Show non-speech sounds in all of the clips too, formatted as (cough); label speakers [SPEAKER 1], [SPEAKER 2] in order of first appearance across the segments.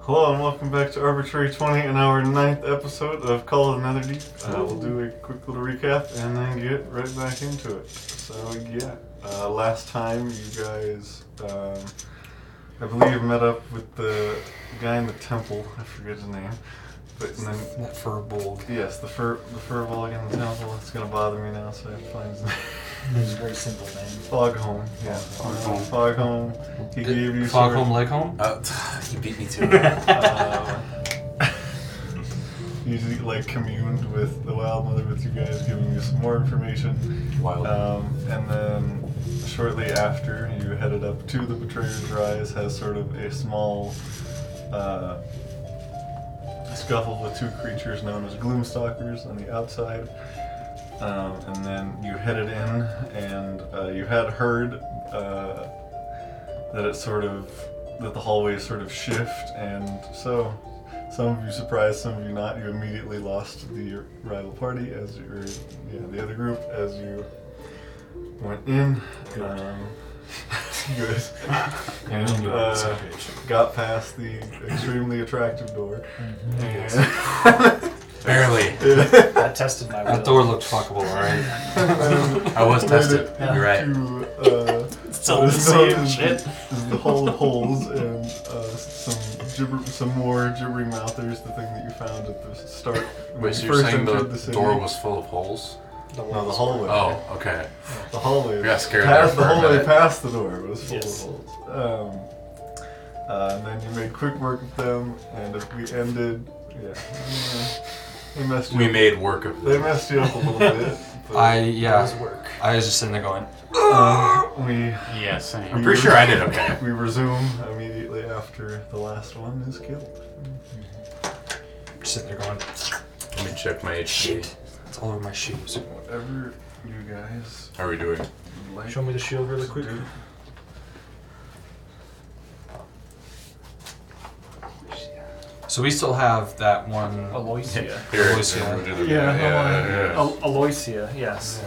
[SPEAKER 1] Hello and welcome back to Arbitrary 20 and our ninth episode of Call of Another Deep. Uh, we'll do a quick little recap and then get right back into it. So, yeah, uh, last time you guys, um, I believe, met up with the guy in the temple. I forget his name. But and then,
[SPEAKER 2] That fur bold.
[SPEAKER 1] yes, the fur, the fur ball in the temple. It's going to bother me now, so I have to find his name.
[SPEAKER 3] It's a very simple name.
[SPEAKER 1] Foghome, yeah.
[SPEAKER 2] Foghome.
[SPEAKER 1] Foghome. He gave you
[SPEAKER 2] Fog
[SPEAKER 1] sort of-
[SPEAKER 2] home, leg home?
[SPEAKER 4] Uh, (laughs) you beat me to it. Uh,
[SPEAKER 1] (laughs) Um, you just, like communed with the Wild Mother with you guys, giving you some more information.
[SPEAKER 4] Wild.
[SPEAKER 1] Um, and then shortly after, you headed up to the Betrayer's Rise, has sort of a small uh, scuffle with two creatures known as Gloomstalkers on the outside. Um, and then you headed in, and uh, you had heard uh, that it sort of that the hallways sort of shift, and so some of you surprised, some of you not. You immediately lost the rival party as your yeah the other group as you went in. Um, (laughs)
[SPEAKER 4] (laughs)
[SPEAKER 1] good. And uh, got past the extremely attractive door.
[SPEAKER 4] Mm-hmm.
[SPEAKER 1] (laughs) And-
[SPEAKER 4] Barely.
[SPEAKER 3] That tested my will.
[SPEAKER 2] That door looked fuckable, alright?
[SPEAKER 4] I was tested.
[SPEAKER 1] Made it
[SPEAKER 4] You're right.
[SPEAKER 1] To, uh,
[SPEAKER 3] Still the same shit.
[SPEAKER 1] The whole holes and uh, some gibber, some more gibbering mouthers. The thing that you found at the start. when
[SPEAKER 4] Wait, so
[SPEAKER 1] you
[SPEAKER 4] you're
[SPEAKER 1] first
[SPEAKER 4] saying the,
[SPEAKER 1] entered city.
[SPEAKER 4] door was full of holes?
[SPEAKER 1] no the hallway.
[SPEAKER 4] Oh, okay.
[SPEAKER 1] the hallway.
[SPEAKER 4] We got scared
[SPEAKER 1] Past
[SPEAKER 4] there
[SPEAKER 1] the
[SPEAKER 4] for a
[SPEAKER 1] hallway,
[SPEAKER 4] minute.
[SPEAKER 1] past the door was full
[SPEAKER 3] Yes.
[SPEAKER 1] of holes. Um, uh, and then you made quick work of them, and if we ended, yeah, uh, they messed you.
[SPEAKER 4] We
[SPEAKER 1] up.
[SPEAKER 4] made work of
[SPEAKER 1] They
[SPEAKER 4] it.
[SPEAKER 1] messed you up a little
[SPEAKER 4] (laughs)
[SPEAKER 1] bit. but
[SPEAKER 2] I, yeah.
[SPEAKER 3] Does work.
[SPEAKER 2] I was just sitting there going,
[SPEAKER 1] uh, we
[SPEAKER 5] Yeah, same.
[SPEAKER 4] I'm pretty sure I did (laughs) okay.
[SPEAKER 1] We resume immediately after the last one is killed.
[SPEAKER 2] just sitting there going,
[SPEAKER 4] Let me check my HP.
[SPEAKER 2] it's all over my shoes.
[SPEAKER 1] Whatever you guys
[SPEAKER 4] How are we doing?
[SPEAKER 1] would like
[SPEAKER 3] Show me the shield really
[SPEAKER 1] to
[SPEAKER 3] quick.
[SPEAKER 1] do.
[SPEAKER 2] So we still have that one.
[SPEAKER 3] Aloysia.
[SPEAKER 4] Here,
[SPEAKER 2] Aloysia.
[SPEAKER 4] we'll do the-
[SPEAKER 3] Yeah,
[SPEAKER 4] yeah, yeah.
[SPEAKER 3] Al- Aloysia, yes.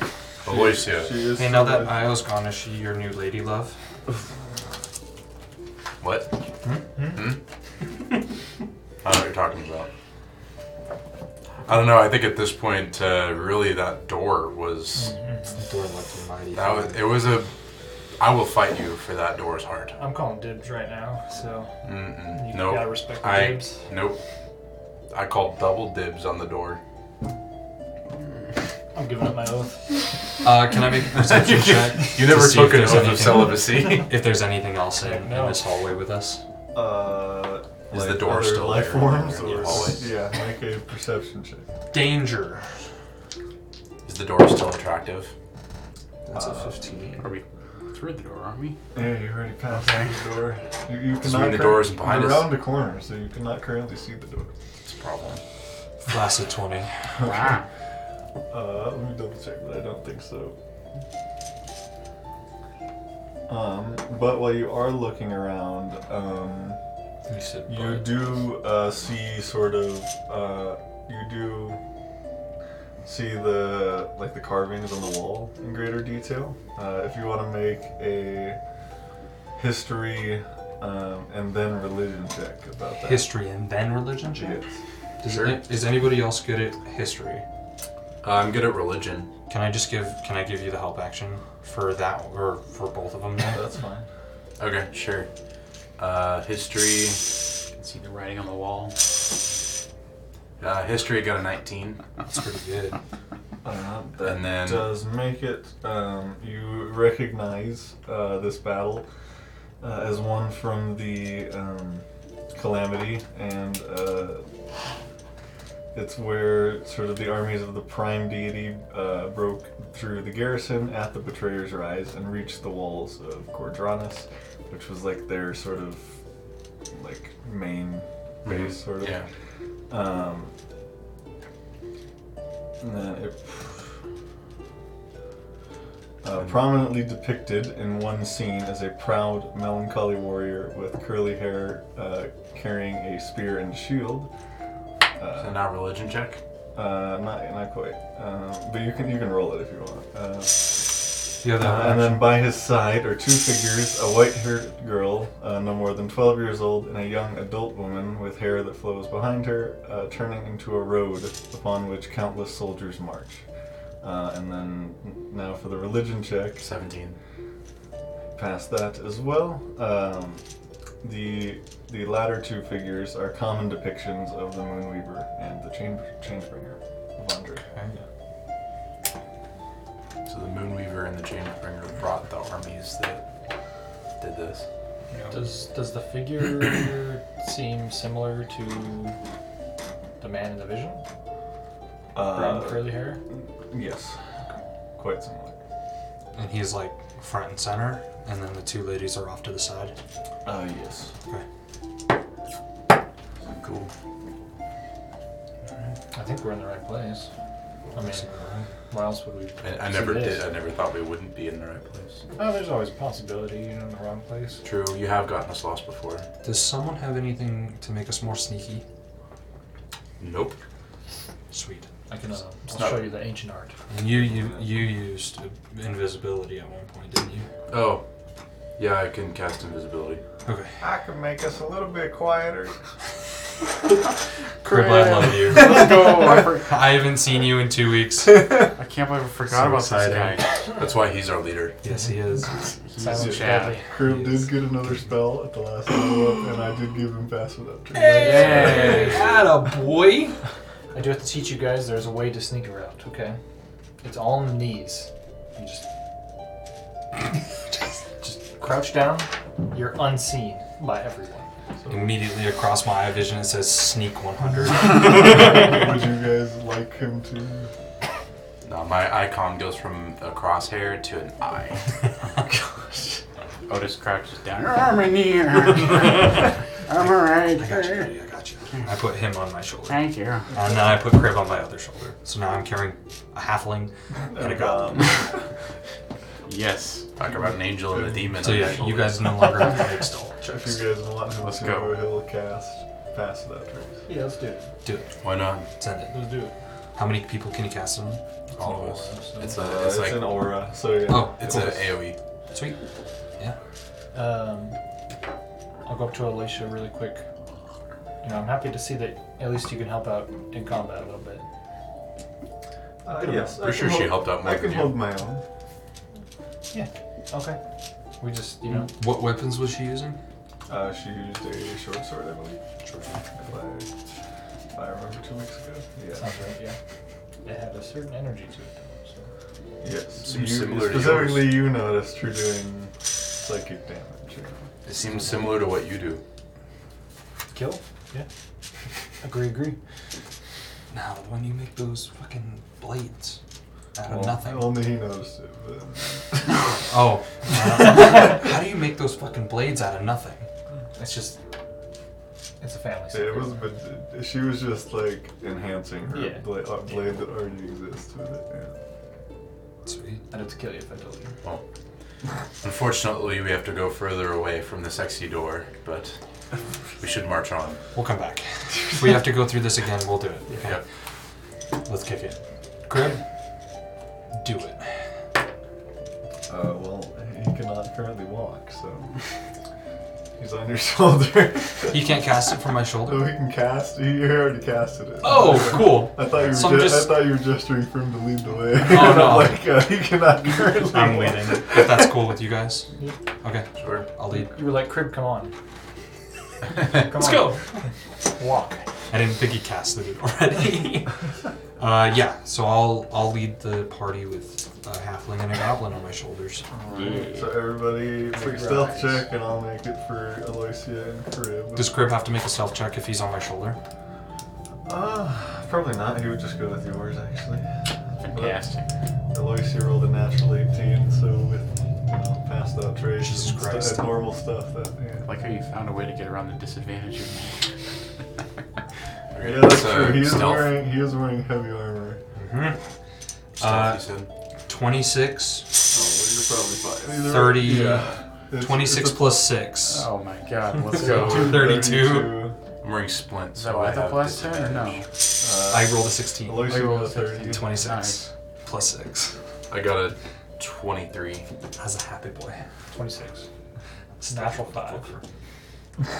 [SPEAKER 1] She
[SPEAKER 4] Oh. Aloysia.
[SPEAKER 1] is
[SPEAKER 2] Hey, now
[SPEAKER 1] still
[SPEAKER 2] that Io's gone, is she your new lady love?
[SPEAKER 4] What? Hmm? I don't know what you're talking about. I don't know. I think at this point, uh, really, that door was.
[SPEAKER 2] The door looked mighty.
[SPEAKER 4] That was. It was a. I will fight you for that door's heart.
[SPEAKER 3] I'm calling dibs right now, so
[SPEAKER 4] Mm-mm.
[SPEAKER 3] you
[SPEAKER 4] No.
[SPEAKER 3] gotta respect the
[SPEAKER 4] I
[SPEAKER 3] dibs.
[SPEAKER 4] nope. I called double dibs on the door.
[SPEAKER 3] I'm giving up my oath.
[SPEAKER 2] Uh, can
[SPEAKER 4] (laughs)
[SPEAKER 2] I make a perception check?
[SPEAKER 4] You
[SPEAKER 2] to
[SPEAKER 4] never
[SPEAKER 2] see if
[SPEAKER 4] took an
[SPEAKER 2] there's
[SPEAKER 4] oath of
[SPEAKER 2] anything- (laughs)
[SPEAKER 4] celibacy.
[SPEAKER 2] If there's anything else in, in
[SPEAKER 3] No.
[SPEAKER 2] this hallway with us.
[SPEAKER 1] Uh,
[SPEAKER 4] Is
[SPEAKER 1] like
[SPEAKER 4] the door
[SPEAKER 1] other
[SPEAKER 4] still
[SPEAKER 1] life
[SPEAKER 4] there?
[SPEAKER 1] forms?
[SPEAKER 4] Yeah,
[SPEAKER 1] Or,
[SPEAKER 4] always.
[SPEAKER 1] Yeah, make a perception check.
[SPEAKER 2] Danger.
[SPEAKER 4] Is the door still attractive?
[SPEAKER 2] That's a 15.
[SPEAKER 5] Are we through the door, aren't we?
[SPEAKER 1] Yeah, you already passed the door. You, you cannot
[SPEAKER 4] So when the
[SPEAKER 1] cur-
[SPEAKER 4] door is behind
[SPEAKER 1] you're
[SPEAKER 4] us-
[SPEAKER 1] around the corner, so you cannot currently see the door.
[SPEAKER 4] It's a problem.
[SPEAKER 2] Flaccid 20.
[SPEAKER 5] Wow.
[SPEAKER 1] Uh, let me double check, but I don't think so. Um, but while you are looking around, um,
[SPEAKER 2] You said
[SPEAKER 1] You
[SPEAKER 2] butt.
[SPEAKER 1] do uh, see sort of uh, you do see the like the carvings on the wall in greater detail. Uh, if you want to make a history um, and then religion check about that.
[SPEAKER 2] History and then religion check?
[SPEAKER 1] Yes.
[SPEAKER 2] Does
[SPEAKER 4] Sure.
[SPEAKER 2] any- is anybody else good at history?
[SPEAKER 4] Uh, I'm good at religion.
[SPEAKER 2] Can I just give? Can I give you the help action for that or for both of
[SPEAKER 1] (laughs)
[SPEAKER 2] them? Now?
[SPEAKER 1] That's fine.
[SPEAKER 4] Okay, sure. Uh, history.
[SPEAKER 5] You can see the writing on the wall.
[SPEAKER 4] Uh, history got a 19.
[SPEAKER 2] That's pretty good.
[SPEAKER 1] Uh, that
[SPEAKER 4] And then-
[SPEAKER 1] does make it. Um, you recognize uh, this battle uh, as one from the um, calamity, and uh, it's where sort of the armies of the prime deity uh, broke through the garrison at the Betrayer's Rise and reached the walls of Cordranus, which was like their sort of like main base, sort of.
[SPEAKER 4] Mm-hmm. Yeah.
[SPEAKER 1] Um, and then it uh, prominently depicted in one scene as a proud, melancholy warrior with curly hair uh, carrying a spear and shield.
[SPEAKER 4] So now religion check.
[SPEAKER 1] Uh, not, not quite, um, but you can you can roll it if you want. Uh,
[SPEAKER 2] the other
[SPEAKER 1] Uh, and then by his side are two figures a white haired girl, uh, no more than 12 years old, and a young adult woman with hair that flows behind her, uh, turning into a road upon which countless soldiers march. Uh, and then now for the religion check.
[SPEAKER 4] 17.
[SPEAKER 1] Past that as well. Um, the the latter two figures are common depictions of the Moonweaver and the Change Changebringer of Andre.
[SPEAKER 4] So the Moonweaver and the Chainbringer brought the armies that did this.
[SPEAKER 6] Does does the figure (coughs) seem similar to the man in the vision? Brown
[SPEAKER 1] Uh,
[SPEAKER 6] curly hair.
[SPEAKER 1] yes, quite similar.
[SPEAKER 2] and he's like front and center, and then the two ladies are off to the side.
[SPEAKER 1] Uh, yes.
[SPEAKER 4] Cool.
[SPEAKER 6] I think we're in the right place. I mean, why else would we?
[SPEAKER 4] I, I never
[SPEAKER 6] It is.
[SPEAKER 4] did. I never thought we wouldn't be in the right place.
[SPEAKER 6] Oh, there's always a possibility you're in the wrong place.
[SPEAKER 4] True, you have gotten us lost before.
[SPEAKER 2] Does someone have anything to make us more sneaky?
[SPEAKER 4] Nope.
[SPEAKER 2] Sweet.
[SPEAKER 6] I can. Uh, I'll
[SPEAKER 4] not-
[SPEAKER 6] show you the ancient art.
[SPEAKER 2] And you you you used invisibility at one point, didn't you?
[SPEAKER 4] Oh, yeah, I can cast invisibility.
[SPEAKER 2] Okay.
[SPEAKER 1] I can make us a little bit quieter.
[SPEAKER 2] Crib, I love you.
[SPEAKER 5] (laughs) Let's go. I, for-
[SPEAKER 2] I haven't seen you in two
[SPEAKER 5] (laughs)
[SPEAKER 2] weeks.
[SPEAKER 5] I can't believe I
[SPEAKER 2] So
[SPEAKER 5] forgot about
[SPEAKER 2] exciting.
[SPEAKER 5] this guy.
[SPEAKER 4] That's why he's our leader.
[SPEAKER 2] yes, he is.
[SPEAKER 5] He's
[SPEAKER 6] Silent
[SPEAKER 5] a
[SPEAKER 6] Deadly.
[SPEAKER 5] Chad.
[SPEAKER 1] Krib did get another spell at the last level up, and I did give him fast enough to
[SPEAKER 5] (laughs) Yay.
[SPEAKER 2] a boy.
[SPEAKER 6] I do have to teach you guys there's a way to sneak around, okay? It's all on the knees. You
[SPEAKER 5] (laughs)
[SPEAKER 6] just, just crouch down. You're unseen by everyone.
[SPEAKER 2] Immediately across my eye vision, it says sneak 100.
[SPEAKER 1] Would you guys like him to?
[SPEAKER 4] Now my icon goes from a crosshair to an (laughs) eye.
[SPEAKER 5] Otis crouches down. I'm in here. I'm alright.
[SPEAKER 2] I got you, buddy. I got you. I put him on my shoulder.
[SPEAKER 5] Thank you.
[SPEAKER 2] And then I put Crib on my other shoulder. So now I'm carrying a halfling and a goblin.
[SPEAKER 5] Yes.
[SPEAKER 4] Talk about an angel and a demon.
[SPEAKER 2] So
[SPEAKER 4] on
[SPEAKER 2] yeah,
[SPEAKER 4] your
[SPEAKER 2] you
[SPEAKER 4] shoulder.
[SPEAKER 2] guys no longer have to make stealth
[SPEAKER 1] If
[SPEAKER 2] checks.
[SPEAKER 1] you guys want him to go,
[SPEAKER 4] go.
[SPEAKER 1] he'll cast fast enough. Trace.
[SPEAKER 6] Yeah, let's do it.
[SPEAKER 2] Do it.
[SPEAKER 4] Why not?
[SPEAKER 2] Send it.
[SPEAKER 6] Let's do it.
[SPEAKER 2] How many people can you cast on?
[SPEAKER 4] All of us. It's
[SPEAKER 1] Uh,
[SPEAKER 4] a.
[SPEAKER 1] it's
[SPEAKER 4] It's like.
[SPEAKER 1] an aura, so yeah.
[SPEAKER 2] Oh,
[SPEAKER 4] It's an AOE.
[SPEAKER 2] Sweet. Yeah.
[SPEAKER 6] Um, I'll go up to Alicia really quick. You know, I'm happy to see that at least you can help out in combat a little bit.
[SPEAKER 1] Uh, yes. I
[SPEAKER 4] Pretty sure
[SPEAKER 1] can
[SPEAKER 4] she
[SPEAKER 1] hold-
[SPEAKER 4] helped out more
[SPEAKER 1] I can
[SPEAKER 4] than
[SPEAKER 1] hold
[SPEAKER 4] you.
[SPEAKER 1] my own.
[SPEAKER 6] Yeah. Okay. We just, you know,
[SPEAKER 2] What weapons was she using?
[SPEAKER 1] Uh, she used a short sword, I believe. If I, if I remember two weeks ago. Yeah.
[SPEAKER 6] sounds right. Yeah. It had a certain energy to it, though. So.
[SPEAKER 1] Yes.
[SPEAKER 4] Seems
[SPEAKER 1] you-
[SPEAKER 4] similar to
[SPEAKER 1] specifically, you noticed her doing psychic damage. yeah.
[SPEAKER 4] It seems similar to what you do.
[SPEAKER 6] Kill?
[SPEAKER 3] (laughs)
[SPEAKER 6] Yeah. Agree, agree.
[SPEAKER 2] Now, when you make those fucking blades out
[SPEAKER 1] Well,
[SPEAKER 2] of nothing.
[SPEAKER 1] Only he noticed it. But (laughs)
[SPEAKER 2] Oh. uh, how do you make those fucking blades out of nothing?
[SPEAKER 6] It's just. It's a family
[SPEAKER 1] It
[SPEAKER 6] secret.
[SPEAKER 1] was, but she was just like enhancing her
[SPEAKER 6] Yeah.
[SPEAKER 1] blade, uh, blade that already exists with it. Yeah.
[SPEAKER 2] Sweet.
[SPEAKER 6] I'd have to kill you if I told you.
[SPEAKER 4] Well, unfortunately, we have to go further away from the sexy door, but we should march on.
[SPEAKER 2] We'll come back. If we have to go through this again, we'll do it. Okay.
[SPEAKER 4] Yep.
[SPEAKER 2] Let's kick it. Crib, do it.
[SPEAKER 1] Uh, well, he cannot currently walk, so (laughs) he's on your (laughs) shoulder.
[SPEAKER 2] You can't cast it from my
[SPEAKER 1] so
[SPEAKER 2] shoulder.
[SPEAKER 1] he can cast. He you already casted it.
[SPEAKER 2] Oh, cool.
[SPEAKER 1] I thought you were.
[SPEAKER 2] So I'm
[SPEAKER 1] ge-
[SPEAKER 2] just-
[SPEAKER 1] I thought you were gesturing for him to lead the way.
[SPEAKER 2] Oh,
[SPEAKER 1] (laughs)
[SPEAKER 2] no.
[SPEAKER 1] like uh, he cannot currently.
[SPEAKER 2] (laughs) I'm
[SPEAKER 1] walk.
[SPEAKER 2] leading. If (laughs) that's cool with you guys.
[SPEAKER 6] Yeah.
[SPEAKER 2] Okay,
[SPEAKER 4] Sure.
[SPEAKER 2] I'll (laughs) lead.
[SPEAKER 6] You were like, Crib, come on. come Let's Walk.
[SPEAKER 2] I didn't think he casted it (laughs) already. uh, yeah, so I'll I'll lead the party with a halfling and a goblin on my shoulders.
[SPEAKER 1] So everybody, quick
[SPEAKER 6] Rise.
[SPEAKER 1] stealth check, and I'll make it for Aloysia and Crib.
[SPEAKER 2] Does Crib have to make a stealth check if he's on my shoulder?
[SPEAKER 1] Uh, probably not. He would just go with yours, actually.
[SPEAKER 5] Fantastic.
[SPEAKER 1] Aloysia rolled a natural 18, so with you know, passed out trace
[SPEAKER 2] Jesus
[SPEAKER 1] and stu-
[SPEAKER 2] Christ.
[SPEAKER 1] normal stuff. That, yeah.
[SPEAKER 5] Like how you found a way to get around the disadvantage of me.
[SPEAKER 1] Yeah, that's
[SPEAKER 4] So,
[SPEAKER 1] true. He is,
[SPEAKER 4] uh, stealth.
[SPEAKER 1] wearing, he is wearing heavy armor.
[SPEAKER 2] Mm-hmm. Uh,
[SPEAKER 4] Stealth, you said?
[SPEAKER 2] 26,
[SPEAKER 1] Oh, you're probably
[SPEAKER 2] 30,
[SPEAKER 1] It's-
[SPEAKER 2] 26
[SPEAKER 1] it's a-
[SPEAKER 2] plus 6.
[SPEAKER 5] Oh my god, let's
[SPEAKER 1] it's a
[SPEAKER 5] go.
[SPEAKER 1] two
[SPEAKER 2] 32.
[SPEAKER 4] I'm wearing splint,
[SPEAKER 5] Is that
[SPEAKER 4] so
[SPEAKER 5] what
[SPEAKER 4] I
[SPEAKER 5] I thought
[SPEAKER 4] have
[SPEAKER 5] last time or no?
[SPEAKER 4] disadvantage.
[SPEAKER 1] Uh,
[SPEAKER 2] I rolled a 16.
[SPEAKER 1] Aloysia rolled a 30.
[SPEAKER 2] 26
[SPEAKER 5] Nice.
[SPEAKER 2] plus 6.
[SPEAKER 4] I got a 23.
[SPEAKER 2] As a happy boy.
[SPEAKER 3] 26. It's a natural 5.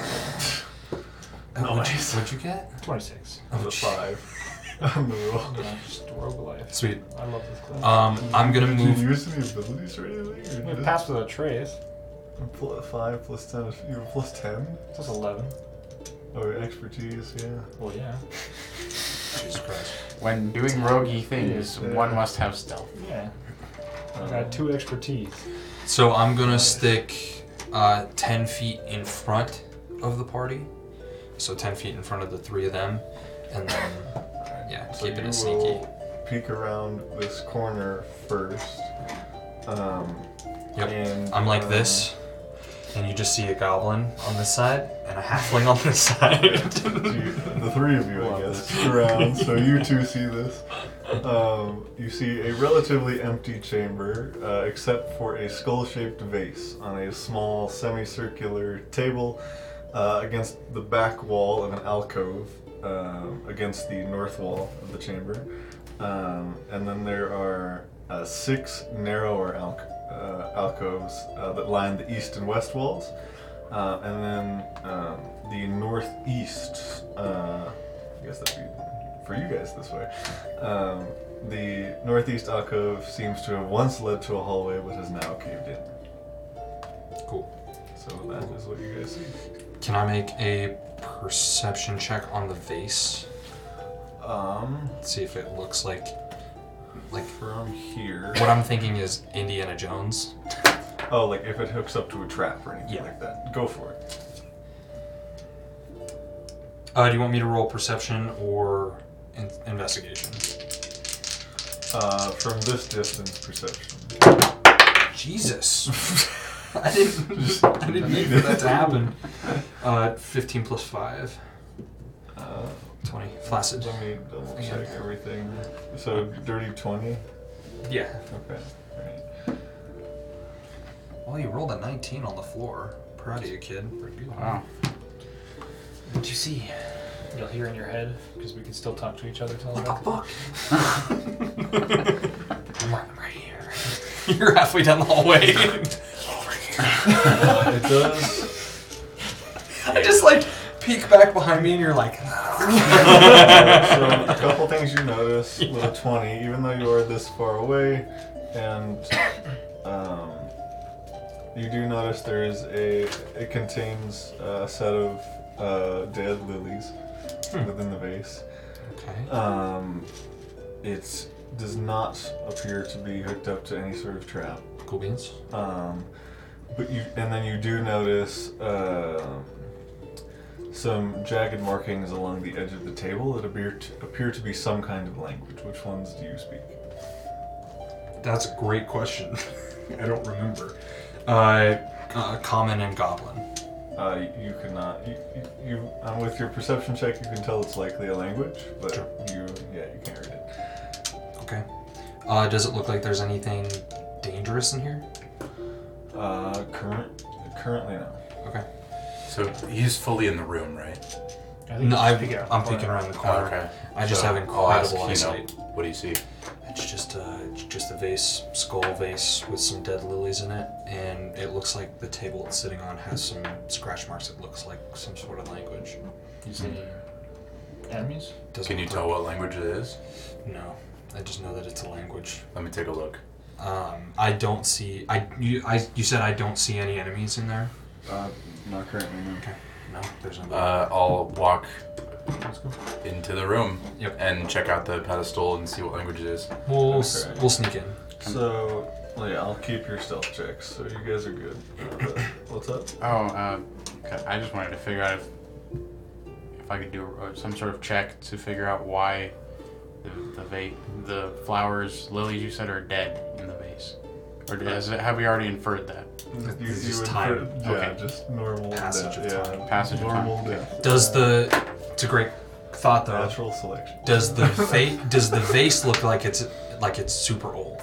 [SPEAKER 2] Uh, what'd, you,
[SPEAKER 1] Nice.
[SPEAKER 2] what'd you get?
[SPEAKER 3] 26.
[SPEAKER 1] It was a (laughs) five on the roll.
[SPEAKER 3] Yeah, just a roguelite.
[SPEAKER 2] Sweet.
[SPEAKER 3] I love this class.
[SPEAKER 2] Um, I'm gonna
[SPEAKER 1] Did you
[SPEAKER 2] move.
[SPEAKER 1] use any abilities or anything?
[SPEAKER 3] We
[SPEAKER 1] Or
[SPEAKER 3] passed with a trace.
[SPEAKER 1] just pl- five plus ten. is- You were plus ten
[SPEAKER 3] That's 11.
[SPEAKER 1] or expertise? Yeah.
[SPEAKER 3] Well, yeah.
[SPEAKER 2] Jesus Christ.
[SPEAKER 5] When doing roguey things,
[SPEAKER 1] Yeah.
[SPEAKER 5] one must have stealth.
[SPEAKER 3] Yeah. I
[SPEAKER 1] Uh,
[SPEAKER 3] got two expertise.
[SPEAKER 2] So I'm gonna stick uh, 10 feet in front of the party. So 10 feet in front of the three of them. And then, yeah,
[SPEAKER 1] So
[SPEAKER 2] keeping
[SPEAKER 1] you
[SPEAKER 2] it sneaky.
[SPEAKER 1] will peek around this corner first. Um,
[SPEAKER 2] Yep.
[SPEAKER 1] and,
[SPEAKER 2] I'm like
[SPEAKER 1] uh,
[SPEAKER 2] this. And you just see a goblin on this side and a halfling on this (laughs) side.
[SPEAKER 1] So you- (laughs) the three of you, I guess, around, so you two see this. Um, you see a relatively empty chamber, uh, except for a skull shaped vase on a small semicircular table uh, against the back wall of an alcove, um, against the north wall of the chamber. Um, and then there are uh, six narrower alc- uh, alcoves uh, that line the east and west walls. Uh, and then um, the northeast, uh, I guess that'd be for you guys this way. Um, the northeast alcove seems to have once led to a hallway but has now caved in.
[SPEAKER 2] cool.
[SPEAKER 1] So that is what you guys see.
[SPEAKER 2] Can I make a perception check on the vase?
[SPEAKER 1] Um,
[SPEAKER 2] See if it looks like. Like,
[SPEAKER 1] from here.
[SPEAKER 2] what I'm thinking is Indiana Jones.
[SPEAKER 1] Oh, like if it hooks up to a trap or anything
[SPEAKER 2] Yeah.
[SPEAKER 1] like that. Go for it.
[SPEAKER 2] Uh, do you want me to roll perception or in- investigation?
[SPEAKER 1] Uh, from this distance, perception.
[SPEAKER 2] Jesus. (laughs) I
[SPEAKER 1] (laughs)
[SPEAKER 2] didn't. I didn't need for that to happen. (laughs) Uh, 15 plus 5.
[SPEAKER 1] Uh,
[SPEAKER 2] 20. Flaccid.
[SPEAKER 1] let me double
[SPEAKER 2] Yeah.
[SPEAKER 1] check everything. So dirty twenty.
[SPEAKER 2] Yeah.
[SPEAKER 1] Okay.
[SPEAKER 2] (laughs)
[SPEAKER 1] Alright.
[SPEAKER 2] Well, you rolled a 19 on the floor. Proud of you, kid.
[SPEAKER 5] Wow.
[SPEAKER 3] What'd you see? You'll hear in your head, because we can still talk to each other telepathically.
[SPEAKER 2] fuck? (laughs) I'm right, I'm right here. You're halfway down the hallway. (laughs)
[SPEAKER 1] Uh, it does.
[SPEAKER 2] I just like peek back behind me and you're like, (laughs)
[SPEAKER 1] so a couple things you notice with a 20 even though you are this far away and um, you do notice there is a it contains a set of uh, dead lilies within the vase
[SPEAKER 2] okay.
[SPEAKER 1] um, it does not appear to be hooked up to any sort of trap
[SPEAKER 2] Cool beans.
[SPEAKER 1] um, but you, and then you do notice um some jagged markings along the edge of the table that appear to, appear to be some kind of language. Which ones do you speak?
[SPEAKER 2] That's a great question. (laughs) I don't remember. Uh, uh, common and goblin.
[SPEAKER 1] Uh, y- you cannot. You, you, you um, with your perception check, you can tell it's likely a language, but
[SPEAKER 2] Sure.
[SPEAKER 1] you, yeah, you can't read it.
[SPEAKER 2] Okay. Uh, does it look like there's anything dangerous in here?
[SPEAKER 1] Uh, current, currently no.
[SPEAKER 2] Okay.
[SPEAKER 4] So he's fully in the room, right? Oh,
[SPEAKER 3] I think
[SPEAKER 2] No,
[SPEAKER 3] just
[SPEAKER 2] I,
[SPEAKER 3] peek out
[SPEAKER 2] I'm
[SPEAKER 3] the
[SPEAKER 2] thinking
[SPEAKER 3] corner.
[SPEAKER 2] around the corner.
[SPEAKER 4] Okay.
[SPEAKER 2] Uh, I just
[SPEAKER 4] So
[SPEAKER 2] have
[SPEAKER 4] I'll ask
[SPEAKER 2] incredible
[SPEAKER 4] Kino,
[SPEAKER 2] eyesight.
[SPEAKER 4] What do you see?
[SPEAKER 2] It's just uh, it's just a vase, skull vase with some dead lilies in it, and it looks like the table it's sitting on has some scratch marks. It looks like some sort of language. Hmm.
[SPEAKER 3] You see enemies?
[SPEAKER 2] Doesn't
[SPEAKER 4] Can you
[SPEAKER 2] look
[SPEAKER 4] tell what language it is?
[SPEAKER 2] like- No, I just know that it's a language.
[SPEAKER 4] Let me take a look.
[SPEAKER 2] Um, I don't see. I you I you said I don't see any enemies in there.
[SPEAKER 1] Uh, not currently no.
[SPEAKER 2] Okay. No, there's nobody.
[SPEAKER 4] Uh, I'll walk
[SPEAKER 3] Let's go.
[SPEAKER 4] into the room
[SPEAKER 2] Yep.
[SPEAKER 4] and check out the pedestal and see what language it is.
[SPEAKER 2] we'll s-
[SPEAKER 1] okay.
[SPEAKER 2] we'll sneak in.
[SPEAKER 1] So, well, yeah, I'll keep your stealth checks. So you guys are good. Uh, what's up?
[SPEAKER 5] Oh, uh, okay, I just wanted to figure out if if I could do uh, some sort of check to figure out why the the, va- the flowers, lilies you said are dead in the vase, or does it, have we already inferred that?
[SPEAKER 1] You,
[SPEAKER 2] This is
[SPEAKER 1] would
[SPEAKER 2] time.
[SPEAKER 1] put- Yeah,
[SPEAKER 5] Okay.
[SPEAKER 1] just normal
[SPEAKER 2] Passage
[SPEAKER 1] death,
[SPEAKER 2] of
[SPEAKER 1] yeah.
[SPEAKER 2] time.
[SPEAKER 5] Passage of time,
[SPEAKER 1] normal
[SPEAKER 5] okay.
[SPEAKER 1] death.
[SPEAKER 2] Does
[SPEAKER 1] Uh,
[SPEAKER 2] the it's a great thought though.
[SPEAKER 1] natural selection?
[SPEAKER 2] Does
[SPEAKER 1] (laughs)
[SPEAKER 2] the face does the vase look like it's like it's super old,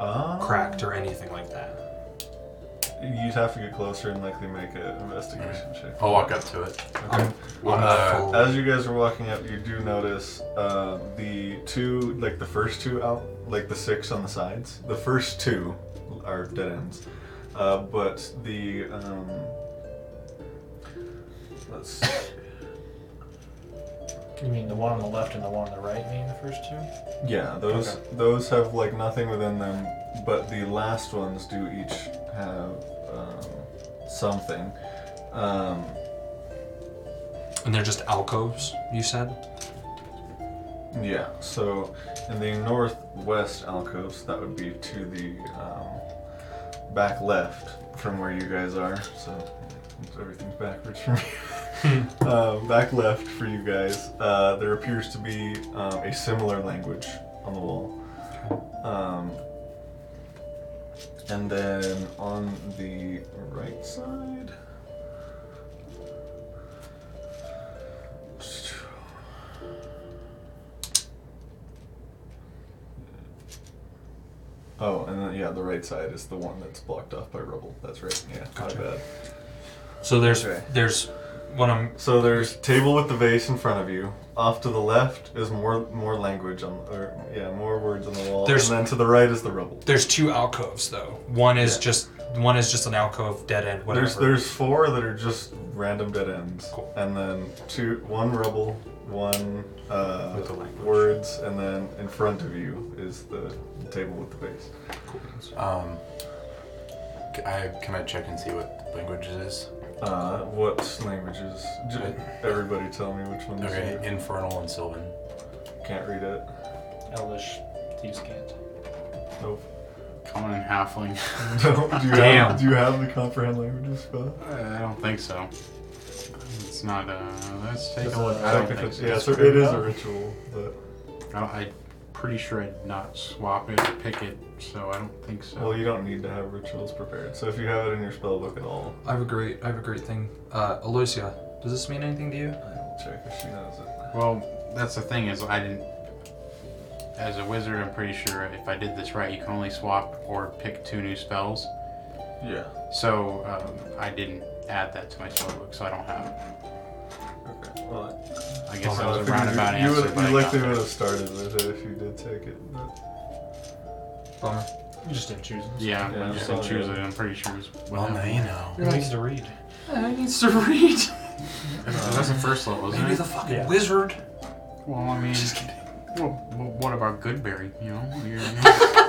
[SPEAKER 1] Um,
[SPEAKER 2] cracked or anything like that?
[SPEAKER 1] You'd have to get closer and likely make an investigation check.
[SPEAKER 5] Oh,
[SPEAKER 4] I'll walk up to it.
[SPEAKER 1] Okay.
[SPEAKER 2] I'm
[SPEAKER 4] Uh,
[SPEAKER 2] not full.
[SPEAKER 1] As you guys are walking up, you do notice uh, the two, like the first two out, like the six on the sides. The first two are dead ends, uh, but the um, let's see.
[SPEAKER 3] You mean the one on the left and the one on the right mean the first two?
[SPEAKER 1] yeah, those those have like nothing within them, but the last ones do each have um, something. Um,
[SPEAKER 2] and they're just alcoves, you said?
[SPEAKER 1] Yeah, so in the northwest alcoves, that would be to the um, back left from where you guys are. So everything's backwards for (laughs) me. uh, back left for you guys, uh, there appears to be um, a similar language on the wall. Um, and then on the right side. Oh, and then yeah, the right side is the one that's blocked off by rubble. That's right. Yeah,
[SPEAKER 2] Gotcha.
[SPEAKER 1] my bad.
[SPEAKER 2] So there's
[SPEAKER 1] Okay.
[SPEAKER 2] there's what I'm
[SPEAKER 1] So there's table with the vase in front of you. Off to the left is more more language on, or yeah, more words on the wall.
[SPEAKER 2] There's-
[SPEAKER 1] and then to the right is the rubble.
[SPEAKER 2] there's two alcoves though. One is
[SPEAKER 1] Yeah.
[SPEAKER 2] just one is just an alcove dead end whatever.
[SPEAKER 1] There's there's four that are just random dead ends,
[SPEAKER 2] Cool.
[SPEAKER 1] and then two, one rubble, one uh,
[SPEAKER 2] With the language.
[SPEAKER 1] words, and then in front of you is the table with the vase.
[SPEAKER 2] Cool beans.
[SPEAKER 4] Um, c- I, can I check and see what language it is?
[SPEAKER 1] Uh, what languages? J- everybody, tell me which one.
[SPEAKER 4] Okay,
[SPEAKER 1] Is
[SPEAKER 4] Infernal and Sylvan.
[SPEAKER 1] Can't read it.
[SPEAKER 3] Elvish, thieves can't.
[SPEAKER 1] Nope. (laughs)
[SPEAKER 5] Common and halfling. (laughs)
[SPEAKER 1] Don't. Do you
[SPEAKER 2] Damn.
[SPEAKER 1] have Do you have the comprehend languages spell?
[SPEAKER 5] Uh, I don't think so. It's not. Uh, let's take
[SPEAKER 3] It's
[SPEAKER 5] a look.
[SPEAKER 3] a-
[SPEAKER 5] I don't
[SPEAKER 1] Technically,
[SPEAKER 5] think
[SPEAKER 1] yeah, so
[SPEAKER 5] so.
[SPEAKER 1] it is a ritual, but
[SPEAKER 5] I don't, I'm pretty sure I'd not swap it or pick it, so I don't think so.
[SPEAKER 1] well, you don't need to have rituals prepared. So if you have it in your spell book at all,
[SPEAKER 2] I have a great I have a great thing. Uh Aloysia, does this mean anything to you?
[SPEAKER 1] I will check if she knows it.
[SPEAKER 5] Well, that's the thing is I didn't. As a wizard, I'm pretty sure if I did this right, you can only swap or pick two new spells.
[SPEAKER 1] Yeah.
[SPEAKER 5] So um, I didn't add that to my spellbook, so I don't have. it.
[SPEAKER 1] Okay. Well,
[SPEAKER 5] I guess
[SPEAKER 2] Oh,
[SPEAKER 5] that was a
[SPEAKER 1] I
[SPEAKER 5] roundabout
[SPEAKER 1] figured you,
[SPEAKER 5] answer,
[SPEAKER 1] You,
[SPEAKER 5] but
[SPEAKER 1] would,
[SPEAKER 5] I
[SPEAKER 1] you likely
[SPEAKER 5] got
[SPEAKER 1] would
[SPEAKER 5] that.
[SPEAKER 1] have started with it if you did take it. But
[SPEAKER 2] Bummer.
[SPEAKER 3] You just didn't choose this.
[SPEAKER 5] Yeah,
[SPEAKER 1] Yeah,
[SPEAKER 5] I just
[SPEAKER 1] so-
[SPEAKER 5] didn't choose it. I'm pretty sure. It's
[SPEAKER 4] Well, now
[SPEAKER 5] (laughs)
[SPEAKER 4] you know.
[SPEAKER 3] Who needs to read?
[SPEAKER 2] I needs to read.
[SPEAKER 5] that's the first level, isn't
[SPEAKER 2] Maybe
[SPEAKER 5] it?
[SPEAKER 2] the fucking
[SPEAKER 3] Yeah.
[SPEAKER 2] wizard.
[SPEAKER 5] well, I mean,
[SPEAKER 2] Just kidding.
[SPEAKER 5] well, well, what about Goodberry? You know,
[SPEAKER 3] (laughs)
[SPEAKER 5] You're-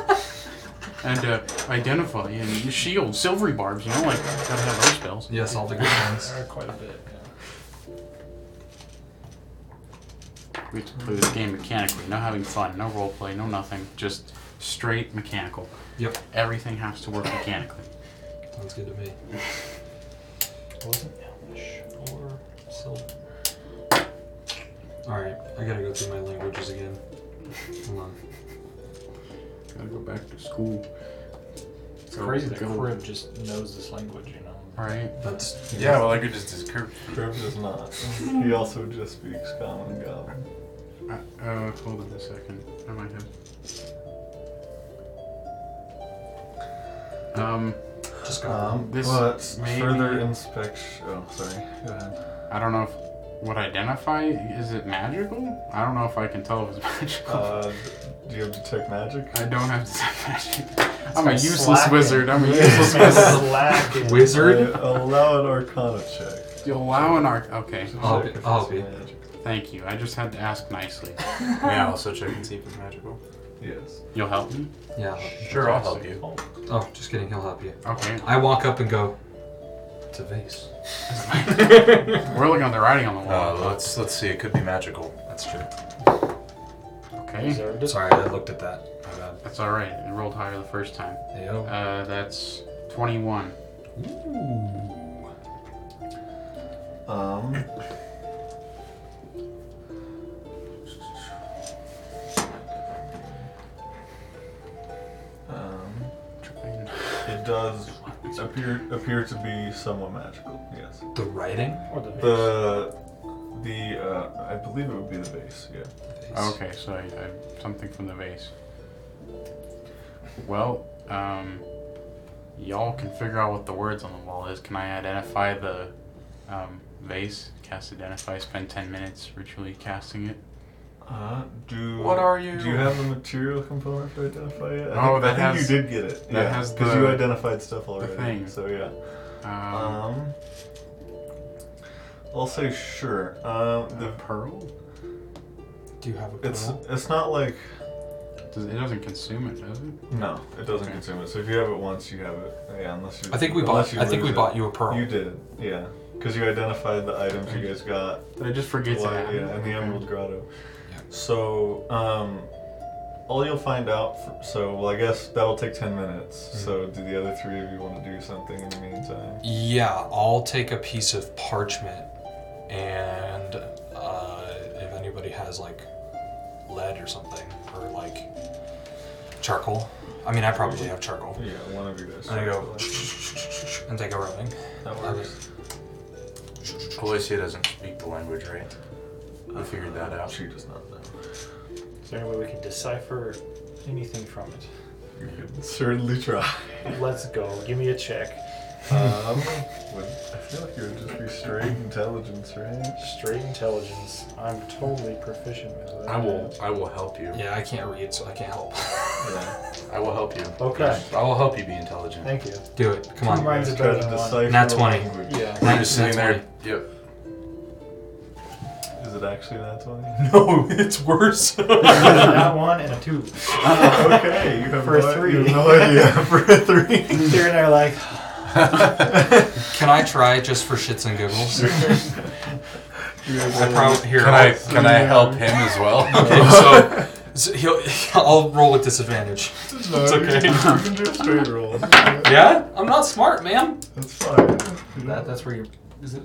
[SPEAKER 5] and uh, identify and shield, silvery barbs. You know, like gotta have those spells.
[SPEAKER 2] Yes, all the good ones.
[SPEAKER 3] Uh, quite a bit. Yeah.
[SPEAKER 5] We have to play this game mechanically, no having fun, no roleplay, no nothing, just straight mechanical.
[SPEAKER 2] Yep.
[SPEAKER 5] Everything has to work mechanically.
[SPEAKER 2] Sounds good to me.
[SPEAKER 3] Wasn't Elvish or Sylvan.
[SPEAKER 2] Alright, I gotta go through my languages again. Hold on.
[SPEAKER 5] Gotta go back to school.
[SPEAKER 3] It's crazy that Crib just knows this language, you know.
[SPEAKER 5] Right?
[SPEAKER 2] That's
[SPEAKER 4] Yeah, well, I could just describe.
[SPEAKER 1] Griff does not. he also just speaks common goblin.
[SPEAKER 5] Uh, uh, hold on a second. I might have. Um,
[SPEAKER 2] just go.
[SPEAKER 1] Um,
[SPEAKER 5] This
[SPEAKER 1] but
[SPEAKER 5] may
[SPEAKER 1] further
[SPEAKER 5] be-
[SPEAKER 1] inspection. Oh, sorry. Go ahead.
[SPEAKER 5] I don't know if. What identify? Is it magical? I don't know if I can tell if it's (laughs) magical.
[SPEAKER 1] Uh, do you have detect magic?
[SPEAKER 5] I don't have to say magic. I'm a
[SPEAKER 3] It's
[SPEAKER 5] useless
[SPEAKER 3] slacking.
[SPEAKER 5] wizard. I'm a
[SPEAKER 1] Yeah.
[SPEAKER 6] (laughs)
[SPEAKER 5] useless wizard.
[SPEAKER 1] (laughs)
[SPEAKER 3] Slacking.
[SPEAKER 2] wizard?
[SPEAKER 1] Uh, allow an arcana check.
[SPEAKER 5] You allow an arc. Okay,
[SPEAKER 1] Check
[SPEAKER 2] I'll be-
[SPEAKER 1] if it's
[SPEAKER 2] I'll be-
[SPEAKER 1] magic.
[SPEAKER 5] thank you. I just had to ask nicely.
[SPEAKER 4] May I also check and see if it's magical?
[SPEAKER 1] Yes.
[SPEAKER 5] You'll help me?
[SPEAKER 2] Yeah.
[SPEAKER 4] Sure, I'll help you.
[SPEAKER 2] Oh, just kidding, he'll help you.
[SPEAKER 5] Okay.
[SPEAKER 2] I walk up and go, it's a vase.
[SPEAKER 5] We're looking at the writing on the
[SPEAKER 4] Uh,
[SPEAKER 5] wall.
[SPEAKER 4] let's let's see. It could be magical.
[SPEAKER 2] That's true.
[SPEAKER 5] okay.
[SPEAKER 3] Deserved it.
[SPEAKER 2] Sorry, I looked at that. My bad.
[SPEAKER 5] That's alright. It rolled higher the first time.
[SPEAKER 2] Yo.
[SPEAKER 5] Uh, that's 21.
[SPEAKER 2] Ooh.
[SPEAKER 1] Um. um, It does appear appear to be somewhat magical. Yes.
[SPEAKER 2] The writing?
[SPEAKER 3] Or the vase.
[SPEAKER 1] The the uh, I believe it would be the base. Yeah.
[SPEAKER 2] Vase.
[SPEAKER 5] Oh,
[SPEAKER 1] Oh.
[SPEAKER 5] Okay, so I, I something from the vase. Well, um, y'all can figure out what the words on the wall is. Can I identify the um, vase? Cast identify. Spend ten minutes ritually casting it.
[SPEAKER 1] Uh, do
[SPEAKER 4] What are you-
[SPEAKER 1] Do you have the material component to identify it? I
[SPEAKER 5] No,
[SPEAKER 1] think,
[SPEAKER 5] Oh, that
[SPEAKER 1] I think
[SPEAKER 5] has-
[SPEAKER 1] you did get it.
[SPEAKER 5] that
[SPEAKER 1] yeah,
[SPEAKER 5] has
[SPEAKER 1] because you
[SPEAKER 5] the-
[SPEAKER 1] identified stuff already.
[SPEAKER 5] thing.
[SPEAKER 1] So yeah.
[SPEAKER 5] Um,
[SPEAKER 1] Um, I'll say sure. Um,
[SPEAKER 5] the
[SPEAKER 1] the
[SPEAKER 5] pearl.
[SPEAKER 2] Do you have a
[SPEAKER 1] it's
[SPEAKER 2] pearl?
[SPEAKER 1] it's not like
[SPEAKER 5] Does, it doesn't consume it, does it?
[SPEAKER 1] no, it doesn't
[SPEAKER 5] Okay.
[SPEAKER 1] consume it. So if you have it once, you have it. Yeah, unless you.
[SPEAKER 2] I think we
[SPEAKER 1] unless
[SPEAKER 2] bought. I think
[SPEAKER 1] lose
[SPEAKER 2] we
[SPEAKER 1] it.
[SPEAKER 2] bought you a pearl.
[SPEAKER 1] You did, yeah, because you identified the items you guys got
[SPEAKER 5] Did I just forget to
[SPEAKER 1] Why-
[SPEAKER 5] add?
[SPEAKER 1] yeah, in the Emerald Grotto.
[SPEAKER 2] Yeah.
[SPEAKER 1] So, um, all you'll find out. fr so, well, I guess that'll take ten minutes. So, do the other three of you want to do something in the meantime?
[SPEAKER 2] Yeah, I'll take a piece of parchment, and uh, if anybody has like lead or something, or like charcoal. I mean, I probably have charcoal.
[SPEAKER 1] Yeah, one of you guys.
[SPEAKER 2] And I go and take a rubbing.
[SPEAKER 1] That
[SPEAKER 2] I
[SPEAKER 1] works.
[SPEAKER 2] was-
[SPEAKER 4] Alicia doesn't speak the language, right? We figured that out.
[SPEAKER 1] She does not know.
[SPEAKER 3] Is there any way we can decipher anything from it?
[SPEAKER 1] You could certainly try.
[SPEAKER 3] Let's go. Give me a check.
[SPEAKER 1] (laughs) um, would, I feel like it would just be straight intelligence, right?
[SPEAKER 3] Straight intelligence. I'm totally proficient with that.
[SPEAKER 4] I will. I will help you.
[SPEAKER 2] Yeah, I can't read, so I can't help. (laughs)
[SPEAKER 1] Yeah.
[SPEAKER 4] I will help you.
[SPEAKER 3] Okay.
[SPEAKER 4] I will help you be intelligent.
[SPEAKER 3] Thank you.
[SPEAKER 2] Do it. Come
[SPEAKER 3] Two
[SPEAKER 2] on. (laughs)
[SPEAKER 3] minds are
[SPEAKER 1] Try
[SPEAKER 3] better
[SPEAKER 1] to
[SPEAKER 3] than one.
[SPEAKER 1] decipher
[SPEAKER 2] Nat
[SPEAKER 1] the
[SPEAKER 2] 20.
[SPEAKER 1] language.
[SPEAKER 3] Yeah.
[SPEAKER 4] I'm just sitting there.
[SPEAKER 2] That's
[SPEAKER 4] Yep.
[SPEAKER 1] Is it actually that twenty? (laughs)
[SPEAKER 2] No, it's worse.
[SPEAKER 3] (laughs)
[SPEAKER 2] (laughs)
[SPEAKER 3] that one and a two.
[SPEAKER 1] Oh, okay, you have
[SPEAKER 3] For a
[SPEAKER 1] no,
[SPEAKER 3] three.
[SPEAKER 1] You have no idea (laughs) for a three.
[SPEAKER 3] (laughs) They're in there like,
[SPEAKER 2] Can I try just for shits and giggles? I
[SPEAKER 1] I (laughs)
[SPEAKER 2] probably here.
[SPEAKER 4] (laughs) Can
[SPEAKER 2] I'll-
[SPEAKER 4] I? Can I help him as (laughs) well?
[SPEAKER 2] Okay, so, so he'll, (laughs) I'll roll with disadvantage.
[SPEAKER 1] No,
[SPEAKER 2] It's
[SPEAKER 1] you
[SPEAKER 2] okay.
[SPEAKER 1] can- You can do a straight
[SPEAKER 2] (laughs)
[SPEAKER 1] roll. That's
[SPEAKER 2] Yeah? I'm not smart, ma'am.
[SPEAKER 1] fine.
[SPEAKER 3] that, that's where you. Is it?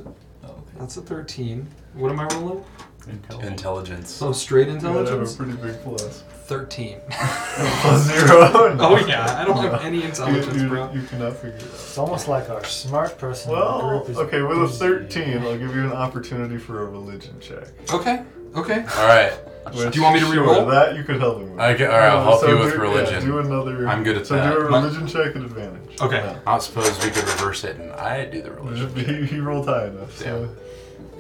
[SPEAKER 2] That's a 13. What am I rolling?
[SPEAKER 5] Intelligence.
[SPEAKER 4] Intelligence.
[SPEAKER 2] Oh, straight
[SPEAKER 1] You would have a
[SPEAKER 2] intelligence?
[SPEAKER 1] pretty big plus. (laughs)
[SPEAKER 2] 13.
[SPEAKER 1] Plus zero? No.
[SPEAKER 2] (laughs) Oh, yeah, I don't have
[SPEAKER 1] No.
[SPEAKER 2] any
[SPEAKER 1] You-
[SPEAKER 2] intelligence,
[SPEAKER 1] you,
[SPEAKER 2] bro.
[SPEAKER 1] You cannot figure it out.
[SPEAKER 3] It's almost like our smart person
[SPEAKER 1] Well,
[SPEAKER 3] group is.
[SPEAKER 1] okay, with a
[SPEAKER 3] busy.
[SPEAKER 1] 13, I'll give you an opportunity for a religion check.
[SPEAKER 2] Okay, okay.
[SPEAKER 4] All right.
[SPEAKER 1] Which,
[SPEAKER 2] you want me to
[SPEAKER 1] sure,
[SPEAKER 2] re-roll?
[SPEAKER 1] That you could help him with.
[SPEAKER 4] I get, all right. I'll
[SPEAKER 1] Uh,
[SPEAKER 4] help
[SPEAKER 1] so
[SPEAKER 4] you with
[SPEAKER 1] do- yeah,
[SPEAKER 4] religion.
[SPEAKER 1] do another.
[SPEAKER 4] I'm good at
[SPEAKER 1] so do a
[SPEAKER 4] that.
[SPEAKER 2] My-
[SPEAKER 1] religion check at advantage.
[SPEAKER 2] Okay.
[SPEAKER 4] I don't suppose we could reverse it and I do the
[SPEAKER 1] No.
[SPEAKER 4] religion. (laughs)
[SPEAKER 1] He, he rolled high enough. So.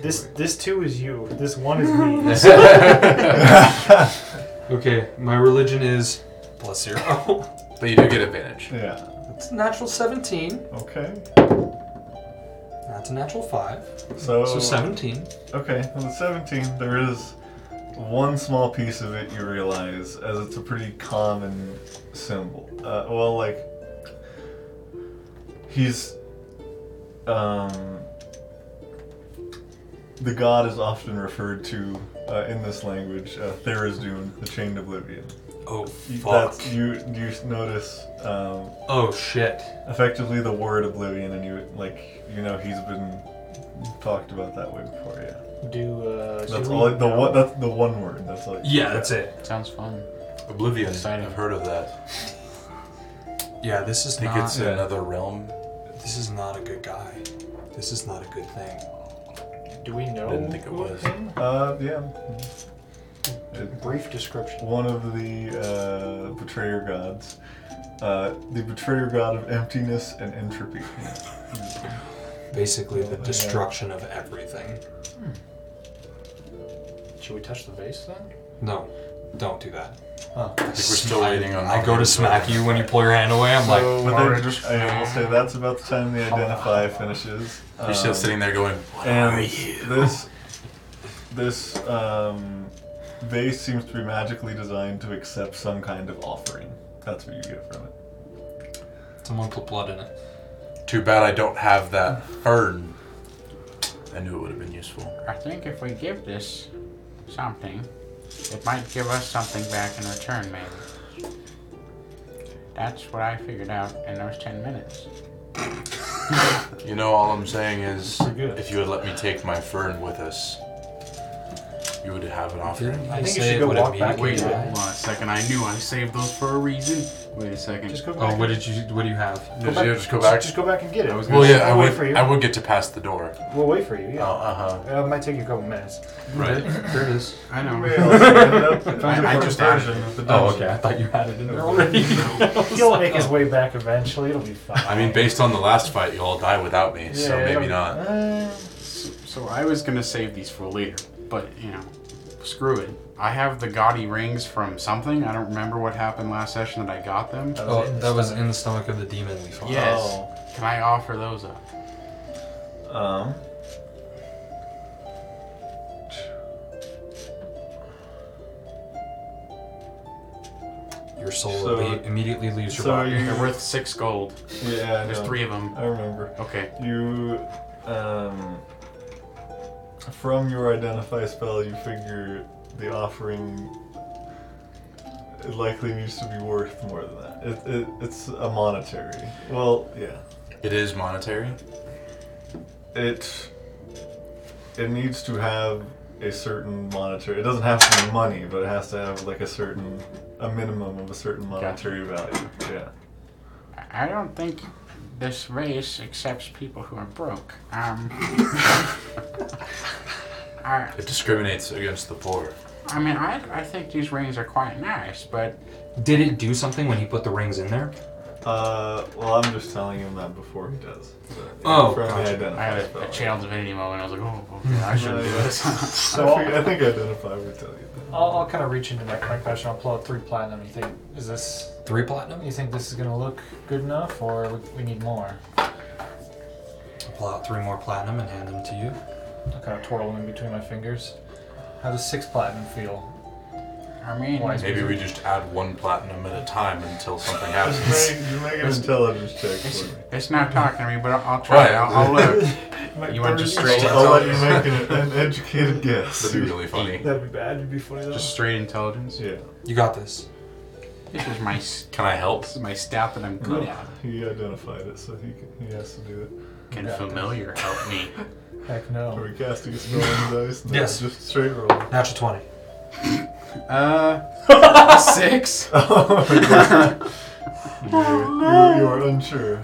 [SPEAKER 3] This this two is you. This one is me.
[SPEAKER 4] (laughs)
[SPEAKER 2] Okay, my religion is plus zero. (laughs)
[SPEAKER 4] but you do get advantage.
[SPEAKER 1] (laughs) Yeah.
[SPEAKER 2] That's a natural 17.
[SPEAKER 1] Okay.
[SPEAKER 2] That's a natural 5.
[SPEAKER 1] So,
[SPEAKER 2] So 17.
[SPEAKER 1] Okay, on the 17th, there is one small piece of it you realize, as it's a pretty common symbol. Uh, well, like, he's. Um, the god is often referred to uh, in this language, uh, Therisdune, the Chained Oblivion.
[SPEAKER 2] Oh,
[SPEAKER 1] You-
[SPEAKER 2] fuck.
[SPEAKER 1] That's, you, you notice um,
[SPEAKER 2] Oh, shit.
[SPEAKER 1] effectively the word oblivion, and you, like, you know, he's been talked about that way before, yeah.
[SPEAKER 3] Do uh, should
[SPEAKER 1] That's
[SPEAKER 3] we
[SPEAKER 1] all. The
[SPEAKER 3] know?
[SPEAKER 1] one. That's the one word. That's all.
[SPEAKER 2] Yeah, that's it.
[SPEAKER 5] Sounds fun.
[SPEAKER 4] Oblivion.
[SPEAKER 5] Exciting.
[SPEAKER 4] I've heard of that.
[SPEAKER 2] Yeah, this is
[SPEAKER 4] I think
[SPEAKER 2] not.
[SPEAKER 4] it's
[SPEAKER 1] yeah.
[SPEAKER 4] another realm.
[SPEAKER 2] This is not a good guy. This is not a good thing.
[SPEAKER 3] Do we know?
[SPEAKER 4] Didn't think it
[SPEAKER 3] who
[SPEAKER 4] was.
[SPEAKER 3] came?
[SPEAKER 1] Uh, yeah. It-
[SPEAKER 3] Brief description.
[SPEAKER 1] one of the uh, betrayer gods. Uh, the betrayer god of emptiness and
[SPEAKER 5] (laughs)
[SPEAKER 1] entropy.
[SPEAKER 2] Basically, the
[SPEAKER 1] Yeah.
[SPEAKER 2] destruction of everything.
[SPEAKER 3] Should we touch the vase then?
[SPEAKER 2] No, don't do that.
[SPEAKER 1] Huh.
[SPEAKER 4] I think we're still waiting on.
[SPEAKER 2] I go to smack you when you pull your hand away. I'm like,
[SPEAKER 1] But then, I will say that's about the time the identify finishes.
[SPEAKER 4] You're still
[SPEAKER 1] Um,
[SPEAKER 4] sitting there going, "What are
[SPEAKER 1] and
[SPEAKER 4] you?"
[SPEAKER 1] this this um, vase seems to be magically designed to accept some kind of offering. That's what you get
[SPEAKER 5] (laughs)
[SPEAKER 1] from it.
[SPEAKER 2] someone put blood in it.
[SPEAKER 4] Too bad I don't have that fern. I knew it would have been useful.
[SPEAKER 5] I think if we give this something, it might give us something back in return, maybe. That's what I figured out in those 10 minutes.
[SPEAKER 4] You know, all I'm saying is,
[SPEAKER 3] Pretty good.
[SPEAKER 4] if you would let me take my fern with us, you would have it off.
[SPEAKER 2] Didn't
[SPEAKER 3] I
[SPEAKER 2] you
[SPEAKER 3] think you
[SPEAKER 2] say
[SPEAKER 3] should
[SPEAKER 2] it
[SPEAKER 3] go
[SPEAKER 2] would
[SPEAKER 3] walk back
[SPEAKER 2] immediately
[SPEAKER 5] Wait,
[SPEAKER 3] into
[SPEAKER 2] die?
[SPEAKER 3] it.
[SPEAKER 5] hold on a second. I knew I saved those for a reason. Wait a second.
[SPEAKER 3] Just go back.
[SPEAKER 2] Oh, what
[SPEAKER 3] and-
[SPEAKER 2] did you? What do you have?
[SPEAKER 4] Just, yeah, just go back.
[SPEAKER 3] Just go back and get it.
[SPEAKER 5] I was
[SPEAKER 4] well, yeah, I
[SPEAKER 3] We'll wait
[SPEAKER 4] would.
[SPEAKER 3] for you.
[SPEAKER 4] I would get to pass the door.
[SPEAKER 3] We'll wait for you.
[SPEAKER 4] Oh,
[SPEAKER 3] Yeah.
[SPEAKER 4] uh huh.
[SPEAKER 3] Uh, it might take you a couple
[SPEAKER 4] (laughs)
[SPEAKER 3] minutes.
[SPEAKER 4] Right.
[SPEAKER 2] There it is.
[SPEAKER 5] I
[SPEAKER 1] Anyway,
[SPEAKER 5] know.
[SPEAKER 1] I'll set it up and
[SPEAKER 5] I-
[SPEAKER 1] do
[SPEAKER 5] I
[SPEAKER 1] a
[SPEAKER 5] just
[SPEAKER 1] version
[SPEAKER 5] added it.
[SPEAKER 1] of the
[SPEAKER 4] Oh,
[SPEAKER 1] dungeon.
[SPEAKER 4] okay.
[SPEAKER 2] I thought you had it in there already.
[SPEAKER 3] He'll make his way back eventually. It'll be fine.
[SPEAKER 4] oh. I mean, based on the last fight, you all die without me, so
[SPEAKER 3] Yeah,
[SPEAKER 4] maybe
[SPEAKER 3] it'll-
[SPEAKER 4] not.
[SPEAKER 3] Uh,
[SPEAKER 5] So I was gonna save these for later, but you know, screw it. I have the gaudy rings from something. I don't remember what happened last session that I got them.
[SPEAKER 3] that was
[SPEAKER 2] Oh,
[SPEAKER 3] it in the
[SPEAKER 2] that was
[SPEAKER 3] stomach.
[SPEAKER 2] in the stomach of the demon we fought.
[SPEAKER 5] Yes.
[SPEAKER 1] Oh,
[SPEAKER 5] Can I offer those up?
[SPEAKER 1] Um.
[SPEAKER 2] Your soul
[SPEAKER 1] So-
[SPEAKER 2] le- immediately leaves your
[SPEAKER 1] so
[SPEAKER 2] body.
[SPEAKER 1] you-
[SPEAKER 5] They're worth six gold.
[SPEAKER 1] Yeah, I
[SPEAKER 5] There's
[SPEAKER 1] know.
[SPEAKER 5] three of them.
[SPEAKER 1] I remember.
[SPEAKER 5] Okay.
[SPEAKER 1] You, um, from your identify spell, you figure the offering it likely needs to be worth more than that. It, it, it's a monetary. Well, yeah.
[SPEAKER 4] It is monetary.
[SPEAKER 1] It it needs to have a certain monetary. It doesn't have to be money, but it has to have like a certain a minimum of a certain monetary value. Yeah.
[SPEAKER 5] I- I don't think this race accepts people who are broke. Um. (laughs) I,
[SPEAKER 4] It discriminates against the poor.
[SPEAKER 5] I mean, I, I think these rings are quite nice, but
[SPEAKER 2] Did it do something when he put the rings in there?
[SPEAKER 1] Uh, well, I'm just telling him that before he does. But,
[SPEAKER 2] Oh,
[SPEAKER 1] from
[SPEAKER 2] gotcha.
[SPEAKER 1] the identify
[SPEAKER 5] I had
[SPEAKER 1] spell.
[SPEAKER 5] a, a channel divinity moment. I was like, oh, okay, I shouldn't do this.
[SPEAKER 3] So
[SPEAKER 1] I, think, I think identify would tell you that.
[SPEAKER 3] I'll, I'll kind of reach into my my collection. I'll pull out three platinum. You think is this?
[SPEAKER 2] Three platinum?
[SPEAKER 3] You think this is gonna look good enough, or we, we need more?
[SPEAKER 2] I'll pull out three more platinum and hand them to you.
[SPEAKER 3] I kind of twirl them in between my fingers. How does six platinum feel?
[SPEAKER 5] I mean,
[SPEAKER 3] Why is-
[SPEAKER 4] Maybe we just add one platinum at a time until something
[SPEAKER 1] Just
[SPEAKER 4] happens.
[SPEAKER 1] make, just make an intelligence check
[SPEAKER 5] it's,
[SPEAKER 1] for me.
[SPEAKER 5] it's not talking to me, but I'll, I'll try.
[SPEAKER 4] Right.
[SPEAKER 5] I'll, I'll look. You went just straight
[SPEAKER 1] I'll let you
[SPEAKER 5] intelligence.
[SPEAKER 1] make an, an educated guess.
[SPEAKER 4] That'd be really funny.
[SPEAKER 3] That'd be bad. It'd be funny though.
[SPEAKER 5] Just straight intelligence.
[SPEAKER 1] yeah.
[SPEAKER 2] You got this.
[SPEAKER 5] This is my s-
[SPEAKER 4] Can I help?
[SPEAKER 5] this is my stat that I'm good
[SPEAKER 1] No,
[SPEAKER 5] at.
[SPEAKER 1] he identified it, so he can, he has to do it.
[SPEAKER 5] Can
[SPEAKER 3] Yeah.
[SPEAKER 5] familiar help me?
[SPEAKER 3] Heck
[SPEAKER 1] Are
[SPEAKER 3] no.
[SPEAKER 1] we casting a spell on the dice? No,
[SPEAKER 2] Yes.
[SPEAKER 1] Just straight roll. (laughs)
[SPEAKER 2] Natural 20.
[SPEAKER 5] Uh, (laughs) six.
[SPEAKER 1] Oh, (laughs) you, you, you are unsure.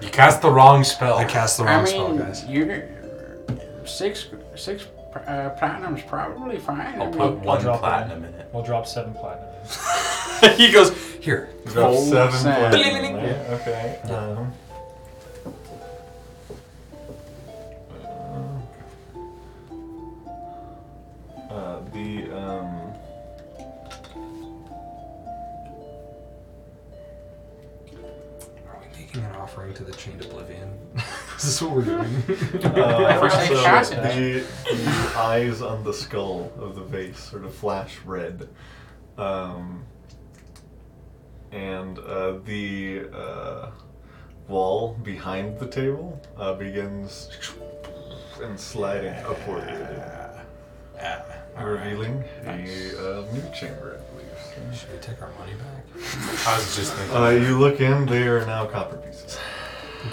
[SPEAKER 4] You cast the wrong spell.
[SPEAKER 2] I cast the wrong
[SPEAKER 5] I
[SPEAKER 2] spell,
[SPEAKER 5] mean,
[SPEAKER 2] guys.
[SPEAKER 5] you're six six uh, platinum's probably fine. I
[SPEAKER 4] I'll
[SPEAKER 5] mean,
[SPEAKER 4] put one
[SPEAKER 3] drop it
[SPEAKER 4] platinum in it. (laughs)
[SPEAKER 3] We'll drop seven platinum. (laughs)
[SPEAKER 2] he goes, Here.
[SPEAKER 1] Drop
[SPEAKER 5] Full
[SPEAKER 1] seven
[SPEAKER 6] (laughs)
[SPEAKER 5] sand.
[SPEAKER 1] platinum, right? Okay. Um, uh, the um,
[SPEAKER 2] Are we making an offering to the chained oblivion? (laughs) is this what we're doing?
[SPEAKER 5] (laughs)
[SPEAKER 1] Uh,
[SPEAKER 5] First
[SPEAKER 1] also,
[SPEAKER 5] thing shot at
[SPEAKER 1] the, the eyes on the skull of the vase sort of flash red. Um, and uh, the uh, wall behind the table uh, begins and sliding upward, revealing a uh, new chamber, I believe.
[SPEAKER 2] Should we take our money back?
[SPEAKER 4] I was just thinking.
[SPEAKER 1] Uh, you look in, they are now copper pieces.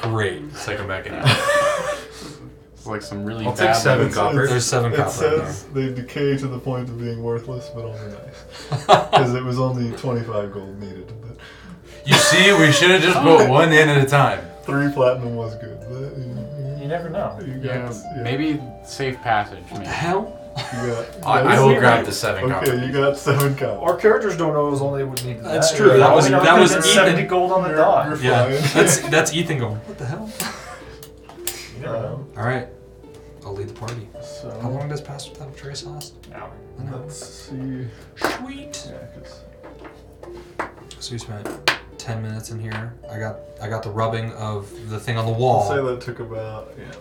[SPEAKER 2] Great.
[SPEAKER 4] Take them back in.
[SPEAKER 5] It's like some really
[SPEAKER 4] I'll
[SPEAKER 5] bad.
[SPEAKER 4] take seven
[SPEAKER 1] It's-
[SPEAKER 4] copper.
[SPEAKER 1] it's-
[SPEAKER 2] There's seven
[SPEAKER 1] it
[SPEAKER 2] copper in
[SPEAKER 1] says they decay to the point of being worthless, but only nice. (laughs)
[SPEAKER 2] (laughs)
[SPEAKER 1] Because it was only 25 gold needed. But
[SPEAKER 4] You see, we should have just put one in at a time.
[SPEAKER 1] three platinum was good. but uh, you-
[SPEAKER 3] You never know.
[SPEAKER 1] you got-
[SPEAKER 5] Yeah,
[SPEAKER 1] yeah,
[SPEAKER 5] maybe safe passage. Maybe.
[SPEAKER 2] Hell?
[SPEAKER 1] You got,
[SPEAKER 4] I, I will grab the seven copper.
[SPEAKER 1] Okay, you got seven copper.
[SPEAKER 3] Our characters don't know it was only would need that.
[SPEAKER 2] That's true,
[SPEAKER 3] They
[SPEAKER 2] that
[SPEAKER 3] only
[SPEAKER 2] was-
[SPEAKER 3] know
[SPEAKER 2] that
[SPEAKER 3] it's
[SPEAKER 2] was
[SPEAKER 3] been
[SPEAKER 2] even-
[SPEAKER 3] seventy gold on the dot.
[SPEAKER 2] Yeah.
[SPEAKER 1] Fine.
[SPEAKER 2] That's, that's Ethan going, What the hell?
[SPEAKER 3] You never know.
[SPEAKER 2] All right. I'll lead the party. How
[SPEAKER 1] Um, So
[SPEAKER 2] long does Pass Without Trace last? An hour.
[SPEAKER 1] let's see.
[SPEAKER 2] Sweet.
[SPEAKER 1] Yeah, 'cause-
[SPEAKER 2] So we spent ten minutes in here. I got I got the rubbing of the thing on the wall.
[SPEAKER 1] I'd say that took about yeah,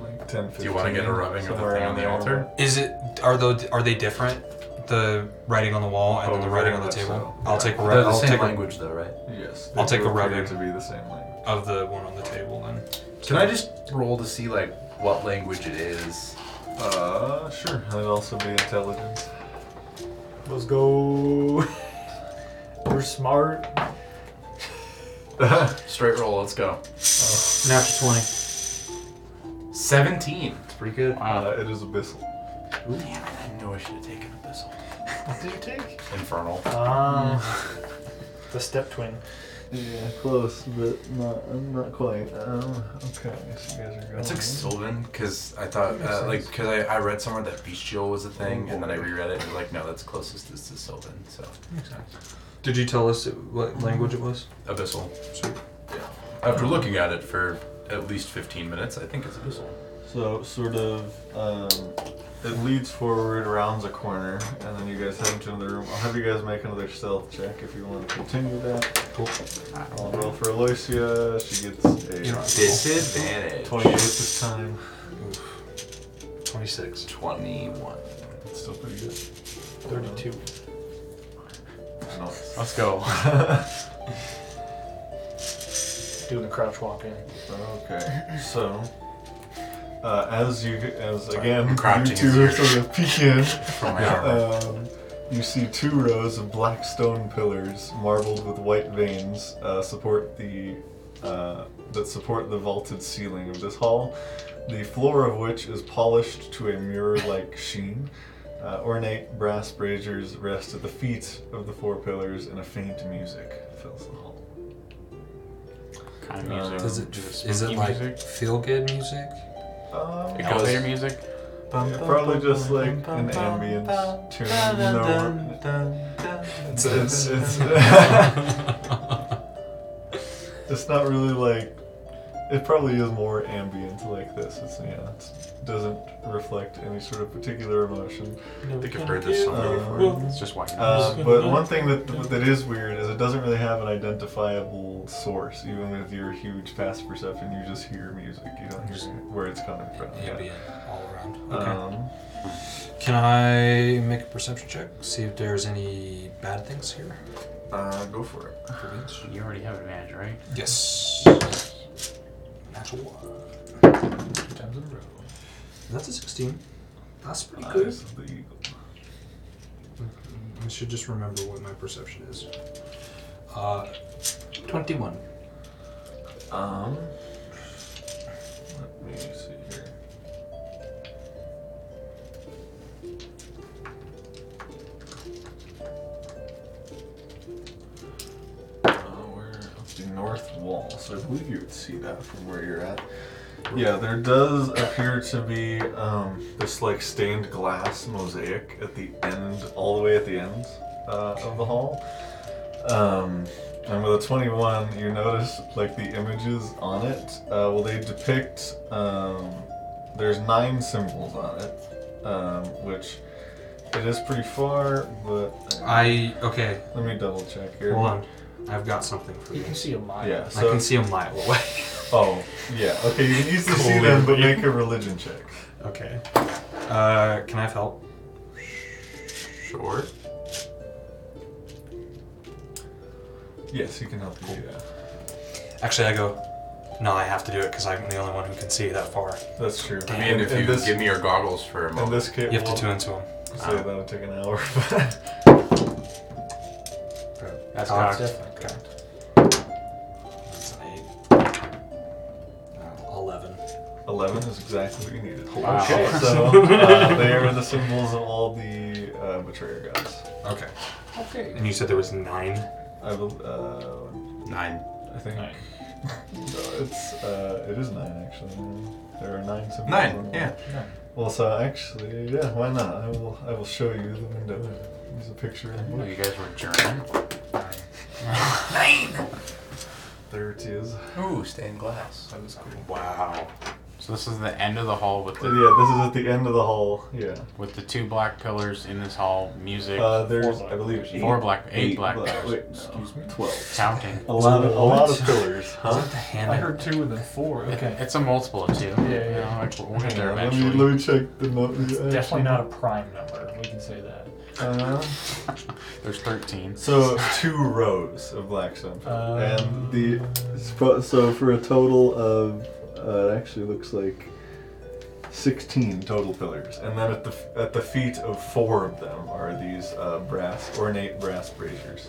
[SPEAKER 1] like 10, 15
[SPEAKER 4] Oh. Do you want to get a rubbing of the
[SPEAKER 1] somewhere
[SPEAKER 4] thing on
[SPEAKER 1] around
[SPEAKER 4] the
[SPEAKER 1] there.
[SPEAKER 4] altar?
[SPEAKER 2] Is it are though are they different? The writing on the wall and then the
[SPEAKER 1] Oh,
[SPEAKER 2] writing
[SPEAKER 1] very
[SPEAKER 2] on the
[SPEAKER 1] much
[SPEAKER 2] table.
[SPEAKER 1] so.
[SPEAKER 2] I'll take a rub- I'll take a-
[SPEAKER 4] though, right?
[SPEAKER 1] Yes.
[SPEAKER 2] I'll
[SPEAKER 1] they
[SPEAKER 2] take a
[SPEAKER 1] appear
[SPEAKER 2] rubbing.
[SPEAKER 1] to be the same language.
[SPEAKER 2] of the one on the table. Then
[SPEAKER 4] Can I just roll to see like what language it is?
[SPEAKER 1] Uh, sure. That'd also be (laughs) intelligence.
[SPEAKER 3] Let's go. We're smart.
[SPEAKER 1] Uh,
[SPEAKER 4] Straight roll. Let's go.
[SPEAKER 2] natural twenty.
[SPEAKER 4] Seventeen.
[SPEAKER 2] It's pretty good.
[SPEAKER 1] Uh,
[SPEAKER 5] Wow.
[SPEAKER 1] it is abyssal.
[SPEAKER 4] Damn it, I knew I should have taken Abyssal.
[SPEAKER 3] What did you take?
[SPEAKER 4] Infernal.
[SPEAKER 3] Ah, the step twin.
[SPEAKER 1] Yeah, close, but not not quite. Um, okay, so you guys are going.
[SPEAKER 4] That's like Sylvan, because I thought, uh, like, because I, I read somewhere that Bestial was a thing, and then I reread it, and was like, no, that's closest is to Sylvan, so.
[SPEAKER 2] Did you tell us what language it was?
[SPEAKER 4] Abyssal. Yeah. After looking at it for at least 15 minutes, I think it's Abyssal.
[SPEAKER 1] So sort of, um, it leads forward, rounds a corner, and then you guys head into another room. I'll have you guys make another stealth check if you want to continue that.
[SPEAKER 2] Cool.
[SPEAKER 1] I'll roll for Aloysia. She gets a
[SPEAKER 4] Disadvantage.
[SPEAKER 1] 28 this time.
[SPEAKER 2] Twenty-six.
[SPEAKER 4] 21.
[SPEAKER 1] It's still pretty good.
[SPEAKER 3] 32.
[SPEAKER 1] Nice.
[SPEAKER 5] Let's go.
[SPEAKER 3] Doing a crouch walk in.
[SPEAKER 1] Okay, so uh, as you as again you
[SPEAKER 4] crouching
[SPEAKER 1] two
[SPEAKER 4] easier.
[SPEAKER 1] are sort of peek in,
[SPEAKER 4] From my armor.
[SPEAKER 1] um, you see two rows of black stone pillars marbled with white veins uh, support the uh, that support the vaulted ceiling of this hall, the floor of which is polished to a mirror-like sheen. Uh, ornate brass braziers rest at the feet of the four pillars, and a faint music fills the hall.
[SPEAKER 5] kind of
[SPEAKER 1] Uh,
[SPEAKER 5] music.
[SPEAKER 2] Does it?
[SPEAKER 5] Is
[SPEAKER 2] Is it
[SPEAKER 5] Um, spooky
[SPEAKER 2] like
[SPEAKER 5] music?
[SPEAKER 2] feel good
[SPEAKER 5] (laughs)
[SPEAKER 2] music?
[SPEAKER 1] Um,
[SPEAKER 5] It goes- elevator music?
[SPEAKER 1] Yeah, probably just like an ambient tune. No, it's, it's, it's,
[SPEAKER 2] (laughs)
[SPEAKER 1] (laughs) it's not really like. It probably is more ambient like this. It's yeah, it doesn't reflect any sort of particular emotion.
[SPEAKER 4] I think I've heard this
[SPEAKER 1] Um,
[SPEAKER 4] somewhere before.
[SPEAKER 5] It's just white
[SPEAKER 1] Uh,
[SPEAKER 5] noise.
[SPEAKER 1] but one thing that that is weird is it doesn't really have an identifiable source. Even with your huge past perception, you just hear music. You don't hear where it's coming from. Yeah.
[SPEAKER 2] Ambient all around. Okay.
[SPEAKER 1] Um,
[SPEAKER 2] Can I make a perception check? See if there's any bad things here.
[SPEAKER 1] uh, go for it.
[SPEAKER 2] for Vince?
[SPEAKER 5] you already have advantage, right?
[SPEAKER 2] Yes. Natural one.
[SPEAKER 3] Two times in a row.
[SPEAKER 2] That's a 16. That's pretty
[SPEAKER 1] Eyes
[SPEAKER 2] good.
[SPEAKER 1] of the eagle.
[SPEAKER 2] I should just remember what my perception is. Uh, 21.
[SPEAKER 1] Um, let me see here. Uh, we're up the north wall, so I believe you would see that from where you're at. Yeah, there does appear to be um, this like stained glass mosaic at the end, all the way at the end uh, of the hall. Um, and with a 21, you notice like the images on it. Uh, well, they depict. Um, there's nine symbols on it, um, which it is pretty far, but
[SPEAKER 2] I. Okay,
[SPEAKER 1] let me double check here.
[SPEAKER 2] hold on. I've got something for
[SPEAKER 3] You
[SPEAKER 2] you.
[SPEAKER 3] can see a mile.
[SPEAKER 1] Yeah.
[SPEAKER 2] I
[SPEAKER 1] So,
[SPEAKER 2] can see a mile
[SPEAKER 3] (laughs)
[SPEAKER 2] away.
[SPEAKER 1] Oh, yeah. Okay, you can easily see them, but make a religion check.
[SPEAKER 2] okay. Uh, can I have help?
[SPEAKER 4] Sure.
[SPEAKER 1] Yes, you can help me do that.
[SPEAKER 2] Actually, I go. No, I have to do it because I'm the only one who can see that far.
[SPEAKER 1] That's true.
[SPEAKER 4] I mean, if
[SPEAKER 1] in
[SPEAKER 4] you
[SPEAKER 1] this,
[SPEAKER 4] give me your goggles for a
[SPEAKER 1] in
[SPEAKER 4] moment.
[SPEAKER 1] this case,
[SPEAKER 2] You have to
[SPEAKER 1] well,
[SPEAKER 2] tune into him.
[SPEAKER 1] Say that would take an hour. (laughs) but-
[SPEAKER 5] That's
[SPEAKER 2] Cocked.
[SPEAKER 5] cocked.
[SPEAKER 2] Okay. That's an eight. Uh, Eleven.
[SPEAKER 1] Eleven is exactly what you needed.
[SPEAKER 5] Wow.
[SPEAKER 1] Okay, so
[SPEAKER 4] (laughs)
[SPEAKER 1] uh, they are the symbols of all the uh, betrayer gods.
[SPEAKER 2] Okay.
[SPEAKER 3] Okay.
[SPEAKER 2] And you said there was nine.
[SPEAKER 1] I will. Uh,
[SPEAKER 4] Nine.
[SPEAKER 1] I think
[SPEAKER 3] Nine.
[SPEAKER 1] (laughs) no, it's uh, it is nine actually. There are nine symbols.
[SPEAKER 4] Nine,
[SPEAKER 1] on-
[SPEAKER 4] yeah.
[SPEAKER 3] Nine.
[SPEAKER 1] Well, so actually, yeah. Why not? I will. I will show you the window. There's a picture.
[SPEAKER 5] I didn't know Oh, you guys were German.
[SPEAKER 1] There it is.
[SPEAKER 4] Ooh, stained glass.
[SPEAKER 1] That was cool.
[SPEAKER 2] Wow.
[SPEAKER 5] So this is the end of the hall with
[SPEAKER 1] So
[SPEAKER 5] the
[SPEAKER 1] yeah, this is at the end of the hall. Yeah.
[SPEAKER 5] with the two black pillars in this hall. Music.
[SPEAKER 1] Uh, there's,
[SPEAKER 3] black
[SPEAKER 1] I believe, eight,
[SPEAKER 5] four black, eight, black pillars.
[SPEAKER 1] Wait, excuse me, twelve.
[SPEAKER 5] Counting.
[SPEAKER 1] A lot, of, a lot
[SPEAKER 2] What?
[SPEAKER 1] of pillars,
[SPEAKER 2] Is
[SPEAKER 1] huh?
[SPEAKER 2] that the hand?
[SPEAKER 3] I heard two and then four. Okay.
[SPEAKER 5] It's a multiple of two.
[SPEAKER 3] yeah,
[SPEAKER 5] You know, like, we'll we'll get there
[SPEAKER 1] Hang on, let, me, let
[SPEAKER 5] eventually.
[SPEAKER 1] me check the note.
[SPEAKER 3] Definitely not a prime number. We can say that.
[SPEAKER 1] Uh,
[SPEAKER 5] There's 13.
[SPEAKER 1] so two rows of blackstone,
[SPEAKER 3] Um,
[SPEAKER 1] and the so- so for a total of uh, it actually looks like sixteen total pillars, and then at the f- at the feet of four of them are these uh, brass ornate brass braziers.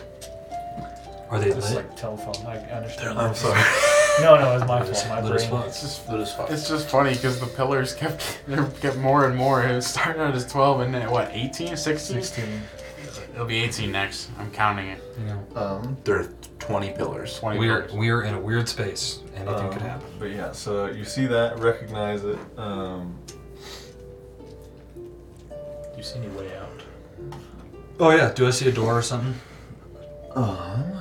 [SPEAKER 2] Are they
[SPEAKER 3] Just
[SPEAKER 2] lit?
[SPEAKER 3] like telephone. I understand.
[SPEAKER 1] I'm sorry.
[SPEAKER 3] (laughs) No, no, it's my
[SPEAKER 2] Lit as-
[SPEAKER 3] fault. My
[SPEAKER 2] lit as
[SPEAKER 3] brain.
[SPEAKER 2] fuck.
[SPEAKER 4] It's just lit as fuck.
[SPEAKER 5] It's just funny because the pillars kept (laughs) they kept more and more. It started out as 12 and then what, 18, 16?
[SPEAKER 3] 16.
[SPEAKER 5] It'll be 18 next. I'm counting it.
[SPEAKER 2] You know,
[SPEAKER 1] Um,
[SPEAKER 4] There are 20 pillars.
[SPEAKER 5] 20
[SPEAKER 2] we are
[SPEAKER 5] pillars.
[SPEAKER 2] we are in a weird space. Anything
[SPEAKER 1] um,
[SPEAKER 2] could happen.
[SPEAKER 1] But yeah, so you see that, recognize it. Um,
[SPEAKER 3] Do you see any way out?
[SPEAKER 2] Oh yeah, do I see a door or something?
[SPEAKER 4] Uh-huh.
[SPEAKER 1] um,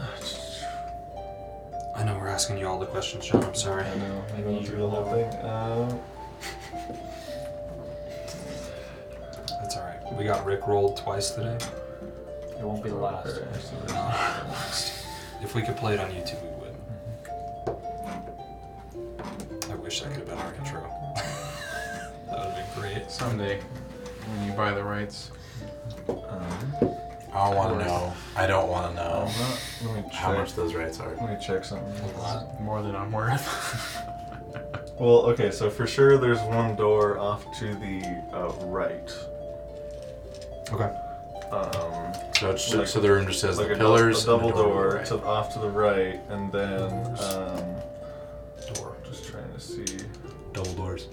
[SPEAKER 2] I know we're asking you all the questions, John. I'm sorry.
[SPEAKER 1] I know, I'm going through the whole thing. Um,
[SPEAKER 2] That's all right. We got Rick rolled twice today.
[SPEAKER 3] It won't be the last.
[SPEAKER 4] Uh-huh.
[SPEAKER 2] If we could play it on YouTube, we would. I wish that could have been our intro. (laughs) that would have been great.
[SPEAKER 5] Someday, when you buy the rights.
[SPEAKER 1] um,
[SPEAKER 4] I don't want to know. I don't want to know
[SPEAKER 1] I'm not- let me check.
[SPEAKER 4] how much those rights are.
[SPEAKER 1] let me check something.
[SPEAKER 2] A lot.
[SPEAKER 5] More than I'm worth. (laughs)
[SPEAKER 1] Well, okay, so for sure there's one door off to the uh, right.
[SPEAKER 2] Okay.
[SPEAKER 1] Um,
[SPEAKER 4] So it's
[SPEAKER 1] Like-
[SPEAKER 4] so the room just has
[SPEAKER 1] like
[SPEAKER 4] the
[SPEAKER 1] a, dou-
[SPEAKER 4] pillars,
[SPEAKER 1] a double
[SPEAKER 4] and the door.
[SPEAKER 1] door,
[SPEAKER 4] right.
[SPEAKER 1] to, off to the right, and then um,
[SPEAKER 2] Door.
[SPEAKER 1] just trying to see.
[SPEAKER 4] double doors.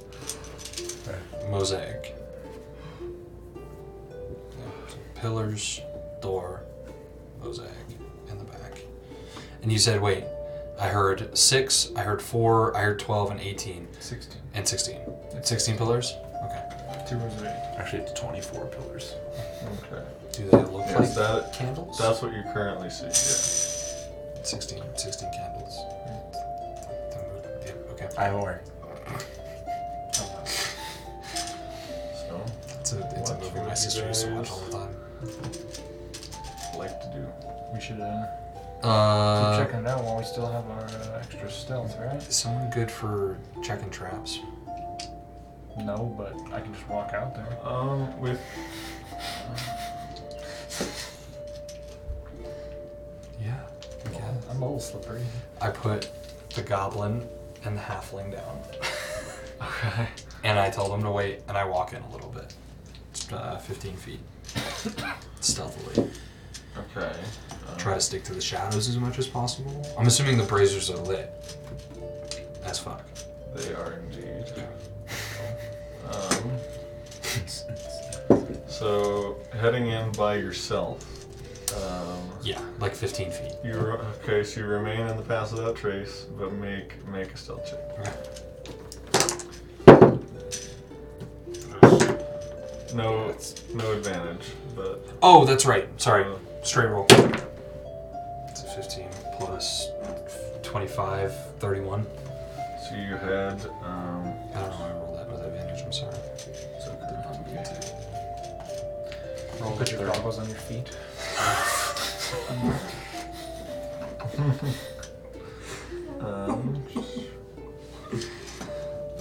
[SPEAKER 2] Mosaic. Pillars, door, mosaic in the back. And you said, wait, I heard six, I heard four, I heard 12, and 18,
[SPEAKER 3] 16.
[SPEAKER 2] and 16. 16 pillars? Okay.
[SPEAKER 3] Two rooms of eight.
[SPEAKER 4] Actually, it's 24 pillars.
[SPEAKER 1] Okay,
[SPEAKER 2] Do they look
[SPEAKER 1] Yes,
[SPEAKER 2] like
[SPEAKER 1] that-
[SPEAKER 2] candles?
[SPEAKER 1] that's what you currently see. Yeah.
[SPEAKER 2] 16, 16 candles. Don't move. Yeah, okay.
[SPEAKER 4] I worry.
[SPEAKER 1] So
[SPEAKER 2] It's a, it's a
[SPEAKER 1] Watch
[SPEAKER 2] movie
[SPEAKER 1] what
[SPEAKER 2] my
[SPEAKER 1] you
[SPEAKER 2] sister used to watch
[SPEAKER 1] guys-
[SPEAKER 2] all the time.
[SPEAKER 1] like to do.
[SPEAKER 3] We should uh, keep
[SPEAKER 2] Uh,
[SPEAKER 3] checking it out while we still have our uh, extra stealth, right?
[SPEAKER 2] someone good for checking traps.
[SPEAKER 3] No, but I can just walk out there.
[SPEAKER 1] Um, with
[SPEAKER 2] Yeah. I guess.
[SPEAKER 3] I'm a little slippery.
[SPEAKER 2] I put the goblin and the halfling (laughs) down.
[SPEAKER 3] Okay.
[SPEAKER 2] And I tell them to wait, and I walk in a little bit. Uh, 15 (coughs) feet. Stealthily.
[SPEAKER 1] okay. Um,
[SPEAKER 2] Try to stick to the shadows as much as possible. I'm assuming the braziers are lit. As fuck.
[SPEAKER 1] They are indeed. Um, so heading in by yourself. Um,
[SPEAKER 2] Yeah, like 15 feet.
[SPEAKER 1] You re- okay? So you remain in the pass without trace, but make make a stealth check.
[SPEAKER 2] Okay.
[SPEAKER 1] No, no advantage, but
[SPEAKER 2] Oh, that's right. Sorry.
[SPEAKER 1] Uh,
[SPEAKER 2] Straight roll. It's a 15 plus 25, 31.
[SPEAKER 1] so you had um,
[SPEAKER 2] I don't know why I rolled that with advantage. I'm sorry.
[SPEAKER 3] Roll Put your goggles on your feet.
[SPEAKER 5] (laughs)
[SPEAKER 1] um,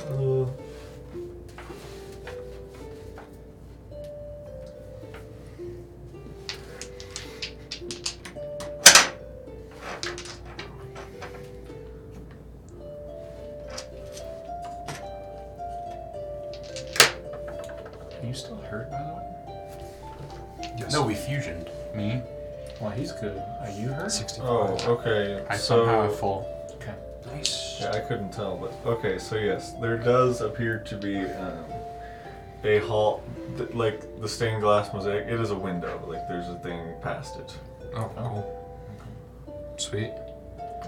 [SPEAKER 1] uh,
[SPEAKER 3] Are you still hurt, by the way?
[SPEAKER 2] Yes.
[SPEAKER 4] No, we fusioned.
[SPEAKER 5] Me?
[SPEAKER 3] Well, he's good. Are you hurt?
[SPEAKER 2] 65.
[SPEAKER 1] oh, okay.
[SPEAKER 5] I
[SPEAKER 1] so
[SPEAKER 5] somehow have full.
[SPEAKER 3] Okay.
[SPEAKER 2] Nice.
[SPEAKER 1] yeah, I couldn't tell, but okay. So yes, there does appear to be um, a hall, th- like the stained glass mosaic. It is a window. Like there's a thing past it.
[SPEAKER 2] Oh, cool. Sweet.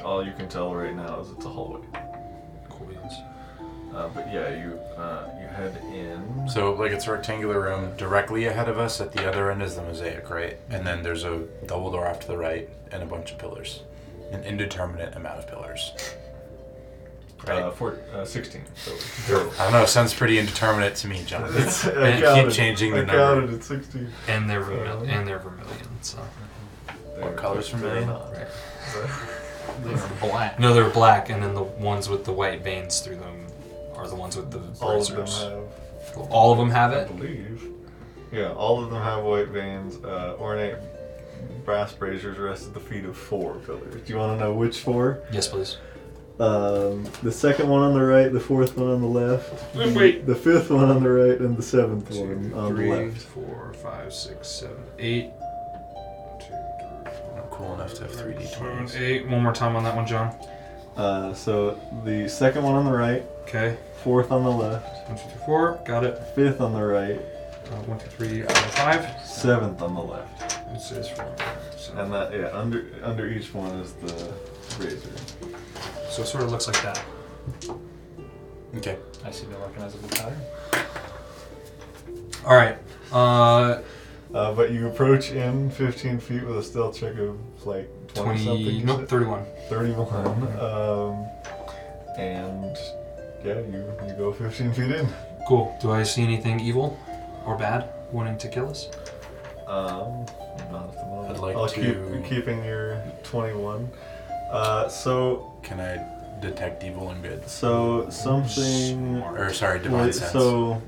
[SPEAKER 1] All you can tell right now is it's a hallway.
[SPEAKER 2] Cool beans.
[SPEAKER 1] Uh, but yeah, you uh, you head in. uh,
[SPEAKER 4] So like it's a rectangular room. Directly ahead of us, at the other end is the mosaic, right? And then there's a double door off to the right and a bunch of pillars, an indeterminate amount of pillars. Right.
[SPEAKER 1] Uh, four, uh, 16.
[SPEAKER 4] (laughs)
[SPEAKER 1] So (laughs)
[SPEAKER 4] I don't know. Sounds pretty indeterminate to me, John.
[SPEAKER 1] It's- I
[SPEAKER 4] And keep
[SPEAKER 1] counted-
[SPEAKER 4] changing the
[SPEAKER 1] I
[SPEAKER 4] number.
[SPEAKER 1] counted at 16.
[SPEAKER 2] And they're vermilion. And they're vermilion. So.
[SPEAKER 1] They're-
[SPEAKER 4] color's
[SPEAKER 1] they're
[SPEAKER 4] vermilion?
[SPEAKER 1] not.
[SPEAKER 2] Right.
[SPEAKER 5] They're black.
[SPEAKER 2] No, they're black, and then the ones with the white veins through them are the ones with the
[SPEAKER 1] (laughs) All of them
[SPEAKER 2] bracers.
[SPEAKER 1] have,
[SPEAKER 2] All of them have
[SPEAKER 1] I
[SPEAKER 2] it.
[SPEAKER 1] believe. Yeah, all of them have white veins, uh, ornate brass braziers rest at the feet of four pillars. Do you want to know which four?
[SPEAKER 2] Yes, please.
[SPEAKER 1] Um, the second one on the right, the fourth one on the left,
[SPEAKER 5] Wait, wait.
[SPEAKER 1] the fifth one on the right, and the seventh one on
[SPEAKER 2] Three,
[SPEAKER 1] the left.
[SPEAKER 2] four, five, six, seven, eight. Two, three, four,
[SPEAKER 4] I'm cool enough to have
[SPEAKER 2] five,
[SPEAKER 4] 3D
[SPEAKER 2] seven,
[SPEAKER 4] twenties.
[SPEAKER 2] Eight. One more time on that one, John.
[SPEAKER 1] Uh, so the second one on the right,
[SPEAKER 2] Okay.
[SPEAKER 1] fourth on the left,
[SPEAKER 2] One, two, three, four. Got it.
[SPEAKER 1] fifth on the right,
[SPEAKER 2] Uh, one, two, three, uh, five.
[SPEAKER 1] seventh on the left,
[SPEAKER 2] It's, it's four. So,
[SPEAKER 1] and that yeah under under each one is the razor.
[SPEAKER 2] so it sort of looks like that.
[SPEAKER 4] Okay.
[SPEAKER 3] I see the recognizable pattern.
[SPEAKER 2] All right. Uh,
[SPEAKER 1] Uh, but you approach in 15 feet with a stealth check of like 20, something.
[SPEAKER 2] 20,
[SPEAKER 1] you
[SPEAKER 2] nope,
[SPEAKER 1] said?
[SPEAKER 2] 31.
[SPEAKER 1] 31. Um, and yeah, you, you go 15 feet in.
[SPEAKER 2] Cool. Do I see anything evil or bad wanting to kill us?
[SPEAKER 1] Um, not at the moment.
[SPEAKER 4] I'd like
[SPEAKER 1] I'll
[SPEAKER 4] to-
[SPEAKER 1] keep keeping your 21. Uh, so
[SPEAKER 4] Can I detect evil and good?
[SPEAKER 1] so something.
[SPEAKER 2] Smart.
[SPEAKER 4] Or sorry, divine
[SPEAKER 1] Wait,
[SPEAKER 4] sense.
[SPEAKER 1] so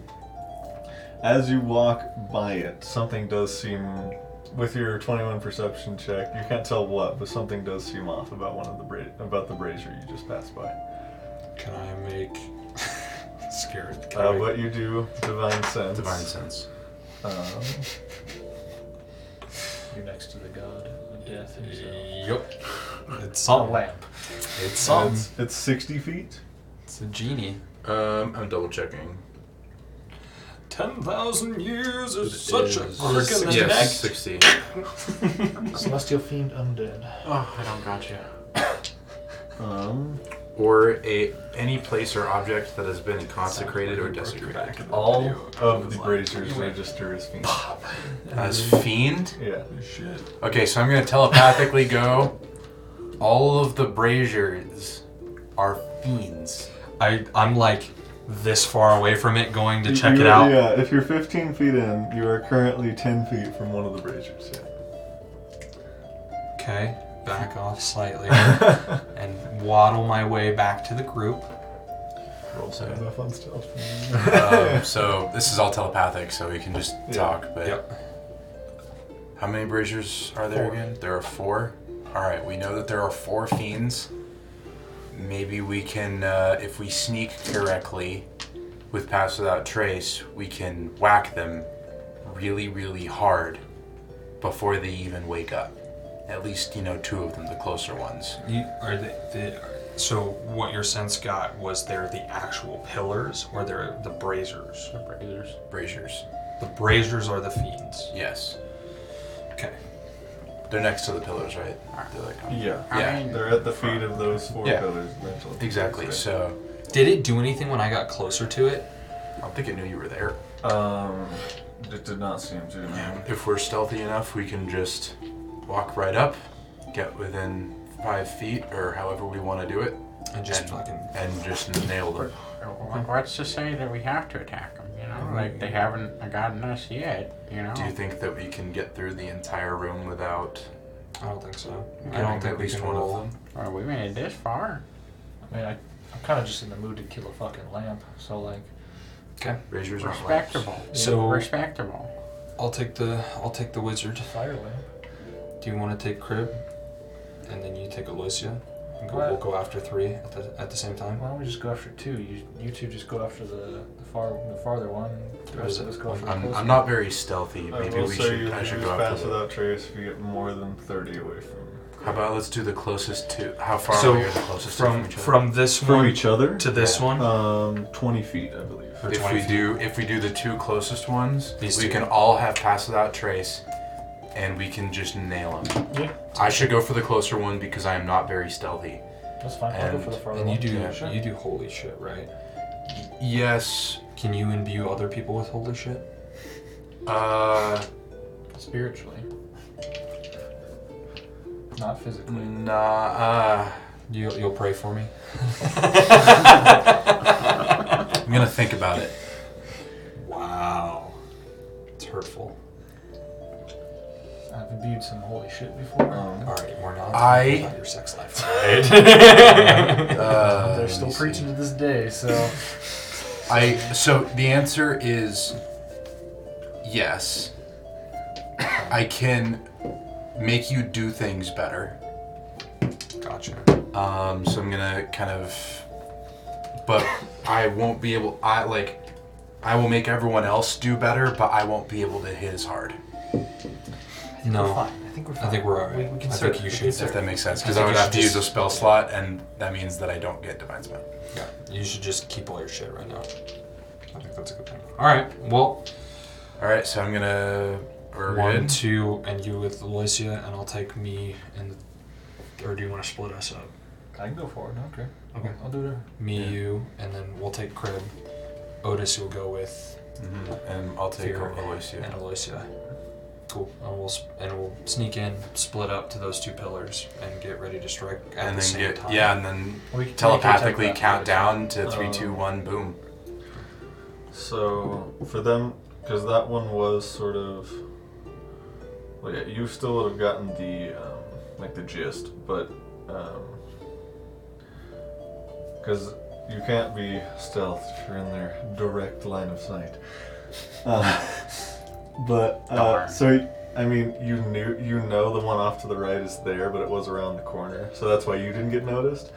[SPEAKER 1] as you walk by it, something does seem. With your 21 perception check, you can't tell what, but something does seem off about one of the bra- about the brazier you just passed by. Uh,
[SPEAKER 2] Can I make. (laughs) scared. Can I
[SPEAKER 1] Uh,
[SPEAKER 2] make-
[SPEAKER 1] what you do, divine sense.
[SPEAKER 4] divine sense.
[SPEAKER 1] Um,
[SPEAKER 3] You're next to the god of death himself.
[SPEAKER 2] Yup. It's
[SPEAKER 3] A
[SPEAKER 2] something.
[SPEAKER 3] lamp.
[SPEAKER 2] It's
[SPEAKER 1] and
[SPEAKER 2] something.
[SPEAKER 1] it's, it's 60 feet.
[SPEAKER 2] It's a genie.
[SPEAKER 4] Um, I'm double checking.
[SPEAKER 2] 10,000 years is such a
[SPEAKER 4] Is-
[SPEAKER 2] crick in the
[SPEAKER 4] yes,
[SPEAKER 2] neck.
[SPEAKER 4] 60.
[SPEAKER 3] Celestial fiend undead.
[SPEAKER 5] Oh, I don't got you.
[SPEAKER 1] Um,
[SPEAKER 4] Or a any place or object that has been consecrated or
[SPEAKER 2] You broke your
[SPEAKER 4] desecrated.
[SPEAKER 2] back in the
[SPEAKER 1] all
[SPEAKER 2] video.
[SPEAKER 1] of
[SPEAKER 2] It's
[SPEAKER 1] the
[SPEAKER 2] like,
[SPEAKER 1] braziers
[SPEAKER 2] you went,
[SPEAKER 1] register as fiend.
[SPEAKER 4] As fiend?
[SPEAKER 1] Yeah.
[SPEAKER 2] Shit.
[SPEAKER 4] Okay, so I'm gonna telepathically go. All of the braziers are fiends.
[SPEAKER 2] I, I'm like this far away from it going to
[SPEAKER 1] You-
[SPEAKER 2] check it
[SPEAKER 1] you-
[SPEAKER 2] out.
[SPEAKER 1] Yeah, if you're 15 feet in, you are currently 10 feet from one of the braziers. Yeah.
[SPEAKER 2] Okay, back off slightly and waddle my way back to the group.
[SPEAKER 1] Roll
[SPEAKER 4] So-
[SPEAKER 1] some enough on stealth. (laughs)
[SPEAKER 4] Um, so this is all telepathic, so we can just
[SPEAKER 1] Yeah.
[SPEAKER 4] talk. But
[SPEAKER 2] Yep.
[SPEAKER 4] how many braziers are there
[SPEAKER 2] Four.
[SPEAKER 4] again? There are four. All right, we know that there are four fiends. Maybe we can, uh, if we sneak correctly, with pass without trace, we can whack them really, really hard before they even wake up. At least you know two of them, the closer ones.
[SPEAKER 2] You, are they, they, are, so what your sense got was they're the actual pillars or they're the braziers?
[SPEAKER 5] The braziers.
[SPEAKER 4] Braziers.
[SPEAKER 2] The braziers are the fiends.
[SPEAKER 4] Yes.
[SPEAKER 2] Okay.
[SPEAKER 4] They're next to the pillars, right? They're like um, on-
[SPEAKER 1] yeah.
[SPEAKER 4] Yeah.
[SPEAKER 5] I mean,
[SPEAKER 1] They're at the feet of those four
[SPEAKER 4] Yeah.
[SPEAKER 1] pillars. Eventually.
[SPEAKER 4] Exactly. So
[SPEAKER 2] Did it do anything when I got closer to it?
[SPEAKER 4] I don't think it knew you were there.
[SPEAKER 1] Um, it did not seem to. no.
[SPEAKER 4] If we're stealthy enough, we can just walk right up, get within five feet or however we want to do it,
[SPEAKER 2] And just
[SPEAKER 4] and,
[SPEAKER 2] fucking.
[SPEAKER 4] and just nail them.
[SPEAKER 5] like, uh, what's to say that we have to attack them? You know, like they haven't gotten us yet. You know.
[SPEAKER 4] Do you think that we can get through the entire room without
[SPEAKER 2] I don't think so. I
[SPEAKER 4] killing
[SPEAKER 2] don't think
[SPEAKER 4] at
[SPEAKER 2] we
[SPEAKER 4] least
[SPEAKER 2] can
[SPEAKER 4] one
[SPEAKER 2] roll.
[SPEAKER 4] of them?
[SPEAKER 5] Or we made it this far.
[SPEAKER 3] I mean, I, I'm kind of just in the mood to kill a fucking lamp, so like,
[SPEAKER 2] Okay.
[SPEAKER 4] Razors aren't lamps.
[SPEAKER 5] Respectable.
[SPEAKER 2] So-
[SPEAKER 5] respectable.
[SPEAKER 2] I'll take the I'll take the wizard.
[SPEAKER 3] fire lamp.
[SPEAKER 2] Do you want to take crib, and then you take Alicia? And go,
[SPEAKER 3] What?
[SPEAKER 2] we'll go after three at the at the same time.
[SPEAKER 3] Why don't we just go after two? You, you two just go after the, the far the farther one. The
[SPEAKER 2] What
[SPEAKER 3] rest
[SPEAKER 2] is
[SPEAKER 3] of
[SPEAKER 2] it?
[SPEAKER 3] us go after the
[SPEAKER 4] I'm,
[SPEAKER 3] closer.
[SPEAKER 4] I'm not very stealthy.
[SPEAKER 1] I
[SPEAKER 4] Maybe
[SPEAKER 1] will
[SPEAKER 4] we
[SPEAKER 1] say you
[SPEAKER 4] should. I
[SPEAKER 1] can
[SPEAKER 4] should
[SPEAKER 1] use
[SPEAKER 4] go
[SPEAKER 1] pass
[SPEAKER 4] after them.
[SPEAKER 1] without trace if you get more than 30 away from.
[SPEAKER 4] How about let's do the closest to? How far
[SPEAKER 2] So,
[SPEAKER 4] are we the closest to
[SPEAKER 2] From
[SPEAKER 4] each other?
[SPEAKER 2] from this one
[SPEAKER 1] other.
[SPEAKER 2] to this
[SPEAKER 4] Yeah.
[SPEAKER 2] one.
[SPEAKER 1] Um, 20 feet, I believe.
[SPEAKER 2] Or
[SPEAKER 4] If
[SPEAKER 2] 20
[SPEAKER 4] we
[SPEAKER 2] feet.
[SPEAKER 4] do, if we do the two closest ones,
[SPEAKER 2] These
[SPEAKER 4] we
[SPEAKER 2] two.
[SPEAKER 4] can all have pass without trace, and we can just nail them.
[SPEAKER 3] Yeah,
[SPEAKER 4] I should go for the closer one because I am not very stealthy.
[SPEAKER 3] that's fine. I'll go for the
[SPEAKER 4] And-
[SPEAKER 3] farther
[SPEAKER 2] and you
[SPEAKER 3] one.
[SPEAKER 2] do
[SPEAKER 4] Yeah,
[SPEAKER 3] sure.
[SPEAKER 2] you do holy shit, right?
[SPEAKER 4] Y- yes.
[SPEAKER 2] Can you imbue other people with holy shit?
[SPEAKER 4] Uh,
[SPEAKER 3] Spiritually, not physically.
[SPEAKER 4] nah. Uh,
[SPEAKER 2] You you'll pray for me.
[SPEAKER 4] I'm gonna think about it.
[SPEAKER 2] Wow, it's hurtful.
[SPEAKER 3] I've imbued some holy shit before.
[SPEAKER 1] Um,
[SPEAKER 2] All right, we're not
[SPEAKER 4] I-
[SPEAKER 2] talking about your sex life.
[SPEAKER 4] Uh,
[SPEAKER 3] (laughs) They're
[SPEAKER 4] let
[SPEAKER 3] still
[SPEAKER 4] me see.
[SPEAKER 3] preaching to this day,
[SPEAKER 2] (laughs)
[SPEAKER 3] so
[SPEAKER 4] I. So the answer is yes. I can make you do things better.
[SPEAKER 2] (laughs) Gotcha.
[SPEAKER 4] Um, so I'm gonna kind of, but I won't be able. I like, I will make everyone else do better, but I won't be able to hit as hard.
[SPEAKER 3] I
[SPEAKER 6] think
[SPEAKER 2] No.
[SPEAKER 6] we're fine. I think we're fine.
[SPEAKER 2] I think we're alright.
[SPEAKER 6] We, we can
[SPEAKER 2] I
[SPEAKER 6] search.
[SPEAKER 2] think you
[SPEAKER 6] We
[SPEAKER 2] should-
[SPEAKER 6] can
[SPEAKER 2] if
[SPEAKER 4] If
[SPEAKER 6] search.
[SPEAKER 4] that makes sense, because
[SPEAKER 2] I
[SPEAKER 4] I
[SPEAKER 2] think
[SPEAKER 4] would
[SPEAKER 2] you
[SPEAKER 4] have to
[SPEAKER 2] should
[SPEAKER 4] use a
[SPEAKER 2] just-
[SPEAKER 4] spell slot, and that means that I don't get divine spell.
[SPEAKER 2] Yeah, you should just keep all your shit right now. I think that's a good thing. All right, well,
[SPEAKER 4] All right, so I'm gonna. We're
[SPEAKER 2] one,
[SPEAKER 4] good.
[SPEAKER 2] two, and you with Loisia, and I'll take me and. Or do you want to split us up?
[SPEAKER 3] I can go forward. I don't care.
[SPEAKER 2] Okay.
[SPEAKER 3] I'll do it.
[SPEAKER 2] Me,
[SPEAKER 4] Yeah.
[SPEAKER 2] you, and then we'll take Crib. Otis, you'll go with
[SPEAKER 4] Mhm, And I'll take
[SPEAKER 2] Fear
[SPEAKER 4] Aloysia.
[SPEAKER 2] and Aloysia. Cool. And we'll s- and we'll sneak in, split up to those two pillars, and get ready to strike at
[SPEAKER 4] and then
[SPEAKER 2] the same
[SPEAKER 4] get
[SPEAKER 2] time.
[SPEAKER 4] yeah, and then
[SPEAKER 3] We can
[SPEAKER 4] telepathically
[SPEAKER 3] telepath-
[SPEAKER 4] count down to three,
[SPEAKER 1] Um,
[SPEAKER 4] two, one, boom.
[SPEAKER 1] So for them, because that one was sort of. Well, yeah, you still would have gotten the um, like the gist, but um, because you can't be stealthed if you're in their direct line of sight. Uh, (laughs) but uh,
[SPEAKER 5] Darn.
[SPEAKER 1] so I mean, you knew you know the one off to the right is there, but it was around the corner, so that's why you didn't get noticed.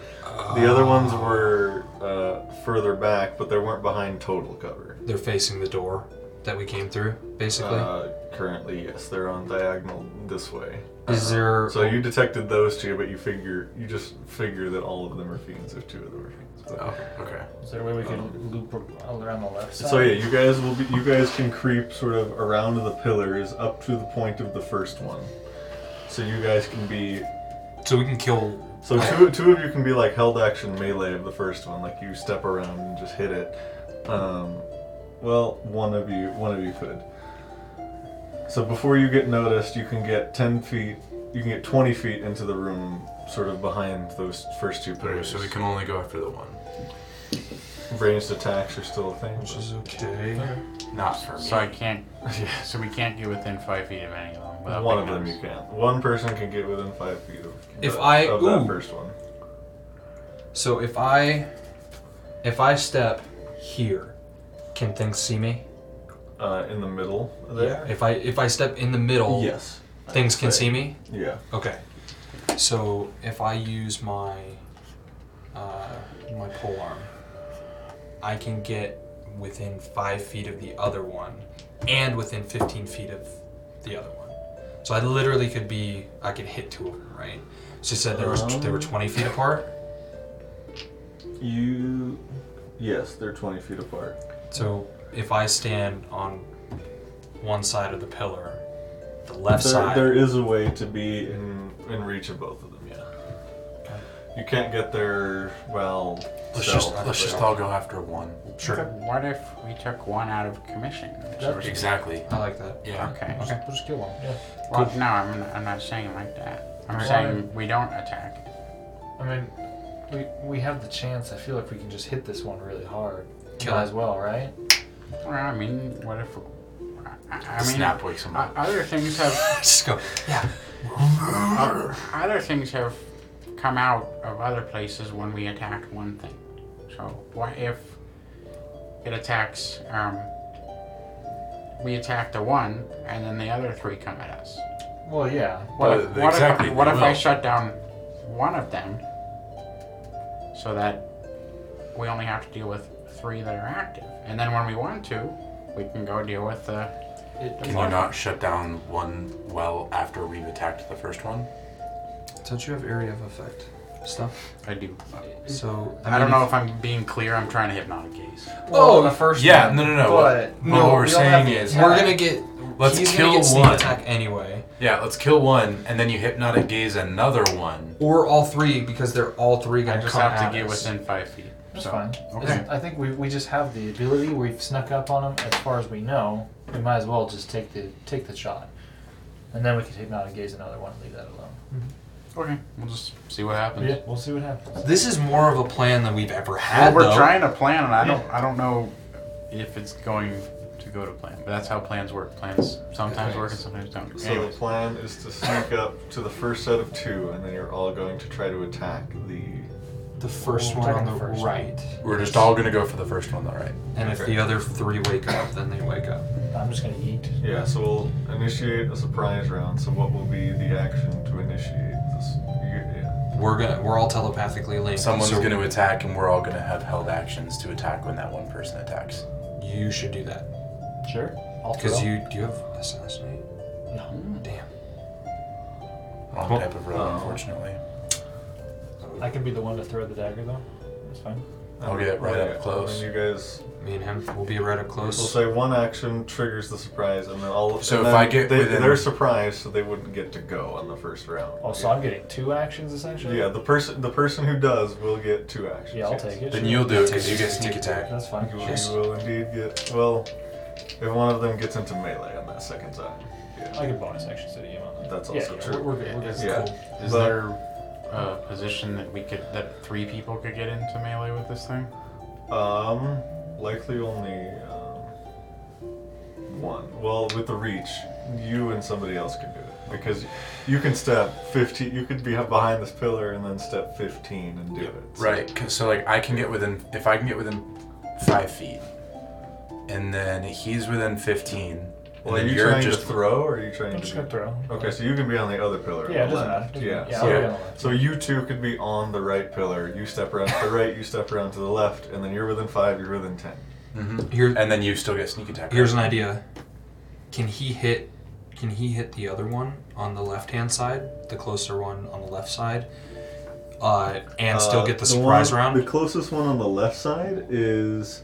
[SPEAKER 1] The other ones were uh, further back, but they weren't behind total cover.
[SPEAKER 2] They're facing the door that we came through, basically.
[SPEAKER 1] Uh, currently, yes, they're on diagonal this way.
[SPEAKER 2] Is there?
[SPEAKER 1] So you detected those two, but you figure you just figure that all of them are fiends, if two of them are fiends. But-
[SPEAKER 4] Oh, okay.
[SPEAKER 3] Is there a way we can
[SPEAKER 2] Oh.
[SPEAKER 3] loop ar- around the left side?
[SPEAKER 1] So yeah, you guys will be. You guys can creep sort of around the pillars up to the point of the first one. So you guys can be.
[SPEAKER 2] so we can kill.
[SPEAKER 1] So two, two of you can be like held action melee of the first one, like you step around and just hit it. Um, well, one of you, one of you could. So before you get noticed, you can get ten feet. You can get twenty feet into the room, sort of behind those first two
[SPEAKER 4] Okay,
[SPEAKER 1] pillars.
[SPEAKER 4] so we can only go after the one.
[SPEAKER 1] Ranged attacks are still a thing.
[SPEAKER 2] Which is okay.
[SPEAKER 4] Not for me.
[SPEAKER 5] So I can't. (laughs)
[SPEAKER 1] Yeah.
[SPEAKER 5] So we can't get within five feet of any of them.
[SPEAKER 1] but
[SPEAKER 5] Without
[SPEAKER 1] one of
[SPEAKER 5] picking
[SPEAKER 1] them
[SPEAKER 5] us.
[SPEAKER 1] you can. One person can get within five feet of.
[SPEAKER 2] If
[SPEAKER 1] the-
[SPEAKER 2] I-
[SPEAKER 1] of that
[SPEAKER 2] ooh.
[SPEAKER 1] first one.
[SPEAKER 2] So if I, if I step here, can things see me?
[SPEAKER 1] Uh, in the middle there.
[SPEAKER 2] If I if I step in the middle,
[SPEAKER 1] Yes.
[SPEAKER 2] things can see me.
[SPEAKER 1] Yeah.
[SPEAKER 2] Okay. So if I use my uh, my pole arm, I can get within five feet of the other one, and within fifteen feet of the other one. So I literally could be I could hit two of them, right? She said there was they were
[SPEAKER 1] Um.
[SPEAKER 2] twenty feet apart.
[SPEAKER 1] You. Yes, they're twenty feet apart.
[SPEAKER 2] So if I stand on one side of the pillar, the left
[SPEAKER 1] There-
[SPEAKER 2] side.
[SPEAKER 1] there is a way to be in in reach of both of them. Yeah. You can't get there. Well.
[SPEAKER 4] Let's
[SPEAKER 1] stealth,
[SPEAKER 4] just
[SPEAKER 1] but-
[SPEAKER 4] let's just all go after one.
[SPEAKER 2] Sure.
[SPEAKER 5] What if we took one out of commission? So it's-
[SPEAKER 4] Exactly.
[SPEAKER 2] I like that. (laughs)
[SPEAKER 4] Yeah.
[SPEAKER 5] Okay.
[SPEAKER 2] Okay.
[SPEAKER 3] We'll just kill one. Yeah.
[SPEAKER 5] Well, no, I'm, I'm not saying it like that. I'm
[SPEAKER 3] Why?
[SPEAKER 5] saying we don't attack.
[SPEAKER 3] I mean, we we have the chance. I feel like we can just hit this one really hard.
[SPEAKER 2] Kill
[SPEAKER 3] Might
[SPEAKER 2] it.
[SPEAKER 3] as well, right?
[SPEAKER 5] Well, I mean, what if? I, I mean,
[SPEAKER 4] Snap wakes him
[SPEAKER 5] o-
[SPEAKER 4] up.
[SPEAKER 5] other things have
[SPEAKER 2] Just go. Yeah.
[SPEAKER 5] other things have come out of other places when we attack one thing. So what if it attacks? Um, we attack the one, and then the other three come at us.
[SPEAKER 3] Well, yeah.
[SPEAKER 5] What
[SPEAKER 4] Uh,
[SPEAKER 5] if, what
[SPEAKER 4] exactly,
[SPEAKER 5] if, what
[SPEAKER 4] they
[SPEAKER 5] if I
[SPEAKER 4] will.
[SPEAKER 5] shut down one of them so that we only have to deal with three that are active? And then when we want to, we can go deal with the.
[SPEAKER 3] It,
[SPEAKER 4] Can you not shut down one well after we've attacked the first one?
[SPEAKER 2] Don't you have area of effect stuff?
[SPEAKER 5] I do.
[SPEAKER 2] So
[SPEAKER 5] I don't know if I'm being clear. I'm trying to hypnotic gaze.
[SPEAKER 3] well, the first.
[SPEAKER 4] Oh, Yeah,
[SPEAKER 3] one,
[SPEAKER 4] no, no, no.
[SPEAKER 3] But
[SPEAKER 4] What, what we're
[SPEAKER 3] we don't have
[SPEAKER 4] saying
[SPEAKER 3] to
[SPEAKER 4] is,
[SPEAKER 3] attack.
[SPEAKER 2] we're gonna get.
[SPEAKER 4] Let's
[SPEAKER 2] he's
[SPEAKER 4] kill
[SPEAKER 2] gonna get sneak
[SPEAKER 4] one.
[SPEAKER 2] attack anyway,
[SPEAKER 4] yeah, let's kill one, and then you hypnotic gaze another one.
[SPEAKER 2] or all three because they're all three
[SPEAKER 5] I
[SPEAKER 2] gonna
[SPEAKER 5] just
[SPEAKER 2] come
[SPEAKER 5] have
[SPEAKER 2] at
[SPEAKER 5] to get
[SPEAKER 2] us.
[SPEAKER 5] within five feet.
[SPEAKER 3] That's
[SPEAKER 5] so-
[SPEAKER 3] fine.
[SPEAKER 5] Okay.
[SPEAKER 3] I think we, we just have the ability. We've snuck up on them as far as we know. We might as well just take the take the shot, and then we can take out and gaze another one and leave that alone.
[SPEAKER 5] Okay. We'll just see what happens.
[SPEAKER 3] Yeah, we'll see what happens.
[SPEAKER 2] This is more of a plan than we've ever
[SPEAKER 5] Well,
[SPEAKER 2] had.
[SPEAKER 5] we're
[SPEAKER 2] though.
[SPEAKER 5] trying to plan, and I don't. I don't know if it's going to go to plan. But that's how plans work. Plans sometimes work and sometimes don't.
[SPEAKER 1] So
[SPEAKER 5] Anyways.
[SPEAKER 1] the plan is to sneak up to the first set of two, and then you're all going to try to attack the
[SPEAKER 2] The first
[SPEAKER 3] We're
[SPEAKER 2] one on
[SPEAKER 3] attacking
[SPEAKER 2] the
[SPEAKER 3] the first one.
[SPEAKER 2] right,
[SPEAKER 4] We're just all gonna go for the first one, though, right?
[SPEAKER 2] and if the other three wake up, then they wake up.
[SPEAKER 3] I'm just gonna eat.
[SPEAKER 1] Yeah, so we'll initiate a surprise round. So what will be the action to initiate this? You- yeah.
[SPEAKER 2] We're gonna. We're all telepathically linked.
[SPEAKER 4] Someone's
[SPEAKER 2] so
[SPEAKER 4] gonna attack, and we're all gonna have held actions to attack when that one person attacks.
[SPEAKER 2] You should do that
[SPEAKER 3] Sure. I'll
[SPEAKER 2] because
[SPEAKER 3] throw.
[SPEAKER 2] you do you have assassinate.
[SPEAKER 3] No.
[SPEAKER 2] Damn.
[SPEAKER 4] Wrong
[SPEAKER 2] Well- uh,
[SPEAKER 4] type of road,
[SPEAKER 1] Oh.
[SPEAKER 4] unfortunately.
[SPEAKER 3] I can be the one to throw the dagger though. That's fine.
[SPEAKER 4] I'll get right up close.
[SPEAKER 1] And you guys,
[SPEAKER 2] Me and him will be right up
[SPEAKER 1] we'll
[SPEAKER 2] close.
[SPEAKER 1] say one action triggers the surprise, and then all.
[SPEAKER 4] So
[SPEAKER 1] and
[SPEAKER 4] if
[SPEAKER 1] then
[SPEAKER 4] I get
[SPEAKER 1] they,
[SPEAKER 4] within-
[SPEAKER 1] they're surprised, so they wouldn't get to go on the first round.
[SPEAKER 3] Oh, so I'm getting two actions essentially.
[SPEAKER 1] Yeah, the person the person who does will get two actions.
[SPEAKER 3] Yeah, I'll
[SPEAKER 1] yes.
[SPEAKER 3] take it.
[SPEAKER 4] Then
[SPEAKER 3] sure.
[SPEAKER 4] you'll do it because you get sneak attack.
[SPEAKER 3] That's fine.
[SPEAKER 1] You will,
[SPEAKER 2] Yes.
[SPEAKER 1] you will indeed get well. If one of them gets into melee on that second time,
[SPEAKER 3] I
[SPEAKER 1] yeah,
[SPEAKER 3] get bonus actions to the aim on that.
[SPEAKER 1] that's
[SPEAKER 3] yeah,
[SPEAKER 1] also
[SPEAKER 3] yeah,
[SPEAKER 1] true.
[SPEAKER 3] We're, we're good. We're good.
[SPEAKER 5] Is,
[SPEAKER 1] Yeah.
[SPEAKER 5] is
[SPEAKER 1] But-
[SPEAKER 5] there a position that we could that three people could get into melee with this thing?
[SPEAKER 1] Um, likely only um, one. Well, with the reach, you and somebody else can do it because you can step fifteen. You could be behind this pillar and then step fifteen and do it. So-
[SPEAKER 4] Right. 'cause- So like I can get within if I can get within five feet, and then he's within fifteen. and
[SPEAKER 1] Well, are
[SPEAKER 4] then
[SPEAKER 1] you
[SPEAKER 4] you're
[SPEAKER 1] trying
[SPEAKER 4] just
[SPEAKER 1] to throw, or are you trying
[SPEAKER 3] I'm
[SPEAKER 1] to?
[SPEAKER 3] just
[SPEAKER 1] be-
[SPEAKER 3] gonna throw.
[SPEAKER 1] Okay, so you can be on the other pillar. on
[SPEAKER 3] Yeah, it
[SPEAKER 1] the
[SPEAKER 3] doesn't
[SPEAKER 1] left.
[SPEAKER 3] matter.
[SPEAKER 1] Yeah.
[SPEAKER 3] Yeah,
[SPEAKER 1] so-
[SPEAKER 3] I'll be
[SPEAKER 4] yeah.
[SPEAKER 3] on the left.
[SPEAKER 1] So you two could be on the right pillar. You step around to the right. You step around to the left, and then you're within five. You're within ten.
[SPEAKER 4] Mhm.
[SPEAKER 2] Here,
[SPEAKER 4] and then you still get sneak attack.
[SPEAKER 2] here's an idea. Can he hit? Can he hit the other one on the left-hand side, the closer one on the left side, uh, and still
[SPEAKER 1] Uh,
[SPEAKER 2] get the
[SPEAKER 1] one-
[SPEAKER 2] surprise round?
[SPEAKER 1] The closest one on the left side is.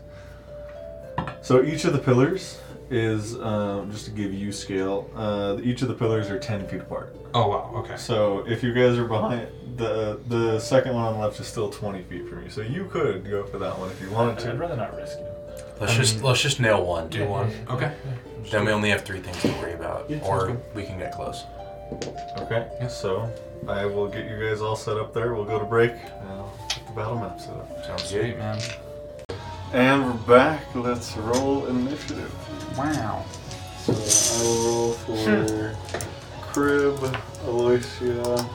[SPEAKER 1] So each of the pillars is um, just to give you scale. Uh, each of the pillars are ten feet apart.
[SPEAKER 2] oh wow. Okay.
[SPEAKER 1] So if you guys are behind the the second one on the left is still twenty feet from you. So you could go for that one if you wanted
[SPEAKER 3] I'd
[SPEAKER 1] to.
[SPEAKER 3] rather not risk it.
[SPEAKER 4] Let's just let's just nail one.
[SPEAKER 2] Do one. Okay.
[SPEAKER 4] Then we only have three things to worry about,
[SPEAKER 2] Oh, Yeah, sounds
[SPEAKER 4] or
[SPEAKER 2] good.
[SPEAKER 4] we can get close.
[SPEAKER 1] Okay.
[SPEAKER 2] Yeah.
[SPEAKER 1] So I will get you guys all set up there. We'll go to break. and I'll get the battle map set up.
[SPEAKER 4] Sounds
[SPEAKER 2] Sweet
[SPEAKER 4] good.
[SPEAKER 2] man.
[SPEAKER 1] And we're back. Let's roll initiative.
[SPEAKER 5] Wow.
[SPEAKER 1] So I will roll for Crib, Aloysia,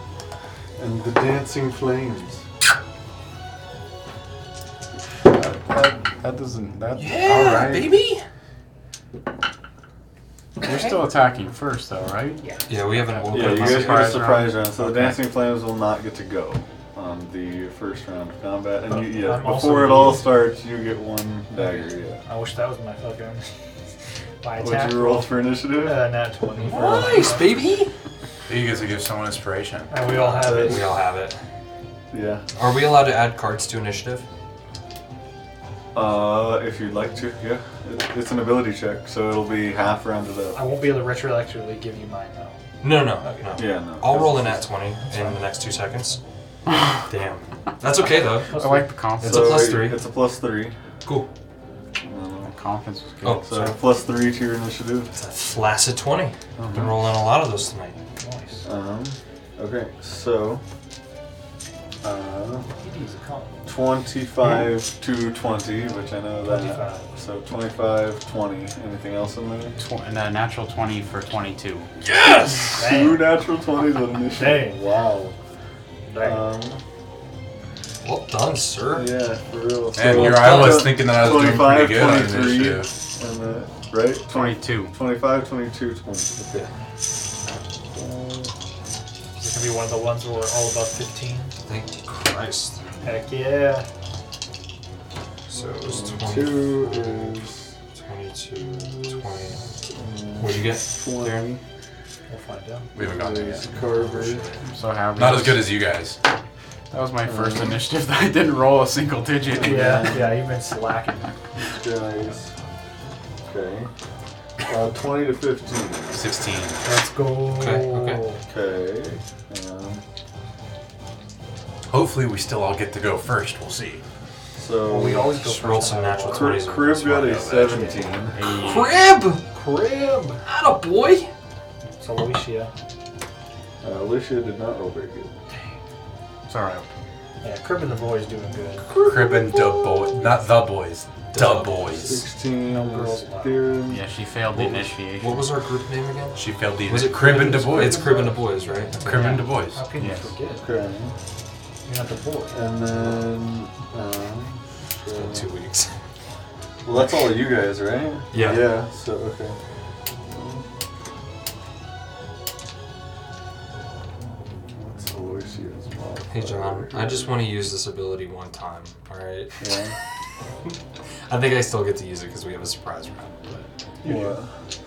[SPEAKER 1] and the Dancing Flames.
[SPEAKER 5] That, that doesn't. That, all right.
[SPEAKER 2] baby.
[SPEAKER 5] We're still attacking first, though, right? Yeah.
[SPEAKER 2] Yeah, we haven't woken
[SPEAKER 1] Yeah, you
[SPEAKER 2] up
[SPEAKER 1] guys
[SPEAKER 2] yet.
[SPEAKER 1] got a
[SPEAKER 5] Surprise
[SPEAKER 1] surprise
[SPEAKER 5] round.
[SPEAKER 1] round, so the
[SPEAKER 5] Okay.
[SPEAKER 1] Dancing Flames will not get to go on the first round of combat. And you, yeah,
[SPEAKER 3] I'm also
[SPEAKER 1] before it all
[SPEAKER 3] leading.
[SPEAKER 1] starts, you get one dagger. Yeah.
[SPEAKER 3] I wish that was my fucking. (laughs) my
[SPEAKER 1] What'd
[SPEAKER 3] attack
[SPEAKER 1] you roll for initiative?
[SPEAKER 3] Uh, nat 20. for-
[SPEAKER 2] baby.
[SPEAKER 4] You guys to give someone inspiration.
[SPEAKER 3] And we all have it.
[SPEAKER 2] We all have it.
[SPEAKER 1] Yeah.
[SPEAKER 2] Are we allowed to add cards to initiative?
[SPEAKER 1] Uh, if you'd like to, yeah. It, it's an ability check, so it'll be half rounded
[SPEAKER 3] I
[SPEAKER 1] up.
[SPEAKER 3] won't be able to retroactively give you mine though.
[SPEAKER 2] No, no, no.
[SPEAKER 1] Yeah, no.
[SPEAKER 2] I'll roll a nat 20 in the next two seconds. Damn. That's okay, though.
[SPEAKER 5] I like the confidence.
[SPEAKER 2] It's a plus three.
[SPEAKER 1] It's a plus three.
[SPEAKER 2] Cool.
[SPEAKER 5] The confidence was good.
[SPEAKER 2] Oh,
[SPEAKER 1] So
[SPEAKER 2] sorry.
[SPEAKER 1] plus three to your initiative.
[SPEAKER 2] It's a flaccid 20. I've been rolling a lot of those tonight.
[SPEAKER 3] Nice.
[SPEAKER 1] Um, okay, so uh,
[SPEAKER 3] It is a con.
[SPEAKER 1] 25 to 20, which I know that.
[SPEAKER 3] 25.
[SPEAKER 1] So 25, 20. Anything else in there?
[SPEAKER 5] Tw- and a natural 20 for 22.
[SPEAKER 1] Two
[SPEAKER 3] Dang.
[SPEAKER 1] natural 20s on initiative.
[SPEAKER 3] Dang.
[SPEAKER 1] Wow.
[SPEAKER 3] Dang.
[SPEAKER 1] Um,
[SPEAKER 2] Well done, sir.
[SPEAKER 1] yeah, for real. uh,
[SPEAKER 4] And here I was thinking that I was doing pretty good on initiative.
[SPEAKER 1] And the, right?
[SPEAKER 5] 22.
[SPEAKER 1] 25, 22, 20. Okay.
[SPEAKER 3] Is it gonna be one of the ones where we're all above 15?
[SPEAKER 2] Thank Christ.
[SPEAKER 3] Heck yeah.
[SPEAKER 2] So it was 20,
[SPEAKER 1] Two is
[SPEAKER 2] 22, 20. What'd you get?
[SPEAKER 1] 20.
[SPEAKER 3] We'll find out.
[SPEAKER 4] We haven't gotten it
[SPEAKER 1] Is
[SPEAKER 4] yet.
[SPEAKER 1] Carver.
[SPEAKER 5] I'm so happy.
[SPEAKER 4] Not as good as you guys.
[SPEAKER 5] That was my first initiative that I didn't roll a single digit.
[SPEAKER 3] Yeah, yeah, you've been slacking.
[SPEAKER 1] guys. Okay. Uh, 20 to 15.
[SPEAKER 4] 16.
[SPEAKER 3] Let's go.
[SPEAKER 2] Okay, okay.
[SPEAKER 1] Okay. Um,
[SPEAKER 4] Hopefully, we still all get to go first. We'll see.
[SPEAKER 1] so
[SPEAKER 3] Well, we always go
[SPEAKER 2] Just
[SPEAKER 3] for
[SPEAKER 2] roll some natural
[SPEAKER 1] Cri-
[SPEAKER 2] 20s.
[SPEAKER 1] Crib got a
[SPEAKER 4] Yeah.
[SPEAKER 1] 17.
[SPEAKER 2] Crib!
[SPEAKER 3] Crib.
[SPEAKER 2] Not a boy!
[SPEAKER 3] It's Aloysia.
[SPEAKER 1] Uh, Alicia did not roll very good.
[SPEAKER 5] It's alright.
[SPEAKER 3] Yeah, Crib and the boys doing good.
[SPEAKER 4] Crib and the boys. Not the boys. The boys.
[SPEAKER 1] 16
[SPEAKER 3] girls
[SPEAKER 1] is
[SPEAKER 3] allowed.
[SPEAKER 1] Theron.
[SPEAKER 5] Yeah, she failed the initiation.
[SPEAKER 2] What was our group name again?
[SPEAKER 4] She failed the.
[SPEAKER 2] Was it
[SPEAKER 4] Crib and the
[SPEAKER 2] It's
[SPEAKER 4] boys.
[SPEAKER 2] Crib and the Boys, right?
[SPEAKER 4] Crib and the boys.
[SPEAKER 3] How can you
[SPEAKER 5] Yes.
[SPEAKER 3] forget?
[SPEAKER 1] Okay.
[SPEAKER 3] You're not the boy.
[SPEAKER 1] And then. Um,
[SPEAKER 2] In two
[SPEAKER 1] so-
[SPEAKER 2] weeks. (laughs)
[SPEAKER 1] well, that's all you guys, right?
[SPEAKER 2] Yeah.
[SPEAKER 1] Yeah, so, okay. What's Alicia's mod?
[SPEAKER 2] Hey, John, I just want to use this ability one time, alright?
[SPEAKER 1] Yeah.
[SPEAKER 2] I think I still get to use it because we have a surprise round. But
[SPEAKER 1] What?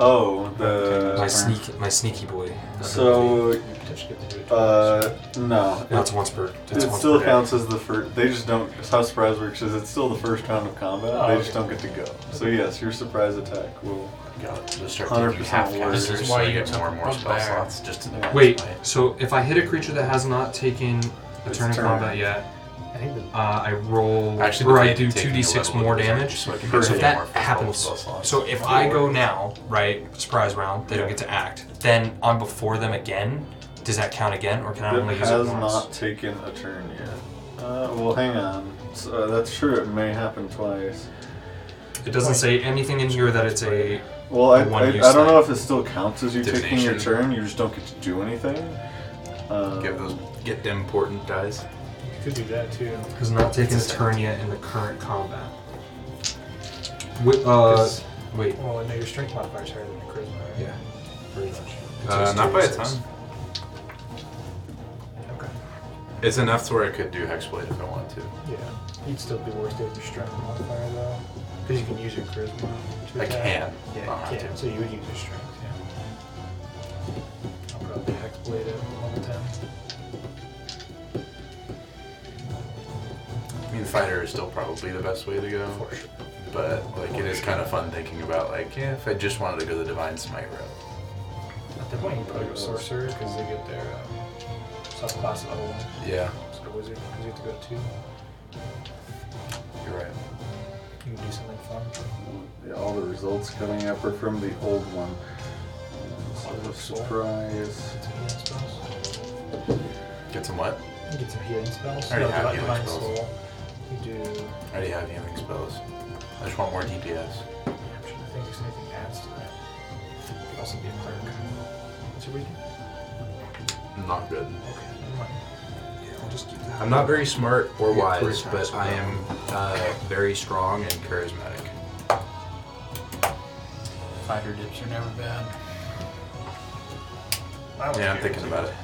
[SPEAKER 1] Oh,
[SPEAKER 2] My
[SPEAKER 1] the.
[SPEAKER 5] Nice.
[SPEAKER 2] sneaky, my sneaky boy.
[SPEAKER 1] So, uh, no.
[SPEAKER 2] No, it's once per. It's
[SPEAKER 1] It
[SPEAKER 2] once
[SPEAKER 1] still
[SPEAKER 2] per
[SPEAKER 1] counts as the first. They just don't. It's how surprise works is it's still the first round of combat.
[SPEAKER 3] Oh,
[SPEAKER 1] they just
[SPEAKER 3] okay.
[SPEAKER 1] don't get to go. So yes, your surprise attack will.
[SPEAKER 4] Got it. Just start
[SPEAKER 1] 100%
[SPEAKER 4] taking half
[SPEAKER 1] worse.
[SPEAKER 4] casters.
[SPEAKER 5] This is
[SPEAKER 4] so
[SPEAKER 5] why
[SPEAKER 4] I
[SPEAKER 5] you
[SPEAKER 4] get more and more
[SPEAKER 5] took
[SPEAKER 4] spell
[SPEAKER 5] the bear.
[SPEAKER 4] slots just to the
[SPEAKER 2] Day. Wait, so if I hit a creature that has not taken a
[SPEAKER 1] It's
[SPEAKER 2] turn in
[SPEAKER 1] turn.
[SPEAKER 2] combat yet,
[SPEAKER 3] I think the
[SPEAKER 2] uh, I roll
[SPEAKER 4] Actually,
[SPEAKER 2] or
[SPEAKER 4] the
[SPEAKER 2] I
[SPEAKER 4] thing
[SPEAKER 2] do
[SPEAKER 4] taking
[SPEAKER 2] two d six
[SPEAKER 4] the level
[SPEAKER 2] more
[SPEAKER 4] of the attack
[SPEAKER 2] damage.
[SPEAKER 4] so I can
[SPEAKER 1] per
[SPEAKER 4] get
[SPEAKER 2] So
[SPEAKER 1] hit.
[SPEAKER 4] some
[SPEAKER 2] if
[SPEAKER 4] more
[SPEAKER 2] that
[SPEAKER 4] spell
[SPEAKER 2] happens,
[SPEAKER 4] slots.
[SPEAKER 2] so if I go now, right, surprise round, they don't get to act. Then I'm before them again. Does that count again, or can I
[SPEAKER 1] It
[SPEAKER 2] only use it
[SPEAKER 1] has
[SPEAKER 2] once?
[SPEAKER 1] not taken a turn yet. Uh, well, hang on. So, uh, that's true. It may happen twice.
[SPEAKER 2] It doesn't say anything in here that it's a.
[SPEAKER 1] Well, I,
[SPEAKER 2] The one
[SPEAKER 1] I, I
[SPEAKER 2] you
[SPEAKER 1] don't know
[SPEAKER 2] said.
[SPEAKER 1] if it still counts as you taking your
[SPEAKER 4] Divination.
[SPEAKER 1] turn. You just don't get to do anything. Um,
[SPEAKER 4] Get those, get them important dice.
[SPEAKER 6] You could do that too.
[SPEAKER 2] Has not taken a turn yet in the current combat. Wait, uh,
[SPEAKER 6] It's-
[SPEAKER 2] wait,
[SPEAKER 6] Well, no, your strength modifier is higher than your charisma. right?
[SPEAKER 2] yeah, pretty much. It
[SPEAKER 4] Uh,
[SPEAKER 2] takes
[SPEAKER 4] not by a
[SPEAKER 2] 2d6.
[SPEAKER 4] ton.
[SPEAKER 6] Okay.
[SPEAKER 4] It's enough to where I could do hexblade if I wanted to.
[SPEAKER 6] Yeah. You'd still be worth it with your strength modifier though, because you can use your charisma. To
[SPEAKER 4] I
[SPEAKER 6] attack.
[SPEAKER 4] can. I don't
[SPEAKER 6] Yeah,
[SPEAKER 4] have
[SPEAKER 6] you
[SPEAKER 4] to.
[SPEAKER 6] can. So you would use your strength. Yeah. I'll probably hex blade it all the time.
[SPEAKER 4] I mean, fighter is still probably the best way to go.
[SPEAKER 6] For sure.
[SPEAKER 4] But like, it is kind of fun thinking about like, yeah, if I just wanted to go the divine smite route.
[SPEAKER 6] At that point, you probably go sorcerer because they get their um, subclass level one.
[SPEAKER 4] Yeah,
[SPEAKER 6] So wizard, because you have to go two.
[SPEAKER 4] you're right.
[SPEAKER 6] You can do something fun.
[SPEAKER 1] Yeah, all the results coming up are from the old one. So surprise.
[SPEAKER 6] Some healing spells.
[SPEAKER 4] Get some what?
[SPEAKER 6] You get some healing spells.
[SPEAKER 4] I already
[SPEAKER 6] No,
[SPEAKER 4] have
[SPEAKER 6] Divi-
[SPEAKER 4] healing
[SPEAKER 6] divine
[SPEAKER 4] spells.
[SPEAKER 6] soul. You do.
[SPEAKER 4] I already have healing spells. I just want more DPS.
[SPEAKER 6] I'm trying to think if there's anything adds to that. You could also be a cleric. What's your weakness?
[SPEAKER 4] Not good.
[SPEAKER 6] Okay, never mind.
[SPEAKER 2] Yeah, I'll just keep that.
[SPEAKER 4] I'm not very smart or
[SPEAKER 2] Yeah, three
[SPEAKER 4] wise,
[SPEAKER 2] times
[SPEAKER 4] but I am uh, very strong and charismatic.
[SPEAKER 5] Fighter dips are never bad.
[SPEAKER 6] I don't
[SPEAKER 4] Yeah, I'm
[SPEAKER 6] care.
[SPEAKER 4] thinking about it.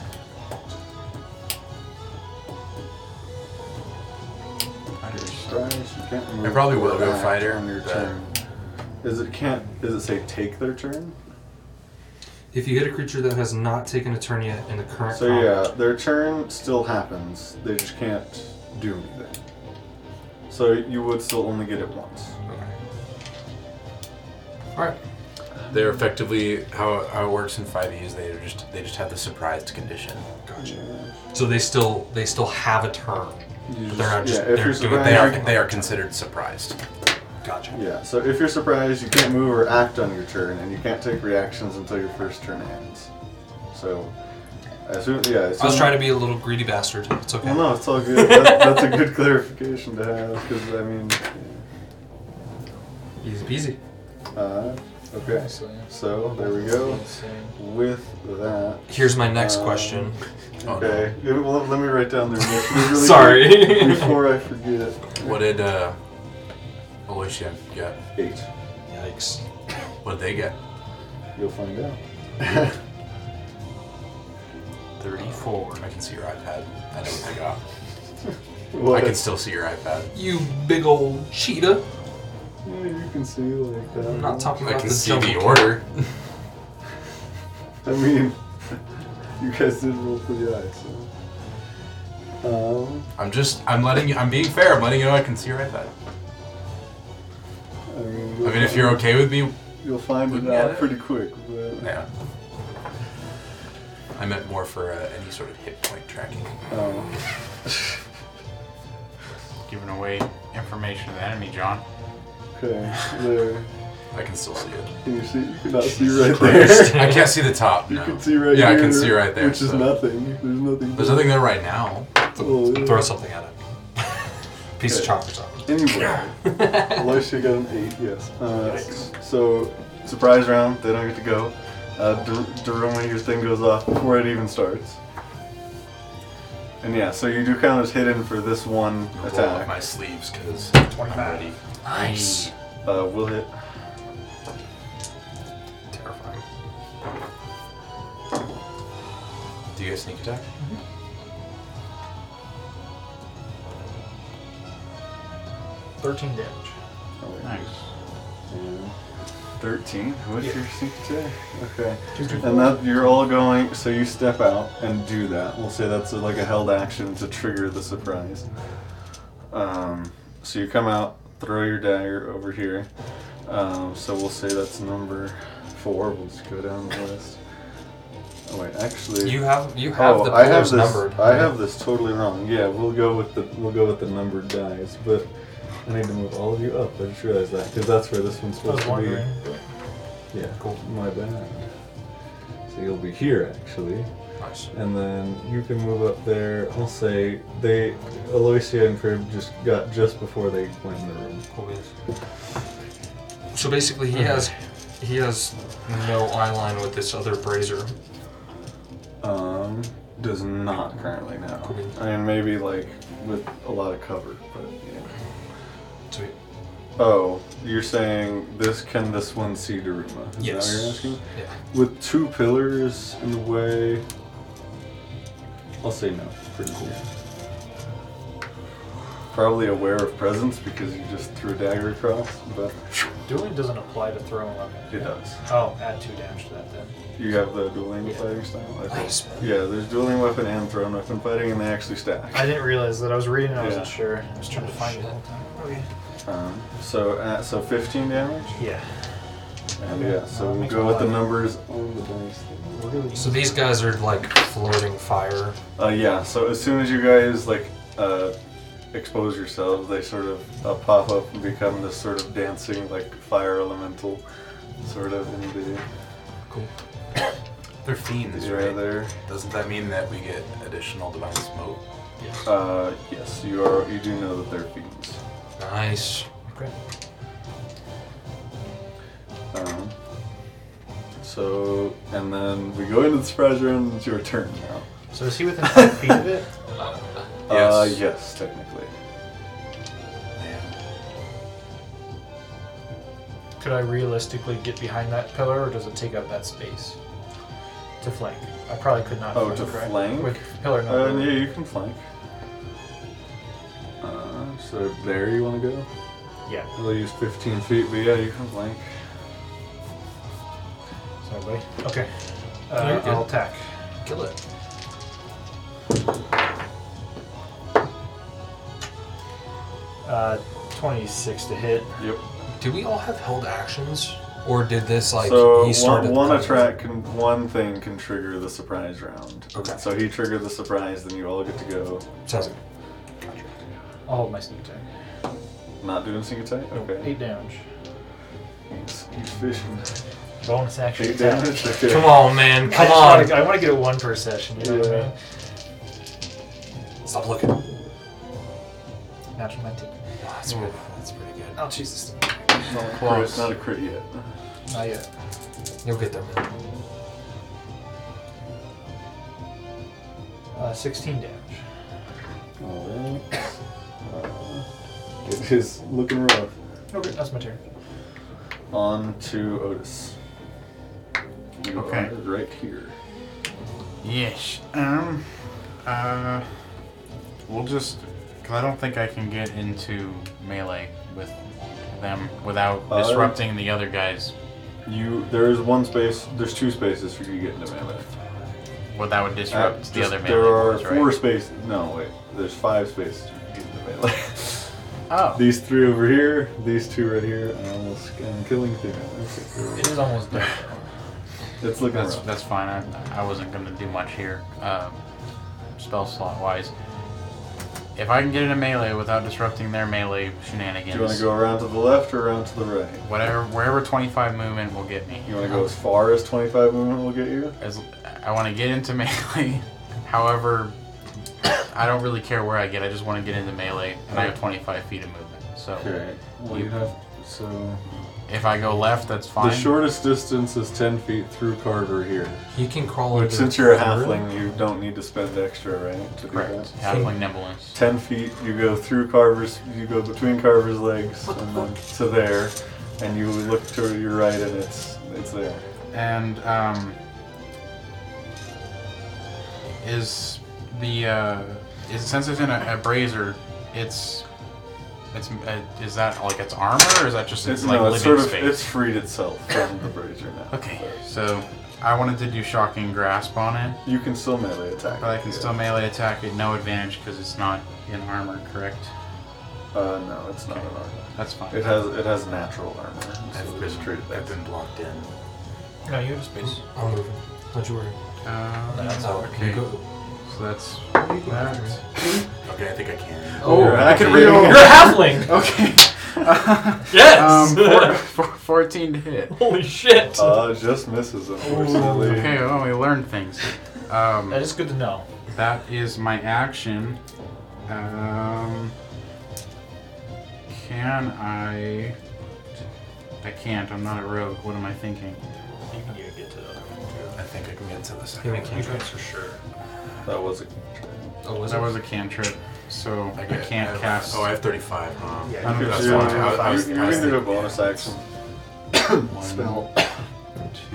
[SPEAKER 5] Fighters.
[SPEAKER 1] Surprise. You can't move.
[SPEAKER 4] I probably will
[SPEAKER 1] or
[SPEAKER 4] go
[SPEAKER 1] act
[SPEAKER 4] fighter,
[SPEAKER 1] on your
[SPEAKER 4] but-
[SPEAKER 1] turn. Is it can't? Does it say take their turn?
[SPEAKER 2] If you hit a creature that has not taken a turn yet in the current
[SPEAKER 1] So
[SPEAKER 2] combat,
[SPEAKER 1] yeah, their turn still happens. They just can't do anything. So you would still only get it once.
[SPEAKER 2] Alright.
[SPEAKER 4] They're effectively how, how it works in 5e is they just they just have the surprised condition.
[SPEAKER 2] Gotcha. So they still they still have a turn.
[SPEAKER 1] You
[SPEAKER 2] They're not just-
[SPEAKER 1] yeah, if
[SPEAKER 2] they're
[SPEAKER 1] you're
[SPEAKER 2] doing-
[SPEAKER 1] surprised,
[SPEAKER 4] They are they are considered surprised.
[SPEAKER 2] Gotcha.
[SPEAKER 1] Yeah, so if you're surprised, you can't move or act on your turn, and you can't take reactions until your first turn ends. So, I assume, yeah. I,
[SPEAKER 2] I was
[SPEAKER 1] assume-
[SPEAKER 2] trying to be a little greedy bastard. It's okay.
[SPEAKER 1] Well, no, it's all good. That, that's a good (laughs) clarification to have, because I mean,
[SPEAKER 2] Easy peasy.
[SPEAKER 1] uh, okay.
[SPEAKER 6] Obviously, yeah.
[SPEAKER 1] So there we
[SPEAKER 6] Be
[SPEAKER 1] go.
[SPEAKER 6] insane.
[SPEAKER 1] With that,
[SPEAKER 2] Here's my next
[SPEAKER 1] Um,
[SPEAKER 2] question.
[SPEAKER 4] Oh, no.
[SPEAKER 1] okay. Yeah, Well, let me write down their name
[SPEAKER 2] (laughs)
[SPEAKER 1] really quick
[SPEAKER 2] Sorry.
[SPEAKER 1] before I forget.
[SPEAKER 4] What did uh, Aloysia get?
[SPEAKER 1] Eight.
[SPEAKER 2] Yikes.
[SPEAKER 4] What did they get?
[SPEAKER 1] You'll find out.
[SPEAKER 5] 34.
[SPEAKER 4] I can see your iPad. I know what they got. I
[SPEAKER 1] What?
[SPEAKER 4] can still see your iPad.
[SPEAKER 2] You big old cheetah.
[SPEAKER 1] Yeah, you can see like that.
[SPEAKER 2] I'm not talking
[SPEAKER 4] I
[SPEAKER 2] about
[SPEAKER 4] can
[SPEAKER 2] the
[SPEAKER 4] see
[SPEAKER 2] jump
[SPEAKER 4] the
[SPEAKER 2] approach.
[SPEAKER 4] order.
[SPEAKER 1] I mean, (laughs) you guys did roll for the eye, so. Um,
[SPEAKER 4] I'm just I'm letting you I'm being fair, I'm letting you know I can see your iPad.
[SPEAKER 1] I mean,
[SPEAKER 4] I
[SPEAKER 1] you'll
[SPEAKER 4] mean if you're
[SPEAKER 1] find-
[SPEAKER 4] okay with me
[SPEAKER 1] You'll find it
[SPEAKER 4] looking at
[SPEAKER 1] out
[SPEAKER 4] it.
[SPEAKER 1] pretty quick. But,
[SPEAKER 4] Yeah. I meant more for uh, any sort of hit point tracking.
[SPEAKER 1] um,
[SPEAKER 5] Giving away information to the enemy, John.
[SPEAKER 1] okay, there.
[SPEAKER 4] I can still see it.
[SPEAKER 1] Can you see? You cannot see
[SPEAKER 4] (laughs)
[SPEAKER 1] right there.
[SPEAKER 4] I can't see the top.
[SPEAKER 1] You
[SPEAKER 4] No.
[SPEAKER 1] can see right
[SPEAKER 4] yeah,
[SPEAKER 1] here.
[SPEAKER 4] I can see right there.
[SPEAKER 1] Which is
[SPEAKER 4] so-
[SPEAKER 1] nothing. There's nothing.
[SPEAKER 4] There's nothing there right now.
[SPEAKER 1] Oh, yeah.
[SPEAKER 2] Throw something at it. (laughs) Piece of chalk or something.
[SPEAKER 1] Anyway, Alicia got an eight. Yes. Uh, so surprise round. They don't get to go. Uh, Der- Daruma, your thing goes off before it even starts. And yeah, so you do count as hidden for this one
[SPEAKER 4] I'm gonna Roll up
[SPEAKER 1] attack.
[SPEAKER 4] my sleeves because I'm
[SPEAKER 6] 25.
[SPEAKER 4] ready.
[SPEAKER 2] Nice.
[SPEAKER 1] Uh, will hit.
[SPEAKER 2] Terrifying.
[SPEAKER 4] Do you guys sneak attack?
[SPEAKER 6] Thirteen damage.
[SPEAKER 1] Oh, wait.
[SPEAKER 5] Nice.
[SPEAKER 1] And Thirteen. What's
[SPEAKER 6] Yeah.
[SPEAKER 1] your signature? Okay.
[SPEAKER 6] Two, two,
[SPEAKER 1] And
[SPEAKER 6] four.
[SPEAKER 1] that you're all going, so you step out and do that. We'll say that's a, like a held action to trigger the surprise. Um, so you come out, throw your dagger over here. Um, so we'll say that's number four. We'll just go down the list. Oh wait, actually,
[SPEAKER 2] You have you have
[SPEAKER 1] oh,
[SPEAKER 2] the
[SPEAKER 1] I have
[SPEAKER 2] pillars
[SPEAKER 1] this.
[SPEAKER 2] numbered.
[SPEAKER 1] I have this totally wrong. Yeah, we'll go with the we'll go with the numbered dice, but I need to move all of you up. I just realized that because that's where this one's
[SPEAKER 6] I
[SPEAKER 1] supposed
[SPEAKER 6] was
[SPEAKER 1] to be.
[SPEAKER 6] wondering.
[SPEAKER 1] Yeah, my bad. So you'll be here actually,
[SPEAKER 2] Nice.
[SPEAKER 1] and then you can move up there. I'll say they, Aloysia and Crib just got just before they went in the room.
[SPEAKER 2] So basically, he has he has no eye line with this other brazier.
[SPEAKER 1] Um, does not currently now.
[SPEAKER 2] Cool.
[SPEAKER 1] I mean, maybe like with a lot of cover, but yeah.
[SPEAKER 2] So he-
[SPEAKER 1] Oh, you're saying this can this one see Daruma? Is
[SPEAKER 2] yes.
[SPEAKER 1] that what you're asking?
[SPEAKER 2] Yeah.
[SPEAKER 1] With two pillars in the way, I'll say no. Pretty cool. Probably aware of presence because you just threw a dagger across, but
[SPEAKER 3] Dueling doesn't apply to throwing weapons.
[SPEAKER 1] it does.
[SPEAKER 3] Oh, add two damage to that then.
[SPEAKER 1] You have the dueling fighting style. I
[SPEAKER 2] Nice,
[SPEAKER 1] think.
[SPEAKER 2] man.
[SPEAKER 1] Yeah, there's dueling weapon and thrown weapon fighting, and they actually stack.
[SPEAKER 6] I didn't realize that I was reading. I wasn't
[SPEAKER 1] Yeah.
[SPEAKER 6] sure. I was trying to find it the whole time. Okay.
[SPEAKER 1] Um, so uh, so 15 damage.
[SPEAKER 6] Yeah.
[SPEAKER 1] And
[SPEAKER 6] Okay.
[SPEAKER 1] yeah, so
[SPEAKER 6] Uh,
[SPEAKER 1] we'll
[SPEAKER 6] makes
[SPEAKER 1] go
[SPEAKER 6] a
[SPEAKER 1] with the
[SPEAKER 6] lot.
[SPEAKER 1] numbers on the dice.
[SPEAKER 6] Really.
[SPEAKER 2] So these guys are like floating fire.
[SPEAKER 1] Uh, yeah. So as soon as you guys like uh, expose yourselves, they sort of uh, pop up and become this sort of dancing like fire elemental, sort of in the
[SPEAKER 2] Cool.
[SPEAKER 4] They're fiends,
[SPEAKER 1] air
[SPEAKER 4] right?
[SPEAKER 1] there.
[SPEAKER 4] Doesn't that mean that we get additional divine smoke?
[SPEAKER 1] Uh, yes, you are. You do know that they're fiends.
[SPEAKER 2] Nice.
[SPEAKER 3] Okay.
[SPEAKER 1] Um, so and then we go into the surprise round. It's your turn now.
[SPEAKER 6] So is he within five feet of it?
[SPEAKER 1] Uh,
[SPEAKER 4] Yes.
[SPEAKER 1] yes, technically.
[SPEAKER 4] Man.
[SPEAKER 3] Could I realistically get behind that pillar, or does it take up that space to flank? I probably could not.
[SPEAKER 1] Oh, to
[SPEAKER 3] right?
[SPEAKER 1] flank?
[SPEAKER 3] with pillar
[SPEAKER 4] Uh-huh.
[SPEAKER 1] Uh,
[SPEAKER 3] number.
[SPEAKER 1] yeah, you can flank. Uh, so there you want to go?
[SPEAKER 3] yeah.
[SPEAKER 1] They'll use 15 feet, but yeah, you can flank.
[SPEAKER 6] Sorry, buddy.
[SPEAKER 3] Okay.
[SPEAKER 2] You're
[SPEAKER 3] Uh,
[SPEAKER 2] good.
[SPEAKER 3] I'll attack.
[SPEAKER 2] Kill it.
[SPEAKER 3] Uh, 26 to hit.
[SPEAKER 1] Yep.
[SPEAKER 2] Do we all have held actions, or did this like
[SPEAKER 1] so
[SPEAKER 2] he started?
[SPEAKER 1] one, one
[SPEAKER 2] the-
[SPEAKER 1] attract can one thing can trigger the surprise round.
[SPEAKER 2] Okay.
[SPEAKER 1] So he triggered the surprise, then you all get to go.
[SPEAKER 2] Sounds good.
[SPEAKER 3] I'll hold my sneak attack.
[SPEAKER 1] Not doing sneak attack.
[SPEAKER 3] Nope,
[SPEAKER 1] Okay.
[SPEAKER 3] Eight damage.
[SPEAKER 1] He's, he's fishing.
[SPEAKER 6] Bonus action.
[SPEAKER 1] Eight (laughs)
[SPEAKER 6] attack.
[SPEAKER 1] damage. Okay.
[SPEAKER 2] Come on, man.
[SPEAKER 6] I
[SPEAKER 2] Come
[SPEAKER 6] just wanna-
[SPEAKER 2] on.
[SPEAKER 6] I want to get it one per session. You know what I
[SPEAKER 1] Yeah.
[SPEAKER 6] mean?
[SPEAKER 2] Stop looking.
[SPEAKER 6] Natural 19.
[SPEAKER 2] That's pretty, that's pretty good.
[SPEAKER 6] Oh, Jesus.
[SPEAKER 5] Not
[SPEAKER 1] Crit, not a crit yet.
[SPEAKER 6] Not yet.
[SPEAKER 2] You'll get there, man.
[SPEAKER 6] Uh, 16 damage.
[SPEAKER 1] Alright. Uh, it is looking rough.
[SPEAKER 6] Okay, that's my turn.
[SPEAKER 1] On to Otis. You
[SPEAKER 5] Okay.
[SPEAKER 1] are right here.
[SPEAKER 5] Yes. Um. Uh. We'll just, cause I don't think I can get into melee with them without
[SPEAKER 1] Uh,
[SPEAKER 5] disrupting the other guys.
[SPEAKER 1] You there is one space. There's two spaces for you to get into melee.
[SPEAKER 5] Well, that would
[SPEAKER 1] Uh,
[SPEAKER 5] disrupt the
[SPEAKER 1] just-
[SPEAKER 5] other melee.
[SPEAKER 1] there are
[SPEAKER 5] ones,
[SPEAKER 1] four
[SPEAKER 5] right?
[SPEAKER 1] spaces. No, wait. There's five spaces you can get into melee.
[SPEAKER 5] Oh.
[SPEAKER 1] (laughs) these three over here. These two right here. And I'm, almost, I'm killing three.
[SPEAKER 3] It is almost done.
[SPEAKER 1] It's looking
[SPEAKER 5] That's
[SPEAKER 1] rough.
[SPEAKER 5] that's fine. I, I wasn't gonna do much here, um, spell slot wise. If I can get into melee without disrupting their melee
[SPEAKER 1] Do
[SPEAKER 5] shenanigans,
[SPEAKER 1] you want to go around to the left or around to the right?
[SPEAKER 5] whatever wherever 25 movement will get me.
[SPEAKER 1] You want to go as far as 25 movement will get you?
[SPEAKER 5] As I want to get into (laughs) melee. However, I don't really care where I get. I just want to get into melee, and I have 25 feet of movement. So
[SPEAKER 1] Okay. Well,
[SPEAKER 5] You-
[SPEAKER 1] you have so
[SPEAKER 5] if I go left, that's fine.
[SPEAKER 1] the shortest distance is 10 feet through Carter here.
[SPEAKER 2] He can crawl
[SPEAKER 1] Which
[SPEAKER 2] under
[SPEAKER 1] since you're a
[SPEAKER 2] through.
[SPEAKER 1] halfling, you don't need to spend extra, right? To do
[SPEAKER 5] Correct.
[SPEAKER 1] that?
[SPEAKER 5] Halfling nimbleness.
[SPEAKER 1] 10 feet, you go through Carver's, you go between Carver's legs and then to there, and you look to your right and it's it's there.
[SPEAKER 5] And um, is the uh, is since it's in a, a brazier, it's It's uh, is that like its armor or is that just its,
[SPEAKER 1] It's,
[SPEAKER 5] like
[SPEAKER 1] no,
[SPEAKER 5] living
[SPEAKER 1] it's sort of
[SPEAKER 5] space?
[SPEAKER 1] it's freed itself from the brazier now.
[SPEAKER 5] (laughs) Okay, so I wanted to do shocking grasp on it,
[SPEAKER 1] You can still melee attack.
[SPEAKER 5] but I can
[SPEAKER 1] yeah.
[SPEAKER 5] still melee attack at no advantage because it's not in armor, correct?
[SPEAKER 1] Uh, no, it's not an armor.
[SPEAKER 5] That's fine.
[SPEAKER 1] It has it has natural armor. So
[SPEAKER 4] I've
[SPEAKER 1] it's
[SPEAKER 4] been,
[SPEAKER 1] treated that.
[SPEAKER 4] I've
[SPEAKER 1] (laughs)
[SPEAKER 4] been blocked in.
[SPEAKER 3] (laughs) No, you have space.
[SPEAKER 2] I'm moving. Don't you worry. Oh,
[SPEAKER 5] Uh,
[SPEAKER 3] how
[SPEAKER 5] okay, so that's that.
[SPEAKER 4] Okay, I think I can.
[SPEAKER 5] Oh,
[SPEAKER 1] You're
[SPEAKER 5] I can
[SPEAKER 1] halfling.
[SPEAKER 5] read.
[SPEAKER 3] You're a halfling!
[SPEAKER 5] (laughs) Okay.
[SPEAKER 3] Yes!
[SPEAKER 5] um, four, four, 14 to hit.
[SPEAKER 3] Holy shit!
[SPEAKER 1] (laughs) Uh, just misses unfortunately.
[SPEAKER 5] Oh, Okay, well, we learned things. Um,
[SPEAKER 3] that is good to know.
[SPEAKER 5] That is my action. Um, can I? I can't. I'm not a rogue. What am I thinking?
[SPEAKER 3] You can get get to the other
[SPEAKER 4] I think I can get to the
[SPEAKER 2] You
[SPEAKER 4] second
[SPEAKER 2] have a
[SPEAKER 4] one.
[SPEAKER 2] cantrip?
[SPEAKER 3] for sure.
[SPEAKER 1] That was a
[SPEAKER 2] Oh, was
[SPEAKER 5] That
[SPEAKER 2] it?
[SPEAKER 5] was a cantrip, so I,
[SPEAKER 4] get-
[SPEAKER 5] can't
[SPEAKER 4] have-
[SPEAKER 5] cast.
[SPEAKER 4] Oh, I have 35, huh?
[SPEAKER 6] Yeah,
[SPEAKER 1] You
[SPEAKER 5] I don't know,
[SPEAKER 1] could
[SPEAKER 5] that's
[SPEAKER 1] do-
[SPEAKER 5] fine.
[SPEAKER 4] I was- I
[SPEAKER 1] you-
[SPEAKER 4] was-
[SPEAKER 1] you
[SPEAKER 4] I
[SPEAKER 1] can do a
[SPEAKER 4] was thinking-
[SPEAKER 1] bonus action
[SPEAKER 4] One,
[SPEAKER 1] spell.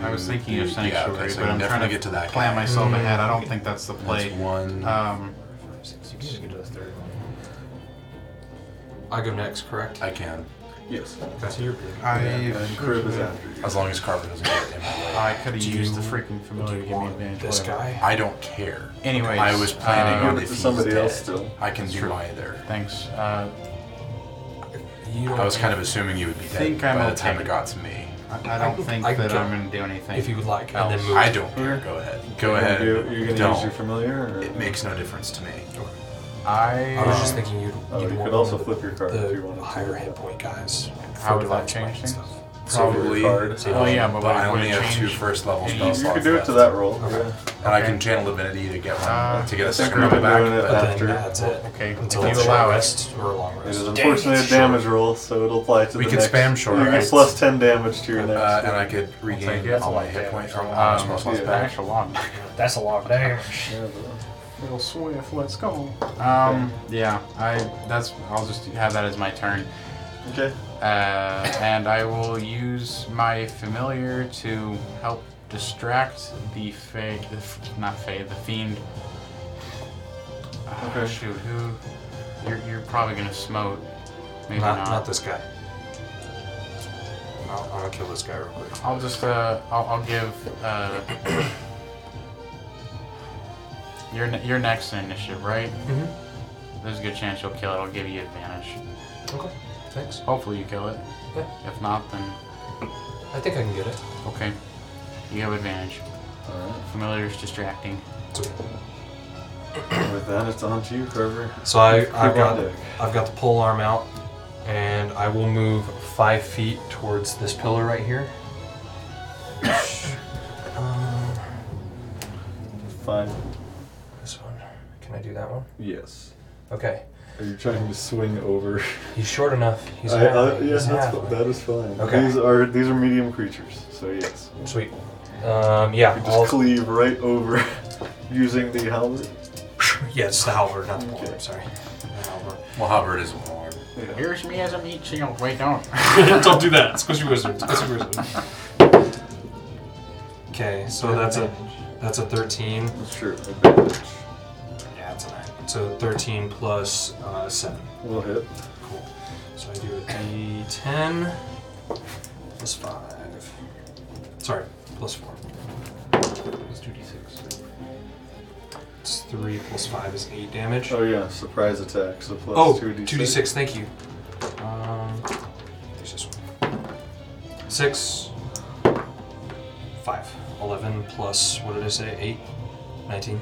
[SPEAKER 5] I was
[SPEAKER 4] two,
[SPEAKER 5] thinking of
[SPEAKER 4] three.
[SPEAKER 5] sanctuary,
[SPEAKER 4] Yeah, okay, so
[SPEAKER 5] but
[SPEAKER 4] I
[SPEAKER 5] I'm trying
[SPEAKER 4] definitely
[SPEAKER 5] to
[SPEAKER 4] get to that.
[SPEAKER 5] plan
[SPEAKER 4] guy.
[SPEAKER 5] myself ahead. I don't think that's the play.
[SPEAKER 4] That's one.
[SPEAKER 5] Um,
[SPEAKER 3] You can get to the third one.
[SPEAKER 2] I go next, correct?
[SPEAKER 4] I can,
[SPEAKER 1] Yes.
[SPEAKER 2] That's your big.
[SPEAKER 5] I
[SPEAKER 1] And Crib is after you.
[SPEAKER 4] as long as Carver doesn't get in my way.
[SPEAKER 5] I could have
[SPEAKER 2] Do
[SPEAKER 5] used the
[SPEAKER 2] you-
[SPEAKER 5] freaking familiar to give me
[SPEAKER 2] want
[SPEAKER 5] advantage.
[SPEAKER 2] this
[SPEAKER 5] whatever.
[SPEAKER 2] guy?
[SPEAKER 4] I don't care.
[SPEAKER 5] Anyways,
[SPEAKER 4] I was planning
[SPEAKER 5] uh,
[SPEAKER 4] on
[SPEAKER 1] Give it
[SPEAKER 4] if
[SPEAKER 1] to
[SPEAKER 4] he's
[SPEAKER 1] somebody
[SPEAKER 4] dead.
[SPEAKER 1] else still.
[SPEAKER 4] I can do either.
[SPEAKER 5] Thanks. Uh,
[SPEAKER 2] You don't
[SPEAKER 4] I was kind of assuming you would be dead
[SPEAKER 5] Think I'm
[SPEAKER 4] by the time
[SPEAKER 5] okay.
[SPEAKER 4] it got to me.
[SPEAKER 5] I, I don't think
[SPEAKER 2] I
[SPEAKER 5] that
[SPEAKER 2] can-
[SPEAKER 5] I'm going to do anything.
[SPEAKER 2] If you would like,
[SPEAKER 5] else.
[SPEAKER 2] and then move.
[SPEAKER 4] I don't care. Go ahead. Go
[SPEAKER 1] You're
[SPEAKER 4] ahead.
[SPEAKER 1] gonna do- You're gonna use
[SPEAKER 4] don't.
[SPEAKER 1] your familiar. Or?
[SPEAKER 4] It makes no difference to me.
[SPEAKER 5] I,
[SPEAKER 2] I was just thinking you'd.
[SPEAKER 1] Oh,
[SPEAKER 2] you'd
[SPEAKER 1] you
[SPEAKER 2] want
[SPEAKER 1] could also
[SPEAKER 2] one of the-
[SPEAKER 1] flip your card if you wanted to.
[SPEAKER 2] The higher hit point guys.
[SPEAKER 5] How
[SPEAKER 2] for
[SPEAKER 5] would that
[SPEAKER 2] divine
[SPEAKER 5] change
[SPEAKER 2] smite and
[SPEAKER 5] things?
[SPEAKER 2] stuff.
[SPEAKER 1] Probably.
[SPEAKER 5] Oh, yeah, but what-
[SPEAKER 4] I
[SPEAKER 5] what
[SPEAKER 4] only
[SPEAKER 5] it
[SPEAKER 4] have two
[SPEAKER 5] changed-
[SPEAKER 4] first level
[SPEAKER 5] You-
[SPEAKER 4] spell
[SPEAKER 5] you
[SPEAKER 1] You
[SPEAKER 4] slots
[SPEAKER 1] could do it
[SPEAKER 4] left.
[SPEAKER 1] to that roll.
[SPEAKER 2] Okay.
[SPEAKER 1] Yeah.
[SPEAKER 4] And I can channel divinity to get one
[SPEAKER 5] Uh,
[SPEAKER 4] to get
[SPEAKER 1] I
[SPEAKER 4] a
[SPEAKER 1] think
[SPEAKER 4] scrub
[SPEAKER 1] we've been
[SPEAKER 4] back.
[SPEAKER 1] doing it
[SPEAKER 4] but-
[SPEAKER 2] But
[SPEAKER 1] After.
[SPEAKER 2] then that's it.
[SPEAKER 5] um, Okay, if
[SPEAKER 2] Until
[SPEAKER 5] you
[SPEAKER 2] it's
[SPEAKER 5] allow
[SPEAKER 2] short
[SPEAKER 5] it.
[SPEAKER 2] rest or a long
[SPEAKER 1] It
[SPEAKER 2] rest.
[SPEAKER 1] is unfortunately a
[SPEAKER 4] short.
[SPEAKER 1] damage roll, so it'll apply to
[SPEAKER 4] We
[SPEAKER 1] the
[SPEAKER 4] can
[SPEAKER 1] next.
[SPEAKER 4] spam short,
[SPEAKER 1] You get
[SPEAKER 4] right?
[SPEAKER 1] plus ten damage to your next.
[SPEAKER 4] Uh, and I could regain
[SPEAKER 5] that's a
[SPEAKER 4] all
[SPEAKER 5] lot
[SPEAKER 4] my
[SPEAKER 5] of
[SPEAKER 4] hit points,
[SPEAKER 5] damage.
[SPEAKER 4] or all my
[SPEAKER 5] Um,
[SPEAKER 4] spell slots
[SPEAKER 1] yeah.
[SPEAKER 4] back.
[SPEAKER 5] That's a lot.
[SPEAKER 3] That's a lot of damage.
[SPEAKER 1] Yeah,
[SPEAKER 5] Little swift, let's go. Um, yeah, I that's I'll just have that as my turn,
[SPEAKER 1] but- okay.
[SPEAKER 5] uh, and I will use my familiar to help distract the fae, the, f- not fae, the fiend. Ah,
[SPEAKER 1] Okay.
[SPEAKER 5] Shoot, who? You're, you're probably gonna smote. Maybe
[SPEAKER 2] Not,
[SPEAKER 5] not.
[SPEAKER 2] not. this guy. I'll, I'll kill this guy real quick.
[SPEAKER 5] I'll just uh, I'll, I'll give uh, you're ne- you're next in initiative, right?
[SPEAKER 2] Mm-hmm.
[SPEAKER 5] There's a good chance you'll kill it. I'll give you advantage.
[SPEAKER 2] Okay. Thanks.
[SPEAKER 5] Hopefully you kill it.
[SPEAKER 2] Yeah.
[SPEAKER 5] If not, then
[SPEAKER 2] I think I can get it.
[SPEAKER 5] okay, you have advantage.
[SPEAKER 1] Alright.
[SPEAKER 5] Familiar's distracting.
[SPEAKER 2] It's okay.
[SPEAKER 1] With that, it's on to you, Carver.
[SPEAKER 2] So I, I've
[SPEAKER 1] Click on
[SPEAKER 2] got
[SPEAKER 1] deck.
[SPEAKER 2] I've got the pole arm out, and I will move five feet towards this pillar right here. (coughs) um,
[SPEAKER 1] Fine.
[SPEAKER 2] this one. Can I do that one?
[SPEAKER 1] Yes.
[SPEAKER 2] Okay.
[SPEAKER 1] Are you trying to swing over?
[SPEAKER 2] He's short enough. He's
[SPEAKER 1] I, I,
[SPEAKER 2] halfway.
[SPEAKER 1] yeah,
[SPEAKER 2] He's
[SPEAKER 1] that's,
[SPEAKER 2] halfway.
[SPEAKER 1] fi- that is fine.
[SPEAKER 2] Okay.
[SPEAKER 1] These are these are medium creatures, so yes.
[SPEAKER 2] Sweet. Um, yeah.
[SPEAKER 1] You just
[SPEAKER 2] I'll,
[SPEAKER 1] cleave right over (laughs) using the halberd.
[SPEAKER 2] (laughs) yeah, it's the halberd, not the pole
[SPEAKER 1] Okay.
[SPEAKER 2] arm. Sorry. The halberd.
[SPEAKER 4] Well, Hubbard is warm.
[SPEAKER 1] Yeah.
[SPEAKER 5] Here's me as a meat shield. Wait, (laughs) don't.
[SPEAKER 2] (laughs) Don't do that. Squishy wizard. Squishy wizard. Okay, so that's a that's a thirteen.
[SPEAKER 1] That's true. Advantage.
[SPEAKER 2] Yeah, that's a nine. So thirteen plus uh, seven.
[SPEAKER 1] Will hit.
[SPEAKER 2] Cool. So I do a D10 plus five. Sorry, plus four.
[SPEAKER 3] Let's do d6.
[SPEAKER 2] It's three plus five is eight damage.
[SPEAKER 1] Oh yeah, surprise attack. So plus
[SPEAKER 2] oh,
[SPEAKER 1] two d
[SPEAKER 2] 2d6. Thank you. Um, there's this one. Six. Five. Eleven plus what did I say? Eight. Nineteen.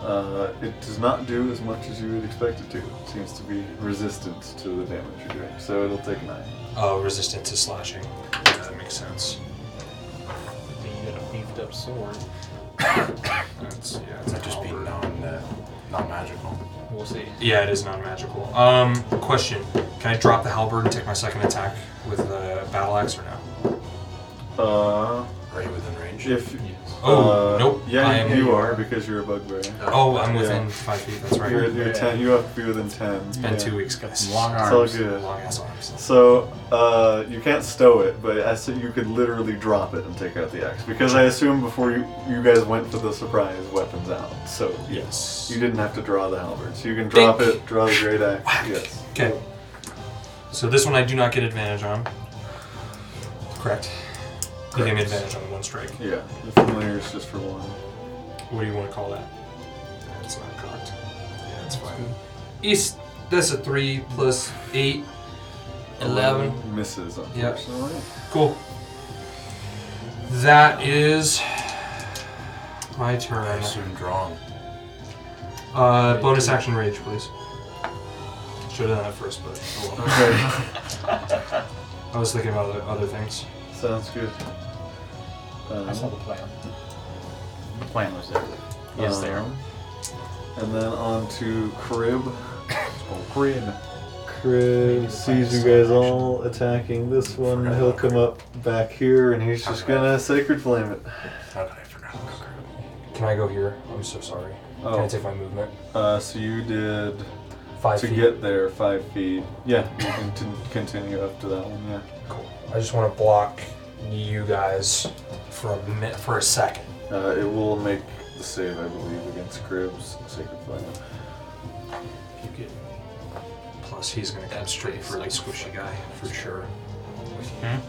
[SPEAKER 1] Uh, it does not do as much as you would expect it to. It seems to be resistant to the damage you're doing, so it'll take nine.
[SPEAKER 2] Oh, resistant to slashing. Yeah, that makes sense.
[SPEAKER 3] You got a beefed up sword.
[SPEAKER 2] That's yeah. It's
[SPEAKER 4] It's not just be
[SPEAKER 2] halberd.
[SPEAKER 4] non, uh, non-magical.
[SPEAKER 3] We'll see.
[SPEAKER 2] Yeah, it is non-magical. Um, question: Can I drop the halberd and take my second attack with the battle axe or no?
[SPEAKER 1] Uh,
[SPEAKER 4] Right within range.
[SPEAKER 1] if
[SPEAKER 2] Oh,
[SPEAKER 1] uh,
[SPEAKER 2] nope,
[SPEAKER 1] Yeah,
[SPEAKER 2] I am-
[SPEAKER 1] you are because you're a bugbear.
[SPEAKER 2] Oh, I'm
[SPEAKER 1] Yeah.
[SPEAKER 2] within five feet. That's right.
[SPEAKER 1] You're, you're
[SPEAKER 3] Yeah.
[SPEAKER 1] ten. You have to be within ten.
[SPEAKER 2] It's been two weeks, guys.
[SPEAKER 5] Long
[SPEAKER 1] It's all
[SPEAKER 5] arms.
[SPEAKER 1] good.
[SPEAKER 2] Long ass arms.
[SPEAKER 1] So uh, you can't stow it, but I said you could literally drop it and take out the axe because I assume before you you guys went for the surprise weapons out. So
[SPEAKER 2] Yes.
[SPEAKER 1] you didn't have to draw the halberd, so you can drop
[SPEAKER 2] Dink.
[SPEAKER 1] it, draw the great axe. Yes.
[SPEAKER 2] Okay. So this one I do not get advantage on. Correct. You gave me advantage on one strike.
[SPEAKER 1] Yeah, the familiar is just for one.
[SPEAKER 2] What do you want to call that? That's not cocked.
[SPEAKER 6] Yeah, it's fine.
[SPEAKER 2] East. That's a three plus eight. Eleven.
[SPEAKER 1] misses,
[SPEAKER 2] Yep.
[SPEAKER 1] unfortunately.
[SPEAKER 2] Cool. That is my turn.
[SPEAKER 4] I assume drawn.
[SPEAKER 2] Uh, bonus action rage, please. Should have done that first, but oh well. (laughs)
[SPEAKER 1] (laughs) Okay,
[SPEAKER 2] I was thinking about other, other things.
[SPEAKER 1] sounds good.
[SPEAKER 3] I saw
[SPEAKER 1] Um,
[SPEAKER 3] the plan.
[SPEAKER 5] The plan was there. Yes,
[SPEAKER 1] Um,
[SPEAKER 5] there.
[SPEAKER 1] and then on to Crib.
[SPEAKER 5] Oh, crib.
[SPEAKER 1] Crib sees you guys all attacking this one. He'll come up back here and he's just gonna Sacred Flame it.
[SPEAKER 4] How did I forget about Kirby?
[SPEAKER 2] Can I go here? I'm so sorry. Can I
[SPEAKER 1] Oh,
[SPEAKER 2] take my movement?
[SPEAKER 1] uh, so you did
[SPEAKER 2] Five
[SPEAKER 1] to
[SPEAKER 2] feet.
[SPEAKER 1] get there five feet. Yeah, you can t- continue up to that one. Yeah.
[SPEAKER 2] Cool. I just want to block you guys for a minute, for a second.
[SPEAKER 1] Uh, it will make the save, I believe, against Crib's Sacred Flame.
[SPEAKER 3] You get
[SPEAKER 2] Plus, he's gonna come straight for the squishy guy for sure.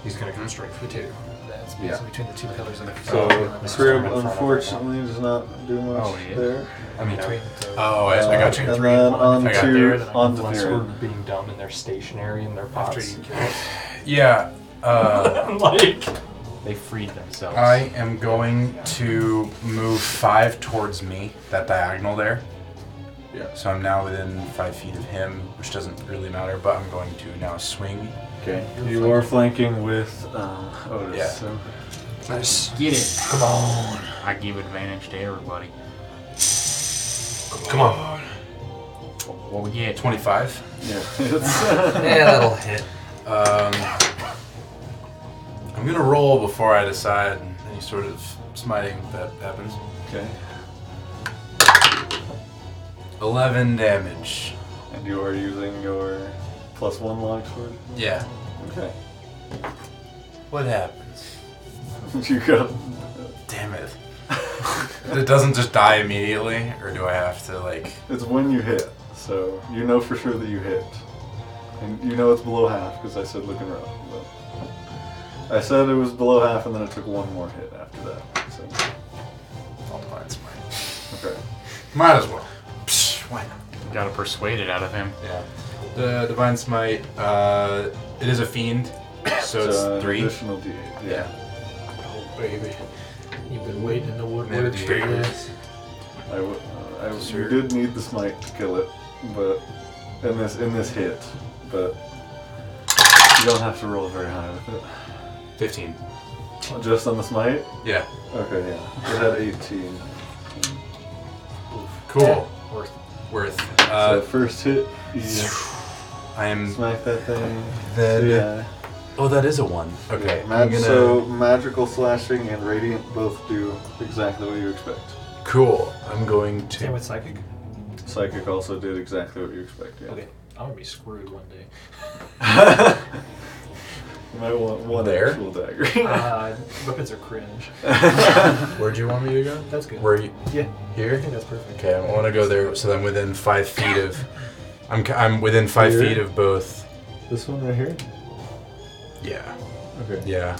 [SPEAKER 2] He's gonna come straight for two.
[SPEAKER 6] That's
[SPEAKER 1] Yeah.
[SPEAKER 6] basically between the two pillars. Like,
[SPEAKER 1] So
[SPEAKER 2] it's
[SPEAKER 1] Crib,
[SPEAKER 2] right in front of it.
[SPEAKER 1] unfortunately, does not do much
[SPEAKER 5] Oh, yeah.
[SPEAKER 1] there. Uh,
[SPEAKER 2] I mean,
[SPEAKER 6] between
[SPEAKER 2] I,
[SPEAKER 6] the,
[SPEAKER 4] Oh, I, I got you.
[SPEAKER 1] And
[SPEAKER 6] three
[SPEAKER 1] then
[SPEAKER 6] and one.
[SPEAKER 1] on
[SPEAKER 4] I got
[SPEAKER 6] there,
[SPEAKER 1] to
[SPEAKER 6] then I
[SPEAKER 1] on to
[SPEAKER 2] unless we're
[SPEAKER 1] Theron.
[SPEAKER 2] being dumb and they're stationary in their
[SPEAKER 6] after (laughs)
[SPEAKER 2] pots.
[SPEAKER 6] you kill it.
[SPEAKER 4] Yeah. Uh,
[SPEAKER 2] like,
[SPEAKER 5] They freed themselves.
[SPEAKER 4] I am going to move five towards me, that diagonal there.
[SPEAKER 1] Yeah.
[SPEAKER 4] So I'm now within five feet of him, which doesn't really matter, but I'm going to now swing.
[SPEAKER 1] Okay. You are flanking with um, Otis.
[SPEAKER 4] Yeah.
[SPEAKER 1] So.
[SPEAKER 2] nice.
[SPEAKER 5] Get it.
[SPEAKER 2] Come on.
[SPEAKER 5] I give advantage to everybody.
[SPEAKER 2] Come on.
[SPEAKER 5] What we get?
[SPEAKER 4] 25. (laughs)
[SPEAKER 1] Yeah. (laughs) It's- uh,
[SPEAKER 2] Yeah, that'll hit.
[SPEAKER 4] Um, I'm going to roll before I decide any sort of smiting that happens.
[SPEAKER 1] okay.
[SPEAKER 4] 11 damage.
[SPEAKER 1] And you are using your plus one longsword.
[SPEAKER 4] Yeah.
[SPEAKER 1] Okay.
[SPEAKER 4] What happens?
[SPEAKER 1] (laughs) you got. (laughs)
[SPEAKER 4] Damn it. (laughs) it doesn't just die immediately, or do I have to, like.
[SPEAKER 1] It's when you hit, so you know for sure that you hit, and you know it's below half because I said looking rough. But I said it was below half, and then it took one more hit after that. So
[SPEAKER 4] I'll blind smite.
[SPEAKER 1] okay.
[SPEAKER 4] Might as well. Psh, why not?
[SPEAKER 5] Gotta persuade it out of him.
[SPEAKER 4] Yeah. The Divine Smite, uh, it is a fiend, so
[SPEAKER 1] an
[SPEAKER 4] it's three.
[SPEAKER 1] uh, Additional d8.
[SPEAKER 4] Yeah.
[SPEAKER 1] Yeah.
[SPEAKER 6] Oh, baby. You've been waiting in the
[SPEAKER 4] Never
[SPEAKER 6] woodworks
[SPEAKER 4] do.
[SPEAKER 6] for this.
[SPEAKER 1] I, w- uh, I
[SPEAKER 4] Sure.
[SPEAKER 1] you did need the smite to kill it, but in this in this hit, but you don't have to roll very high with it.
[SPEAKER 4] 15.
[SPEAKER 1] Just on the smite?
[SPEAKER 4] Yeah.
[SPEAKER 1] Okay, yeah. It had 18.
[SPEAKER 4] Cool.
[SPEAKER 6] Worth
[SPEAKER 4] Worth.
[SPEAKER 1] so
[SPEAKER 4] Uh,
[SPEAKER 1] first hit, you just
[SPEAKER 4] I am.
[SPEAKER 1] smack that thing.
[SPEAKER 4] Then-
[SPEAKER 1] yeah.
[SPEAKER 4] Oh, that is a one. Okay.
[SPEAKER 1] Yeah,
[SPEAKER 4] I'm
[SPEAKER 1] mag-
[SPEAKER 4] gonna.
[SPEAKER 1] So magical slashing and radiant both do exactly what you expect.
[SPEAKER 4] cool. I'm going
[SPEAKER 6] it. Same
[SPEAKER 4] to.
[SPEAKER 6] with psychic.
[SPEAKER 1] Psychic also did exactly what you expect. Yeah.
[SPEAKER 6] Okay, I'm gonna be screwed one day.
[SPEAKER 1] (laughs) you might want one
[SPEAKER 4] There?
[SPEAKER 1] actual dagger.
[SPEAKER 4] Ah,
[SPEAKER 6] Uh, weapons are cringe.
[SPEAKER 1] (laughs)
[SPEAKER 4] Where do you want me to go?
[SPEAKER 6] That's good.
[SPEAKER 4] Where you?
[SPEAKER 6] Yeah, I
[SPEAKER 4] Here?
[SPEAKER 6] think that's perfect.
[SPEAKER 4] Okay, I want to go there so that I'm within five feet of. I'm, c- I'm within five
[SPEAKER 1] Here?
[SPEAKER 4] feet of both.
[SPEAKER 1] this one right here.
[SPEAKER 4] Yeah.
[SPEAKER 1] Okay.
[SPEAKER 4] Yeah.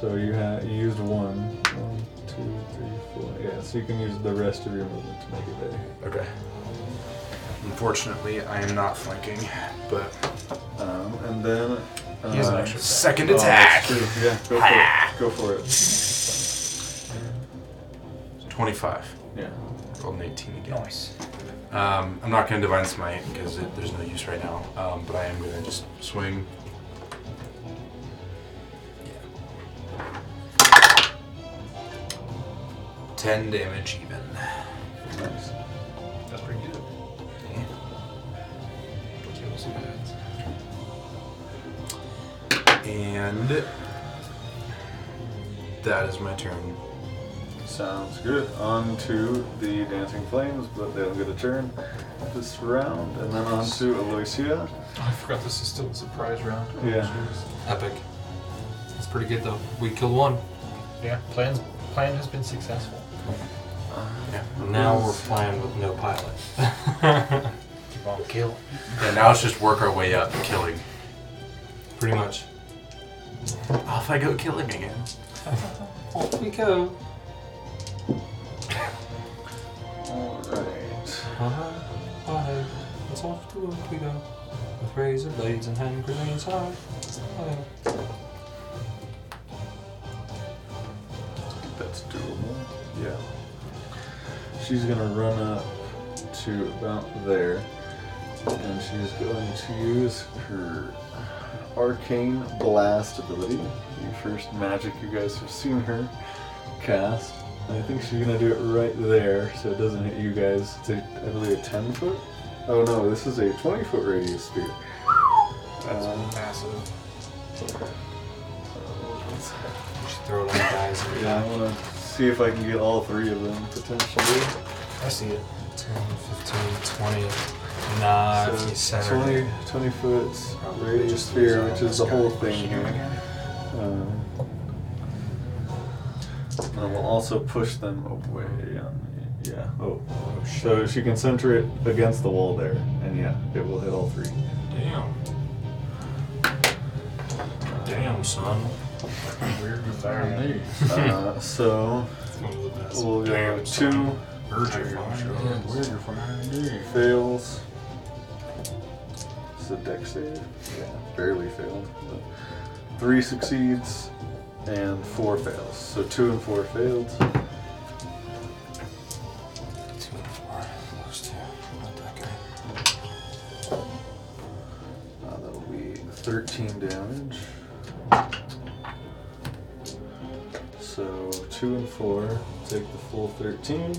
[SPEAKER 1] So you ha- you used one. One, two, three, four. Yeah. So you can use the rest of your movement to make it there.
[SPEAKER 4] Okay. Unfortunately, I am not flanking, but.
[SPEAKER 1] Um, and then. Uh,
[SPEAKER 6] He has an extra set.
[SPEAKER 4] Second
[SPEAKER 1] oh,
[SPEAKER 4] attack!
[SPEAKER 1] that's true. Yeah. Go for it. Go for it.
[SPEAKER 4] 25.
[SPEAKER 1] Yeah.
[SPEAKER 4] Rolled an 18 again.
[SPEAKER 6] Nice.
[SPEAKER 4] Um, I'm not going to Divine Smite because it, there's no use right now, um, but I am going to just swing. Yeah. 10 damage even.
[SPEAKER 1] Nice.
[SPEAKER 6] That's pretty good.
[SPEAKER 4] And that is my turn.
[SPEAKER 1] Sounds good. On to the Dancing Flames, but they don't get a turn this round. And then on to Aloysia.
[SPEAKER 6] I forgot this is still the surprise round.
[SPEAKER 1] Yeah.
[SPEAKER 2] Epic. That's pretty good though. We killed one.
[SPEAKER 6] Yeah, plans plan has been successful.
[SPEAKER 4] Yeah.
[SPEAKER 2] Now we're flying with no pilot. (laughs)
[SPEAKER 6] Keep on kill.
[SPEAKER 4] And now it's just work our way up, killing.
[SPEAKER 2] Pretty much.
[SPEAKER 4] Off I go killing again.
[SPEAKER 2] Off we go.
[SPEAKER 1] Alright.
[SPEAKER 2] Hi, hi, let's off to work we go. With razor blades and hand grenades, hi. hi.
[SPEAKER 1] That's doable. Yeah. She's gonna run up to about there, and she's going to use her arcane blast ability, the first magic you guys have seen her cast. And I think she's gonna do it right there, so it doesn't hit you guys. It's a, I believe, a 10 foot. Oh no, this is a 20 foot radius sphere. Um,
[SPEAKER 6] Massive.
[SPEAKER 2] You should throw it on the (laughs) guys.
[SPEAKER 1] yeah, I'm gonna see if I can get all three of them potentially.
[SPEAKER 6] I see it.
[SPEAKER 2] 10, 15, 20. Nah, if you
[SPEAKER 1] So
[SPEAKER 2] center
[SPEAKER 1] 20,
[SPEAKER 2] it.
[SPEAKER 1] 20 foot
[SPEAKER 2] Probably
[SPEAKER 1] radius
[SPEAKER 2] just
[SPEAKER 1] sphere,
[SPEAKER 2] lose
[SPEAKER 1] which
[SPEAKER 2] all
[SPEAKER 1] is the
[SPEAKER 2] this
[SPEAKER 1] whole
[SPEAKER 2] guy.
[SPEAKER 1] thing here. Um, and we'll also push them away. On the, yeah. Oh. So she can center it against the wall there, and yeah, it will hit all three.
[SPEAKER 2] Damn. Damn, son.
[SPEAKER 6] Weird with that.
[SPEAKER 1] uh, so we'll go
[SPEAKER 2] Damn,
[SPEAKER 1] two
[SPEAKER 2] Urgent.
[SPEAKER 1] fails. It's a dex save. Yeah, barely failed. but Three succeeds and four fails. So two and four failed.
[SPEAKER 2] Two and four. Those two. Not that guy.
[SPEAKER 1] Uh, that'll be 13 damage. So 2 and 4, take the full 13.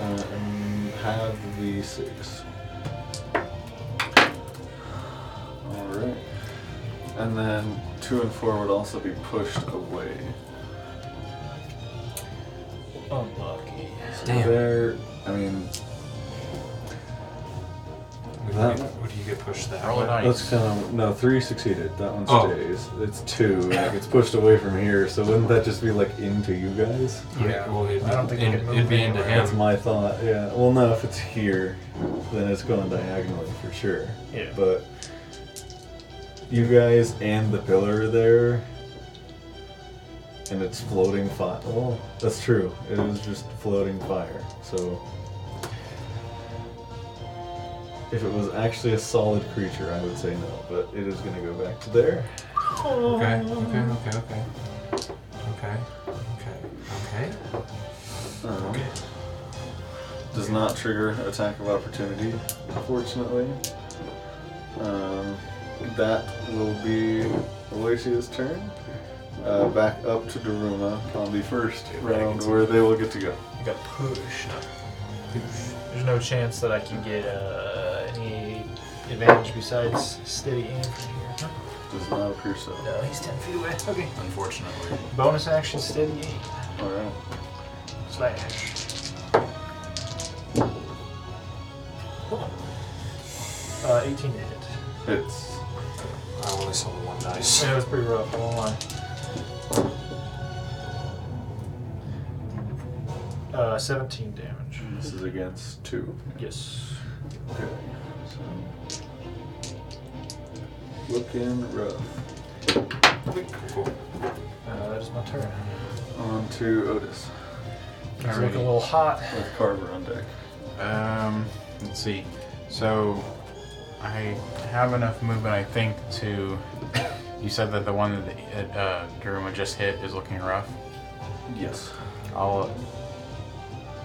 [SPEAKER 1] Uh, and have the 6. Alright. And then 2 and 4 would also be pushed away.
[SPEAKER 3] Unlucky.
[SPEAKER 1] So
[SPEAKER 2] Damn.
[SPEAKER 1] They're, I mean,
[SPEAKER 2] Would you, get, would you get pushed that
[SPEAKER 5] Roll a
[SPEAKER 2] way?
[SPEAKER 5] dice.
[SPEAKER 1] That's kind of no three succeeded. That one
[SPEAKER 2] Oh.
[SPEAKER 1] stays. It's two. Like it's pushed away from here. So wouldn't that just be like into you guys?
[SPEAKER 2] Yeah, well, it'd,
[SPEAKER 6] I don't think
[SPEAKER 2] it'd,
[SPEAKER 6] it can
[SPEAKER 2] it'd be
[SPEAKER 6] move
[SPEAKER 2] into
[SPEAKER 6] anywhere.
[SPEAKER 1] That's
[SPEAKER 2] him.
[SPEAKER 1] my thought. Yeah. Well, no. If it's here, then it's going diagonally for sure.
[SPEAKER 6] Yeah.
[SPEAKER 1] But you guys and the pillar are there, and it's floating fire. Well, that's true. It is just floating fire. So. If it was actually a solid creature, I would say no, but it is going to go back to there.
[SPEAKER 2] Okay, okay, okay, okay. Okay, okay, okay.
[SPEAKER 1] Um, does not trigger attack of opportunity, unfortunately. Um, that will be Aloysius' turn. Uh, back up to Daruma on the first round where they will get to go.
[SPEAKER 6] I got pushed. There's no chance that I can get uh, any advantage besides steady aim from here.
[SPEAKER 1] Does not appear so.
[SPEAKER 6] No, he's 10 feet away. Okay.
[SPEAKER 4] Unfortunately.
[SPEAKER 6] Bonus action, steady aim.
[SPEAKER 1] Alright.
[SPEAKER 6] Slash. Uh, 18 to hit.
[SPEAKER 1] It's.
[SPEAKER 2] I only saw the one dice.
[SPEAKER 6] Yeah, it was pretty rough, I won't lie. Uh, 17 damage.
[SPEAKER 1] This is against two.
[SPEAKER 6] Yes.
[SPEAKER 1] Okay. So. Looking rough.
[SPEAKER 2] Cool.
[SPEAKER 6] Uh, that is my turn.
[SPEAKER 1] On to Otis
[SPEAKER 6] It's
[SPEAKER 5] Alrighty.
[SPEAKER 6] looking a little hot.
[SPEAKER 1] with Carver on deck.
[SPEAKER 5] Um, let's see. So, I have enough movement, I think, to. (coughs) You said that the one that the, uh, Daruma just hit is looking rough.
[SPEAKER 1] Yes.
[SPEAKER 5] I'll.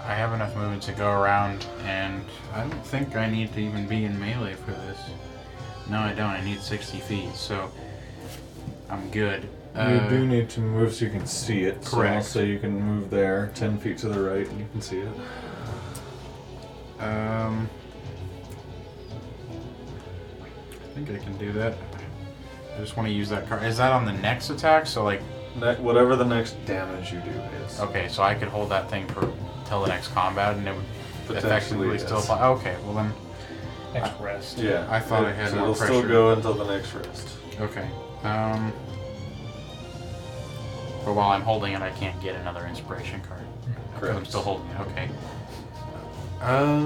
[SPEAKER 5] I have enough movement to go around, and I don't think I need to even be in melee for this. No, I don't. I need 60 feet, so I'm good.
[SPEAKER 1] you do need to move so you can see it.
[SPEAKER 5] Uh, correct.
[SPEAKER 1] So, so you can move there 10 feet to the right and you can see it.
[SPEAKER 5] Um, I think I can do that. I just want to use that card. Is that on the next attack? So like,
[SPEAKER 1] Ne- whatever the next damage you do is.
[SPEAKER 5] okay, so I could hold that thing for till the next combat, and it would
[SPEAKER 1] Potentially,
[SPEAKER 5] effectively still
[SPEAKER 1] yes.
[SPEAKER 5] apply. Okay, well then,
[SPEAKER 6] Next rest.
[SPEAKER 1] Yeah.
[SPEAKER 5] I thought I had
[SPEAKER 1] so
[SPEAKER 5] more
[SPEAKER 1] it'll
[SPEAKER 5] pressure.
[SPEAKER 1] still go until the next rest.
[SPEAKER 5] okay. Um, for while I'm holding it, I can't get another inspiration card. 'Cause I'm
[SPEAKER 1] Correct.
[SPEAKER 5] still holding it. Okay. Uh,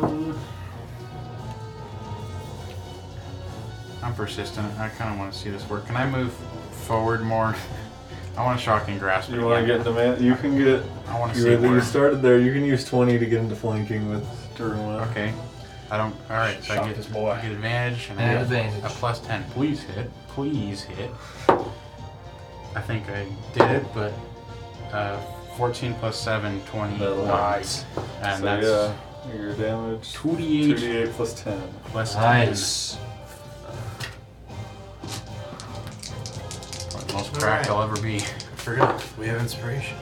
[SPEAKER 5] I'm persistent. I kind of want to see this work. Can I move forward more? (laughs) I want to shock and grasp.
[SPEAKER 1] You want to get into man? You can get.
[SPEAKER 5] I want to
[SPEAKER 1] You,
[SPEAKER 5] see
[SPEAKER 1] were- you
[SPEAKER 5] where.
[SPEAKER 1] started there. You can use twenty to get into flanking with Daruma.
[SPEAKER 5] Okay. I don't. All right. So I
[SPEAKER 6] Shock
[SPEAKER 5] get
[SPEAKER 6] this boy.
[SPEAKER 5] I get advantage and,
[SPEAKER 3] And
[SPEAKER 5] I get
[SPEAKER 3] advantage.
[SPEAKER 5] a plus ten. Please hit. Please hit. I think I did it, but uh, 14 plus 7, 20.
[SPEAKER 1] That'll
[SPEAKER 5] Nice. And
[SPEAKER 1] so
[SPEAKER 5] that's
[SPEAKER 1] yeah, your damage.
[SPEAKER 5] 2d8
[SPEAKER 1] Two D eight plus ten.
[SPEAKER 5] plus 10. Probably the most cracked I'll ever be.
[SPEAKER 4] I forgot. We have inspiration.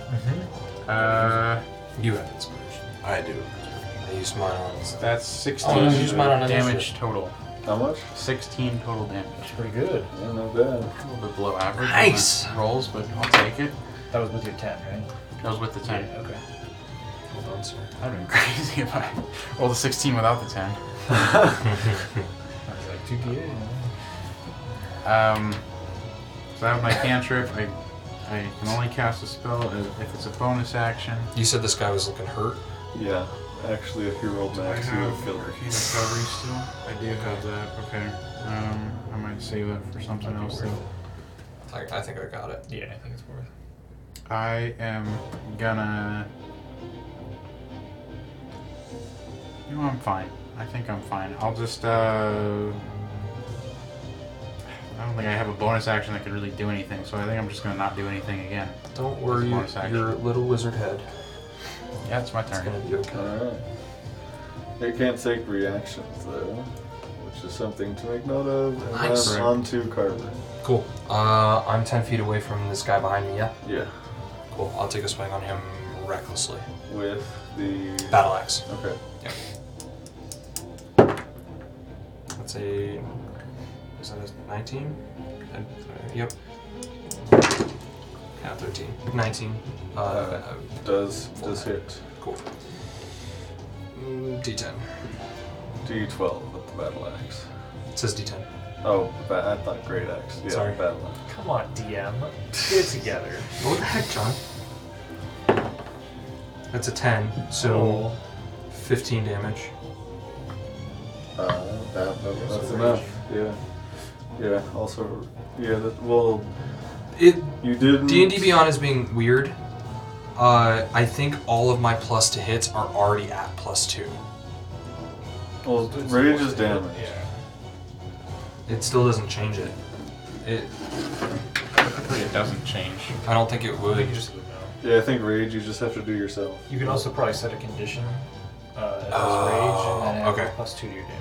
[SPEAKER 5] Uh,
[SPEAKER 2] You have inspiration.
[SPEAKER 4] I do.
[SPEAKER 2] I used mine on.
[SPEAKER 5] that's 16
[SPEAKER 2] Oh, use mine on initiative.
[SPEAKER 5] damage total.
[SPEAKER 1] How much?
[SPEAKER 5] 16 total damage.
[SPEAKER 6] Pretty good.
[SPEAKER 1] Yeah, not bad.
[SPEAKER 5] A little bit below average. on
[SPEAKER 2] Nice.
[SPEAKER 5] the Rolls, but I'll take it.
[SPEAKER 6] That was with your 10, right?
[SPEAKER 5] That was with the 10.
[SPEAKER 6] Yeah, okay.
[SPEAKER 2] Hold on, sir.
[SPEAKER 5] That would have been (laughs) crazy if I rolled a 16 without the 10.
[SPEAKER 6] I was like, 2d8.
[SPEAKER 5] Um, so I have my cantrip. I, I can only cast a spell if if it's a bonus action.
[SPEAKER 2] You said this guy was looking hurt.
[SPEAKER 1] Yeah, actually, if you rolled max, you would have killed her.
[SPEAKER 5] Arcane Recovery still? I do have that. Okay. Um, I might save that for something
[SPEAKER 6] Might be
[SPEAKER 5] else
[SPEAKER 6] worth
[SPEAKER 5] though.
[SPEAKER 2] I, I think I got it.
[SPEAKER 6] Yeah, I think it's worth it.
[SPEAKER 5] I am gonna. You know, I'm fine. I think I'm fine. I'll just, uh. I don't think I have a bonus action that could really do anything, so I think I'm just gonna not do anything again.
[SPEAKER 2] Don't worry,
[SPEAKER 5] bonus action.
[SPEAKER 2] your little wizard head.
[SPEAKER 5] Yeah, it's my
[SPEAKER 2] It's gonna
[SPEAKER 5] turn.
[SPEAKER 2] be okay.
[SPEAKER 1] Alright. It can't take reactions, though, which is something to make note of. And
[SPEAKER 2] Nice.
[SPEAKER 1] then on to Carver.
[SPEAKER 2] Cool. Uh, I'm 10 feet away from this guy behind me, yeah?
[SPEAKER 1] Yeah,
[SPEAKER 2] Cool. I'll take a swing on him recklessly.
[SPEAKER 1] with the.
[SPEAKER 2] Battle axe.
[SPEAKER 1] Okay.
[SPEAKER 2] That's a. Is that a 19? Uh, Yep. Yeah, 13. 19. Uh, uh,
[SPEAKER 1] Does does hit
[SPEAKER 2] cool. Mm, D10.
[SPEAKER 1] D12 with the battle axe.
[SPEAKER 2] It says D10.
[SPEAKER 1] Oh, ba- I thought great axe. Yeah,
[SPEAKER 2] Sorry.
[SPEAKER 1] battle axe.
[SPEAKER 6] Come on, DM. Get it together. (laughs)
[SPEAKER 2] Oh, What the heck, John? That's a 10, so 15 damage.
[SPEAKER 1] Uh, that, that- that's enough. Yeah. Yeah. Also, yeah. That, well,
[SPEAKER 2] It
[SPEAKER 1] you did.
[SPEAKER 2] D and D Beyond is being weird. Uh, I think all of my plus to hits are already at plus two.
[SPEAKER 1] Well, rage is damage.
[SPEAKER 2] It still doesn't change it. It.
[SPEAKER 5] Hopefully it doesn't change.
[SPEAKER 2] I don't think it would.
[SPEAKER 1] Yeah, I think rage. You just have to do yourself.
[SPEAKER 6] You can also probably set a condition. Uh, as
[SPEAKER 2] Oh,
[SPEAKER 6] rage, and then add
[SPEAKER 2] okay.
[SPEAKER 6] plus two to your damage.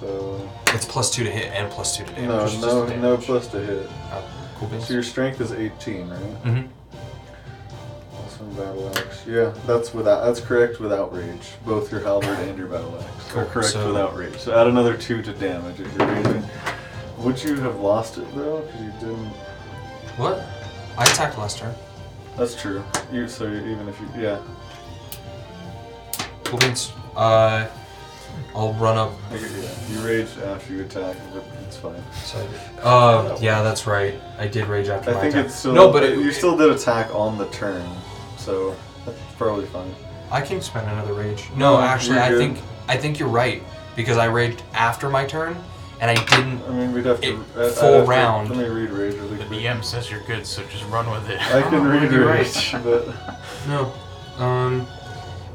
[SPEAKER 1] So
[SPEAKER 2] It's plus two to hit and plus two to damage.
[SPEAKER 1] no,
[SPEAKER 6] just
[SPEAKER 1] no,
[SPEAKER 6] damage.
[SPEAKER 1] no plus to hit.
[SPEAKER 2] Oh, cool
[SPEAKER 1] So
[SPEAKER 2] beans.
[SPEAKER 1] your strength is 18, right?
[SPEAKER 2] hmm
[SPEAKER 1] Awesome battle axe. Yeah, that's without. That's correct without rage. Both your halberd and your battle axe are
[SPEAKER 2] Cool,
[SPEAKER 1] correct
[SPEAKER 2] so-
[SPEAKER 1] without rage. So add another two to damage if you're raging. Would you have lost it though? Because you didn't.
[SPEAKER 2] What? I attacked last turn.
[SPEAKER 1] That's true. You so you- even if you yeah.
[SPEAKER 2] Cool beans. Uh, I'll run up.
[SPEAKER 1] I get- yeah. You raged after you attack, but it's fine.
[SPEAKER 2] So, uh, yeah, that's right. I did rage after my
[SPEAKER 1] I think
[SPEAKER 2] attack.
[SPEAKER 1] it's still
[SPEAKER 2] no, but it,
[SPEAKER 1] you still did attack on the turn, so that's probably fine.
[SPEAKER 2] I can spend another rage. No,
[SPEAKER 1] No,
[SPEAKER 2] actually,
[SPEAKER 1] you're
[SPEAKER 2] I
[SPEAKER 1] good.
[SPEAKER 2] think I think you're right because I raged after my turn, and I didn't.
[SPEAKER 1] I mean, we'd have to
[SPEAKER 2] It-
[SPEAKER 1] I- I'd
[SPEAKER 2] full
[SPEAKER 1] have to-
[SPEAKER 2] round.
[SPEAKER 1] let me read rage really
[SPEAKER 5] The
[SPEAKER 1] quick.
[SPEAKER 5] DM says you're good, so just run with it.
[SPEAKER 1] I
[SPEAKER 2] Oh,
[SPEAKER 1] can read
[SPEAKER 5] You're right.
[SPEAKER 1] rage, but
[SPEAKER 2] No. Um,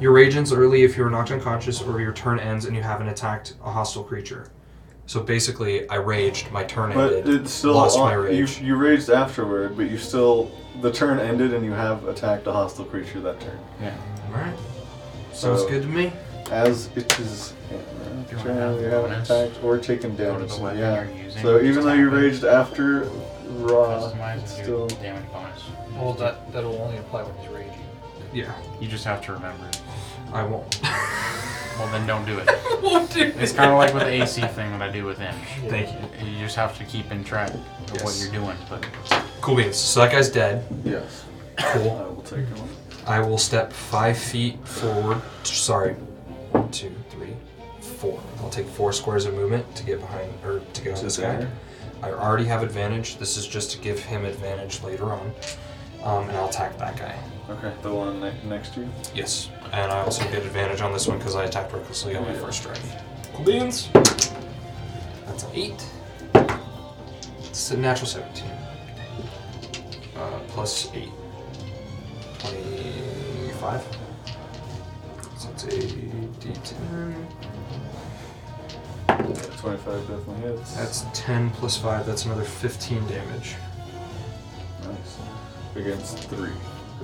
[SPEAKER 2] your rage ends early if you are knocked unconscious, or your turn ends and you haven't attacked a hostile creature. So basically, I raged. My turn
[SPEAKER 1] but
[SPEAKER 2] ended.
[SPEAKER 1] it's still
[SPEAKER 2] lost my
[SPEAKER 1] on-
[SPEAKER 2] rage.
[SPEAKER 1] You, you raged afterward, but you still the turn ended and you have attacked a hostile creature that turn.
[SPEAKER 5] Yeah.
[SPEAKER 2] All right. Sounds
[SPEAKER 1] So-
[SPEAKER 2] good to me.
[SPEAKER 1] As it is,
[SPEAKER 5] Do you
[SPEAKER 1] yeah,
[SPEAKER 5] wanna have
[SPEAKER 1] you haven't
[SPEAKER 5] bonus?
[SPEAKER 1] attacked or taken
[SPEAKER 5] to the
[SPEAKER 1] damage. so
[SPEAKER 5] weapon
[SPEAKER 1] yeah.
[SPEAKER 5] you're using
[SPEAKER 1] So
[SPEAKER 5] to
[SPEAKER 1] even though you
[SPEAKER 5] attack it.
[SPEAKER 1] raged after raw, it's
[SPEAKER 5] (laughs) Customize your
[SPEAKER 1] still
[SPEAKER 5] damage bonus.
[SPEAKER 6] Well, that, that'll only apply when he's raging.
[SPEAKER 2] Yeah,
[SPEAKER 5] You just have to remember it.
[SPEAKER 2] I won't.
[SPEAKER 5] Well, then don't do it.
[SPEAKER 2] (laughs) won't do
[SPEAKER 5] It's kind of like with the AC thing that I do with him.
[SPEAKER 2] (laughs) Thank you.
[SPEAKER 5] You just have to keep in track of what
[SPEAKER 2] Yes.
[SPEAKER 5] you're doing. But
[SPEAKER 2] Cool beans. So that guy's dead.
[SPEAKER 1] yes.
[SPEAKER 2] Cool.
[SPEAKER 1] I will take him.
[SPEAKER 2] I will step five feet forward. Sorry, one, two, three, four. I'll take four squares of movement to get behind or to get on
[SPEAKER 1] To
[SPEAKER 2] this guy.
[SPEAKER 1] there.
[SPEAKER 2] I already have advantage. This is just to give him advantage later on. Um, and I'll attack that guy.
[SPEAKER 1] Okay, the one ne- next to you.
[SPEAKER 2] Yes. And I also get advantage on this one because I attacked recklessly on my first strike. Cool beans. That's an 8. It's a natural 17. Uh, plus 8. 25. So it's a d10.
[SPEAKER 1] 25 definitely hits.
[SPEAKER 2] That's 10 plus 5. That's another 15 damage.
[SPEAKER 1] nice. Against three.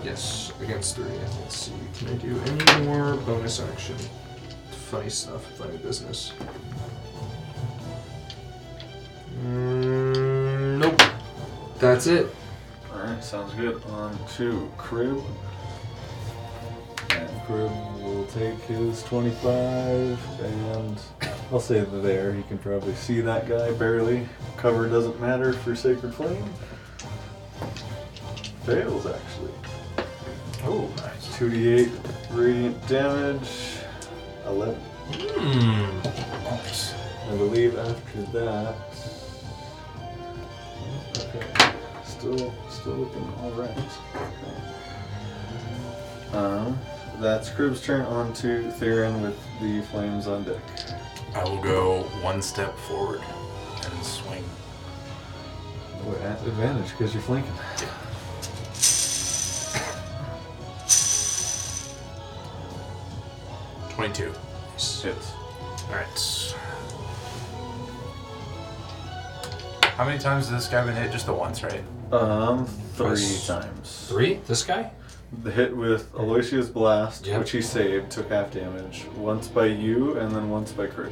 [SPEAKER 2] Yes, against 3. And Let's see. Can I do any more bonus action? Funny stuff, funny business. Mm, nope. That's it.
[SPEAKER 1] Alright, sounds good. On to Crib. And Crib will take his 25, and I'll say that there. You can probably see that guy barely. Cover doesn't matter for Sacred Flame. Fails, actually.
[SPEAKER 3] Oh, nice.
[SPEAKER 1] 2d8 radiant damage. 11.
[SPEAKER 2] Hmm.
[SPEAKER 1] I believe after that. Okay. Still, still looking all right. Uh-huh. Okay. Um, that's Crib's turn on to Theron with the flames on deck.
[SPEAKER 4] I will go one step forward and swing.
[SPEAKER 1] We're at advantage because you're flanking.
[SPEAKER 4] Twenty-two.
[SPEAKER 1] Six.
[SPEAKER 4] All right. How many times has this guy been hit? Just the once, right?
[SPEAKER 1] Um, three
[SPEAKER 2] Plus
[SPEAKER 1] times.
[SPEAKER 2] Three? This guy?
[SPEAKER 1] The hit with Aloysius Blast,
[SPEAKER 2] Yep.
[SPEAKER 1] which he saved, took half damage. Once by you, and then once by Crib.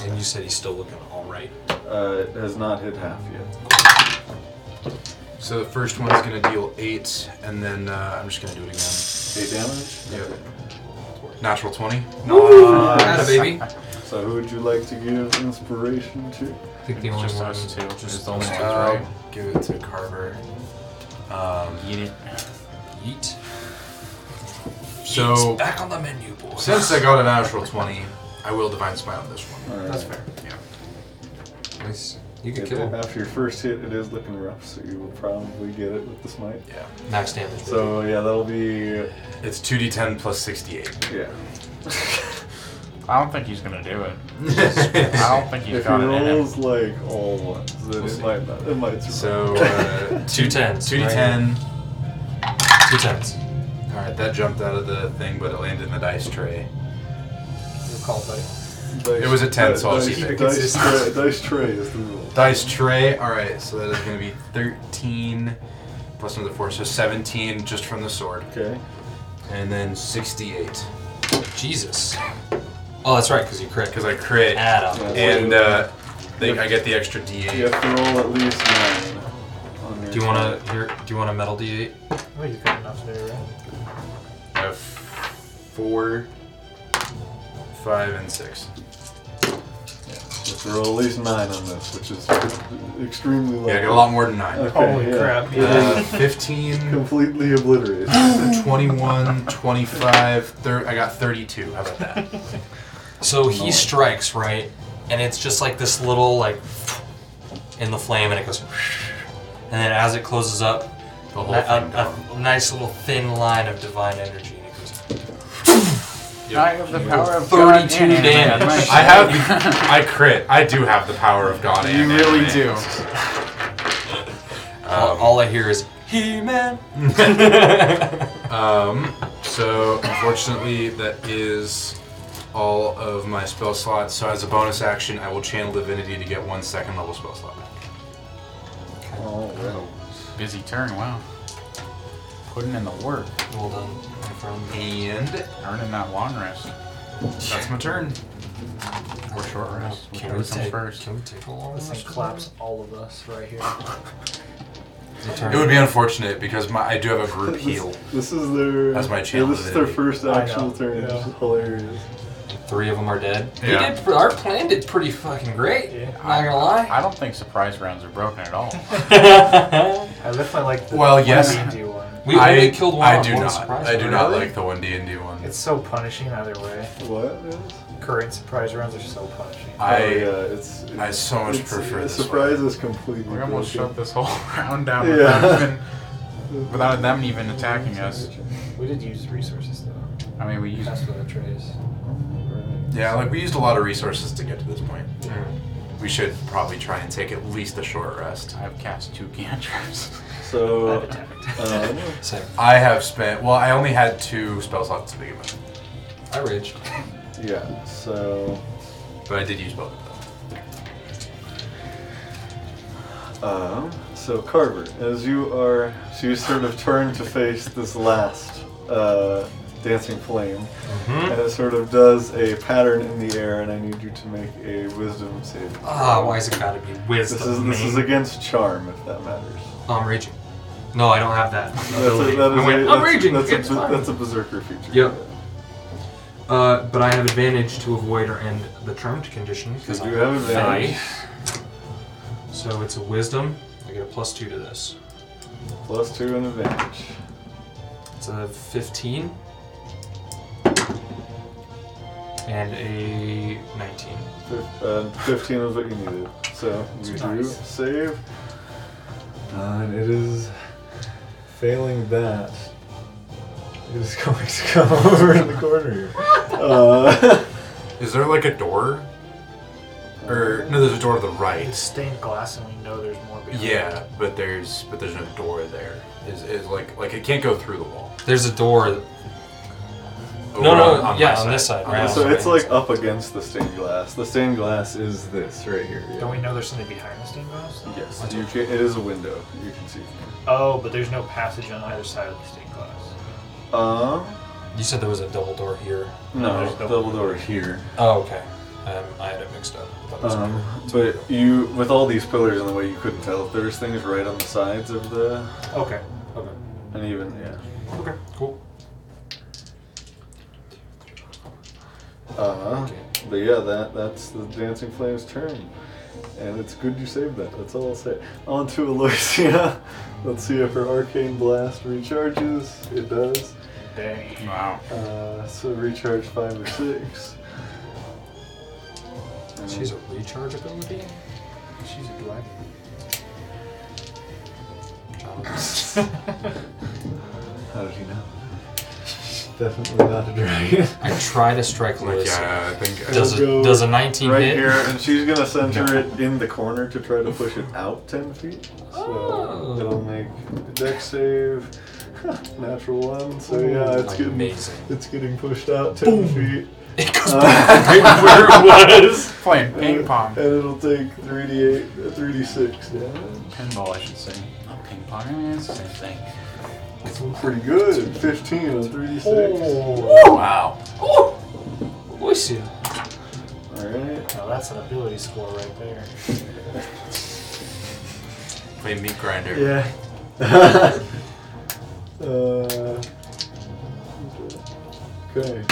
[SPEAKER 2] And you said he's still looking alright.
[SPEAKER 1] Uh, it has not hit half yet.
[SPEAKER 4] So the first one's gonna deal eight, and then uh, I'm just gonna do it again.
[SPEAKER 1] Eight damage.
[SPEAKER 4] Natural twenty.
[SPEAKER 2] Atta baby.
[SPEAKER 1] So who would you like to give inspiration to?
[SPEAKER 2] I think the only
[SPEAKER 5] Just
[SPEAKER 2] one.
[SPEAKER 5] us two. Just the only ones,
[SPEAKER 4] Uh,
[SPEAKER 5] right?
[SPEAKER 4] give it to Carver. Um,
[SPEAKER 5] Eat it.
[SPEAKER 2] Yeet.
[SPEAKER 4] so
[SPEAKER 2] Yeet's back on the menu, boy.
[SPEAKER 4] since I got a natural twenty, I will divine smite on this one.
[SPEAKER 1] That's fair.
[SPEAKER 2] Nice. You could kill him.
[SPEAKER 1] After your first hit, it is looking rough, so you will probably get it with the smite.
[SPEAKER 4] Yeah.
[SPEAKER 2] Max damage. baby.
[SPEAKER 1] So yeah, that'll be
[SPEAKER 4] It's two d10 plus sixty-eight.
[SPEAKER 1] yeah.
[SPEAKER 5] I don't think he's gonna
[SPEAKER 1] (laughs)
[SPEAKER 5] do it. I
[SPEAKER 4] Wow.
[SPEAKER 5] don't think he's
[SPEAKER 1] if he
[SPEAKER 5] got it in him.
[SPEAKER 1] rolls like all ones, then
[SPEAKER 4] We'll
[SPEAKER 1] it
[SPEAKER 4] see.
[SPEAKER 1] might not. It might.
[SPEAKER 4] so
[SPEAKER 1] (laughs) survive.
[SPEAKER 4] uh,
[SPEAKER 2] Two tens,
[SPEAKER 4] Two d10.
[SPEAKER 2] Two tens.
[SPEAKER 4] All right, that jumped out of the thing, but it landed in the dice tray.
[SPEAKER 3] Good call, buddy.
[SPEAKER 1] Dice-
[SPEAKER 4] it was a 10, so I'll
[SPEAKER 1] dice,
[SPEAKER 4] see if it
[SPEAKER 1] Dice,
[SPEAKER 4] exists.
[SPEAKER 1] tray, dice tray is the rule.
[SPEAKER 4] Dice tray. All right, so that is going to be thirteen plus another four, so seventeen just from the sword,
[SPEAKER 1] Okay.
[SPEAKER 4] and then sixty-eight
[SPEAKER 2] Jesus. Oh, that's right, because you crit.
[SPEAKER 4] because I crit,
[SPEAKER 2] Adam.
[SPEAKER 4] and uh, they, I get the extra d8.
[SPEAKER 1] You have to roll at least nine. on your
[SPEAKER 2] Do you want to here? Do you want a metal D8?
[SPEAKER 6] Well, you're good enough there, right?
[SPEAKER 4] I have four, five, and six.
[SPEAKER 1] You have to roll at least nine on this, which is extremely low.
[SPEAKER 4] Yeah, I
[SPEAKER 5] Oh.
[SPEAKER 4] got a lot more than nine.
[SPEAKER 1] Okay,
[SPEAKER 6] Holy
[SPEAKER 1] yeah.
[SPEAKER 6] crap,
[SPEAKER 1] It
[SPEAKER 4] Uh,
[SPEAKER 1] is
[SPEAKER 4] 15,
[SPEAKER 1] completely
[SPEAKER 6] (laughs)
[SPEAKER 1] obliterated.
[SPEAKER 4] 21, 25, thir- I got 32. How about that?
[SPEAKER 2] So he strikes right, and it's just like this little like in the flame, and it goes, and then as it closes up,
[SPEAKER 4] The whole
[SPEAKER 2] ni- a,
[SPEAKER 4] thing
[SPEAKER 2] a nice little thin line of divine energy, and it goes.
[SPEAKER 5] I have the power of
[SPEAKER 2] 32
[SPEAKER 5] God in me.
[SPEAKER 1] (laughs)
[SPEAKER 2] damage.
[SPEAKER 5] Nice.
[SPEAKER 4] I
[SPEAKER 5] (laughs)
[SPEAKER 4] have. I crit. I do have the power of God.
[SPEAKER 5] You
[SPEAKER 4] and
[SPEAKER 5] really (laughs)
[SPEAKER 4] anime.
[SPEAKER 5] do.
[SPEAKER 2] all, all I hear is (laughs) He-Man.
[SPEAKER 4] Um, so unfortunately, that is all of my spell slots. So as a bonus action, I will channel divinity to get one second level spell slot.
[SPEAKER 1] Oh, well.
[SPEAKER 5] Busy turn. Wow. Putting in the work,
[SPEAKER 2] well done, my friend.
[SPEAKER 4] And
[SPEAKER 5] earning that long rest
[SPEAKER 4] that's my turn.
[SPEAKER 5] or short rest,
[SPEAKER 2] Can we,
[SPEAKER 5] whichever comes
[SPEAKER 2] take,
[SPEAKER 5] first.
[SPEAKER 2] can we take a long
[SPEAKER 6] This thing
[SPEAKER 2] rest?
[SPEAKER 6] claps all of us right here.
[SPEAKER 4] It would be unfortunate because my I do have a group heal.
[SPEAKER 1] This is their.
[SPEAKER 4] That's my
[SPEAKER 1] yeah, This is their
[SPEAKER 4] challenge.
[SPEAKER 1] first
[SPEAKER 6] I
[SPEAKER 1] actual
[SPEAKER 6] know.
[SPEAKER 1] turn.
[SPEAKER 6] Yeah.
[SPEAKER 1] This is hilarious.
[SPEAKER 2] Three of them are dead.
[SPEAKER 4] Yeah.
[SPEAKER 2] We did. Our plan did pretty fucking great.
[SPEAKER 6] Yeah.
[SPEAKER 2] Not gonna lie.
[SPEAKER 5] I don't think surprise rounds are broken at all.
[SPEAKER 2] (laughs)
[SPEAKER 6] I definitely like the
[SPEAKER 4] Well, yes.
[SPEAKER 6] D one.
[SPEAKER 2] we
[SPEAKER 4] I,
[SPEAKER 2] only killed one.
[SPEAKER 4] I
[SPEAKER 2] on
[SPEAKER 4] do
[SPEAKER 2] one
[SPEAKER 4] not.
[SPEAKER 2] surprise
[SPEAKER 4] I do
[SPEAKER 2] round.
[SPEAKER 4] not
[SPEAKER 6] Really?
[SPEAKER 4] like the one D and D one.
[SPEAKER 6] It's so punishing either way.
[SPEAKER 1] What? is-
[SPEAKER 6] Current surprise rounds are so punishing.
[SPEAKER 4] I
[SPEAKER 1] oh, yeah, it's, it's.
[SPEAKER 4] I so much
[SPEAKER 1] it's-
[SPEAKER 4] prefer
[SPEAKER 1] the
[SPEAKER 4] this
[SPEAKER 1] surprise is completely.
[SPEAKER 5] We almost shut
[SPEAKER 1] broken.
[SPEAKER 5] this whole (laughs) round down.
[SPEAKER 1] Yeah.
[SPEAKER 5] without even without them even attacking us.
[SPEAKER 6] We did use resources though.
[SPEAKER 5] I mean, we used.
[SPEAKER 6] That's what the trays.
[SPEAKER 4] Yeah, like we used a lot of resources to get to this point. We should probably try and take at least a short rest.
[SPEAKER 5] I've cast two cantrips.
[SPEAKER 1] So,
[SPEAKER 6] I've attacked.
[SPEAKER 1] um,
[SPEAKER 2] Same.
[SPEAKER 4] I have spent. Well, I only had two spell slots to begin with,
[SPEAKER 2] I rage.
[SPEAKER 1] um, yeah, so
[SPEAKER 4] but I did use both of them.
[SPEAKER 1] Um, so Carver, as you are, so you sort of turn to face this last uh, dancing flame,
[SPEAKER 4] Mm-hmm.
[SPEAKER 2] Hmm?
[SPEAKER 1] and it sort of does a pattern in the air, and I need you to make a wisdom save.
[SPEAKER 2] Ah, why is it gotta be wisdom?
[SPEAKER 1] This is this is
[SPEAKER 2] man?
[SPEAKER 1] against charm, if that matters.
[SPEAKER 2] Oh, I'm raging. No, I don't have that
[SPEAKER 1] (laughs)
[SPEAKER 2] ability.
[SPEAKER 1] that is
[SPEAKER 2] I went,
[SPEAKER 1] a-
[SPEAKER 2] I'm
[SPEAKER 1] that's-
[SPEAKER 2] raging.
[SPEAKER 1] That's,
[SPEAKER 2] it's
[SPEAKER 1] a,
[SPEAKER 2] fine."
[SPEAKER 1] bu- that's a berserker feature.
[SPEAKER 2] Yep. Uh, but I have advantage to avoid or end the charmed condition because
[SPEAKER 1] You do have advantage.
[SPEAKER 2] So it's a wisdom. I get a plus two to this.
[SPEAKER 1] Plus two and advantage.
[SPEAKER 2] It's a 15 and a 19.
[SPEAKER 1] Fif- uh, Fifteen was what you needed, so you do
[SPEAKER 6] Nice.
[SPEAKER 1] save. Uh, and it is failing that. It is going to come (laughs) over in the corner here. (laughs) Uh,
[SPEAKER 4] Is there like a door?
[SPEAKER 1] Er,
[SPEAKER 4] Or no, there's a door to the
[SPEAKER 6] It's
[SPEAKER 4] right.
[SPEAKER 6] stained glass, and we know there's more. Behind
[SPEAKER 4] Yeah, but there's but there's no door there. Is is like like it can't go through the wall.
[SPEAKER 2] There's a door.
[SPEAKER 4] Over
[SPEAKER 2] No, no,
[SPEAKER 4] my
[SPEAKER 2] yeah, on this side,
[SPEAKER 4] On
[SPEAKER 2] right.
[SPEAKER 1] (laughs)
[SPEAKER 4] this
[SPEAKER 1] so
[SPEAKER 4] side.
[SPEAKER 1] it's like up against the stained glass. The stained glass is this right here. yeah.
[SPEAKER 6] Don't we know there's something behind the stained glass? though?
[SPEAKER 1] Yes, you can, it is a window. You can see. from
[SPEAKER 6] Oh, but there's no passage on either side of the stained glass.
[SPEAKER 1] here. Um,
[SPEAKER 2] You said there was a double door here.
[SPEAKER 1] no,
[SPEAKER 6] There's double
[SPEAKER 1] double door here.
[SPEAKER 2] Oh, okay. Um, I had it mixed up. I thought it was
[SPEAKER 1] Um, but you, with all these pillars in the way, you couldn't tell if there's things right on the sides of the,
[SPEAKER 6] Okay.
[SPEAKER 2] okay.
[SPEAKER 1] and even yeah.
[SPEAKER 2] Okay. Cool.
[SPEAKER 1] Uh, but yeah, that that's the Dancing Flames turn. And it's good you saved that. That's all I'll say. On to Aloysia. (laughs) Let's see if her Arcane Blast recharges. It does.
[SPEAKER 6] Dang.
[SPEAKER 5] (laughs)
[SPEAKER 4] (laughs)
[SPEAKER 5] Wow.
[SPEAKER 1] Uh, so recharge five or six. And
[SPEAKER 2] She's a recharge ability.
[SPEAKER 6] She's a dragon.
[SPEAKER 1] (laughs) How did you know? Definitely not a dragon.
[SPEAKER 2] I try to strike
[SPEAKER 4] Like,
[SPEAKER 2] Lewis.
[SPEAKER 4] yeah, I think
[SPEAKER 2] Does
[SPEAKER 1] It'll
[SPEAKER 2] a,
[SPEAKER 1] go
[SPEAKER 2] does a 19
[SPEAKER 1] Right
[SPEAKER 2] hit?
[SPEAKER 1] here, and she's gonna center
[SPEAKER 2] (laughs)
[SPEAKER 1] it in the corner to try to push it out ten feet. So
[SPEAKER 2] Oh.
[SPEAKER 1] it'll make a deck save. (laughs) Natural one. So yeah, it's getting
[SPEAKER 2] Amazing.
[SPEAKER 1] it's getting pushed out ten
[SPEAKER 2] (laughs)
[SPEAKER 1] feet.
[SPEAKER 2] (laughs) It goes
[SPEAKER 1] Uh,
[SPEAKER 2] right where it was.
[SPEAKER 5] (laughs) Playing ping pong.
[SPEAKER 1] (laughs) And it'll take 3d8, uh, 3d6 damage.
[SPEAKER 5] Pinball, I should say. Not ping pong. eh, It's the same thing.
[SPEAKER 1] That's pretty good. 15 on 3d6.
[SPEAKER 4] wow.
[SPEAKER 2] Oh! Lucia. (laughs)
[SPEAKER 1] Alright.
[SPEAKER 6] Now that's an ability score right there.
[SPEAKER 4] Play meat grinder.
[SPEAKER 1] Yeah. (laughs) uh, okay.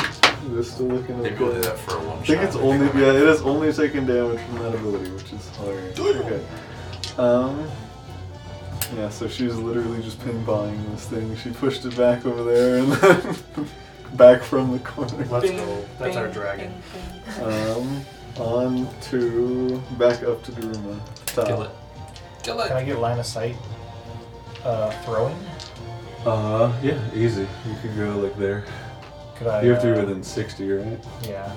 [SPEAKER 1] This still looking
[SPEAKER 4] Maybe we'll do
[SPEAKER 1] okay.
[SPEAKER 4] that for a one
[SPEAKER 1] I think it's only yeah, it has only taken damage from that ability, which is hilarious. Okay. Um Yeah, so she's literally just ping ponging this thing. She pushed it back over there and then (laughs) back from the corner.
[SPEAKER 6] Let's go. That's our dragon.
[SPEAKER 1] Um, on to back up to Daruma. Top.
[SPEAKER 2] Kill it. Kill
[SPEAKER 6] Can I
[SPEAKER 2] it.
[SPEAKER 6] get line of sight? Uh, throwing?
[SPEAKER 1] Uh, yeah, easy. You could go like there.
[SPEAKER 6] Could I?
[SPEAKER 1] You have to
[SPEAKER 6] uh,
[SPEAKER 1] be within 60, right?
[SPEAKER 6] Yeah.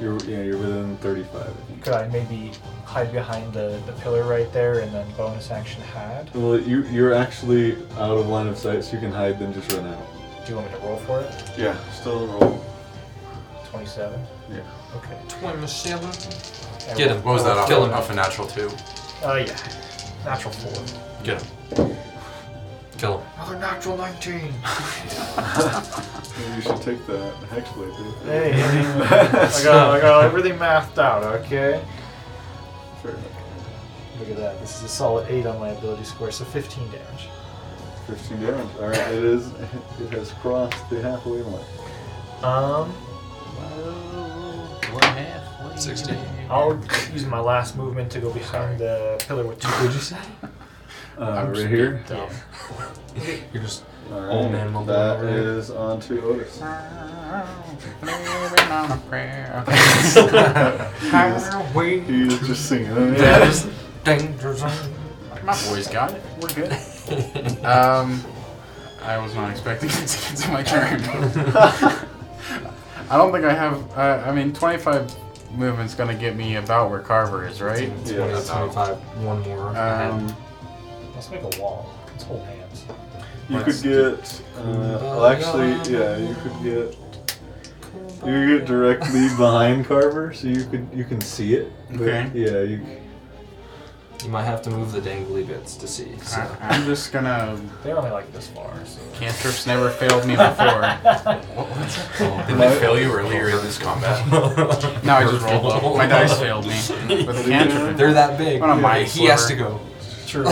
[SPEAKER 1] You're yeah, you're within 35. I think.
[SPEAKER 6] Could I maybe hide behind the, the pillar right there and then bonus action hide? Do
[SPEAKER 1] Well, you you're actually out of line of sight, so you can hide then just run out.
[SPEAKER 6] you want me to roll for it?
[SPEAKER 1] Yeah, still roll.
[SPEAKER 6] 27.
[SPEAKER 1] Yeah.
[SPEAKER 6] Okay. I
[SPEAKER 2] Get
[SPEAKER 6] roll-
[SPEAKER 2] him.
[SPEAKER 4] What was that off?
[SPEAKER 2] Kill him.
[SPEAKER 4] Off a natural two.
[SPEAKER 6] Uh, yeah. Natural 4.
[SPEAKER 2] Get him. Kill him.
[SPEAKER 6] Another natural (laughs) 19.
[SPEAKER 1] Maybe you should take that hex blade. dude. (laughs)
[SPEAKER 6] Hey. I got, I got everything mathed out, okay?
[SPEAKER 1] Fair enough.
[SPEAKER 6] Look at that. This is a solid 8 on my ability score, so 15 damage.
[SPEAKER 1] 15 damage. All right, it is. It has crossed the halfway mark.
[SPEAKER 6] Um,
[SPEAKER 5] What half?
[SPEAKER 2] 16.
[SPEAKER 5] Oh,
[SPEAKER 6] I'll use my last movement to go behind the pillar with two. Would you say?
[SPEAKER 1] Uh, right here.
[SPEAKER 6] Dumb.
[SPEAKER 2] You're
[SPEAKER 1] (laughs)
[SPEAKER 2] just.
[SPEAKER 1] All right.
[SPEAKER 2] Old man mumble
[SPEAKER 1] that
[SPEAKER 2] over there.
[SPEAKER 1] is on to Otis.
[SPEAKER 5] Living on a prayer. Okay.
[SPEAKER 1] He is just singing.
[SPEAKER 2] Danger zone. (laughs)
[SPEAKER 5] My boy's got it. We're good. Um, I was not expecting (laughs) it to get to my turn. (laughs) I don't think I have. Uh, I mean, 25 movement's gonna get me about where Carver is, right?
[SPEAKER 2] 20, 25, one more.
[SPEAKER 5] Um,
[SPEAKER 6] Let's make a wall. Let's hold hands.
[SPEAKER 1] You could get. Uh, well, actually, yeah, you could get. You could get directly behind Carver, so you could you can see it. but
[SPEAKER 5] Okay.
[SPEAKER 1] Yeah, you.
[SPEAKER 2] you might have to move the dangly bits to see. So.
[SPEAKER 5] (laughs) I, I'm just gonna.
[SPEAKER 6] They're only like this far, so.
[SPEAKER 5] Cantrips never failed me (laughs) before.
[SPEAKER 4] Didn't I fail you earlier in this combat?
[SPEAKER 5] No, I just rolled up. My dice failed me. (laughs) With a cantrip.
[SPEAKER 2] They're that big.
[SPEAKER 5] On a
[SPEAKER 2] Yeah,
[SPEAKER 5] mic
[SPEAKER 2] he has to
[SPEAKER 5] sliver.
[SPEAKER 2] go.
[SPEAKER 6] True.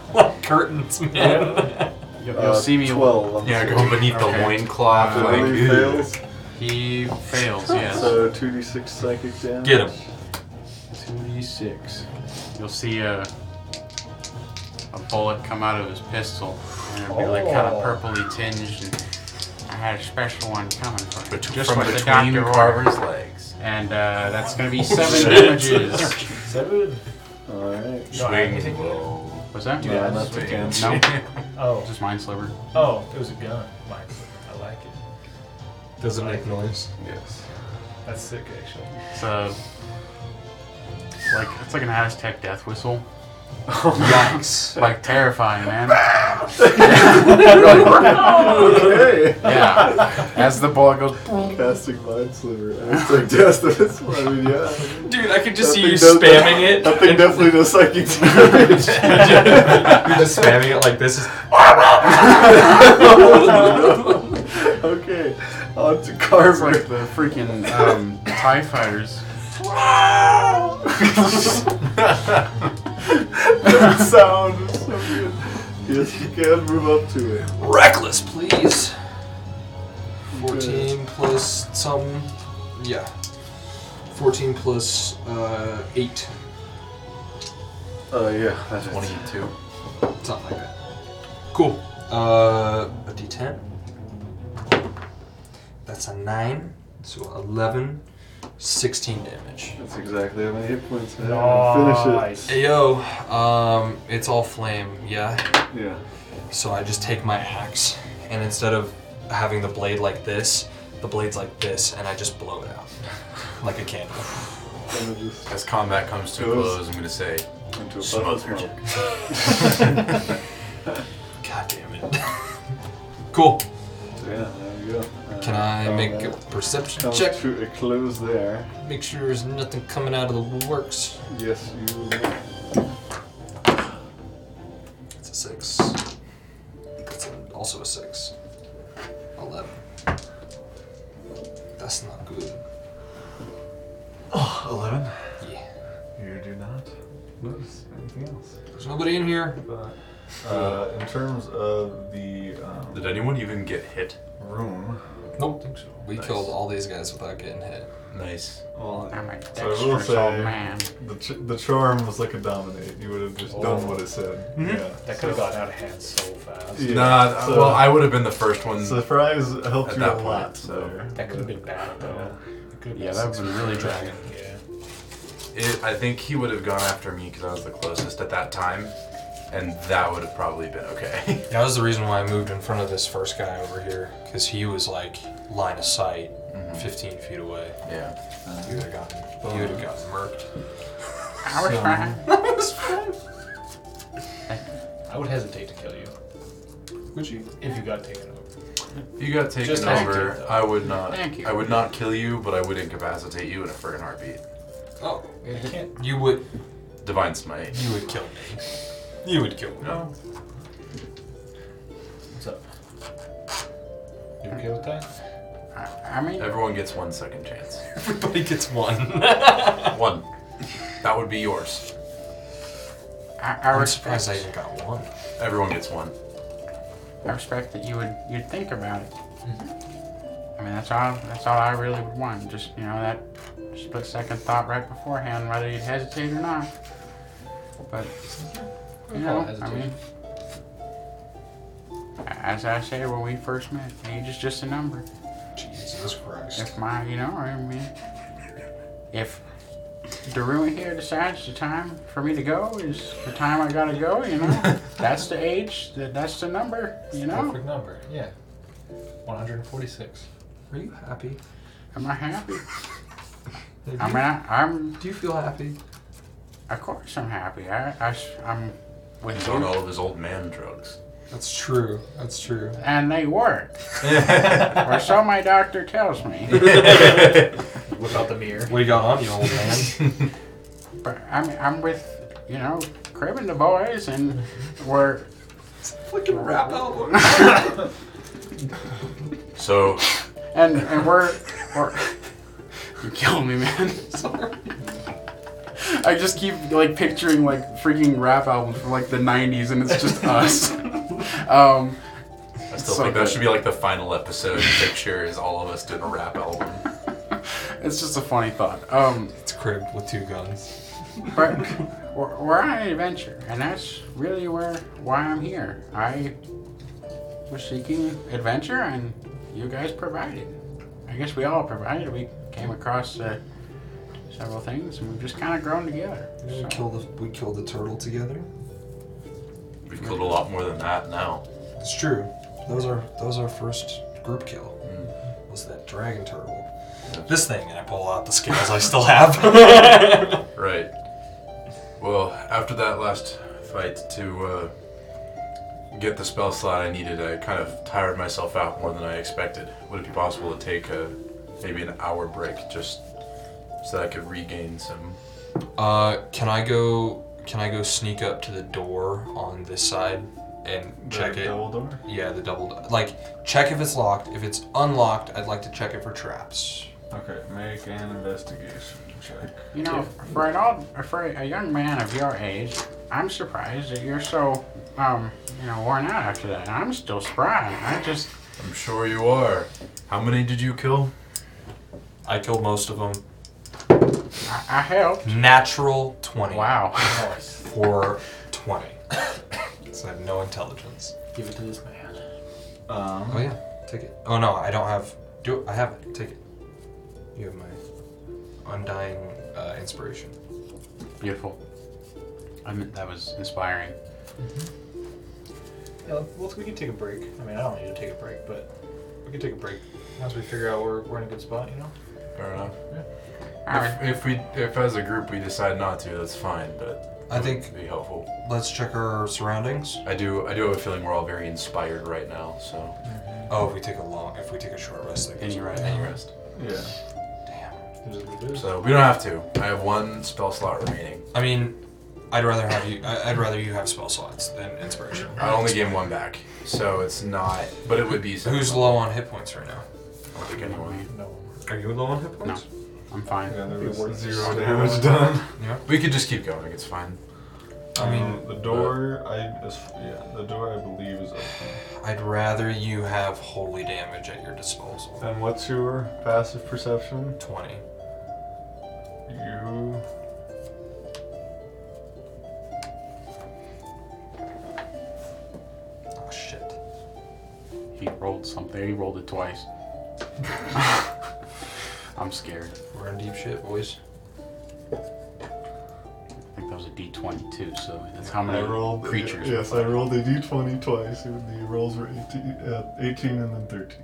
[SPEAKER 1] (laughs) Uh,
[SPEAKER 2] Curtains, man.
[SPEAKER 5] You'll,
[SPEAKER 1] Uh,
[SPEAKER 5] you'll see me.
[SPEAKER 1] Twelve. on the
[SPEAKER 4] Yeah,
[SPEAKER 1] save.
[SPEAKER 4] go beneath
[SPEAKER 5] Okay.
[SPEAKER 4] the loincloth.
[SPEAKER 5] Uh,
[SPEAKER 4] like,
[SPEAKER 1] Really
[SPEAKER 4] ew.
[SPEAKER 1] fails.
[SPEAKER 5] He fails. Yes.
[SPEAKER 1] So two d six psychic damage.
[SPEAKER 2] Get him.
[SPEAKER 5] 2d6. You'll see a, a bullet come out of his pistol, and it'll be like kind
[SPEAKER 6] Oh.
[SPEAKER 5] of purpley tinged. And I had a special one coming for you,
[SPEAKER 4] Bet-
[SPEAKER 5] just
[SPEAKER 4] from
[SPEAKER 5] what the
[SPEAKER 4] between
[SPEAKER 5] doctor ordered.
[SPEAKER 4] Carver's legs.
[SPEAKER 5] And uh, that's gonna be seven damages.
[SPEAKER 6] (laughs) Seven.
[SPEAKER 1] All right.
[SPEAKER 6] You don't have anything
[SPEAKER 4] Swing
[SPEAKER 6] with it?
[SPEAKER 4] low.
[SPEAKER 5] Was that?
[SPEAKER 1] Yeah, that's a damn
[SPEAKER 5] No,
[SPEAKER 6] Oh.
[SPEAKER 5] just mind sliver.
[SPEAKER 6] Oh, it was a gun. Mine. I like it.
[SPEAKER 2] Does it make noise?
[SPEAKER 1] Yes.
[SPEAKER 6] That's sick, actually.
[SPEAKER 5] It's a like it's like an Aztec death whistle.
[SPEAKER 2] Yikes.
[SPEAKER 5] Like terrifying, man.
[SPEAKER 1] okay.
[SPEAKER 5] Yeah. As the bullet goes,
[SPEAKER 1] (laughs) Casting mind sliver. I was like, yes, that's I mean, yeah.
[SPEAKER 2] Dude, I could
[SPEAKER 1] That
[SPEAKER 2] just see
[SPEAKER 1] thing
[SPEAKER 2] you
[SPEAKER 1] does-
[SPEAKER 2] spamming it.
[SPEAKER 1] (laughs) That thing definitely does psychic damage.
[SPEAKER 2] (laughs) You're (laughs) just spamming it like this. Is,
[SPEAKER 1] okay, on to
[SPEAKER 5] it's
[SPEAKER 1] Carver. (laughs)
[SPEAKER 5] like the freaking um, Tie Fighters.
[SPEAKER 1] that sound is so good. Yes, you can move up to it.
[SPEAKER 2] Reckless, please. 14 plus some. Yeah. 14 plus uh, 8.
[SPEAKER 1] Oh yeah, that's
[SPEAKER 4] 22.
[SPEAKER 2] Something like that. Cool. Uh, a d10. That's a 9. So 11. 16 damage.
[SPEAKER 1] That's exactly how many hit points I have.
[SPEAKER 6] Nice.
[SPEAKER 2] Ayo, um, it's all flame, yeah?
[SPEAKER 1] Finish it. Yeah.
[SPEAKER 2] So I just take my axe, and instead of having the blade like this, the blade's like this, and I just blow it out (laughs) like a candle.
[SPEAKER 1] And it just
[SPEAKER 4] As combat comes to a
[SPEAKER 1] Goes.
[SPEAKER 4] close, I'm going to say,
[SPEAKER 1] into a puff of
[SPEAKER 4] Smothered.
[SPEAKER 1] smoke.
[SPEAKER 2] God damn it. (laughs) cool.
[SPEAKER 1] So, (laughs) yeah, there you go. Uh,
[SPEAKER 2] Can I make a
[SPEAKER 1] combat
[SPEAKER 2] perception
[SPEAKER 1] comes
[SPEAKER 2] check?
[SPEAKER 1] to a close there.
[SPEAKER 2] Make sure there's nothing coming out of the works.
[SPEAKER 1] Yes, you. will.
[SPEAKER 2] It's a six. It's also a six. Eleven. That's not good.
[SPEAKER 1] Oh, 11.
[SPEAKER 2] Yeah.
[SPEAKER 1] You do not notice anything else.
[SPEAKER 2] There's nobody in here.
[SPEAKER 1] But, uh, in terms of the um,
[SPEAKER 4] did anyone even get hit?
[SPEAKER 1] room,
[SPEAKER 2] Nope. We
[SPEAKER 4] Nice.
[SPEAKER 2] killed all these guys without getting hit.
[SPEAKER 4] Nice.
[SPEAKER 1] well,
[SPEAKER 5] I'm a
[SPEAKER 1] So I will
[SPEAKER 5] dexterous old
[SPEAKER 1] say-
[SPEAKER 5] man.
[SPEAKER 1] the, ch- the charm was like a dominate. You would have just done what it said. Yeah.
[SPEAKER 6] That could have gotten out of hand so fast.
[SPEAKER 1] Mm-hmm. Yeah,
[SPEAKER 4] Nah, uh,
[SPEAKER 1] so-
[SPEAKER 4] well, I would have been the first one.
[SPEAKER 1] Surprise helped
[SPEAKER 4] At
[SPEAKER 1] you
[SPEAKER 4] that
[SPEAKER 1] a
[SPEAKER 4] point,
[SPEAKER 1] lot.
[SPEAKER 4] so-
[SPEAKER 1] there.
[SPEAKER 6] That could have been bad, though. It could've been
[SPEAKER 5] Yeah, that
[SPEAKER 6] six-
[SPEAKER 5] would really dragon.
[SPEAKER 6] Yeah.
[SPEAKER 4] It, I think he would have gone after me because I was the closest at that time, and that would have probably been okay. (laughs)
[SPEAKER 2] That was the reason why I moved in front of this first guy over here, because he was like line of sight, 15 feet away.
[SPEAKER 4] yeah.
[SPEAKER 2] You would have gotten, Mm-hmm. you would have gotten murked. (laughs)
[SPEAKER 5] I was fine.
[SPEAKER 6] I would hesitate to kill you
[SPEAKER 2] Would you?
[SPEAKER 6] if you got taken over.
[SPEAKER 4] If you got taken
[SPEAKER 6] Just
[SPEAKER 4] over,
[SPEAKER 6] active, though.
[SPEAKER 4] I would not.
[SPEAKER 5] Thank you.
[SPEAKER 4] I would not kill you, but I would incapacitate you in a friggin' heartbeat.
[SPEAKER 2] Oh,
[SPEAKER 6] You can't.
[SPEAKER 2] you would,
[SPEAKER 4] Divine smite.
[SPEAKER 2] you would kill me. You would kill me.
[SPEAKER 4] No.
[SPEAKER 6] What's up? You okay with that?
[SPEAKER 5] I- I mean,
[SPEAKER 1] uh,
[SPEAKER 4] Everyone gets one second chance.
[SPEAKER 2] Everybody gets (laughs) one.
[SPEAKER 4] One. That would be yours.
[SPEAKER 5] I, I
[SPEAKER 2] I'm
[SPEAKER 5] respect.
[SPEAKER 2] surprised I even got one.
[SPEAKER 4] Everyone gets one.
[SPEAKER 5] I respect that you would you'd think about it. I mean, that's all. That's all I really would want. Just you know that split second thought right beforehand, whether you'd hesitate or not. But you know, I mean, as I say when we first met, age is just a number.
[SPEAKER 2] Jesus Christ.
[SPEAKER 5] If my, you know, I mean, if Daru here decides the time for me to go is the time I gotta go, you
[SPEAKER 2] (laughs)
[SPEAKER 5] know? that's the age, that, that's the number, you know?
[SPEAKER 3] Perfect number. Yeah. 146.
[SPEAKER 2] Are you happy?
[SPEAKER 5] Am I happy?
[SPEAKER 2] Do
[SPEAKER 5] I mean,
[SPEAKER 2] you-
[SPEAKER 5] I, I'm,
[SPEAKER 2] Do you feel happy?
[SPEAKER 5] of course I'm happy. I, I, am with
[SPEAKER 4] He's on
[SPEAKER 5] you.
[SPEAKER 4] all of his old man drugs.
[SPEAKER 2] That's true. That's true.
[SPEAKER 5] And they work. or so my doctor tells me.
[SPEAKER 6] Whip out the mirror.
[SPEAKER 2] What do you got on you, old man?
[SPEAKER 5] But I'm, I'm with, you know, Crib and the boys, and we're
[SPEAKER 2] (laughs) Fucking rap album.
[SPEAKER 4] So,
[SPEAKER 5] and and we're we're you're killing me, man. (laughs)
[SPEAKER 2] Sorry.
[SPEAKER 5] I just keep like picturing like freaking rap albums from like the '90s, and it's just us. (laughs) um,
[SPEAKER 4] I still
[SPEAKER 5] So
[SPEAKER 4] think
[SPEAKER 5] good.
[SPEAKER 4] that should be like the final episode picture is all of us doing a rap album.
[SPEAKER 5] it's just a funny thought. Um,
[SPEAKER 2] It's cribbed with two guns.
[SPEAKER 5] but we're, we're on an adventure, and that's really where why I'm here. I was seeking adventure, and you guys provided. I guess we all provided. We came across uh, several things, and we've just kind of grown together.
[SPEAKER 2] We
[SPEAKER 5] So-
[SPEAKER 2] killed the we killed the turtle together.
[SPEAKER 4] We've killed a lot more than that now.
[SPEAKER 2] It's true. That was our that was our first group kill. Was that dragon turtle? This thing, and I pull out the scales I still
[SPEAKER 1] (laughs)
[SPEAKER 2] have.
[SPEAKER 4] Right. Well, after that last fight, to uh, get the spell slot I needed, I kind of tired myself out more than I expected. Would it be possible to take a, maybe an hour break just so that I could regain some?
[SPEAKER 2] Uh, can I go? Can I go sneak up to the door on this side and check
[SPEAKER 1] the
[SPEAKER 2] it?
[SPEAKER 1] Double door.
[SPEAKER 2] Yeah, the double. do- Like, check if it's locked. If it's unlocked, I'd like to check it for traps.
[SPEAKER 1] Okay, make an investigation check.
[SPEAKER 5] You know, for an old, for a young man of your age, I'm surprised that you're so, um, you know, worn out after that. I'm still spry. I just,
[SPEAKER 4] I'm sure you are. How many did you kill?
[SPEAKER 2] I killed most of them.
[SPEAKER 5] I, I helped.
[SPEAKER 2] Natural twenty.
[SPEAKER 5] Wow. (laughs)
[SPEAKER 6] Nice.
[SPEAKER 2] For twenty. (laughs) so I have no intelligence.
[SPEAKER 6] Give it to this man.
[SPEAKER 1] Um,
[SPEAKER 2] Oh yeah, take it. Oh no, I don't have. Do I have it? Take it. You have my undying uh, inspiration.
[SPEAKER 5] Beautiful. I mean, that was inspiring.
[SPEAKER 6] Yeah, well, we can take a break. I mean, I don't need to take a break, but we can take a break once we figure out we're, we're in a good spot, you know?
[SPEAKER 4] Fair enough.
[SPEAKER 5] All right.
[SPEAKER 4] If, if we, if as a group we decide not to, that's fine. But
[SPEAKER 2] I think
[SPEAKER 4] it'd be helpful.
[SPEAKER 2] let's check our surroundings.
[SPEAKER 4] I do, I do have a feeling we're all very inspired right now. So
[SPEAKER 2] Oh, if we take a long, if we take a short rest, that
[SPEAKER 5] And
[SPEAKER 2] gives
[SPEAKER 5] you
[SPEAKER 2] me-
[SPEAKER 5] rest.
[SPEAKER 4] any rest.
[SPEAKER 1] Yeah.
[SPEAKER 2] Damn.
[SPEAKER 6] There's a little bit.
[SPEAKER 4] So we don't have to. I have one spell slot remaining.
[SPEAKER 2] I mean, I'd rather have you. I- I'd rather you have spell slots than inspiration.
[SPEAKER 4] I only gain one back, so it's not. But it would be.
[SPEAKER 2] Who's low on hit points right now?
[SPEAKER 4] I don't think anyone.
[SPEAKER 6] No.
[SPEAKER 2] Are you low on hit
[SPEAKER 5] No, I'm fine.
[SPEAKER 1] Yeah, there
[SPEAKER 6] Be
[SPEAKER 1] was
[SPEAKER 6] worth
[SPEAKER 1] zero
[SPEAKER 6] it.
[SPEAKER 1] damage (laughs) done.
[SPEAKER 2] Yeah.
[SPEAKER 4] We could just keep going. It's fine.
[SPEAKER 2] I mean,
[SPEAKER 1] Um, the door. I is, yeah, the door I believe is open.
[SPEAKER 2] I'd rather you have holy damage at your disposal.
[SPEAKER 1] And what's your passive perception?
[SPEAKER 2] Twenty.
[SPEAKER 1] You.
[SPEAKER 2] Oh shit.
[SPEAKER 5] He rolled something. He rolled it twice. (laughs) I'm scared.
[SPEAKER 2] We're in deep shit, boys.
[SPEAKER 5] I think that was a D22, so that's how
[SPEAKER 1] I
[SPEAKER 5] many
[SPEAKER 1] rolled
[SPEAKER 5] creatures.
[SPEAKER 1] Yes, I rolled a d20 twice. and The rolls were 18, uh, 18 and then 13.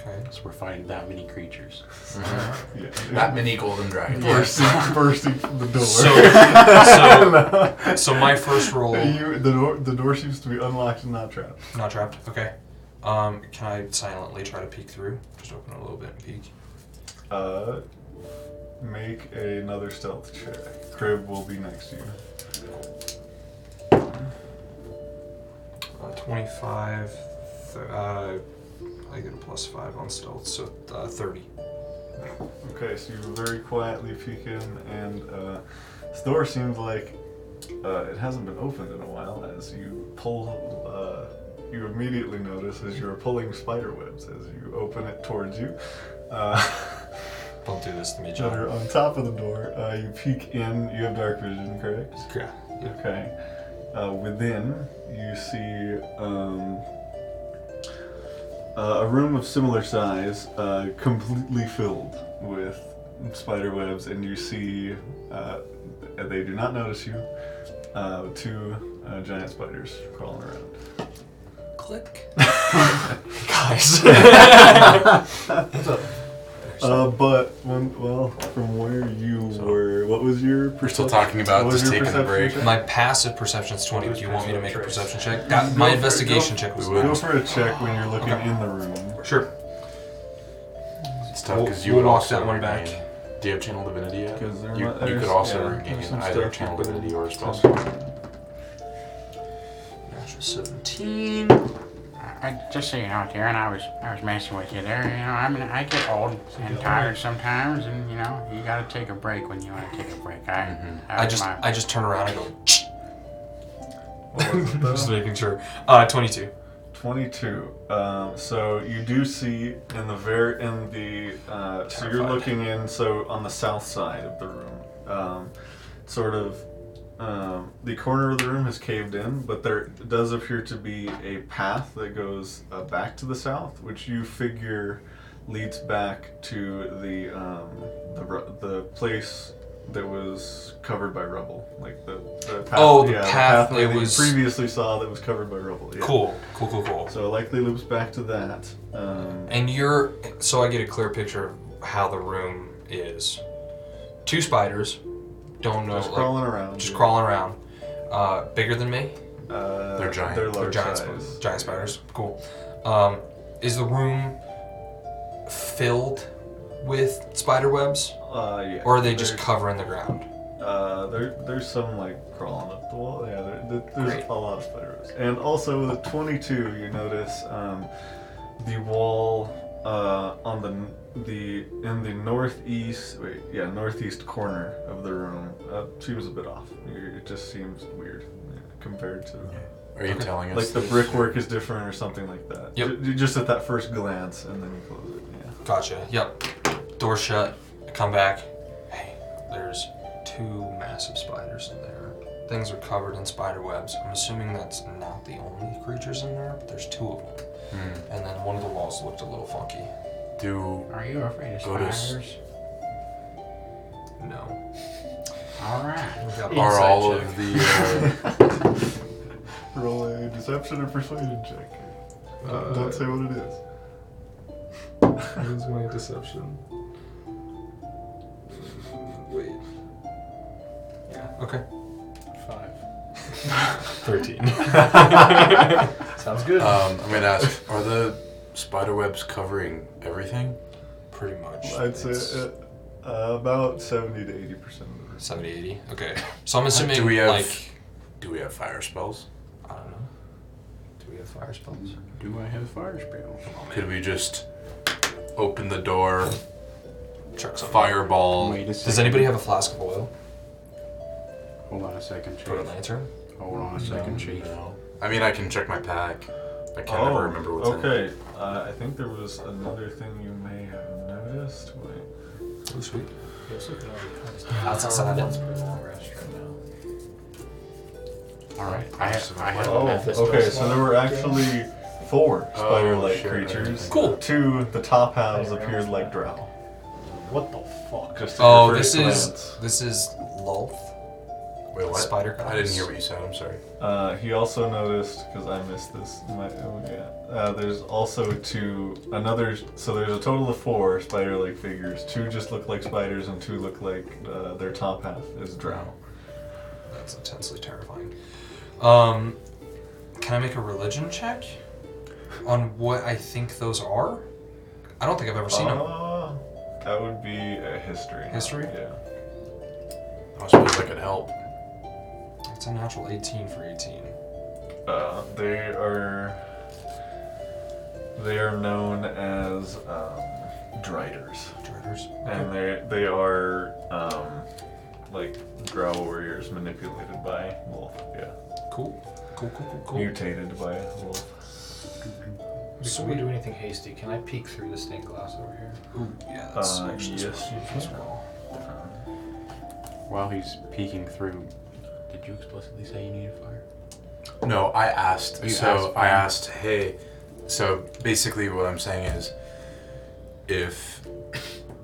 [SPEAKER 2] Okay.
[SPEAKER 5] So we're fighting that many creatures.
[SPEAKER 1] Yeah. (laughs)
[SPEAKER 4] That many golden dragons.
[SPEAKER 1] bursting, (laughs) bursting from the door.
[SPEAKER 2] (laughs) So,
[SPEAKER 1] (laughs)
[SPEAKER 2] so, so my first roll,
[SPEAKER 1] you, the door, the door seems to be unlocked and not trapped.
[SPEAKER 2] not trapped. Okay. Um, can I silently try to peek through? Just open it a little bit and peek.
[SPEAKER 1] Uh, make another stealth check. Crib will be next to you.
[SPEAKER 2] Uh, 25, th- uh, I get a plus 5 on stealth, so uh, 30.
[SPEAKER 1] Okay, so you very quietly peek in, and uh, this door seems like uh, it hasn't been opened in a while. As you pull, uh, you immediately notice as you're pulling spider webs as you open it towards you. Uh, (laughs)
[SPEAKER 2] Don't do this to me,
[SPEAKER 1] that are
[SPEAKER 2] John.
[SPEAKER 1] on top of the door. Uh, you peek in. You have dark vision, correct?
[SPEAKER 2] Yeah.
[SPEAKER 1] Okay. Uh, within, you see um, uh, a room of similar size, uh, completely filled with spider webs, and you see uh, they do not notice you. Uh, two uh, giant spiders crawling around.
[SPEAKER 2] (laughs) Click. Guys.
[SPEAKER 1] Uh, but when, well, from where you were, what was your
[SPEAKER 4] We're still
[SPEAKER 1] perception?
[SPEAKER 4] talking about
[SPEAKER 1] What was
[SPEAKER 4] just
[SPEAKER 1] your
[SPEAKER 4] taking a break.
[SPEAKER 1] perception
[SPEAKER 2] (laughs) my passive perception's 20. Do you want me to make a perception check? Uh,
[SPEAKER 1] Go
[SPEAKER 2] my
[SPEAKER 1] for it,
[SPEAKER 2] investigation
[SPEAKER 1] go.
[SPEAKER 2] check was
[SPEAKER 4] We will.
[SPEAKER 1] Go for a check when you're looking
[SPEAKER 2] Okay.
[SPEAKER 1] in the room.
[SPEAKER 2] Sure.
[SPEAKER 4] It's tough
[SPEAKER 2] We'll-
[SPEAKER 4] because you
[SPEAKER 2] we'll
[SPEAKER 4] would
[SPEAKER 2] walk
[SPEAKER 4] also
[SPEAKER 2] that one
[SPEAKER 4] regain-
[SPEAKER 2] back.
[SPEAKER 4] Do you have channel divinity yet?
[SPEAKER 1] 'Cause they're
[SPEAKER 4] You,
[SPEAKER 1] not-
[SPEAKER 4] you
[SPEAKER 1] there's-
[SPEAKER 4] could also
[SPEAKER 1] yeah,
[SPEAKER 4] regain
[SPEAKER 1] there's some
[SPEAKER 4] either
[SPEAKER 1] stuff
[SPEAKER 4] channel
[SPEAKER 1] you could-
[SPEAKER 4] divinity or spell slot.
[SPEAKER 2] Natural 17.
[SPEAKER 5] I, I- just so you know, Darren, I was I was messing with you there. You know, I mean, I get old and tired sometimes, and you know, you gotta take a break when you wanna take a break. I, Mm-hmm. I,
[SPEAKER 2] I just
[SPEAKER 5] my-
[SPEAKER 2] I just turn around and go.
[SPEAKER 1] What was it, though?
[SPEAKER 2] just making sure. Uh, 22.
[SPEAKER 1] 22. Um, so you do see in the very in the uh, so you're
[SPEAKER 2] Terrified.
[SPEAKER 1] looking in so on the south side of the room, um, sort of um, the corner of the room has caved in, but there does appear to be a path that goes uh, back to the south, which you figure leads back to the um, the ru- the place. That was covered by rubble, like the, the path.
[SPEAKER 2] Oh, the path
[SPEAKER 1] pathway
[SPEAKER 2] it
[SPEAKER 1] that you
[SPEAKER 2] was-
[SPEAKER 1] previously saw that was covered by rubble. yeah.
[SPEAKER 2] Cool. Cool. Cool. Cool.
[SPEAKER 1] So it likely loops back to that. Um,
[SPEAKER 2] And you're so I get a clear picture of how the room is. Two spiders. Don't know.
[SPEAKER 1] just
[SPEAKER 2] like,
[SPEAKER 1] crawling around.
[SPEAKER 2] just crawling around. Uh, bigger than me.
[SPEAKER 1] Uh,
[SPEAKER 4] They're giant.
[SPEAKER 1] They're
[SPEAKER 4] They're
[SPEAKER 2] They're
[SPEAKER 1] large
[SPEAKER 2] giant,
[SPEAKER 1] size.
[SPEAKER 2] sp- giant spiders. Cool. Um, is the room filled with spider webs,
[SPEAKER 1] Uh, yeah.
[SPEAKER 2] or are they just
[SPEAKER 1] They're-
[SPEAKER 2] covering the ground?
[SPEAKER 1] Uh, there, there's some like crawling up the wall. Yeah, there, there, there's
[SPEAKER 2] Great.
[SPEAKER 1] a lot of spiders. And also with a 22, you notice um, the wall uh, on the n- the in the northeast. Wait, yeah, northeast corner of the room uh, seems a bit off. It it just seems weird yeah, compared to.
[SPEAKER 4] Are you telling us?
[SPEAKER 1] like the
[SPEAKER 4] this?
[SPEAKER 1] brickwork is different or something like that.
[SPEAKER 2] Yep.
[SPEAKER 1] Ju- just at that first glance, and then you close it. Yeah.
[SPEAKER 2] Gotcha. Yep. Door shut. I come back. Hey, there's two massive spiders in there. Things are covered in spider webs. I'm assuming that's not the only creatures in there. but There's two of them.
[SPEAKER 4] Hmm.
[SPEAKER 2] And then one of the walls looked a little funky.
[SPEAKER 4] Do
[SPEAKER 5] Are you afraid of
[SPEAKER 4] Go to s-
[SPEAKER 5] spiders?
[SPEAKER 2] No.
[SPEAKER 5] All right.
[SPEAKER 2] We got
[SPEAKER 6] Inside
[SPEAKER 4] are all
[SPEAKER 6] check.
[SPEAKER 4] of the uh,
[SPEAKER 1] Roll a deception or persuasion check.
[SPEAKER 2] Uh,
[SPEAKER 1] Don't say what it is.
[SPEAKER 2] Where's my deception? (laughs) Wait. Yeah. Okay.
[SPEAKER 6] Five. (laughs)
[SPEAKER 2] Thirteen.
[SPEAKER 6] Sounds good.
[SPEAKER 4] um, I'm gonna ask: Are the spider webs covering everything?
[SPEAKER 2] Pretty much.
[SPEAKER 1] I'd say
[SPEAKER 2] It's
[SPEAKER 1] uh, uh, about seventy to eighty percent of the room.
[SPEAKER 2] 70, 80. Okay. So I'm assuming
[SPEAKER 4] Uh, Do we have-
[SPEAKER 2] like
[SPEAKER 4] Do we have fire spells?
[SPEAKER 2] I don't know. Do we have fire spells?
[SPEAKER 4] Hmm.
[SPEAKER 5] Do I have fire spells?
[SPEAKER 4] Could we just open the door,
[SPEAKER 2] Chuck some.
[SPEAKER 4] fireball?
[SPEAKER 5] Wait a second.
[SPEAKER 2] Does anybody have a flask of oil
[SPEAKER 5] Hold on a second, chief.
[SPEAKER 2] for a lantern?
[SPEAKER 5] Hold on a second, chief.
[SPEAKER 4] No. I mean, I can check my pack. I can't ever remember what's in it.
[SPEAKER 1] Oh, okay. Uh, I think there was another thing you may have noticed. Wait.
[SPEAKER 2] Oh, sweet.
[SPEAKER 6] You also could already harvest-
[SPEAKER 2] That's exciting.
[SPEAKER 6] That's pretty long rest right now.
[SPEAKER 5] All right. I have. I have
[SPEAKER 1] Oh,
[SPEAKER 6] Mephisto
[SPEAKER 1] okay. So
[SPEAKER 6] slime.
[SPEAKER 1] there were actually four
[SPEAKER 4] Oh,
[SPEAKER 1] spider-like
[SPEAKER 4] shit, I didn't
[SPEAKER 1] creatures.
[SPEAKER 4] think
[SPEAKER 2] Cool.
[SPEAKER 4] about
[SPEAKER 1] Two, the top halves appeared like drow.
[SPEAKER 6] What the fuck?
[SPEAKER 1] Just at
[SPEAKER 2] Oh,
[SPEAKER 1] your
[SPEAKER 2] this
[SPEAKER 1] first
[SPEAKER 2] is
[SPEAKER 1] glance.
[SPEAKER 2] this is Lolth.
[SPEAKER 4] it. Wait, what?
[SPEAKER 2] Spider
[SPEAKER 4] I didn't
[SPEAKER 2] cops.
[SPEAKER 4] hear what you said. I'm sorry.
[SPEAKER 1] Uh, he also noticed because I missed this. My, oh yeah. Uh, there's also two another. So there's a total of four spider-like figures. Two just look like spiders, and two look like uh, their top half is drow.
[SPEAKER 2] That's intensely terrifying. Um, can I make a religion check on what I think those are? I don't think I've ever seen them.
[SPEAKER 5] Uh-huh.
[SPEAKER 1] Uh, that would be a history. Uh,
[SPEAKER 2] History?
[SPEAKER 1] Yeah.
[SPEAKER 4] I suppose I could help.
[SPEAKER 2] It's a natural 18 for 18.
[SPEAKER 1] Uh, they are. They are known as um, driders.
[SPEAKER 2] Dredgers.
[SPEAKER 1] and they they are um, like growl warriors manipulated by wolf. Yeah,
[SPEAKER 2] Cool. Cool. Cool. Cool. Cool.
[SPEAKER 1] mutated by wolf.
[SPEAKER 6] Before we do anything hasty, can I peek through the stained glass over here?
[SPEAKER 2] Ooh, yeah. That's
[SPEAKER 1] Uh,
[SPEAKER 2] actually
[SPEAKER 1] yes, you
[SPEAKER 2] as
[SPEAKER 1] can.
[SPEAKER 2] well.
[SPEAKER 5] While he's peeking through, did you explicitly say you needed fire?
[SPEAKER 4] No, I asked.
[SPEAKER 5] You
[SPEAKER 4] so
[SPEAKER 5] asked,
[SPEAKER 4] I
[SPEAKER 5] yeah.
[SPEAKER 4] asked, hey. So basically, what I'm saying is, if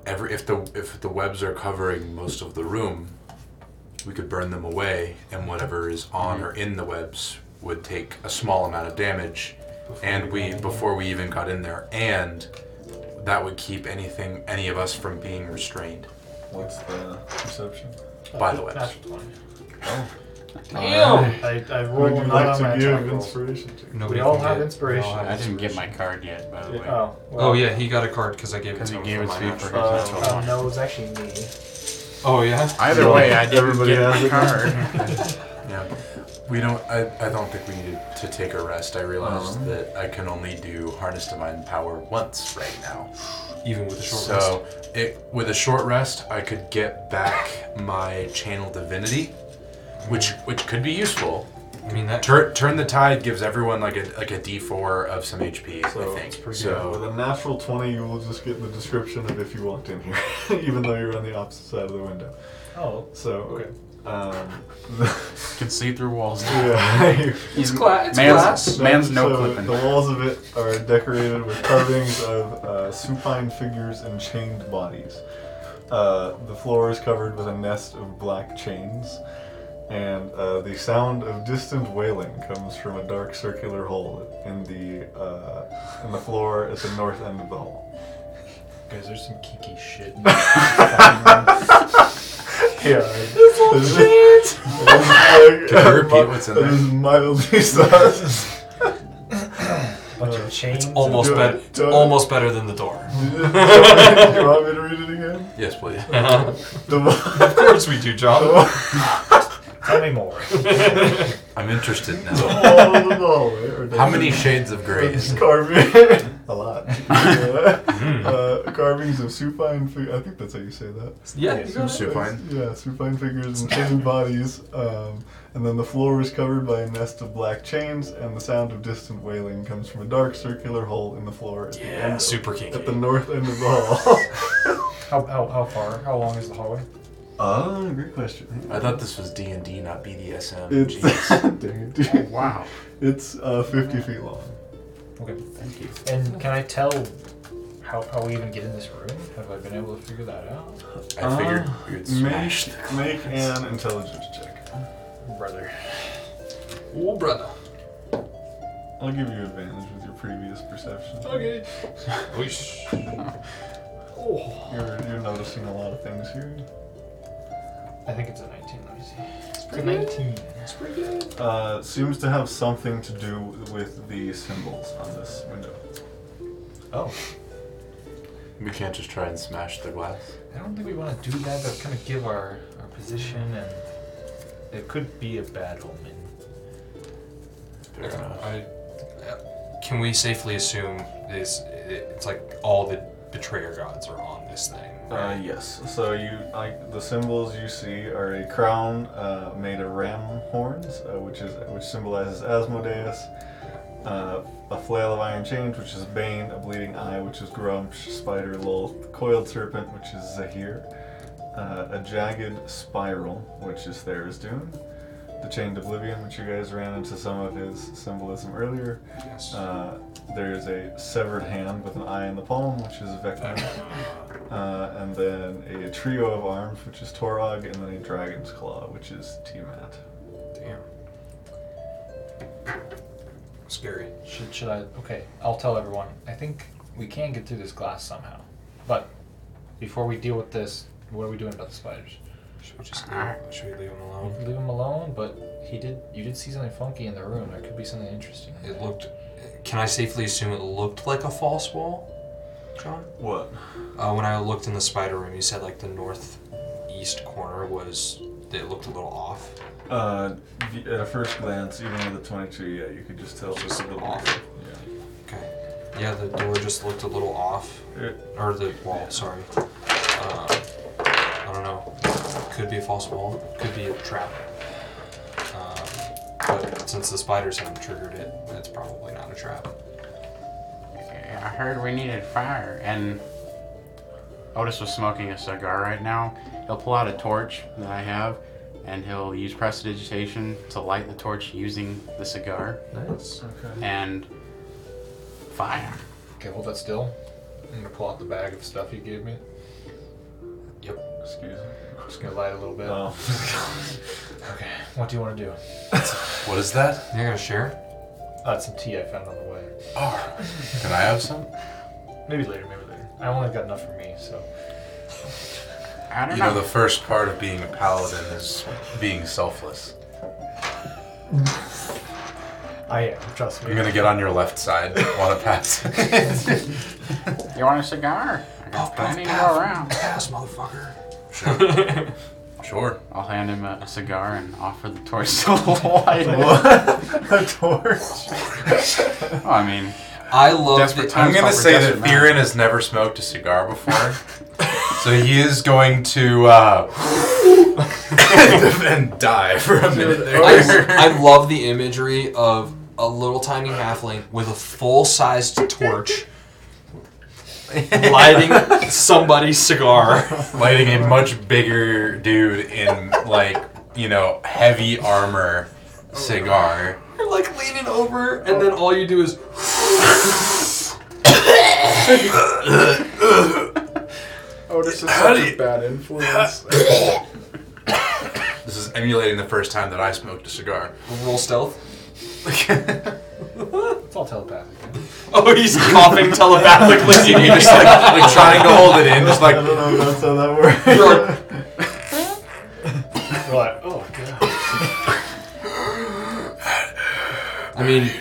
[SPEAKER 4] every if the if the webs are covering most of the room, we could burn them away, and whatever is on or in the webs would take a small amount of damage, and we before we even got in there, and that would keep anything any of us from being restrained
[SPEAKER 1] What's the perception?
[SPEAKER 6] Uh,
[SPEAKER 4] by the webs.
[SPEAKER 6] Natural 20.
[SPEAKER 2] Damn!
[SPEAKER 6] I, I
[SPEAKER 1] Would
[SPEAKER 6] rolled
[SPEAKER 1] you
[SPEAKER 6] not
[SPEAKER 1] like
[SPEAKER 6] on
[SPEAKER 1] to
[SPEAKER 6] my
[SPEAKER 1] give
[SPEAKER 6] attack rolls.
[SPEAKER 1] inspiration to?
[SPEAKER 2] Nobody
[SPEAKER 6] all
[SPEAKER 2] can
[SPEAKER 6] have
[SPEAKER 2] get- we
[SPEAKER 6] inspiration.
[SPEAKER 2] all have
[SPEAKER 5] I didn't get my
[SPEAKER 2] inspiration.
[SPEAKER 5] card yet, by the way.
[SPEAKER 6] Oh, well,
[SPEAKER 2] Oh yeah, he got a card because I gave it
[SPEAKER 5] Because
[SPEAKER 2] to
[SPEAKER 5] he
[SPEAKER 2] him
[SPEAKER 5] gave
[SPEAKER 2] for
[SPEAKER 5] it
[SPEAKER 2] my
[SPEAKER 5] to me for his
[SPEAKER 2] natural.
[SPEAKER 1] Uh,
[SPEAKER 5] natural
[SPEAKER 6] Oh,
[SPEAKER 5] one.
[SPEAKER 6] no, it's actually me.
[SPEAKER 2] Oh yeah.
[SPEAKER 5] Either way, I didn't
[SPEAKER 1] Everybody
[SPEAKER 5] get
[SPEAKER 1] has
[SPEAKER 5] my
[SPEAKER 1] it.
[SPEAKER 5] card.
[SPEAKER 4] Yeah, we don't. I, I don't think we need to take a rest. I realized
[SPEAKER 1] Um.
[SPEAKER 4] that I can only do harness divine power once right now.
[SPEAKER 2] Even with the short rest.
[SPEAKER 4] So, it with a short rest, I could get back my channel divinity, which which could be useful.
[SPEAKER 2] I mean that.
[SPEAKER 4] Tur- turn the tide gives everyone like a like a D4 of some HP.
[SPEAKER 1] So,
[SPEAKER 4] I think.
[SPEAKER 1] Yeah, with
[SPEAKER 4] So
[SPEAKER 1] a natural 20, you will just get the description of if you walked in here, (laughs) even though you're on the opposite side of the window.
[SPEAKER 6] Oh,
[SPEAKER 1] So,
[SPEAKER 6] Okay.
[SPEAKER 1] um, (laughs)
[SPEAKER 5] Can see through walls.
[SPEAKER 1] yeah. (laughs)
[SPEAKER 5] He's
[SPEAKER 2] gla- it's
[SPEAKER 5] man's,
[SPEAKER 2] glass.
[SPEAKER 5] Man's no
[SPEAKER 1] so
[SPEAKER 5] clipping.
[SPEAKER 1] The walls of it are decorated with carvings of uh, supine figures and chained bodies. Uh, the floor is covered with a nest of black chains, and uh, the sound of distant wailing comes from a dark circular hole in the uh, in the floor at the north end of the hall.
[SPEAKER 6] guys, there's some kinky shit.
[SPEAKER 1] Yeah, this is, (laughs) this is like,
[SPEAKER 4] Can you repeat what's in there?
[SPEAKER 1] This is
[SPEAKER 4] (laughs)
[SPEAKER 1] mildly sus.
[SPEAKER 6] bunch of chains. and-
[SPEAKER 2] Almost
[SPEAKER 1] Do
[SPEAKER 2] better.
[SPEAKER 1] it, do it.
[SPEAKER 2] Almost better than the door.
[SPEAKER 1] Do you want me to read it again?
[SPEAKER 4] yes, please.
[SPEAKER 1] The
[SPEAKER 2] Of course we do, John.
[SPEAKER 6] Tell me more.
[SPEAKER 4] I'm interested now.
[SPEAKER 1] wall of the hallway are
[SPEAKER 4] How many
[SPEAKER 1] decorated
[SPEAKER 4] shades of gray?
[SPEAKER 1] with
[SPEAKER 4] Is
[SPEAKER 1] carving? (laughs) a
[SPEAKER 4] (laughs)
[SPEAKER 1] lot. Uh, uh, carvings of supine figures. I think that's how you say that.
[SPEAKER 2] Yeah. you got it.
[SPEAKER 4] supine.
[SPEAKER 1] Yeah, supine figures and chained bodies. Um, and then the floor is covered by a nest of black chains, and the sound of distant wailing comes from a dark circular hole in the floor at, the,
[SPEAKER 2] Yeah. Super kinky.
[SPEAKER 1] at the north end of the hall.
[SPEAKER 6] (laughs)
[SPEAKER 4] (laughs)
[SPEAKER 6] How, how, how far? How long is the hallway?
[SPEAKER 1] Oh, great question.
[SPEAKER 4] I thought this was D and D, not BDSM.
[SPEAKER 1] It's (laughs)
[SPEAKER 4] Jeez.
[SPEAKER 1] dang it, dude.
[SPEAKER 5] Wow.
[SPEAKER 1] It's uh, 50 feet long.
[SPEAKER 6] Okay. Thank you. And can I tell how, how we even get in this room? Have I been able to figure that out?
[SPEAKER 4] I figured we would smash.
[SPEAKER 1] Make, make an intelligence check.
[SPEAKER 6] Brother.
[SPEAKER 2] Oh brother.
[SPEAKER 1] I'll give you advantage with your previous perception.
[SPEAKER 2] Okay. Oh.
[SPEAKER 1] You're, you're noticing a lot of things here.
[SPEAKER 6] I think it's a 19. Let me see. It's a 19.
[SPEAKER 2] It's pretty good.
[SPEAKER 1] Uh, seems to have something to do with the symbols on this window.
[SPEAKER 6] Oh.
[SPEAKER 4] We can't just try and smash the glass.
[SPEAKER 6] I don't think we want to do that, but kind of give our, our position, and it could be a bad omen.
[SPEAKER 4] Fair enough.
[SPEAKER 2] I, can we safely assume this? It, it's like all the betrayer gods are on this thing.
[SPEAKER 1] Uh, yes. So you like the symbols you see are a crown uh, made of ram horns, uh, which is which symbolizes Asmodeus. Uh, a flail of iron chains, which is Bane. A bleeding eye, which is Grumsh. Spider Lolth. Coiled serpent, which is Zahir. Uh, a jagged spiral, which is Therisdune. The chained oblivion, which you guys ran into some of his symbolism earlier.
[SPEAKER 2] Yes.
[SPEAKER 1] Uh, there's a severed hand with an eye in the palm, which is Vecna. Uh, and then a trio of arms, which is Torog, and then a dragon's claw, which is Tiamat.
[SPEAKER 2] Damn. Scary.
[SPEAKER 6] Should, should I? Okay, I'll tell everyone. I think we can get through this glass somehow. But before we deal with this, what are we doing about the spiders?
[SPEAKER 2] Should we just leave, should we leave him alone?
[SPEAKER 6] Leave him alone, but he did. You did see something funky in the room. There could be something interesting.
[SPEAKER 2] It looked. Can I safely assume it looked like a false wall, John?
[SPEAKER 1] What?
[SPEAKER 2] Uh, when I looked in the spider room, you said like the northeast corner was. It looked a little off.
[SPEAKER 1] Uh, v- at a first glance, even with a 22, yeah, you could just tell.
[SPEAKER 2] Just
[SPEAKER 1] a little
[SPEAKER 2] off.
[SPEAKER 1] Yeah.
[SPEAKER 2] Okay. Yeah, the door just looked a little off,
[SPEAKER 1] It-
[SPEAKER 2] or the wall. Sorry. Uh, I don't know. Could be a false wall. Could be a trap. Um, but since the spiders haven't triggered it, it's probably not a trap.
[SPEAKER 5] I heard we needed fire, and Otis was smoking a cigar right now. He'll pull out a torch that I have, and he'll use prestidigitation to light the torch using the cigar
[SPEAKER 6] Nice.
[SPEAKER 5] and fire.
[SPEAKER 6] Okay, hold that still. I'm gonna pull out the bag of stuff you gave me.
[SPEAKER 1] Excuse me.
[SPEAKER 6] Just gonna light a little bit.
[SPEAKER 1] Oh. (laughs)
[SPEAKER 6] Okay. What do Uh, you want to do?
[SPEAKER 4] What is that?
[SPEAKER 2] You're gonna share?
[SPEAKER 6] That's some tea I found on the way.
[SPEAKER 4] R. Can I have some?
[SPEAKER 6] Maybe later. Maybe later. I only got enough for me, so.
[SPEAKER 5] I don't
[SPEAKER 4] You
[SPEAKER 5] know.
[SPEAKER 4] know, the first part of being a paladin is being selfless.
[SPEAKER 6] I am. Trust me.
[SPEAKER 4] I'm gonna get on your left side. Want to pass?
[SPEAKER 5] you want a cigar? I got plenty to go around.
[SPEAKER 2] Pass, motherfucker.
[SPEAKER 4] sure.
[SPEAKER 5] I'll hand him a, a cigar and offer the torch to (laughs) light it.
[SPEAKER 1] a torch.
[SPEAKER 5] Well, I mean,
[SPEAKER 2] I love.
[SPEAKER 5] Desperate
[SPEAKER 2] that-
[SPEAKER 5] time.
[SPEAKER 4] I'm
[SPEAKER 5] Time's
[SPEAKER 4] gonna
[SPEAKER 5] up for
[SPEAKER 4] say that
[SPEAKER 5] desperate man.
[SPEAKER 4] Viren has never smoked a cigar before, so he is going to uh, (laughs) and die for a minute
[SPEAKER 2] I,
[SPEAKER 4] there.
[SPEAKER 2] I love the imagery of a little tiny halfling with a full-sized torch lighting somebody's cigar.
[SPEAKER 4] Lighting a much bigger dude in like you know heavy armor cigar.
[SPEAKER 2] You're like leaning over, and then all you do is.
[SPEAKER 7] Otis is such a bad influence.
[SPEAKER 4] This is emulating the first time that I smoked a cigar.
[SPEAKER 2] Roll stealth.
[SPEAKER 6] It's all telepathic.
[SPEAKER 2] Oh, he's coughing telepathically. (laughs)
[SPEAKER 4] You're just like, like trying to hold it in, just like
[SPEAKER 1] I don't know if that's how that works.
[SPEAKER 6] We're like, oh god.
[SPEAKER 2] I mean,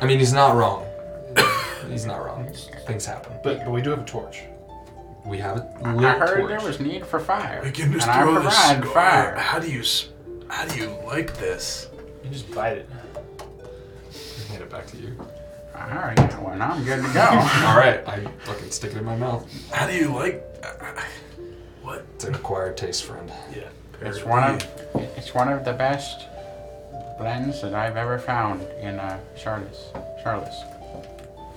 [SPEAKER 2] I mean, he's not wrong. He's not wrong. Things happen.
[SPEAKER 6] But but we do have a torch.
[SPEAKER 2] We have a
[SPEAKER 5] I
[SPEAKER 2] little
[SPEAKER 5] heard
[SPEAKER 2] torch.
[SPEAKER 5] there was need for fire.
[SPEAKER 4] We can just
[SPEAKER 5] and I
[SPEAKER 4] throw this
[SPEAKER 5] provide
[SPEAKER 4] cigar.
[SPEAKER 5] fire.
[SPEAKER 4] How do you, s- how do you like this?
[SPEAKER 6] You just bite it.
[SPEAKER 2] Hand it back to you.
[SPEAKER 5] All right, yeah, well, now I'm good to
[SPEAKER 2] (laughs)
[SPEAKER 5] go.
[SPEAKER 2] All right, I fucking stick it in my mouth.
[SPEAKER 4] How do you like? What?
[SPEAKER 2] It's an acquired taste, friend.
[SPEAKER 5] it's one of it's one of the best blends that I've ever found in uh, Charles. Charles.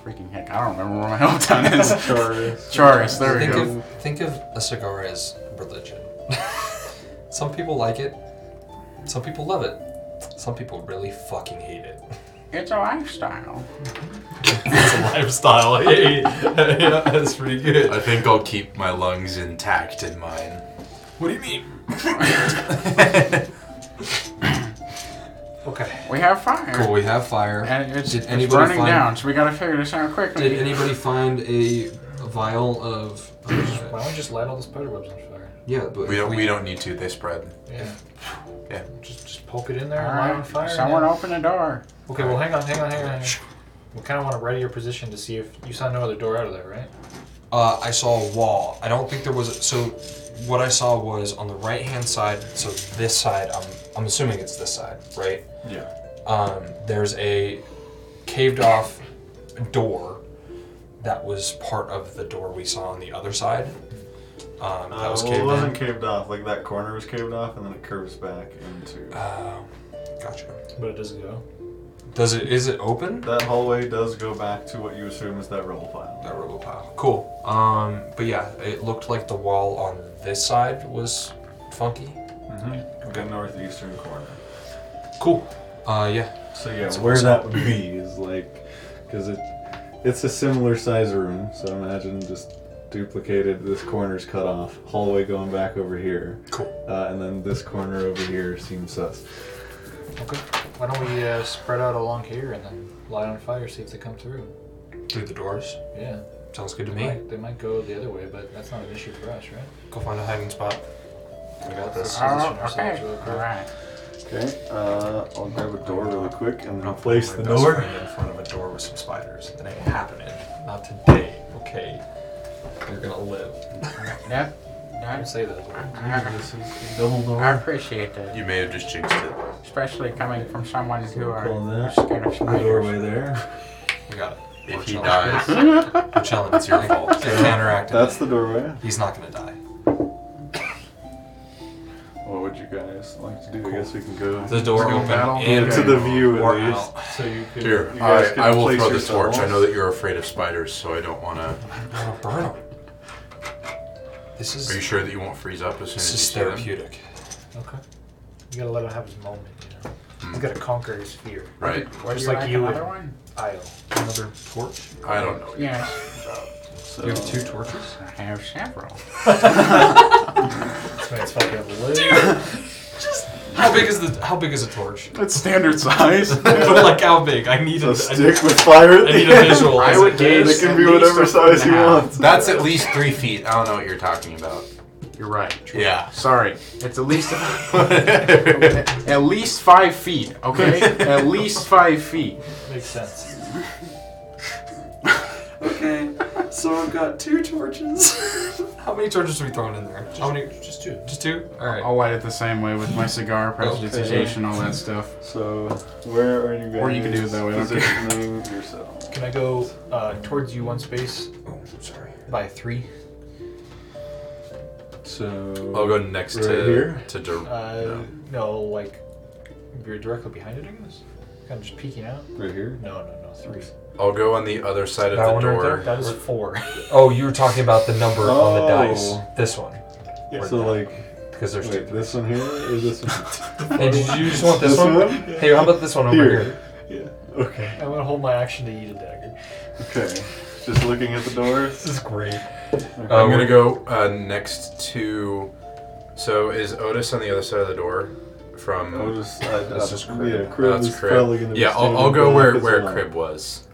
[SPEAKER 5] Freaking heck, I don't remember where my (laughs) hometown is.
[SPEAKER 1] (laughs)
[SPEAKER 5] Charles, there we
[SPEAKER 2] Think
[SPEAKER 5] go.
[SPEAKER 2] of think of a cigar as religion. (laughs) Some people like it. Some people love it. Some people really fucking hate it. (laughs)
[SPEAKER 5] It's a lifestyle.
[SPEAKER 2] It's a lifestyle.
[SPEAKER 1] (laughs)
[SPEAKER 2] yeah, that's pretty good.
[SPEAKER 4] I think I'll keep my lungs intact in mine. (laughs)
[SPEAKER 2] What do you mean?
[SPEAKER 6] Okay.
[SPEAKER 5] We have fire.
[SPEAKER 2] Cool. We have fire.
[SPEAKER 5] And it's,
[SPEAKER 2] Did
[SPEAKER 5] it's
[SPEAKER 2] anybody
[SPEAKER 5] burning
[SPEAKER 2] find-
[SPEAKER 5] down, so we gotta figure this out quickly.
[SPEAKER 2] Did anybody find a, a vial of? uh,
[SPEAKER 6] Why don't we just light all those spider webs on fire?
[SPEAKER 2] yeah, but
[SPEAKER 4] We
[SPEAKER 2] if
[SPEAKER 4] don't. We, don't need to. They spread.
[SPEAKER 6] Yeah.
[SPEAKER 4] Yeah.
[SPEAKER 6] Just just poke it in there
[SPEAKER 5] All
[SPEAKER 6] and light on
[SPEAKER 5] right,
[SPEAKER 6] fire. and
[SPEAKER 5] someone
[SPEAKER 6] then-
[SPEAKER 5] open the door.
[SPEAKER 6] Okay, well, hang on, hang on, hang on, hang on. We kind of want to ready your position to see if you saw no other door out of there, right?
[SPEAKER 2] Uh, I saw a wall. I don't think there was. So, what I saw was on the right hand side. So this side. I'm I'm assuming it's this side, right?
[SPEAKER 1] Yeah.
[SPEAKER 2] Um, there's a caved off door that was part of the door we saw on the other side. Um, that
[SPEAKER 1] Uh,
[SPEAKER 2] was
[SPEAKER 1] well, it
[SPEAKER 2] caved
[SPEAKER 1] wasn't
[SPEAKER 2] in.
[SPEAKER 1] caved off. Like that corner was caved off, and then it curves back into.
[SPEAKER 2] Um, gotcha.
[SPEAKER 6] But it doesn't go.
[SPEAKER 2] Does it? Is it open?
[SPEAKER 1] That hallway does go back to what you assume is that rubble pile.
[SPEAKER 2] That rubble pile. Cool. Um, but yeah, it looked like the wall on this side was funky.
[SPEAKER 1] Mm-hmm. The northeastern corner.
[SPEAKER 2] Cool. Uh, yeah.
[SPEAKER 1] So yeah,
[SPEAKER 2] So
[SPEAKER 1] where
[SPEAKER 2] it's-
[SPEAKER 1] that would be is like, because it, it's a similar size room. So imagine just duplicated. This corner's cut off. Hallway going back over here,
[SPEAKER 2] Cool.
[SPEAKER 1] uh, and then this corner over here seems sus.
[SPEAKER 6] Okay. Why don't we uh, spread out along here and then light on fire, see if they come through?
[SPEAKER 2] Through the doors.
[SPEAKER 6] Yeah.
[SPEAKER 2] Sounds good to
[SPEAKER 6] They
[SPEAKER 2] me.
[SPEAKER 6] might, they might go the other way, but that's not an issue for us, right?
[SPEAKER 2] Go find a hiding spot. I got this.
[SPEAKER 5] Oh,
[SPEAKER 6] Position
[SPEAKER 5] okay.
[SPEAKER 6] ourselves real quick.
[SPEAKER 5] All right.
[SPEAKER 1] Okay, uh, I'll grab a door really quick and then
[SPEAKER 2] I'll
[SPEAKER 1] place the door.
[SPEAKER 2] in front of a door with some spiders. It ain't happening. Not today. Okay. You're gonna live.
[SPEAKER 6] I
[SPEAKER 5] That,
[SPEAKER 6] didn't
[SPEAKER 5] that's,
[SPEAKER 6] say that.
[SPEAKER 5] I,
[SPEAKER 1] Double
[SPEAKER 5] I
[SPEAKER 1] door.
[SPEAKER 5] appreciate that.
[SPEAKER 4] You may have just jinxed it.
[SPEAKER 5] Especially coming from someone who are
[SPEAKER 1] Pull
[SPEAKER 5] who's
[SPEAKER 1] that.
[SPEAKER 5] scared of
[SPEAKER 1] The doorway
[SPEAKER 5] spiders.
[SPEAKER 1] there.
[SPEAKER 2] We got it.
[SPEAKER 4] If
[SPEAKER 2] We're
[SPEAKER 4] he
[SPEAKER 2] chilling.
[SPEAKER 4] dies,
[SPEAKER 2] We're (laughs) chilling. It's your fault. It counteracted.
[SPEAKER 1] That's
[SPEAKER 2] it.
[SPEAKER 1] the doorway.
[SPEAKER 2] He's not gonna die.
[SPEAKER 1] What would you guys like to do? I guess we can go
[SPEAKER 2] The door
[SPEAKER 5] Let's do
[SPEAKER 2] open
[SPEAKER 5] battle.
[SPEAKER 2] and
[SPEAKER 1] to the view
[SPEAKER 2] We're
[SPEAKER 1] at least.
[SPEAKER 2] out.
[SPEAKER 1] So you can.
[SPEAKER 4] here.
[SPEAKER 1] you guys
[SPEAKER 4] I,
[SPEAKER 1] can
[SPEAKER 4] I will
[SPEAKER 1] place
[SPEAKER 4] throw this torch. I
[SPEAKER 1] yourselves.
[SPEAKER 4] know that you're afraid of spiders, so I don't want to.
[SPEAKER 2] I'm gonna burn him. This is
[SPEAKER 4] Are you sure that you won't freeze up as soon
[SPEAKER 2] this
[SPEAKER 4] as you
[SPEAKER 2] is
[SPEAKER 4] see them?
[SPEAKER 2] therapeutic.
[SPEAKER 6] Okay. You gotta let him have his moment, you know? He's gotta conquer his fear.
[SPEAKER 4] Right.
[SPEAKER 5] Would
[SPEAKER 6] Just
[SPEAKER 5] you
[SPEAKER 6] like you
[SPEAKER 5] another
[SPEAKER 6] and-
[SPEAKER 5] one?
[SPEAKER 6] Aisle.
[SPEAKER 2] Another torch.
[SPEAKER 4] I don't know.
[SPEAKER 5] Yes.
[SPEAKER 1] So
[SPEAKER 2] You have two torches?
[SPEAKER 5] I have chaperone.
[SPEAKER 6] This man's fucking up lid.
[SPEAKER 2] (laughs) How big is the how big is a torch?
[SPEAKER 5] (laughs) That's standard size. (laughs)
[SPEAKER 2] but (laughs) like how big? I need a,
[SPEAKER 1] a
[SPEAKER 2] I
[SPEAKER 1] stick with fire. at
[SPEAKER 2] I
[SPEAKER 1] the
[SPEAKER 2] need a
[SPEAKER 1] end.
[SPEAKER 2] visual.
[SPEAKER 5] I would gauge
[SPEAKER 1] It can
[SPEAKER 5] at
[SPEAKER 1] be
[SPEAKER 5] least
[SPEAKER 1] whatever
[SPEAKER 5] a foot and
[SPEAKER 1] size
[SPEAKER 5] a
[SPEAKER 1] you
[SPEAKER 5] half.
[SPEAKER 1] want.
[SPEAKER 4] That's at least three feet. I don't know what you're talking about.
[SPEAKER 5] You're right.
[SPEAKER 4] Yeah. (laughs)
[SPEAKER 5] Sorry, it's at least (laughs) at least five feet. (laughs) Okay, at least five feet.
[SPEAKER 6] Makes sense.
[SPEAKER 2] Okay, so I've got two torches. how many torches are we throwing in there? how many?
[SPEAKER 3] Just two.
[SPEAKER 2] Just two? All right.
[SPEAKER 5] I'll light it the same way with my cigar prejudiciation, all that stuff.
[SPEAKER 1] So where are you guys?
[SPEAKER 5] Or you can do it that way, I don't care.
[SPEAKER 1] Positioning yourself.
[SPEAKER 6] Can I go uh, towards you one space
[SPEAKER 2] Oh, sorry.
[SPEAKER 6] by three?
[SPEAKER 1] So
[SPEAKER 4] I'll go next
[SPEAKER 1] Right
[SPEAKER 4] to
[SPEAKER 1] here?
[SPEAKER 4] to dir-
[SPEAKER 6] Uh,
[SPEAKER 4] no.
[SPEAKER 6] no, like you're directly behind it, I guess. Kind of just peeking out.
[SPEAKER 1] right here.
[SPEAKER 6] No, no, no, three.
[SPEAKER 4] I'll go on the other side of
[SPEAKER 3] That
[SPEAKER 4] the
[SPEAKER 3] one right
[SPEAKER 4] door.
[SPEAKER 3] there?
[SPEAKER 6] That is four. (laughs)
[SPEAKER 2] Oh, you were talking about the number on the dice.
[SPEAKER 1] Oh.
[SPEAKER 2] This one,
[SPEAKER 1] So like,
[SPEAKER 2] because there's
[SPEAKER 1] wait,
[SPEAKER 2] two.
[SPEAKER 1] this one here or this one?
[SPEAKER 2] Hey, did you just want this, one? Hey, how about this one over
[SPEAKER 1] Here.
[SPEAKER 2] here?
[SPEAKER 1] (laughs) Yeah. Okay.
[SPEAKER 6] I'm gonna hold my action to eat a dagger.
[SPEAKER 1] Okay. Just looking at the door.
[SPEAKER 2] This is great.
[SPEAKER 4] I'm gonna go uh, next to. So is Otis on the other side of the door? From uh,
[SPEAKER 1] I'll just, I,
[SPEAKER 2] That's just
[SPEAKER 1] I-
[SPEAKER 2] crib.
[SPEAKER 1] Yeah, crib
[SPEAKER 4] that's
[SPEAKER 1] is probably gonna be
[SPEAKER 4] Yeah, I'll,
[SPEAKER 1] standing
[SPEAKER 4] I'll go
[SPEAKER 1] back
[SPEAKER 4] where
[SPEAKER 1] as
[SPEAKER 4] where
[SPEAKER 1] well.
[SPEAKER 4] crib was.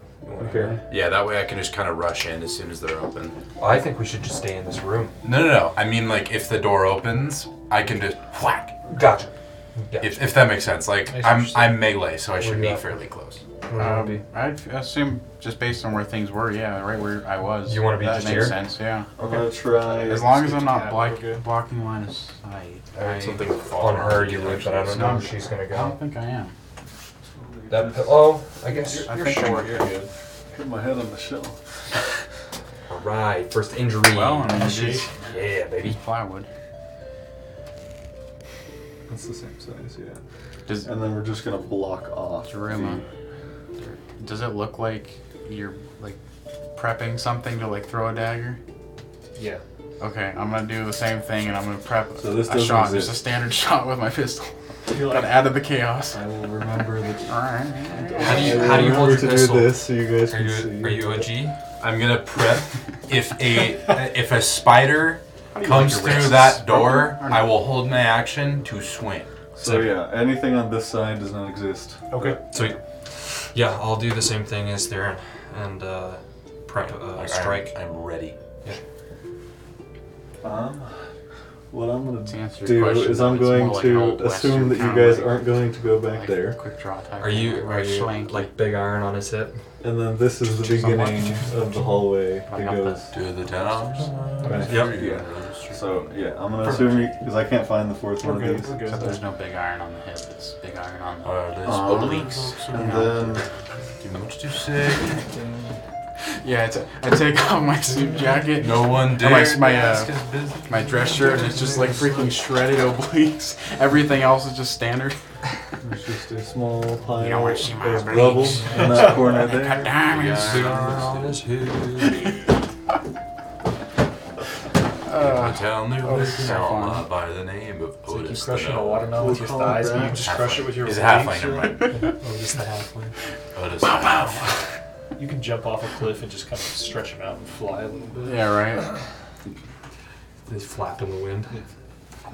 [SPEAKER 1] Okay.
[SPEAKER 4] Yeah, that way I can just kind of rush in as soon as they're open.
[SPEAKER 2] I think we should just stay in this room.
[SPEAKER 4] No, no, no. I mean, like if the door opens, I can just whack.
[SPEAKER 2] Gotcha. Yeah.
[SPEAKER 4] If, if that makes sense. Like
[SPEAKER 6] Nice
[SPEAKER 4] I'm
[SPEAKER 6] interesting.
[SPEAKER 4] I'm melee, so I should
[SPEAKER 2] you
[SPEAKER 4] be
[SPEAKER 2] at?
[SPEAKER 4] fairly close.
[SPEAKER 5] Um, I'd f- assume just based on where things were, yeah, right where I was.
[SPEAKER 2] You wanna be
[SPEAKER 5] that
[SPEAKER 2] just
[SPEAKER 5] makes
[SPEAKER 2] here?
[SPEAKER 5] sense, yeah.
[SPEAKER 1] I'm gonna try.
[SPEAKER 5] As long as
[SPEAKER 6] Yeah,
[SPEAKER 5] I'm not
[SPEAKER 6] we're
[SPEAKER 5] black,
[SPEAKER 6] good.
[SPEAKER 5] blocking line of sight.
[SPEAKER 4] I heard something fall
[SPEAKER 2] on
[SPEAKER 4] around
[SPEAKER 2] her,
[SPEAKER 4] me,
[SPEAKER 2] you would,
[SPEAKER 4] actually.
[SPEAKER 2] but I don't know if she's gonna
[SPEAKER 5] I don't
[SPEAKER 2] go.
[SPEAKER 5] think I am.
[SPEAKER 2] That pi- oh, I guess.
[SPEAKER 5] I think I'm here.
[SPEAKER 1] Hit my head on the shelf.
[SPEAKER 2] All right, first injury.
[SPEAKER 5] Well, I mean, it is
[SPEAKER 2] yeah, baby.
[SPEAKER 5] it's plywood.
[SPEAKER 1] That's the same size, yeah.
[SPEAKER 5] Does,
[SPEAKER 1] And then we're just gonna block off.
[SPEAKER 5] Jerima, uh, does it look like you're like prepping something to like throw a dagger?
[SPEAKER 6] Yeah.
[SPEAKER 5] Okay, I'm gonna do the same thing, and I'm gonna prep
[SPEAKER 1] So this
[SPEAKER 5] a
[SPEAKER 1] doesn't
[SPEAKER 5] shot.
[SPEAKER 1] exist.
[SPEAKER 5] Just a standard (laughs) shot with my pistol.
[SPEAKER 6] You're like,
[SPEAKER 5] Got out of the chaos. All
[SPEAKER 1] I will remember the.
[SPEAKER 5] right.
[SPEAKER 2] How do you
[SPEAKER 1] I will
[SPEAKER 2] how do you hold
[SPEAKER 1] remember
[SPEAKER 2] your
[SPEAKER 1] to
[SPEAKER 2] pistol?
[SPEAKER 1] do this so you guys
[SPEAKER 2] Are
[SPEAKER 1] can
[SPEAKER 2] you
[SPEAKER 1] see.
[SPEAKER 2] are you a G?
[SPEAKER 4] I'm gonna prep. if a if a spider
[SPEAKER 5] do you
[SPEAKER 4] comes
[SPEAKER 5] like your
[SPEAKER 4] through
[SPEAKER 5] wrists?
[SPEAKER 4] that door,
[SPEAKER 5] Broken or
[SPEAKER 4] I will hold my action to swing.
[SPEAKER 1] So yeah, anything on this side does not exist.
[SPEAKER 6] okay.
[SPEAKER 2] So, yeah, I'll do the same thing as Theron and uh, prep a
[SPEAKER 4] Like,
[SPEAKER 2] strike.
[SPEAKER 4] I'm, I'm ready.
[SPEAKER 1] Um, what I'm gonna
[SPEAKER 5] To answer your
[SPEAKER 1] do
[SPEAKER 5] question,
[SPEAKER 1] is
[SPEAKER 5] though,
[SPEAKER 1] I'm
[SPEAKER 5] it's
[SPEAKER 1] going
[SPEAKER 5] more like an
[SPEAKER 1] to
[SPEAKER 5] old
[SPEAKER 1] assume
[SPEAKER 5] Western
[SPEAKER 1] that you
[SPEAKER 5] town,
[SPEAKER 1] guys
[SPEAKER 5] like-
[SPEAKER 1] aren't going to go back
[SPEAKER 5] Like,
[SPEAKER 1] there,
[SPEAKER 5] Quick draw type.
[SPEAKER 2] Are you
[SPEAKER 5] or
[SPEAKER 2] are you
[SPEAKER 5] swank.
[SPEAKER 2] like big iron on his hip?
[SPEAKER 1] and then this is the
[SPEAKER 2] Someone-
[SPEAKER 1] beginning of the hallway
[SPEAKER 5] I
[SPEAKER 1] that
[SPEAKER 5] got
[SPEAKER 1] goes.
[SPEAKER 4] Do the ten hours.
[SPEAKER 1] Right.
[SPEAKER 2] Yep.
[SPEAKER 1] Yeah. So yeah, I'm gonna assume you because I can't find the fourth one of these.
[SPEAKER 5] Except there's no big iron on the hip. It's big iron on the.
[SPEAKER 4] Are those
[SPEAKER 1] Uh,
[SPEAKER 4] obliques?
[SPEAKER 1] And then
[SPEAKER 4] Too much too sick.
[SPEAKER 5] yeah, I ta- I take off my suit jacket.
[SPEAKER 4] No one did.
[SPEAKER 5] And my, my, uh, my dress shirt, and it's just like freaking shredded obliques. (laughs) Everything else is just standard.
[SPEAKER 1] there's just a small pile
[SPEAKER 5] You don't wanna see my
[SPEAKER 1] of
[SPEAKER 5] breaks.
[SPEAKER 1] rubble
[SPEAKER 5] (laughs)
[SPEAKER 1] in that corner (laughs) there.
[SPEAKER 5] Diamonds.
[SPEAKER 2] Big iron on his hip.
[SPEAKER 4] the town there
[SPEAKER 6] oh,
[SPEAKER 4] was
[SPEAKER 6] this is
[SPEAKER 4] a
[SPEAKER 6] so fun.
[SPEAKER 4] lot by the name of
[SPEAKER 6] So you keep
[SPEAKER 4] Otis. the
[SPEAKER 6] crushing a
[SPEAKER 4] Gnome.
[SPEAKER 6] watermelon with your
[SPEAKER 1] We'll call it
[SPEAKER 6] thighs, and you
[SPEAKER 1] that.
[SPEAKER 6] just crush it with your
[SPEAKER 4] He's a
[SPEAKER 6] legs.
[SPEAKER 4] halfling, never mind.
[SPEAKER 2] Oh, (laughs) just the halfway.
[SPEAKER 4] Otis. the halfling.
[SPEAKER 6] You can jump off a cliff and just kind of stretch them out and fly a little bit.
[SPEAKER 5] Yeah, right.
[SPEAKER 2] They flap in the wind.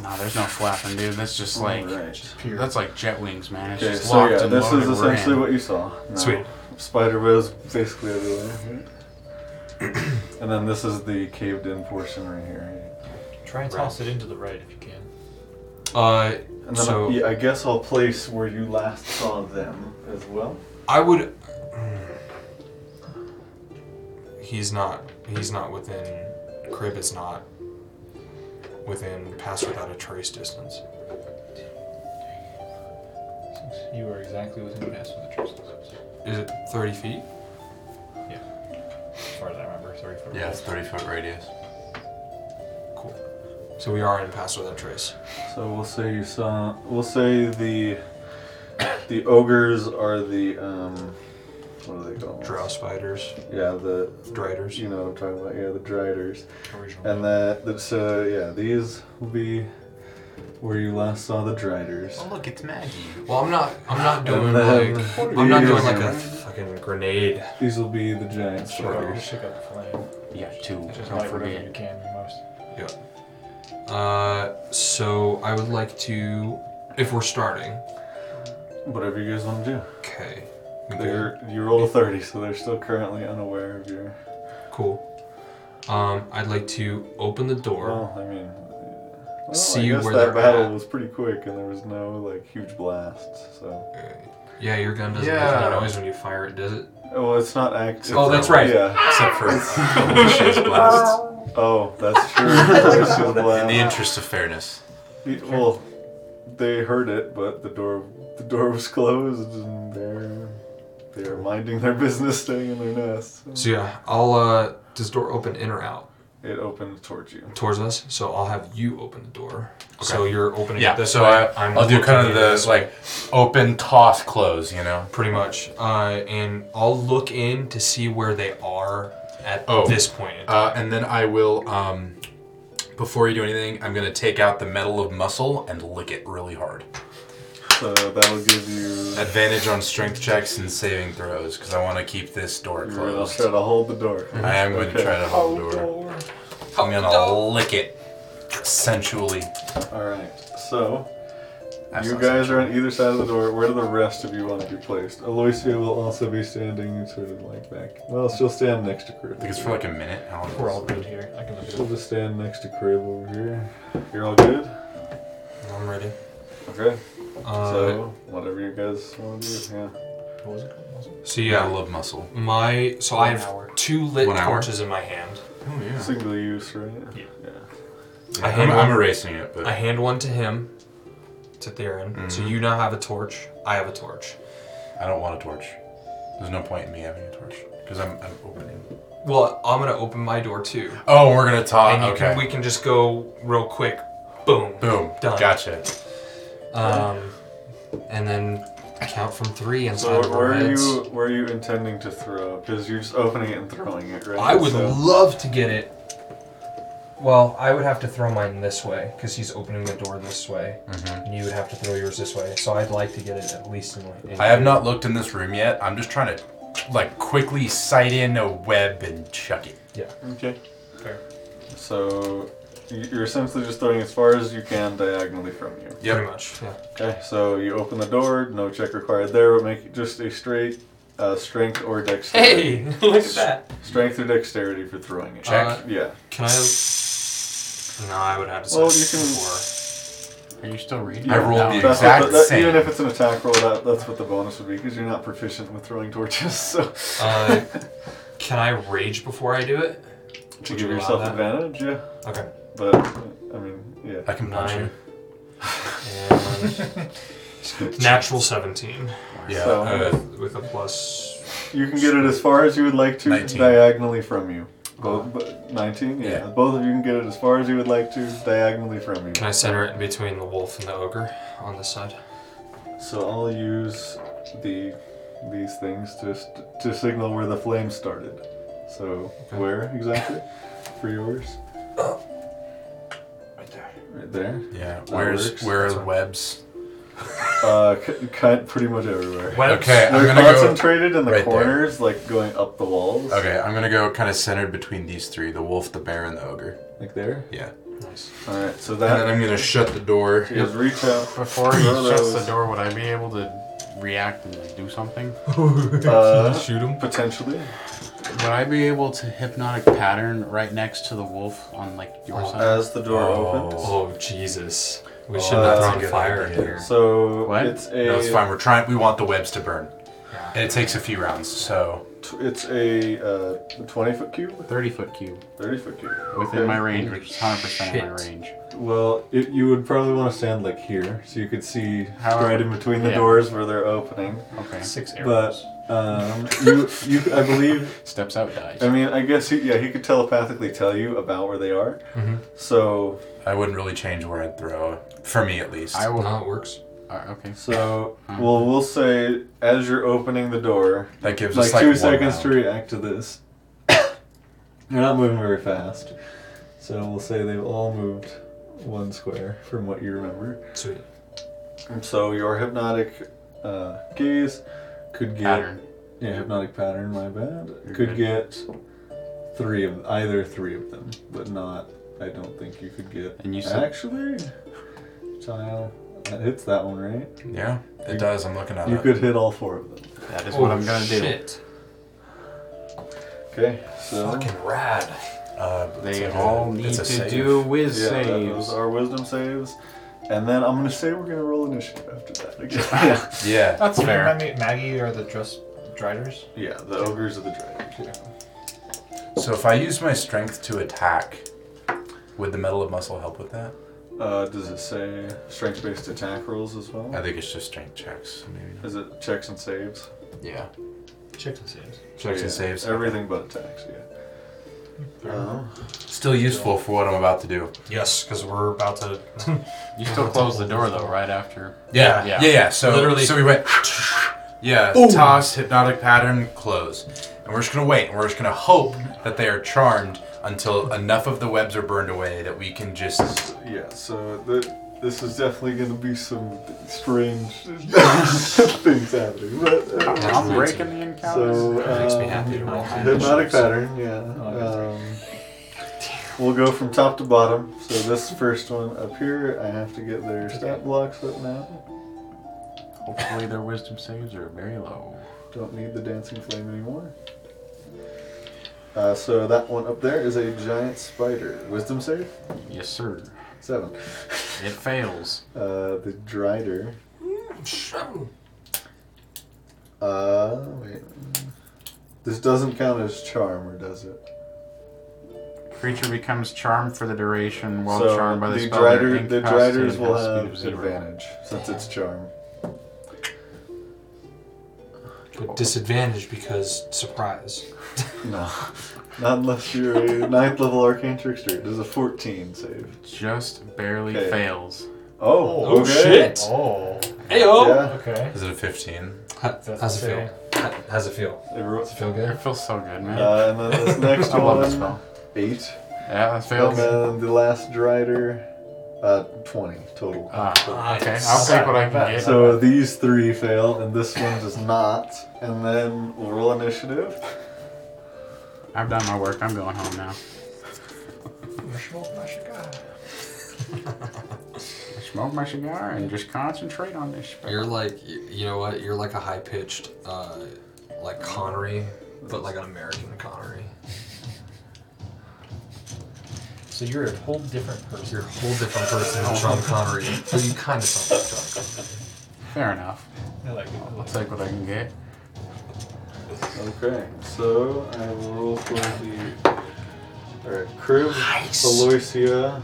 [SPEAKER 5] No, there's no flapping, dude. That's just like
[SPEAKER 1] Alright.
[SPEAKER 6] Pure.
[SPEAKER 5] that's like jet wings, man. It's
[SPEAKER 1] Okay,
[SPEAKER 5] just
[SPEAKER 1] so
[SPEAKER 5] locked
[SPEAKER 1] yeah,
[SPEAKER 5] and
[SPEAKER 1] this
[SPEAKER 5] loaded.
[SPEAKER 1] is
[SPEAKER 5] We're
[SPEAKER 1] essentially
[SPEAKER 5] in.
[SPEAKER 1] what you saw. Now,
[SPEAKER 2] Sweet.
[SPEAKER 1] Spider webs basically everywhere. (coughs) and then this is the caved in portion right here.
[SPEAKER 6] Try and toss it into the right if you can.
[SPEAKER 2] Uh,
[SPEAKER 1] And then
[SPEAKER 2] So-
[SPEAKER 1] I, yeah, I guess I'll place where you last saw them as well.
[SPEAKER 2] I would. He's not. He's not within. Crib is not within pass without a trace distance.
[SPEAKER 6] You are exactly within pass of the tristles,
[SPEAKER 2] Is it thirty feet?
[SPEAKER 6] as far as I remember. Sorry for
[SPEAKER 4] Yeah, it's 30 foot radius.
[SPEAKER 2] Cool. So we are in pass without trace.
[SPEAKER 1] So we'll say you saw. We'll say the the ogres are the um, what are they called?
[SPEAKER 2] Drow spiders,
[SPEAKER 1] Yeah, the
[SPEAKER 2] driders.
[SPEAKER 1] you know what I'm talking about. Yeah, the driders.
[SPEAKER 6] original.
[SPEAKER 1] And that, that so yeah, these will be where you last saw the driders.
[SPEAKER 4] Oh, look, it's Maggie.
[SPEAKER 2] (laughs) Well, I'm not. I'm not doing
[SPEAKER 1] And then-
[SPEAKER 2] like. I'm not doing like a
[SPEAKER 1] Yeah.
[SPEAKER 2] like fucking grenade.
[SPEAKER 1] These will be the giant
[SPEAKER 2] Sure.
[SPEAKER 1] spiders.
[SPEAKER 6] Pick up the flame.
[SPEAKER 5] Yeah, two.
[SPEAKER 2] Just
[SPEAKER 5] Don't
[SPEAKER 6] Light whatever you
[SPEAKER 5] forget.
[SPEAKER 6] can the most.
[SPEAKER 2] Yep. Uh, so I would like to, if we're starting.
[SPEAKER 1] Whatever you guys want to do.
[SPEAKER 2] Okay.
[SPEAKER 1] They're you rolled a thirty, so they're still currently unaware of your.
[SPEAKER 2] Cool. Um, I'd like to open the door.
[SPEAKER 1] Well, I mean, well,
[SPEAKER 2] See
[SPEAKER 1] I guess
[SPEAKER 2] where
[SPEAKER 1] that
[SPEAKER 2] they're
[SPEAKER 1] battle
[SPEAKER 2] at.
[SPEAKER 1] was pretty quick, and there was no like huge blasts. So,
[SPEAKER 2] yeah, your gun doesn't make
[SPEAKER 5] Yeah.
[SPEAKER 2] any noise when you fire it, does it?
[SPEAKER 1] well, it's not active.
[SPEAKER 2] Oh, that's right.
[SPEAKER 1] Yeah.
[SPEAKER 4] Except for Alicia's blast.
[SPEAKER 1] Oh,
[SPEAKER 2] (laughs)
[SPEAKER 1] that's true. (laughs) This is
[SPEAKER 4] In
[SPEAKER 1] blast.
[SPEAKER 4] the interest of fairness.
[SPEAKER 1] Y- Well, they heard it, but the door the door was closed, and they're they're minding their business, staying in their nest.
[SPEAKER 2] So yeah, I'll. Uh, does door open in or out
[SPEAKER 1] It opened towards you.
[SPEAKER 2] towards us? So I'll have you open the door. So you're opening
[SPEAKER 4] Yeah,
[SPEAKER 2] it this
[SPEAKER 4] so
[SPEAKER 2] way.
[SPEAKER 4] I, I'll do
[SPEAKER 2] looking
[SPEAKER 4] kind of
[SPEAKER 2] at it
[SPEAKER 4] the
[SPEAKER 2] this way.
[SPEAKER 4] like open toss close, you know?
[SPEAKER 2] pretty much. Uh, and I'll look in to see where they are at
[SPEAKER 4] Oh.
[SPEAKER 2] this point. in time.
[SPEAKER 4] Uh, and then I will, um, before you do anything, I'm going to take out the metal of muscle and lick it really hard.
[SPEAKER 1] So that'll give you.
[SPEAKER 4] Advantage on strength checks and saving throws because I want to keep this door
[SPEAKER 1] You're gonna
[SPEAKER 4] closed.
[SPEAKER 1] try to hold the door.
[SPEAKER 4] I am going to
[SPEAKER 1] Okay.
[SPEAKER 4] try to hold the door. I'm going to lick it sensually.
[SPEAKER 1] All right. So
[SPEAKER 4] That's
[SPEAKER 1] you
[SPEAKER 4] not
[SPEAKER 1] guys
[SPEAKER 4] sensual.
[SPEAKER 1] are on either side of the door. Where do the rest of you want to be placed? Aloysia will also be standing sort of like back. Well, she'll stand next to Crib.
[SPEAKER 4] I think it's for like a minute. How long
[SPEAKER 6] We're
[SPEAKER 4] is-
[SPEAKER 6] all good here. I can look it
[SPEAKER 1] She'll
[SPEAKER 6] up.
[SPEAKER 1] just stand next to Crib over here. You're all good.
[SPEAKER 2] I'm ready.
[SPEAKER 1] Okay.
[SPEAKER 2] Uh, so,
[SPEAKER 1] so whatever you guys want to do, yeah.
[SPEAKER 6] What was it called? Was it?
[SPEAKER 4] Yeah, I
[SPEAKER 2] yeah,
[SPEAKER 4] love muscle.
[SPEAKER 2] my so I
[SPEAKER 6] One
[SPEAKER 2] have
[SPEAKER 6] hour.
[SPEAKER 2] two lit
[SPEAKER 4] One hour?
[SPEAKER 2] torches in my hand.
[SPEAKER 4] Oh, yeah.
[SPEAKER 1] Single use, right? Yeah.
[SPEAKER 2] I
[SPEAKER 4] I'm,
[SPEAKER 2] hand
[SPEAKER 4] I'm
[SPEAKER 2] one,
[SPEAKER 4] erasing it, but
[SPEAKER 2] I hand one to him, to Theron. So
[SPEAKER 4] Mm-hmm.
[SPEAKER 2] you now have a torch. I have a torch.
[SPEAKER 4] I don't want a torch. There's no point in me having a torch because I'm, I'm opening.
[SPEAKER 2] Well, I'm gonna open my door too,
[SPEAKER 4] Oh, we're gonna talk.
[SPEAKER 2] and you
[SPEAKER 4] okay.
[SPEAKER 2] can, we can just go real quick. Boom.
[SPEAKER 4] Boom.
[SPEAKER 2] Done.
[SPEAKER 4] Gotcha.
[SPEAKER 2] Um, and then count from three and
[SPEAKER 1] So
[SPEAKER 2] slide
[SPEAKER 1] where
[SPEAKER 2] our
[SPEAKER 1] are
[SPEAKER 2] heads.
[SPEAKER 1] you? Where are you intending to throw? Because you're just opening it and throwing it, right?
[SPEAKER 2] I would
[SPEAKER 1] So-
[SPEAKER 2] love to get it. Well, I would have to throw mine this way because he's opening the door this way,
[SPEAKER 1] Mm-hmm.
[SPEAKER 2] and you would have to throw yours this way. So I'd like to get it at least in like. in-
[SPEAKER 4] I have not looked in this room yet. I'm just trying to like quickly sight in a web and chuck it.
[SPEAKER 2] yeah.
[SPEAKER 1] Okay.
[SPEAKER 2] Fair.
[SPEAKER 1] So y- you're essentially just throwing as far as you can diagonally from you.
[SPEAKER 2] Pretty much. Yeah.
[SPEAKER 1] Okay. So you open the door. No check required there. But make it just a straight uh, strength or dexterity.
[SPEAKER 2] (laughs) look at that.
[SPEAKER 1] Strength or dexterity for throwing it.
[SPEAKER 4] Check.
[SPEAKER 2] Uh,
[SPEAKER 1] yeah.
[SPEAKER 2] Can I? No, I would have to.
[SPEAKER 1] Well,
[SPEAKER 2] say
[SPEAKER 1] you can-
[SPEAKER 2] Before.
[SPEAKER 5] Are you still reading?
[SPEAKER 4] I rolled the
[SPEAKER 1] That's what
[SPEAKER 4] exact
[SPEAKER 1] the, that,
[SPEAKER 4] same.
[SPEAKER 1] Even if it's an attack roll, that, that's what the bonus would be because you're not proficient with throwing torches. (laughs) So
[SPEAKER 2] Uh, can I rage before I do it?
[SPEAKER 1] to give
[SPEAKER 2] Would you allow
[SPEAKER 1] yourself
[SPEAKER 2] that?
[SPEAKER 1] advantage, yeah.
[SPEAKER 2] Okay.
[SPEAKER 1] But I mean, yeah.
[SPEAKER 4] I can punch
[SPEAKER 2] Nine.
[SPEAKER 4] you.
[SPEAKER 2] And
[SPEAKER 1] (laughs)
[SPEAKER 2] natural seventeen
[SPEAKER 4] Yeah.
[SPEAKER 1] So-
[SPEAKER 4] uh,
[SPEAKER 2] with a plus.
[SPEAKER 1] You can get it as far as you would like to
[SPEAKER 4] 19.
[SPEAKER 1] diagonally from you. Both, but- 19? Yeah.
[SPEAKER 4] Uh, Yeah.
[SPEAKER 1] Both of you can get it as far as you would like to diagonally from you.
[SPEAKER 2] Can I center it in between the wolf and the ogre on this side?
[SPEAKER 1] So I'll use the these things just to signal where the flame started. So
[SPEAKER 2] Okay.
[SPEAKER 1] where
[SPEAKER 4] (laughs)
[SPEAKER 1] exactly? For yours? Right there.
[SPEAKER 4] yeah.
[SPEAKER 1] That
[SPEAKER 4] Where's
[SPEAKER 1] works.
[SPEAKER 4] where are the webs?
[SPEAKER 1] Uh, c- cut pretty much everywhere.
[SPEAKER 4] Okay, I'm
[SPEAKER 1] They're
[SPEAKER 4] gonna go.
[SPEAKER 1] concentrated in the
[SPEAKER 4] right there.
[SPEAKER 1] corners, like going up the walls.
[SPEAKER 4] Okay, I'm gonna go kind of centered between these three: the wolf, the bear, and the ogre.
[SPEAKER 1] Like there.
[SPEAKER 4] Yeah.
[SPEAKER 2] Nice.
[SPEAKER 1] All right. So
[SPEAKER 4] And then
[SPEAKER 1] that
[SPEAKER 4] I'm gonna shut the door.
[SPEAKER 1] is reach out.
[SPEAKER 5] (laughs) Before he
[SPEAKER 1] Throw
[SPEAKER 5] shuts the
[SPEAKER 1] those.
[SPEAKER 5] door, would I be able to react and like, do something?
[SPEAKER 1] Uh,
[SPEAKER 2] Shoot him.
[SPEAKER 1] potentially.
[SPEAKER 5] Would I be able to hypnotic pattern right next to the wolf on like your side?
[SPEAKER 1] As the door
[SPEAKER 4] Oh.
[SPEAKER 1] opens.
[SPEAKER 2] Oh Jesus! We
[SPEAKER 1] Oh,
[SPEAKER 2] should not
[SPEAKER 1] that's
[SPEAKER 2] have
[SPEAKER 1] a
[SPEAKER 2] thrown
[SPEAKER 4] good
[SPEAKER 2] fire in
[SPEAKER 4] idea.
[SPEAKER 2] here.
[SPEAKER 1] So
[SPEAKER 5] What?
[SPEAKER 1] it's a
[SPEAKER 4] No, it's fine. We're trying. We want the webs to burn, and it takes a few rounds. So
[SPEAKER 1] t- it's a uh, twenty foot cube,
[SPEAKER 5] Thirty foot cube
[SPEAKER 1] thirty foot cube.
[SPEAKER 5] within
[SPEAKER 1] Okay.
[SPEAKER 5] my range, which is hundred percent my
[SPEAKER 2] Shit.
[SPEAKER 5] range.
[SPEAKER 1] Well, it, you would probably want to stand like here, so you could see
[SPEAKER 5] How-
[SPEAKER 1] right in between the
[SPEAKER 5] yeah.
[SPEAKER 1] doors where they're opening.
[SPEAKER 5] Okay.
[SPEAKER 6] Six
[SPEAKER 1] But
[SPEAKER 6] arrows.
[SPEAKER 1] um, you, you, I believe.
[SPEAKER 5] Steps out, dies.
[SPEAKER 1] I mean, I guess he, yeah, he could telepathically tell you about where they are.
[SPEAKER 5] Mm-hmm.
[SPEAKER 1] So,
[SPEAKER 4] I wouldn't really change where I'd throw. For me, at least.
[SPEAKER 5] I will.
[SPEAKER 2] No, it works.
[SPEAKER 5] Uh, okay.
[SPEAKER 1] so
[SPEAKER 5] Uh-huh.
[SPEAKER 1] well, we'll say as you're opening the door,
[SPEAKER 4] that gives
[SPEAKER 1] like
[SPEAKER 4] us like
[SPEAKER 1] two
[SPEAKER 4] one
[SPEAKER 1] seconds
[SPEAKER 4] round.
[SPEAKER 1] to react to this. (coughs) You're not moving very fast, so we'll say they've all moved one square from what you remember.
[SPEAKER 2] Sweet.
[SPEAKER 1] And so your hypnotic uh, gaze could get
[SPEAKER 5] Pattern.
[SPEAKER 1] Yeah, hypnotic pattern. My bad.
[SPEAKER 5] You're
[SPEAKER 1] could
[SPEAKER 5] good.
[SPEAKER 1] get three of either three of them, but not. I don't think you could get.
[SPEAKER 5] And you said-
[SPEAKER 1] actually, tile that hits that one, right?
[SPEAKER 4] Yeah, it does. I'm looking at
[SPEAKER 1] You
[SPEAKER 4] it.
[SPEAKER 1] could hit all four of them.
[SPEAKER 5] That is what I'm gonna
[SPEAKER 2] shit.
[SPEAKER 1] Okay, so
[SPEAKER 2] Fucking rad.
[SPEAKER 4] Uh,
[SPEAKER 5] do.
[SPEAKER 4] it's
[SPEAKER 5] They
[SPEAKER 4] like a-
[SPEAKER 5] all need
[SPEAKER 4] it's a
[SPEAKER 5] to
[SPEAKER 4] save.
[SPEAKER 5] do whiz
[SPEAKER 1] yeah, that-
[SPEAKER 5] saves.
[SPEAKER 1] those are wisdom saves, and then I'm gonna say we're gonna roll initiative after that again.
[SPEAKER 4] (laughs)
[SPEAKER 1] (laughs)
[SPEAKER 4] Yeah.
[SPEAKER 5] That's
[SPEAKER 3] Can you
[SPEAKER 5] fair.
[SPEAKER 3] Remind me, Maggie are the dress driders.
[SPEAKER 1] yeah, the ogres of the dragons. Yeah.
[SPEAKER 4] So if I use my strength to attack, would the metal of muscle help with that?
[SPEAKER 1] Uh, does it say strength-based attack rolls as well?
[SPEAKER 4] I think it's just strength checks. Maybe not.
[SPEAKER 1] Is it checks and saves?
[SPEAKER 4] Yeah.
[SPEAKER 6] Checks and saves.
[SPEAKER 4] Checks
[SPEAKER 1] Yeah,
[SPEAKER 4] and saves.
[SPEAKER 1] Everything but attacks. Yeah. Um,
[SPEAKER 4] Still useful for what I'm about to do.
[SPEAKER 2] Yes, because we're about to.
[SPEAKER 5] You still close the door though, right after.
[SPEAKER 4] Yeah.
[SPEAKER 5] Yeah.
[SPEAKER 4] Yeah. Yeah. So
[SPEAKER 2] Literally-
[SPEAKER 4] So we went. Yeah. Toss hypnotic pattern close, and we're just gonna wait. and We're just gonna hope that they are charmed until enough of the webs are burned away that we can just.
[SPEAKER 1] yeah. So th this is definitely going to be some strange (laughs) things happening. But uh,
[SPEAKER 5] I'm breaking the encounters.
[SPEAKER 1] so
[SPEAKER 2] It makes me
[SPEAKER 1] um,
[SPEAKER 2] happy to roll.
[SPEAKER 1] Hypnotic pattern. Yeah.
[SPEAKER 5] Oh,
[SPEAKER 1] Um, we'll go from top to bottom. So this first one up here, I have to get their stat blocks up now.
[SPEAKER 5] Hopefully their wisdom saves are very low.
[SPEAKER 1] Don't need the dancing flame anymore. Uh, so that one up there is a giant spider. Wisdom save
[SPEAKER 5] Yes, sir.
[SPEAKER 1] seven.
[SPEAKER 5] It fails.
[SPEAKER 1] (laughs) Uh, the Drider. Uh, wait. This doesn't count as charm, or does it?
[SPEAKER 5] Creature becomes charmed for the duration while charmed by the, spell. They're
[SPEAKER 1] Drider, the
[SPEAKER 5] incapacitated
[SPEAKER 1] Driders
[SPEAKER 5] at
[SPEAKER 1] will
[SPEAKER 5] a speed
[SPEAKER 1] have
[SPEAKER 5] of zero.
[SPEAKER 1] advantage since it's charm.
[SPEAKER 2] But disadvantage because surprise.
[SPEAKER 1] No, (laughs) not unless you're a ninth level arcane trickster. Does a fourteen save?
[SPEAKER 5] Just barely
[SPEAKER 1] Okay.
[SPEAKER 5] fails.
[SPEAKER 1] Oh,
[SPEAKER 2] Oh,
[SPEAKER 1] okay.
[SPEAKER 2] shit!
[SPEAKER 3] Oh.
[SPEAKER 2] Ayo!
[SPEAKER 1] Yeah,
[SPEAKER 3] Okay.
[SPEAKER 4] Is it a 15?
[SPEAKER 2] How, how's it feel? How, how's it feel?
[SPEAKER 1] everyone-
[SPEAKER 2] Feel
[SPEAKER 5] It
[SPEAKER 2] good?
[SPEAKER 5] feels so good, man.
[SPEAKER 1] Uh, and then
[SPEAKER 5] (laughs)
[SPEAKER 1] this next
[SPEAKER 5] I love this
[SPEAKER 1] one,
[SPEAKER 5] spell.
[SPEAKER 1] eight.
[SPEAKER 5] Yeah, it
[SPEAKER 1] And
[SPEAKER 5] fails.
[SPEAKER 1] then the last Drider, uh, twenty total.
[SPEAKER 5] Ah, okay,
[SPEAKER 2] Nice.
[SPEAKER 5] I'll take what I can get.
[SPEAKER 1] So these three fail, and this one does not. And then we'll roll initiative. (laughs)
[SPEAKER 5] I've done my work. I'm going home now. Smoke my cigar and just concentrate on this. spell.
[SPEAKER 2] You're like, y- you know what? You're like a high pitched, uh, like Connery, but like an American Connery.
[SPEAKER 3] So you're a whole different person.
[SPEAKER 2] You're a whole different person than Sean Connery, but you kind of sound like Sean Connery.
[SPEAKER 5] Fair enough.
[SPEAKER 3] I like
[SPEAKER 5] I'll take what I can get.
[SPEAKER 1] Okay, so I will roll for the alright, Crib, Aloysia,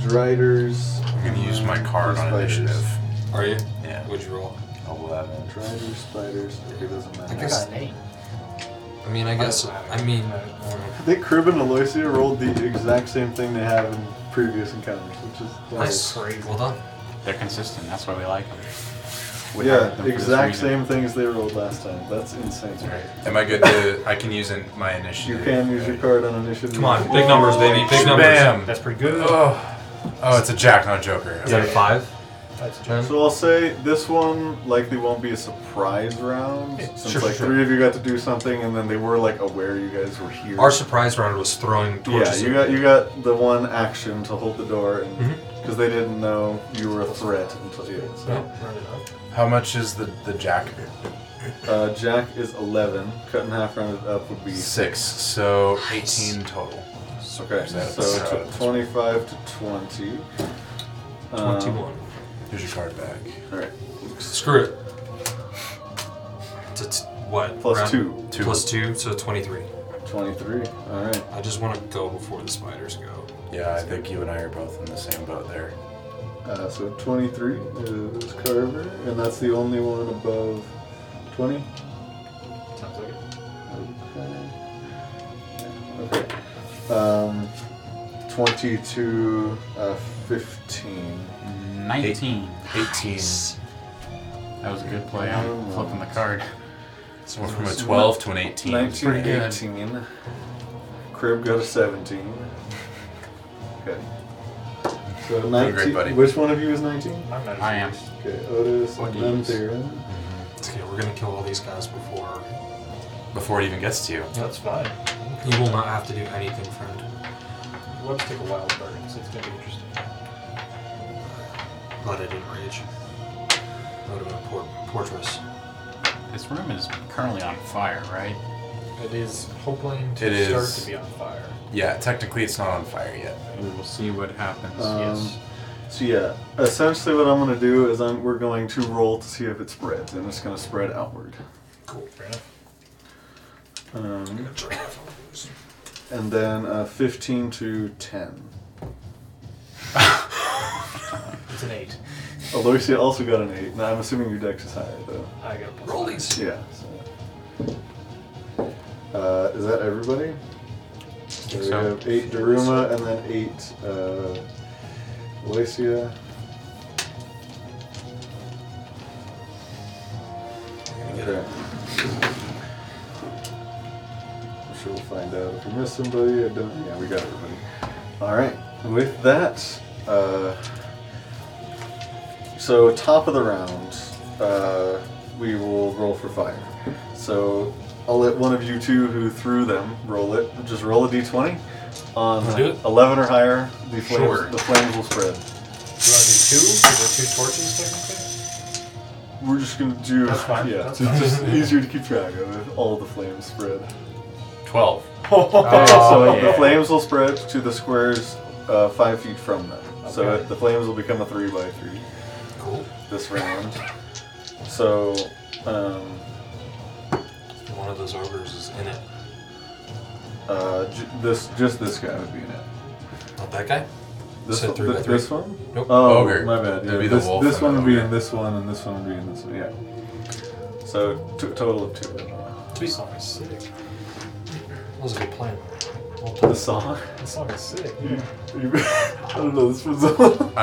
[SPEAKER 1] Driders,
[SPEAKER 4] I'm gonna use my card on
[SPEAKER 1] Spiders.
[SPEAKER 4] initiative.
[SPEAKER 2] Are you?
[SPEAKER 4] Yeah.
[SPEAKER 2] Would you roll?
[SPEAKER 4] 11.
[SPEAKER 1] Driders, Spiders. Okay, doesn't matter.
[SPEAKER 2] I
[SPEAKER 1] I,
[SPEAKER 2] guess. I mean, I guess. I mean, mm,
[SPEAKER 1] think Crib and Aloysia rolled the exact same thing they have in previous encounters, which is
[SPEAKER 2] nice. Well done.
[SPEAKER 5] They're consistent. That's why we like them. We hired
[SPEAKER 1] yeah,
[SPEAKER 5] them for this
[SPEAKER 1] exact
[SPEAKER 5] reason.
[SPEAKER 1] same things they rolled last time. That's insane.
[SPEAKER 4] Am I good to. I can use in my
[SPEAKER 1] You
[SPEAKER 4] initiative.
[SPEAKER 1] can use your card on initiative.
[SPEAKER 2] Come on, big numbers, baby, big numbers.
[SPEAKER 4] Bam!
[SPEAKER 6] That's pretty good.
[SPEAKER 4] Oh. oh, it's a jack, not a joker.
[SPEAKER 2] Is that a five?
[SPEAKER 6] That's a joke.
[SPEAKER 2] Then?
[SPEAKER 1] So I'll say this one likely won't be a surprise round since
[SPEAKER 2] sure,
[SPEAKER 1] like
[SPEAKER 2] sure.
[SPEAKER 1] three of you got to do something and then they were like aware you guys were here.
[SPEAKER 2] Our surprise round was throwing
[SPEAKER 1] yeah,
[SPEAKER 2] torches.
[SPEAKER 1] you got you got the one action to hold the door and
[SPEAKER 2] Mm-hmm.
[SPEAKER 1] because they didn't know you were a threat until you. So
[SPEAKER 4] How much is the, the jack?
[SPEAKER 1] uh, Jack is eleven. Cut in half, rounded up would be
[SPEAKER 4] Six. So 18 total.
[SPEAKER 1] Okay,
[SPEAKER 4] That's,
[SPEAKER 1] so
[SPEAKER 4] uh,
[SPEAKER 1] t- twenty-five to twenty. Um,
[SPEAKER 2] Twenty-one.
[SPEAKER 4] Here's your card back.
[SPEAKER 1] All right,
[SPEAKER 2] Screw it. T- t- what?
[SPEAKER 1] Plus
[SPEAKER 2] round-
[SPEAKER 1] two.
[SPEAKER 4] Two.
[SPEAKER 2] Plus two, so twenty-three.
[SPEAKER 1] twenty-three. All right.
[SPEAKER 2] I just want to go before the spiders go.
[SPEAKER 4] Yeah, I think you and I are both in the same boat there.
[SPEAKER 1] Uh, so 23 is Carver, and that's the only one above 20.
[SPEAKER 3] Sounds like it.
[SPEAKER 1] Okay. Okay. Um, 20 to uh, 15.
[SPEAKER 5] 19.
[SPEAKER 4] 18.
[SPEAKER 5] That was a good play.
[SPEAKER 4] Oh.
[SPEAKER 5] I'm flipping the card.
[SPEAKER 4] So went from a 12 to an 18.
[SPEAKER 1] 19,
[SPEAKER 5] pretty good.
[SPEAKER 1] 18. Crib got a 17. Okay. So
[SPEAKER 4] Doing
[SPEAKER 1] 19.
[SPEAKER 4] great, buddy.
[SPEAKER 1] Which one of you is 19?
[SPEAKER 3] I'm not
[SPEAKER 5] I am.
[SPEAKER 1] Okay, Otis
[SPEAKER 5] What
[SPEAKER 1] and
[SPEAKER 5] do you
[SPEAKER 1] then
[SPEAKER 5] use?
[SPEAKER 1] Theron.
[SPEAKER 2] Okay, we're gonna kill all these guys before.
[SPEAKER 4] before it even gets to you.
[SPEAKER 3] That's fine.
[SPEAKER 2] You will not have to do anything, friend.
[SPEAKER 3] Let's take a wild burn, so it's gonna be interesting.
[SPEAKER 2] Glad I didn't rage. That would have been a poor, poor choice.
[SPEAKER 5] This room is currently on fire, right?
[SPEAKER 3] It is hoping to
[SPEAKER 4] It
[SPEAKER 3] start
[SPEAKER 4] is.
[SPEAKER 3] to be on fire.
[SPEAKER 4] Yeah, technically it's not on fire yet.
[SPEAKER 5] We will see what happens.
[SPEAKER 1] Um,
[SPEAKER 5] yes.
[SPEAKER 1] So yeah, essentially what I'm gonna do is I'm we're going to roll to see if it spreads, and it's gonna spread outward.
[SPEAKER 2] Cool. Fair
[SPEAKER 1] Um,
[SPEAKER 2] enough.
[SPEAKER 1] and then uh, 15 to 10.
[SPEAKER 3] It's an eight.
[SPEAKER 1] Aloysia also got an 8. Now I'm assuming your dex is higher though.
[SPEAKER 3] I got a plus
[SPEAKER 2] Roll these.
[SPEAKER 1] Yeah. So. Uh, is that everybody? So we
[SPEAKER 5] so.
[SPEAKER 1] have 8 Daruma and then 8 uh, Aloysia. Okay. I'm sure we'll find out if we miss somebody. I don't. Yeah, we got everybody. All right. With that, uh, so top of the round, uh, we will roll for fire. So I'll let one of you two who threw them roll it. Just roll a d20. On
[SPEAKER 2] Do it.
[SPEAKER 1] eleven or higher, the flames
[SPEAKER 4] Sure.
[SPEAKER 1] the flames will spread.
[SPEAKER 3] Do you want to do two? Because we're two torches technically.
[SPEAKER 1] We're just gonna do
[SPEAKER 3] That's fine.
[SPEAKER 1] yeah.
[SPEAKER 3] That's
[SPEAKER 1] it's
[SPEAKER 3] fine.
[SPEAKER 1] just easier to keep track of if all the flames spread.
[SPEAKER 4] 12.
[SPEAKER 3] Oh,
[SPEAKER 1] Okay, so the
[SPEAKER 5] yeah.
[SPEAKER 1] flames will spread to the squares uh, five feet from them. So
[SPEAKER 3] Okay.
[SPEAKER 1] it- the flames will become a three by three
[SPEAKER 2] Cool.
[SPEAKER 1] this round. So, um,
[SPEAKER 2] One of those ogres is in it.
[SPEAKER 1] uh, j- this just this guy would be in it.
[SPEAKER 2] Not that guy.
[SPEAKER 1] This,
[SPEAKER 2] Said
[SPEAKER 1] one,
[SPEAKER 2] three by
[SPEAKER 1] th-
[SPEAKER 2] three.
[SPEAKER 1] this one?
[SPEAKER 2] Nope.
[SPEAKER 1] Oh,
[SPEAKER 4] Ogre.
[SPEAKER 1] my bad. Yeah,
[SPEAKER 4] That'd be the
[SPEAKER 1] this
[SPEAKER 4] wolf
[SPEAKER 1] this
[SPEAKER 4] and
[SPEAKER 1] one
[SPEAKER 4] the
[SPEAKER 1] would be
[SPEAKER 4] ogre.
[SPEAKER 1] in this one, and this one would be in this one. Yeah. So t- total of two.
[SPEAKER 3] This song is sick.
[SPEAKER 2] That was a good plan. Well
[SPEAKER 1] The
[SPEAKER 2] done.
[SPEAKER 1] (laughs) song.
[SPEAKER 3] This song is sick.
[SPEAKER 1] You- you- I don't know this one's. I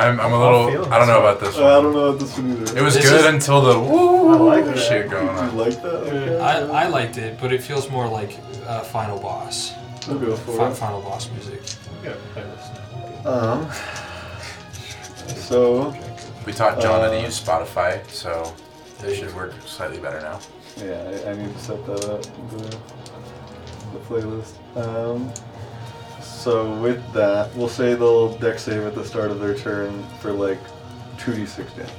[SPEAKER 4] I'm, I'm a
[SPEAKER 3] I'm
[SPEAKER 4] little.
[SPEAKER 3] feeling
[SPEAKER 4] I don't know
[SPEAKER 3] this
[SPEAKER 4] about this one.
[SPEAKER 1] Uh, don't know what this one either.
[SPEAKER 4] It was
[SPEAKER 2] This
[SPEAKER 4] good
[SPEAKER 2] is-
[SPEAKER 4] until the woo
[SPEAKER 1] like that.
[SPEAKER 4] shit going
[SPEAKER 1] You
[SPEAKER 4] on.
[SPEAKER 1] like that? Okay.
[SPEAKER 2] I, I liked it, but it feels more like uh, final boss.
[SPEAKER 1] We'll go for
[SPEAKER 2] Fi-
[SPEAKER 1] it.
[SPEAKER 2] final boss music.
[SPEAKER 3] We gotta play this now.
[SPEAKER 1] Um. So
[SPEAKER 4] We taught John how
[SPEAKER 1] Uh,
[SPEAKER 4] to use Spotify, so it should work slightly better now.
[SPEAKER 1] yeah, I, I need to set that up the, the playlist. Um. So with that, we'll say they'll deck save at the start of their turn for like two d six damage.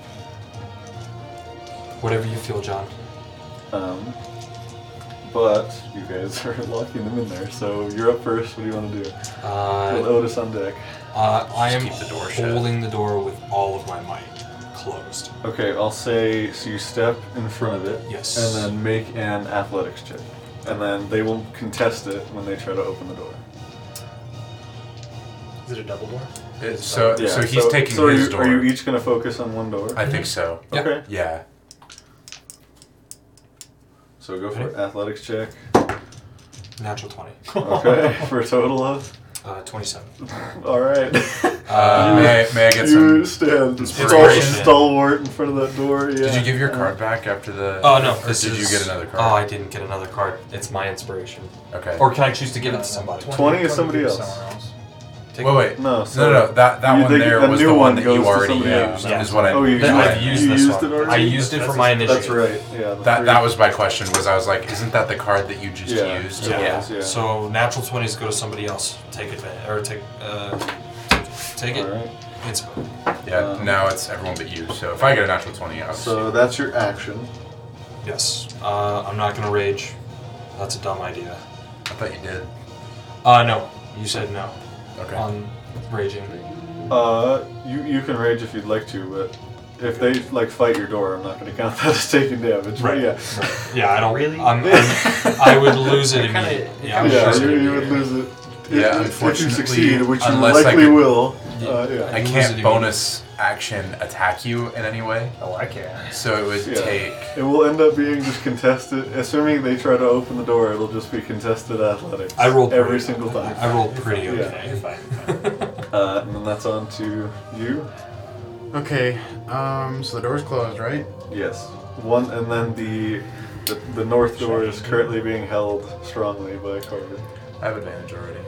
[SPEAKER 2] Whatever you feel, John.
[SPEAKER 1] Um. But you guys (laughs) are locking them in there, so you're up first. What do you want to do? With
[SPEAKER 2] Uh,
[SPEAKER 1] Otis on deck.
[SPEAKER 2] uh, I am
[SPEAKER 4] Just keep the door shut.
[SPEAKER 2] holding the door with all of my might closed.
[SPEAKER 1] Okay, I'll say so you step in front of it.
[SPEAKER 2] Yes.
[SPEAKER 1] And then make an athletics check. And then they will contest it when they try to open the door.
[SPEAKER 3] Is it a double door?
[SPEAKER 4] It- so, so he's taking
[SPEAKER 1] so are
[SPEAKER 4] his
[SPEAKER 1] you,
[SPEAKER 4] door.
[SPEAKER 1] Are you each going to focus on one door?
[SPEAKER 4] I think so.
[SPEAKER 2] Yeah.
[SPEAKER 1] Okay.
[SPEAKER 4] Yeah.
[SPEAKER 1] So go for
[SPEAKER 2] Okay.
[SPEAKER 1] athletics check.
[SPEAKER 2] Natural 20.
[SPEAKER 3] (laughs)
[SPEAKER 1] Okay, for a total of.
[SPEAKER 2] Uh, 27.
[SPEAKER 1] All right.
[SPEAKER 4] Uh, may, I, may I get
[SPEAKER 1] you
[SPEAKER 4] some?
[SPEAKER 1] stand
[SPEAKER 4] inspiration.
[SPEAKER 1] stal- stalwart in front of that door. Yeah.
[SPEAKER 4] Did you give your card back after the?
[SPEAKER 2] Oh, no.
[SPEAKER 4] Or
[SPEAKER 2] this
[SPEAKER 4] did you
[SPEAKER 2] is-
[SPEAKER 4] get another
[SPEAKER 2] Oh,
[SPEAKER 4] card?
[SPEAKER 2] I didn't get another card. It's my inspiration.
[SPEAKER 4] okay.
[SPEAKER 2] Or can I choose to give it to somebody?
[SPEAKER 1] 20 is somebody
[SPEAKER 3] to
[SPEAKER 1] else.
[SPEAKER 3] someone else.
[SPEAKER 2] Take
[SPEAKER 4] wait, wait.
[SPEAKER 1] Uh, No,
[SPEAKER 4] No,
[SPEAKER 1] so-
[SPEAKER 4] no, no. That that
[SPEAKER 1] You-
[SPEAKER 4] one
[SPEAKER 1] the-
[SPEAKER 4] there
[SPEAKER 1] the
[SPEAKER 4] was the
[SPEAKER 1] new
[SPEAKER 4] one,
[SPEAKER 1] one
[SPEAKER 4] that
[SPEAKER 1] goes
[SPEAKER 4] you
[SPEAKER 1] to
[SPEAKER 4] already used.
[SPEAKER 1] somebody else.
[SPEAKER 2] Yeah.
[SPEAKER 4] Is what I.
[SPEAKER 1] Oh, you
[SPEAKER 2] Then
[SPEAKER 1] used,
[SPEAKER 2] I've used
[SPEAKER 1] you
[SPEAKER 2] this
[SPEAKER 1] used
[SPEAKER 2] one.
[SPEAKER 1] it already?
[SPEAKER 2] I used it for my initiative.
[SPEAKER 1] That's right. Yeah. the
[SPEAKER 4] That
[SPEAKER 1] three-
[SPEAKER 4] that was my question. Was I was like, isn't that the card that you just
[SPEAKER 1] Yeah.
[SPEAKER 4] used?
[SPEAKER 1] Yeah.
[SPEAKER 2] Yeah.
[SPEAKER 1] Yeah.
[SPEAKER 2] So natural twenties go to somebody else. Take advantage or take uh, take it.
[SPEAKER 1] All right.
[SPEAKER 2] It's
[SPEAKER 4] Yeah,
[SPEAKER 1] Um,
[SPEAKER 4] now it's everyone but you. So if I get a natural 20, I'll
[SPEAKER 1] So that's your action.
[SPEAKER 2] yes. Uh, I'm not gonna rage. That's a dumb idea.
[SPEAKER 4] I thought you did.
[SPEAKER 2] Uh, no. You said no
[SPEAKER 4] Okay.
[SPEAKER 2] on
[SPEAKER 1] (laughs)
[SPEAKER 2] raging.
[SPEAKER 1] Uh, you you can rage if you'd like to, but if they like fight your door, I'm not going to count (laughs) that as taking damage. But
[SPEAKER 2] Right.
[SPEAKER 1] yeah,
[SPEAKER 2] Right. Yeah, I don't.
[SPEAKER 3] Really?
[SPEAKER 2] I'm, I'm, I would lose it
[SPEAKER 3] It kinda-
[SPEAKER 2] immediately.
[SPEAKER 3] it
[SPEAKER 2] yeah, I would
[SPEAKER 1] yeah,
[SPEAKER 2] lose it
[SPEAKER 1] you, you
[SPEAKER 2] immediately.
[SPEAKER 1] would lose it.
[SPEAKER 4] Yeah,
[SPEAKER 1] If- if you
[SPEAKER 4] unfortunately,
[SPEAKER 1] succeed, which you
[SPEAKER 4] unless I
[SPEAKER 1] likely
[SPEAKER 4] could-
[SPEAKER 1] will. Uh,
[SPEAKER 2] Yeah.
[SPEAKER 1] yeah.
[SPEAKER 4] I
[SPEAKER 2] lose it
[SPEAKER 4] can't
[SPEAKER 2] immediately.
[SPEAKER 4] bonus action attack you in any way,
[SPEAKER 3] Oh, I can.
[SPEAKER 4] so it would
[SPEAKER 1] Yeah.
[SPEAKER 4] take.
[SPEAKER 1] It will end up being just contested. Assuming they try to open the door, it'll just be contested athletics.
[SPEAKER 2] I rolled
[SPEAKER 1] every
[SPEAKER 2] pretty-
[SPEAKER 1] single time.
[SPEAKER 2] I rolled pretty
[SPEAKER 1] Yeah.
[SPEAKER 2] okay.
[SPEAKER 3] You're fine.
[SPEAKER 1] (laughs) Uh, and then that's on to you.
[SPEAKER 5] Okay. Um. So the door's closed, right?
[SPEAKER 1] Yes. One, and then the the, the north door is currently being held strongly by Carter.
[SPEAKER 4] I have advantage already.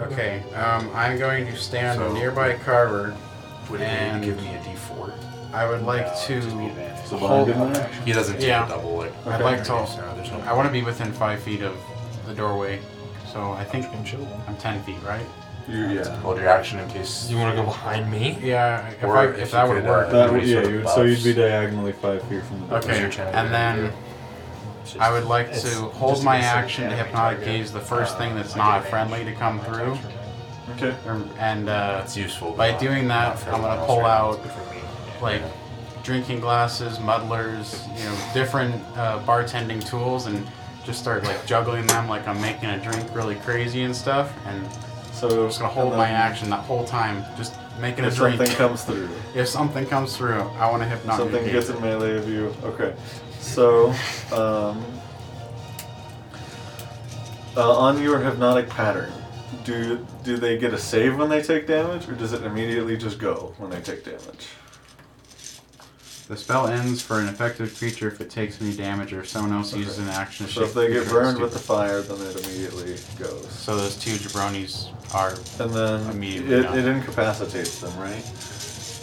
[SPEAKER 5] Okay. Um. I'm going to stand
[SPEAKER 4] So-
[SPEAKER 5] nearby Carver.
[SPEAKER 4] Would
[SPEAKER 5] And-
[SPEAKER 4] it give me a D4?
[SPEAKER 5] I would like to.
[SPEAKER 7] So behind him there?
[SPEAKER 4] He doesn't take
[SPEAKER 5] Yeah.
[SPEAKER 4] a double like.
[SPEAKER 5] I'd like to.
[SPEAKER 4] so there's no
[SPEAKER 5] I want to be within five feet of the doorway, so I think I'm ten feet, right?
[SPEAKER 1] You, yeah.
[SPEAKER 4] hold your action in case.
[SPEAKER 2] You want to go behind me?
[SPEAKER 5] Yeah. If,
[SPEAKER 4] Or
[SPEAKER 5] I,
[SPEAKER 4] if
[SPEAKER 5] if,
[SPEAKER 4] you
[SPEAKER 5] that would
[SPEAKER 4] could,
[SPEAKER 5] work.
[SPEAKER 4] uh,
[SPEAKER 1] That would,
[SPEAKER 4] Everybody
[SPEAKER 1] yeah,
[SPEAKER 4] sort of
[SPEAKER 1] you would, so you'd be
[SPEAKER 4] buffs.
[SPEAKER 1] diagonally five feet from the door.
[SPEAKER 5] Okay.
[SPEAKER 4] your channel.
[SPEAKER 5] And then
[SPEAKER 4] It's
[SPEAKER 5] I would like
[SPEAKER 3] It's
[SPEAKER 5] to
[SPEAKER 3] just
[SPEAKER 5] hold my
[SPEAKER 3] against the
[SPEAKER 5] action to
[SPEAKER 3] enemy
[SPEAKER 5] hypnotic
[SPEAKER 3] target.
[SPEAKER 5] gaze the first
[SPEAKER 3] Uh,
[SPEAKER 5] thing that's
[SPEAKER 3] I
[SPEAKER 5] not
[SPEAKER 3] get
[SPEAKER 5] friendly to
[SPEAKER 3] advantage.
[SPEAKER 5] come
[SPEAKER 3] My
[SPEAKER 5] through,
[SPEAKER 3] turn, right?
[SPEAKER 1] Okay.
[SPEAKER 5] or- and uh,
[SPEAKER 4] That's useful.
[SPEAKER 5] By
[SPEAKER 4] but
[SPEAKER 5] doing that,
[SPEAKER 4] not for
[SPEAKER 5] I'm gonna
[SPEAKER 4] everyone else
[SPEAKER 5] pull
[SPEAKER 4] right now.
[SPEAKER 5] out-
[SPEAKER 4] It's good for me.
[SPEAKER 5] like drinking glasses, muddlers, you know, different uh, bartending tools, and just start like juggling them like I'm making a drink really crazy and stuff. And I'm
[SPEAKER 1] So
[SPEAKER 5] just gonna hold
[SPEAKER 1] and
[SPEAKER 5] my
[SPEAKER 1] then
[SPEAKER 5] action that whole time, just making a
[SPEAKER 1] If
[SPEAKER 5] drink.
[SPEAKER 1] something comes through,
[SPEAKER 5] if something comes through, I want to hypnotic.
[SPEAKER 1] something
[SPEAKER 5] gaze
[SPEAKER 1] gets
[SPEAKER 5] it.
[SPEAKER 1] in melee of you. Okay. So, um, uh, on your hypnotic pattern, do do they get a save when they take damage, or does it immediately just go when they take damage?
[SPEAKER 5] The spell ends for an effective creature if it takes any damage or if someone else uses an action. to
[SPEAKER 1] So if
[SPEAKER 5] shake
[SPEAKER 1] they
[SPEAKER 5] the
[SPEAKER 1] get
[SPEAKER 5] creature,
[SPEAKER 1] burned with the
[SPEAKER 5] stupid.
[SPEAKER 1] fire, then it immediately goes.
[SPEAKER 5] So those two jabronis are.
[SPEAKER 1] And then
[SPEAKER 5] Immediately
[SPEAKER 1] it,
[SPEAKER 5] done.
[SPEAKER 1] it incapacitates them, right?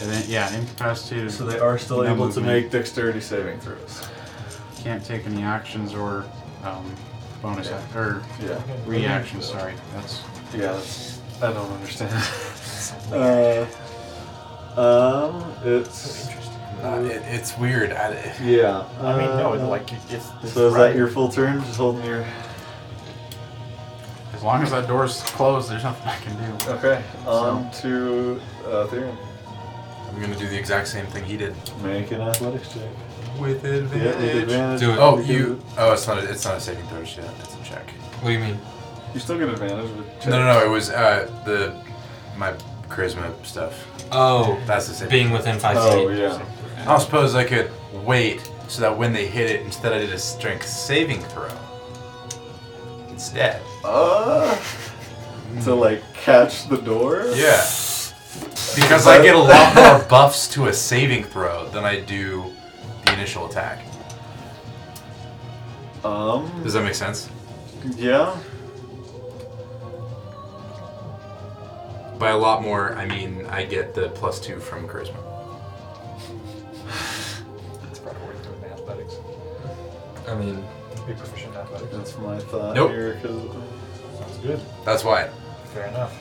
[SPEAKER 5] And then, yeah, incapacitated.
[SPEAKER 1] So they are still
[SPEAKER 5] No
[SPEAKER 1] able to
[SPEAKER 5] movement.
[SPEAKER 1] make dexterity saving throws.
[SPEAKER 5] Can't take any actions or um, bonus
[SPEAKER 1] Yeah.
[SPEAKER 5] ac- or
[SPEAKER 1] Yeah.
[SPEAKER 5] reaction. Sorry, that's
[SPEAKER 1] Yeah, that's- I don't understand. uh, um, it's
[SPEAKER 4] Uh, it, it's weird. I,
[SPEAKER 1] yeah.
[SPEAKER 6] I mean, no,
[SPEAKER 1] uh,
[SPEAKER 6] like it's. it's
[SPEAKER 1] So is
[SPEAKER 6] right.
[SPEAKER 1] that your full turn? Just holding your.
[SPEAKER 5] (laughs) as long as that door's closed, there's nothing I can do.
[SPEAKER 1] Okay. On Um, to uh, Theron.
[SPEAKER 4] I'm gonna do the exact same thing he did.
[SPEAKER 1] Make an athletics check.
[SPEAKER 4] With
[SPEAKER 1] Yeah, with advantage.
[SPEAKER 2] Do it.
[SPEAKER 4] Oh, you. Oh, it's not. A, it's not a saving throw. Shit, it's a check.
[SPEAKER 2] What do you mean?
[SPEAKER 1] You still get advantage. But check.
[SPEAKER 4] No, no, no. It was uh, the my charisma stuff.
[SPEAKER 2] Oh,
[SPEAKER 4] That's the same.
[SPEAKER 2] being within five
[SPEAKER 1] Oh
[SPEAKER 2] feet.
[SPEAKER 1] yeah.
[SPEAKER 4] I suppose I could wait so that when they hit it, instead I did a strength saving throw. Instead.
[SPEAKER 1] Uh, to like catch the door.
[SPEAKER 4] Yeah. Because I get a lot more buffs to a saving throw than I do the initial attack.
[SPEAKER 1] Um.
[SPEAKER 4] Does that make sense?
[SPEAKER 1] Yeah.
[SPEAKER 4] By a lot more, I mean I get the plus two from charisma.
[SPEAKER 3] That's probably what we're doing in athletics.
[SPEAKER 2] I mean,
[SPEAKER 6] Be proficient in athletics.
[SPEAKER 1] That's my thought
[SPEAKER 4] Nope.
[SPEAKER 1] here. 'cause-
[SPEAKER 6] Sounds good.
[SPEAKER 4] That's why.
[SPEAKER 6] Fair enough.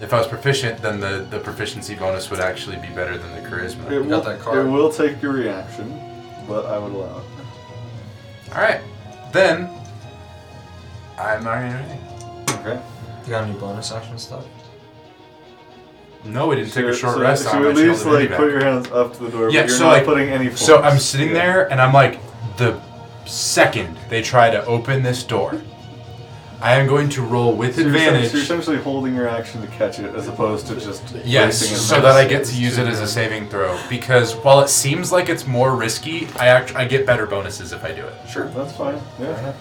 [SPEAKER 4] If I was proficient, then the, the proficiency bonus would actually be better than the
[SPEAKER 1] It
[SPEAKER 4] charisma.
[SPEAKER 2] got
[SPEAKER 1] will,
[SPEAKER 2] that card.
[SPEAKER 1] It will take your reaction, but I would allow it.
[SPEAKER 4] All right. Then I'm not gonna do anything.
[SPEAKER 1] Okay.
[SPEAKER 2] you got any bonus action stuff?
[SPEAKER 4] No, we didn't take a short
[SPEAKER 1] so,
[SPEAKER 4] rest.
[SPEAKER 1] So
[SPEAKER 4] on
[SPEAKER 1] you
[SPEAKER 4] my
[SPEAKER 1] at least
[SPEAKER 4] shoulder
[SPEAKER 1] like
[SPEAKER 4] back.
[SPEAKER 1] put your hands up to the door.
[SPEAKER 4] Yeah,
[SPEAKER 1] but you're
[SPEAKER 4] so,
[SPEAKER 1] not
[SPEAKER 4] like-
[SPEAKER 1] putting any. Force.
[SPEAKER 4] So I'm sitting
[SPEAKER 1] Yeah.
[SPEAKER 4] there and I'm like, the second they try to open this door, I am going to roll with
[SPEAKER 1] So you're essen- so You're
[SPEAKER 4] advantage.
[SPEAKER 1] essentially holding your action to catch it, as opposed to just
[SPEAKER 4] Yes,
[SPEAKER 1] placing it
[SPEAKER 4] so
[SPEAKER 1] back.
[SPEAKER 4] that I get to use it as a saving throw. Because while it seems like it's more risky, I act- I get better bonuses if I do it.
[SPEAKER 1] Sure, that's fine. Yeah.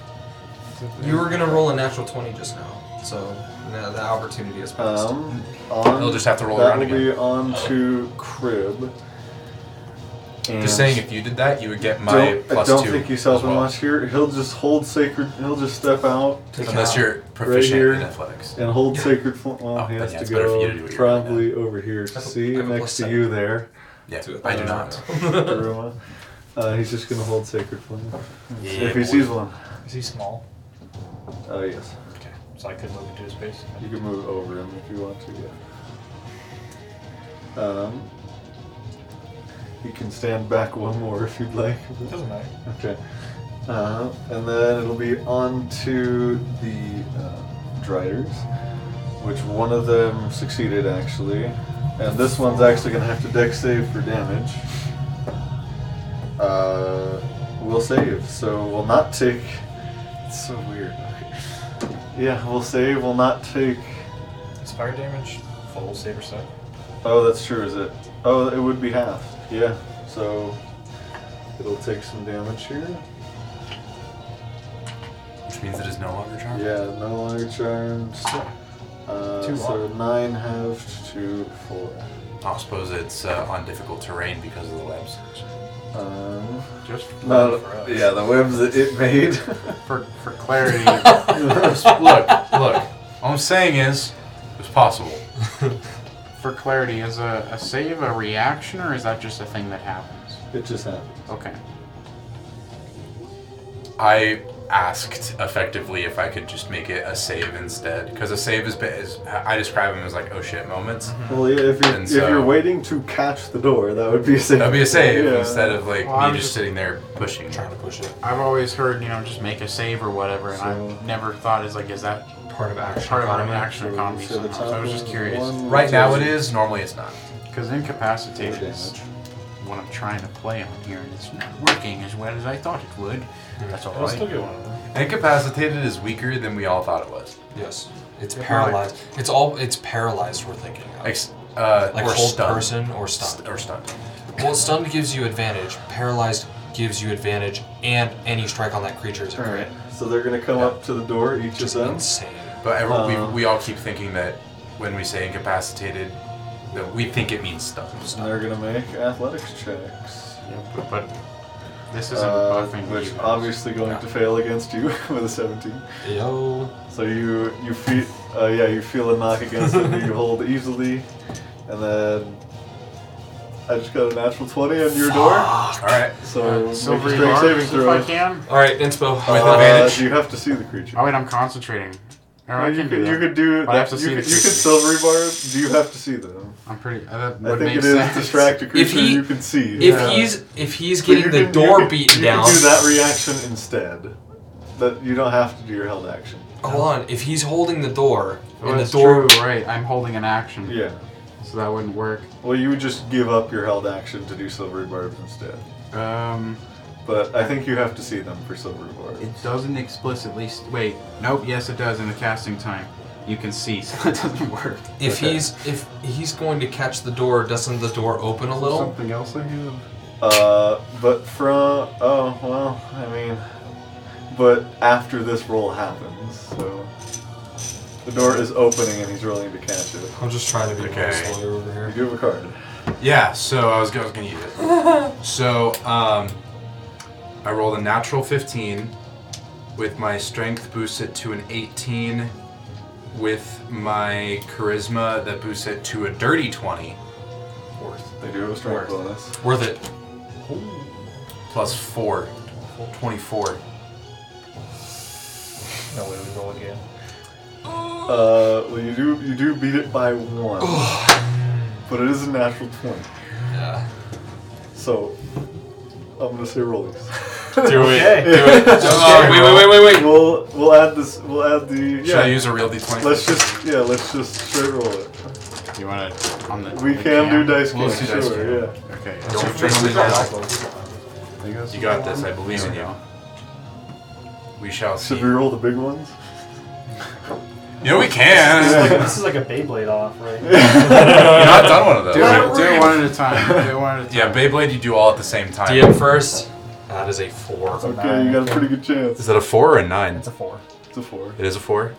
[SPEAKER 2] You were gonna roll a natural twenty just now, so now the opportunity is passed.
[SPEAKER 1] Um, on,
[SPEAKER 4] They'll just have to roll
[SPEAKER 1] that
[SPEAKER 4] around
[SPEAKER 1] will be on to crib. And
[SPEAKER 4] Just saying, if you did that, you would get my
[SPEAKER 1] don't,
[SPEAKER 4] plus
[SPEAKER 1] I don't
[SPEAKER 4] two.
[SPEAKER 1] think you
[SPEAKER 4] as
[SPEAKER 1] saw him
[SPEAKER 4] well.
[SPEAKER 1] last year. He'll just hold sacred. He'll just step out
[SPEAKER 4] Unless you're proficient
[SPEAKER 1] here.
[SPEAKER 4] in athletics.
[SPEAKER 1] and hold sacred flint. Well,
[SPEAKER 4] Oh,
[SPEAKER 1] he
[SPEAKER 4] but
[SPEAKER 1] has
[SPEAKER 4] yeah,
[SPEAKER 1] to
[SPEAKER 4] it's better for you to do
[SPEAKER 1] go
[SPEAKER 4] what you're doing
[SPEAKER 1] probably over here.
[SPEAKER 2] have a-
[SPEAKER 1] See
[SPEAKER 2] I have a
[SPEAKER 1] next
[SPEAKER 2] plus
[SPEAKER 1] to
[SPEAKER 2] seven.
[SPEAKER 1] you
[SPEAKER 4] (laughs)
[SPEAKER 1] there.
[SPEAKER 4] Yeah,
[SPEAKER 2] Do it.
[SPEAKER 4] I do not.
[SPEAKER 1] Daruma. Uh, he's just gonna hold sacred flint
[SPEAKER 4] Yeah,
[SPEAKER 1] if he
[SPEAKER 4] boy.
[SPEAKER 1] sees one.
[SPEAKER 6] Is he small?
[SPEAKER 1] Oh yes,
[SPEAKER 6] Okay. So I could move into his space.
[SPEAKER 1] you can move over him if you want to. Yeah. Um, you can stand back one more if you'd like.
[SPEAKER 6] Doesn't matter.
[SPEAKER 1] Okay. Uh, and then it'll be on to the uh, Driders, which one of them succeeded actually. And this one's actually going to have to deck save for damage. Uh, we'll save, so we'll not take. It's so weird. Yeah, we'll save, we'll not take.
[SPEAKER 6] It's fire damage. Full saber set.
[SPEAKER 1] Oh, that's true, is it? Oh, it would be half. Yeah, so it'll take some damage here.
[SPEAKER 4] Which means it is no longer charmed.
[SPEAKER 1] Yeah, no longer charmed. Uh,
[SPEAKER 6] Two
[SPEAKER 1] so
[SPEAKER 6] what?
[SPEAKER 1] nine half to four.
[SPEAKER 4] I suppose it's uh, on difficult terrain because of the webs. (laughs)
[SPEAKER 1] Um,
[SPEAKER 5] Just
[SPEAKER 1] no,
[SPEAKER 6] for us.
[SPEAKER 1] yeah, the webs that it made.
[SPEAKER 5] for for clarity,
[SPEAKER 4] look, look. All I'm saying is, it's possible.
[SPEAKER 5] for clarity, is a, a save a reaction or is that just a thing that happens?
[SPEAKER 1] (laughs) It just happened.
[SPEAKER 5] Okay.
[SPEAKER 4] I asked effectively if I could just make it a save instead, because a save is, ba- is I describe them as like oh shit moments.
[SPEAKER 1] Well, yeah, if you're,
[SPEAKER 4] And
[SPEAKER 1] if
[SPEAKER 4] so-
[SPEAKER 1] you're waiting to catch the door, that would be a save.
[SPEAKER 4] That'd be a save
[SPEAKER 1] Yeah.
[SPEAKER 4] instead of like
[SPEAKER 5] Well, I'm
[SPEAKER 4] me just
[SPEAKER 5] just-
[SPEAKER 4] sitting there pushing.
[SPEAKER 2] (laughs) Trying to push it.
[SPEAKER 5] I've always heard, you know, just make a save or whatever, and
[SPEAKER 1] So-
[SPEAKER 5] I've never thought is like, is that
[SPEAKER 2] Part of action.
[SPEAKER 5] part of an
[SPEAKER 2] economy.
[SPEAKER 5] action economy
[SPEAKER 1] So the
[SPEAKER 5] somehow? So I
[SPEAKER 1] top
[SPEAKER 5] was just
[SPEAKER 1] one-
[SPEAKER 5] curious.
[SPEAKER 1] one
[SPEAKER 4] Right now it
[SPEAKER 1] damage.
[SPEAKER 4] is. Normally it's not.
[SPEAKER 5] Because incapacitation is
[SPEAKER 1] Damage.
[SPEAKER 5] what I'm trying to play on here, and it's not working as well as I thought it would. That's all
[SPEAKER 3] I'll still
[SPEAKER 5] right.
[SPEAKER 3] get one of them.
[SPEAKER 4] Incapacitated is weaker than we all thought it was.
[SPEAKER 2] Yes. It's paralyzed. It's all. It's paralyzed. We're thinking. Of.
[SPEAKER 4] Ex- uh,
[SPEAKER 2] like
[SPEAKER 4] or
[SPEAKER 2] hold
[SPEAKER 4] stunned.
[SPEAKER 2] person or stunned.
[SPEAKER 4] St- or stunned.
[SPEAKER 2] Well, stunned gives you advantage. Paralyzed gives you advantage, and any strike on that creature is a
[SPEAKER 1] All
[SPEAKER 2] crit.
[SPEAKER 1] right. So they're gonna come up to the door, each of
[SPEAKER 2] Just
[SPEAKER 1] them.
[SPEAKER 2] insane.
[SPEAKER 4] But ever,
[SPEAKER 1] Um,
[SPEAKER 4] we, we all keep thinking that when we say incapacitated, that we think it means stunned.
[SPEAKER 1] And they're gonna make athletics checks.
[SPEAKER 5] Yeah, but, but this isn't
[SPEAKER 1] Uh,
[SPEAKER 5] buffing
[SPEAKER 1] which
[SPEAKER 5] you guys.
[SPEAKER 1] obviously going to fail against you (laughs) with a 17.
[SPEAKER 2] Yo.
[SPEAKER 1] So you you feel uh, yeah you feel a knock against it
[SPEAKER 5] (laughs)
[SPEAKER 1] and you hold easily, and then I just got a natural 20 on your door.
[SPEAKER 4] All right.
[SPEAKER 1] So uh, make
[SPEAKER 5] Silver
[SPEAKER 1] a strength saving
[SPEAKER 5] remarks, Uh, if
[SPEAKER 1] throw.
[SPEAKER 5] I can.
[SPEAKER 2] Ah. All right, inspo.
[SPEAKER 4] With
[SPEAKER 1] Uh,
[SPEAKER 4] advantage?
[SPEAKER 1] You have to see the creature.
[SPEAKER 5] Oh wait, I'm concentrating. Or
[SPEAKER 1] No,
[SPEAKER 5] I
[SPEAKER 1] you,
[SPEAKER 5] can do
[SPEAKER 1] could,
[SPEAKER 5] that.
[SPEAKER 1] you could do.
[SPEAKER 5] But I have to
[SPEAKER 1] you
[SPEAKER 5] see
[SPEAKER 1] could,
[SPEAKER 5] the
[SPEAKER 1] you could
[SPEAKER 5] creature.
[SPEAKER 1] silvery bar. Do you have to see them?
[SPEAKER 5] I'm pretty. Uh, that
[SPEAKER 1] I
[SPEAKER 5] would
[SPEAKER 1] think
[SPEAKER 5] make
[SPEAKER 1] it is
[SPEAKER 5] sense.
[SPEAKER 1] distract a creature
[SPEAKER 2] he-
[SPEAKER 1] you can see.
[SPEAKER 2] If he's if he's getting the door beaten down.
[SPEAKER 1] You can do that reaction instead. That you don't have to do your held action.
[SPEAKER 2] Hold on. If he's holding the door
[SPEAKER 5] Oh,
[SPEAKER 2] and the
[SPEAKER 5] that's
[SPEAKER 2] door,
[SPEAKER 5] true, right? I'm holding an action.
[SPEAKER 1] Yeah.
[SPEAKER 5] So that wouldn't work.
[SPEAKER 1] Well, you would just give up your held action to do silvery barbs instead.
[SPEAKER 5] Um,
[SPEAKER 1] But I think you have to see them for silvery barbs.
[SPEAKER 5] it doesn't explicitly. s wait, nope. Yes, it does in the casting time. You can (laughs) see, so it doesn't work.
[SPEAKER 2] if
[SPEAKER 1] Okay.
[SPEAKER 2] he's if he's going to catch the door, doesn't the door open a little?
[SPEAKER 5] Something else I have.
[SPEAKER 1] Uh, but from oh well, I mean, but after this roll happens, so the door is opening and he's rolling to catch it.
[SPEAKER 2] I'm just trying to be
[SPEAKER 4] Okay.
[SPEAKER 2] okay. slower over
[SPEAKER 1] You
[SPEAKER 2] here.
[SPEAKER 1] do have a card.
[SPEAKER 4] Yeah, so I was, go- I was gonna use it. so um, I rolled a natural 15 with my strength boosts it to an 18, with my charisma that boosts it to a dirty 20,
[SPEAKER 1] They do have a strength bonus.
[SPEAKER 2] Worth it.
[SPEAKER 4] plus 4, 24.
[SPEAKER 3] No way we roll again.
[SPEAKER 1] Uh, well, you do you do beat it by one, but it is a natural twenty.
[SPEAKER 2] Yeah.
[SPEAKER 1] So I'm gonna say
[SPEAKER 4] (laughs)
[SPEAKER 1] roll these.
[SPEAKER 2] Do it.
[SPEAKER 3] Okay.
[SPEAKER 2] Do it. Oh, wait, wait, wait, wait, wait.
[SPEAKER 1] We'll we'll add this. We'll add the.
[SPEAKER 4] Should I
[SPEAKER 1] Yeah,
[SPEAKER 4] use a real d20?
[SPEAKER 1] let's just yeah. Let's just straight roll it.
[SPEAKER 5] You want to on the?
[SPEAKER 1] We
[SPEAKER 5] the
[SPEAKER 1] can do dice
[SPEAKER 4] We'll
[SPEAKER 1] game.
[SPEAKER 4] do dice
[SPEAKER 1] Sure. Yeah.
[SPEAKER 5] Okay.
[SPEAKER 4] Don't drink
[SPEAKER 2] Just drink
[SPEAKER 4] the
[SPEAKER 2] it.
[SPEAKER 4] dice.
[SPEAKER 5] I guess
[SPEAKER 4] You got this, I believe
[SPEAKER 5] There
[SPEAKER 4] in
[SPEAKER 5] we
[SPEAKER 4] you.
[SPEAKER 5] go.
[SPEAKER 4] We shall see.
[SPEAKER 1] Should we roll the big ones?
[SPEAKER 4] You know
[SPEAKER 1] (laughs)
[SPEAKER 4] we can.
[SPEAKER 1] Yeah.
[SPEAKER 6] This is like a Beyblade off, right?
[SPEAKER 4] You're not done one of those.
[SPEAKER 5] Do it, do it one at a time. Do it one at a time.
[SPEAKER 4] (laughs) Yeah, Beyblade you do all at the same time.
[SPEAKER 2] DM first. That is a four.
[SPEAKER 1] Okay, you got a pretty good chance.
[SPEAKER 4] Is that a four or a nine?
[SPEAKER 3] It's a four.
[SPEAKER 1] It's a four.
[SPEAKER 4] It is a four.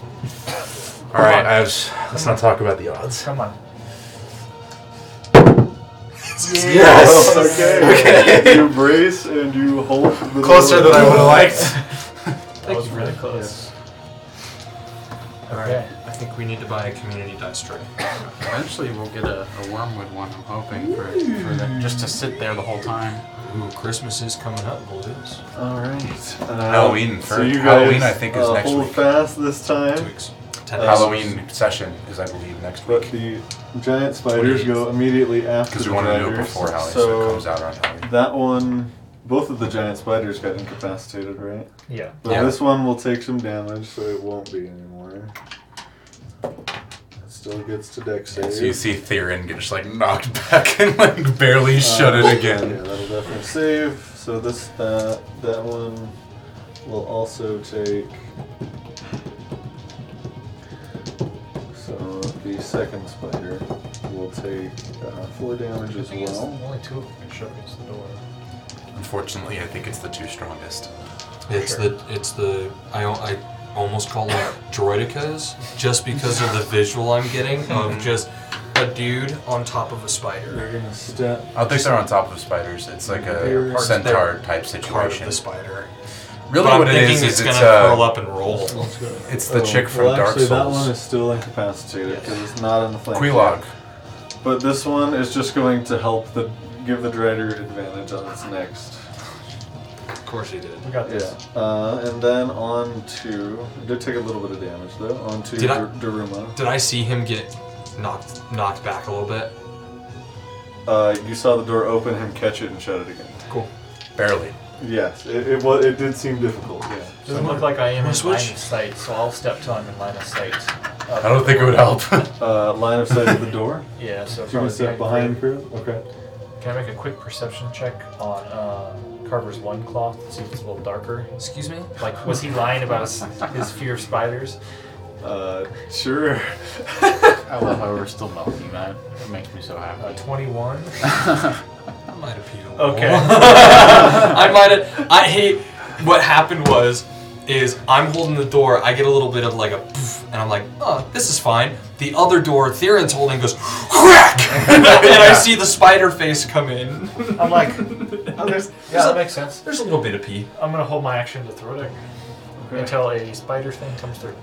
[SPEAKER 4] All right, I was, let's not talk about the odds.
[SPEAKER 3] Come on.
[SPEAKER 4] Yes. (laughs)
[SPEAKER 1] Okay. you brace and you hold the
[SPEAKER 4] Closer than I would have liked.
[SPEAKER 3] That was really close.
[SPEAKER 2] Alright. I think we need to buy a community dice tray.
[SPEAKER 5] Eventually, we'll get a, a wormwood one. I'm hoping for, for that, just to sit there the whole time.
[SPEAKER 2] Ooh, Christmas is coming up, boys.
[SPEAKER 1] All right. Uh,
[SPEAKER 4] Halloween
[SPEAKER 1] So
[SPEAKER 4] for-
[SPEAKER 1] you guys,
[SPEAKER 4] Halloween, I think, is
[SPEAKER 1] uh,
[SPEAKER 4] next
[SPEAKER 1] hold
[SPEAKER 4] week.
[SPEAKER 1] fast this
[SPEAKER 2] Two
[SPEAKER 1] time.
[SPEAKER 2] weeks. Ten days.
[SPEAKER 4] Halloween session is, I believe, next
[SPEAKER 1] But
[SPEAKER 4] week
[SPEAKER 1] the giant spiders go immediately after.
[SPEAKER 4] because
[SPEAKER 1] the
[SPEAKER 4] we want to do it
[SPEAKER 1] dragons,
[SPEAKER 4] before Halloween, so,
[SPEAKER 1] So
[SPEAKER 4] it comes out on Halloween.
[SPEAKER 1] that one, both of the giant spiders got incapacitated, right?
[SPEAKER 3] Yeah.
[SPEAKER 1] But
[SPEAKER 4] Yeah.
[SPEAKER 1] this one will take some damage, so it won't be anymore. It still gets to deck save.
[SPEAKER 4] So you see Theron get just like knocked (laughs) back and like barely shut
[SPEAKER 1] Uh,
[SPEAKER 4] it
[SPEAKER 1] Yeah,
[SPEAKER 4] again.
[SPEAKER 1] that'll definitely save. So this uh, that one will also take. So the second spider will take uh, four damage as well.
[SPEAKER 3] Only two of them can shut against the door.
[SPEAKER 4] Unfortunately, I think it's the two strongest.
[SPEAKER 2] It's the it's the I al- I almost call them droidicas just because of the visual I'm
[SPEAKER 4] (laughs)
[SPEAKER 2] getting of just a dude on top of a spider.
[SPEAKER 1] They're gonna step.
[SPEAKER 4] I don't think they're on top of spiders. It's like
[SPEAKER 1] They're
[SPEAKER 4] a
[SPEAKER 2] part-
[SPEAKER 4] centaur type
[SPEAKER 2] Part of
[SPEAKER 4] situation.
[SPEAKER 2] the spider.
[SPEAKER 4] Really,
[SPEAKER 2] but I'm
[SPEAKER 4] what it
[SPEAKER 2] thinking
[SPEAKER 4] is
[SPEAKER 2] it's
[SPEAKER 4] is
[SPEAKER 2] gonna
[SPEAKER 4] it's
[SPEAKER 2] curl
[SPEAKER 4] uh,
[SPEAKER 2] up and roll.
[SPEAKER 4] (laughs) it's the chick from
[SPEAKER 1] well,
[SPEAKER 4] Dark
[SPEAKER 1] actually, that one
[SPEAKER 4] Souls,
[SPEAKER 1] is still incapacitated because it's not in the flank.
[SPEAKER 4] Quilog.
[SPEAKER 1] But this one is just going to help the give the Drider advantage on its next.
[SPEAKER 2] Of course he did.
[SPEAKER 6] We got this.
[SPEAKER 1] Yeah. Uh, and then on to. It did take a little bit of damage though. On to
[SPEAKER 2] Did I-
[SPEAKER 1] Dar- Daruma.
[SPEAKER 2] Did I see him get knocked knocked back a little bit?
[SPEAKER 1] Uh, you saw the door open, him catch it, and shut it again.
[SPEAKER 2] Cool.
[SPEAKER 4] Barely.
[SPEAKER 1] Yes, it, it was. It did seem difficult. Yeah.
[SPEAKER 6] Doesn't look like I am in
[SPEAKER 2] Wanna
[SPEAKER 6] line of
[SPEAKER 2] switch?
[SPEAKER 6] sight, so I'll step to him in line of sight.
[SPEAKER 4] I don't think it would help. (laughs)
[SPEAKER 1] Uh, line of sight of the door.
[SPEAKER 6] Yeah,
[SPEAKER 1] (laughs)
[SPEAKER 6] so
[SPEAKER 1] Do you
[SPEAKER 6] probably
[SPEAKER 1] want to step behind Crib? Okay.
[SPEAKER 6] Can I make a quick perception check on uh, Carver's one claw? See if it's a little darker.
[SPEAKER 2] Excuse me?
[SPEAKER 6] Like, was he lying about his, his fear of spiders?
[SPEAKER 1] Uh, sure.
[SPEAKER 5] I love how we're still melting that. It makes me so
[SPEAKER 6] Uh,
[SPEAKER 5] happy.
[SPEAKER 6] 21.
[SPEAKER 2] I might have peed a little.
[SPEAKER 6] Okay.
[SPEAKER 2] (laughs) I might have. I hate. What happened was, is I'm holding the door. I get a little bit of like a, poof, and I'm like, oh, this is fine. The other door, Theron's holding goes, crack, (laughs) and I see the spider face come in.
[SPEAKER 6] (laughs) I'm like,
[SPEAKER 1] Oh, there's-
[SPEAKER 6] yeah, that makes sense.
[SPEAKER 2] There's a little bit of pee.
[SPEAKER 6] I'm gonna hold my action to throw it
[SPEAKER 1] Okay.
[SPEAKER 6] until a spider thing comes through.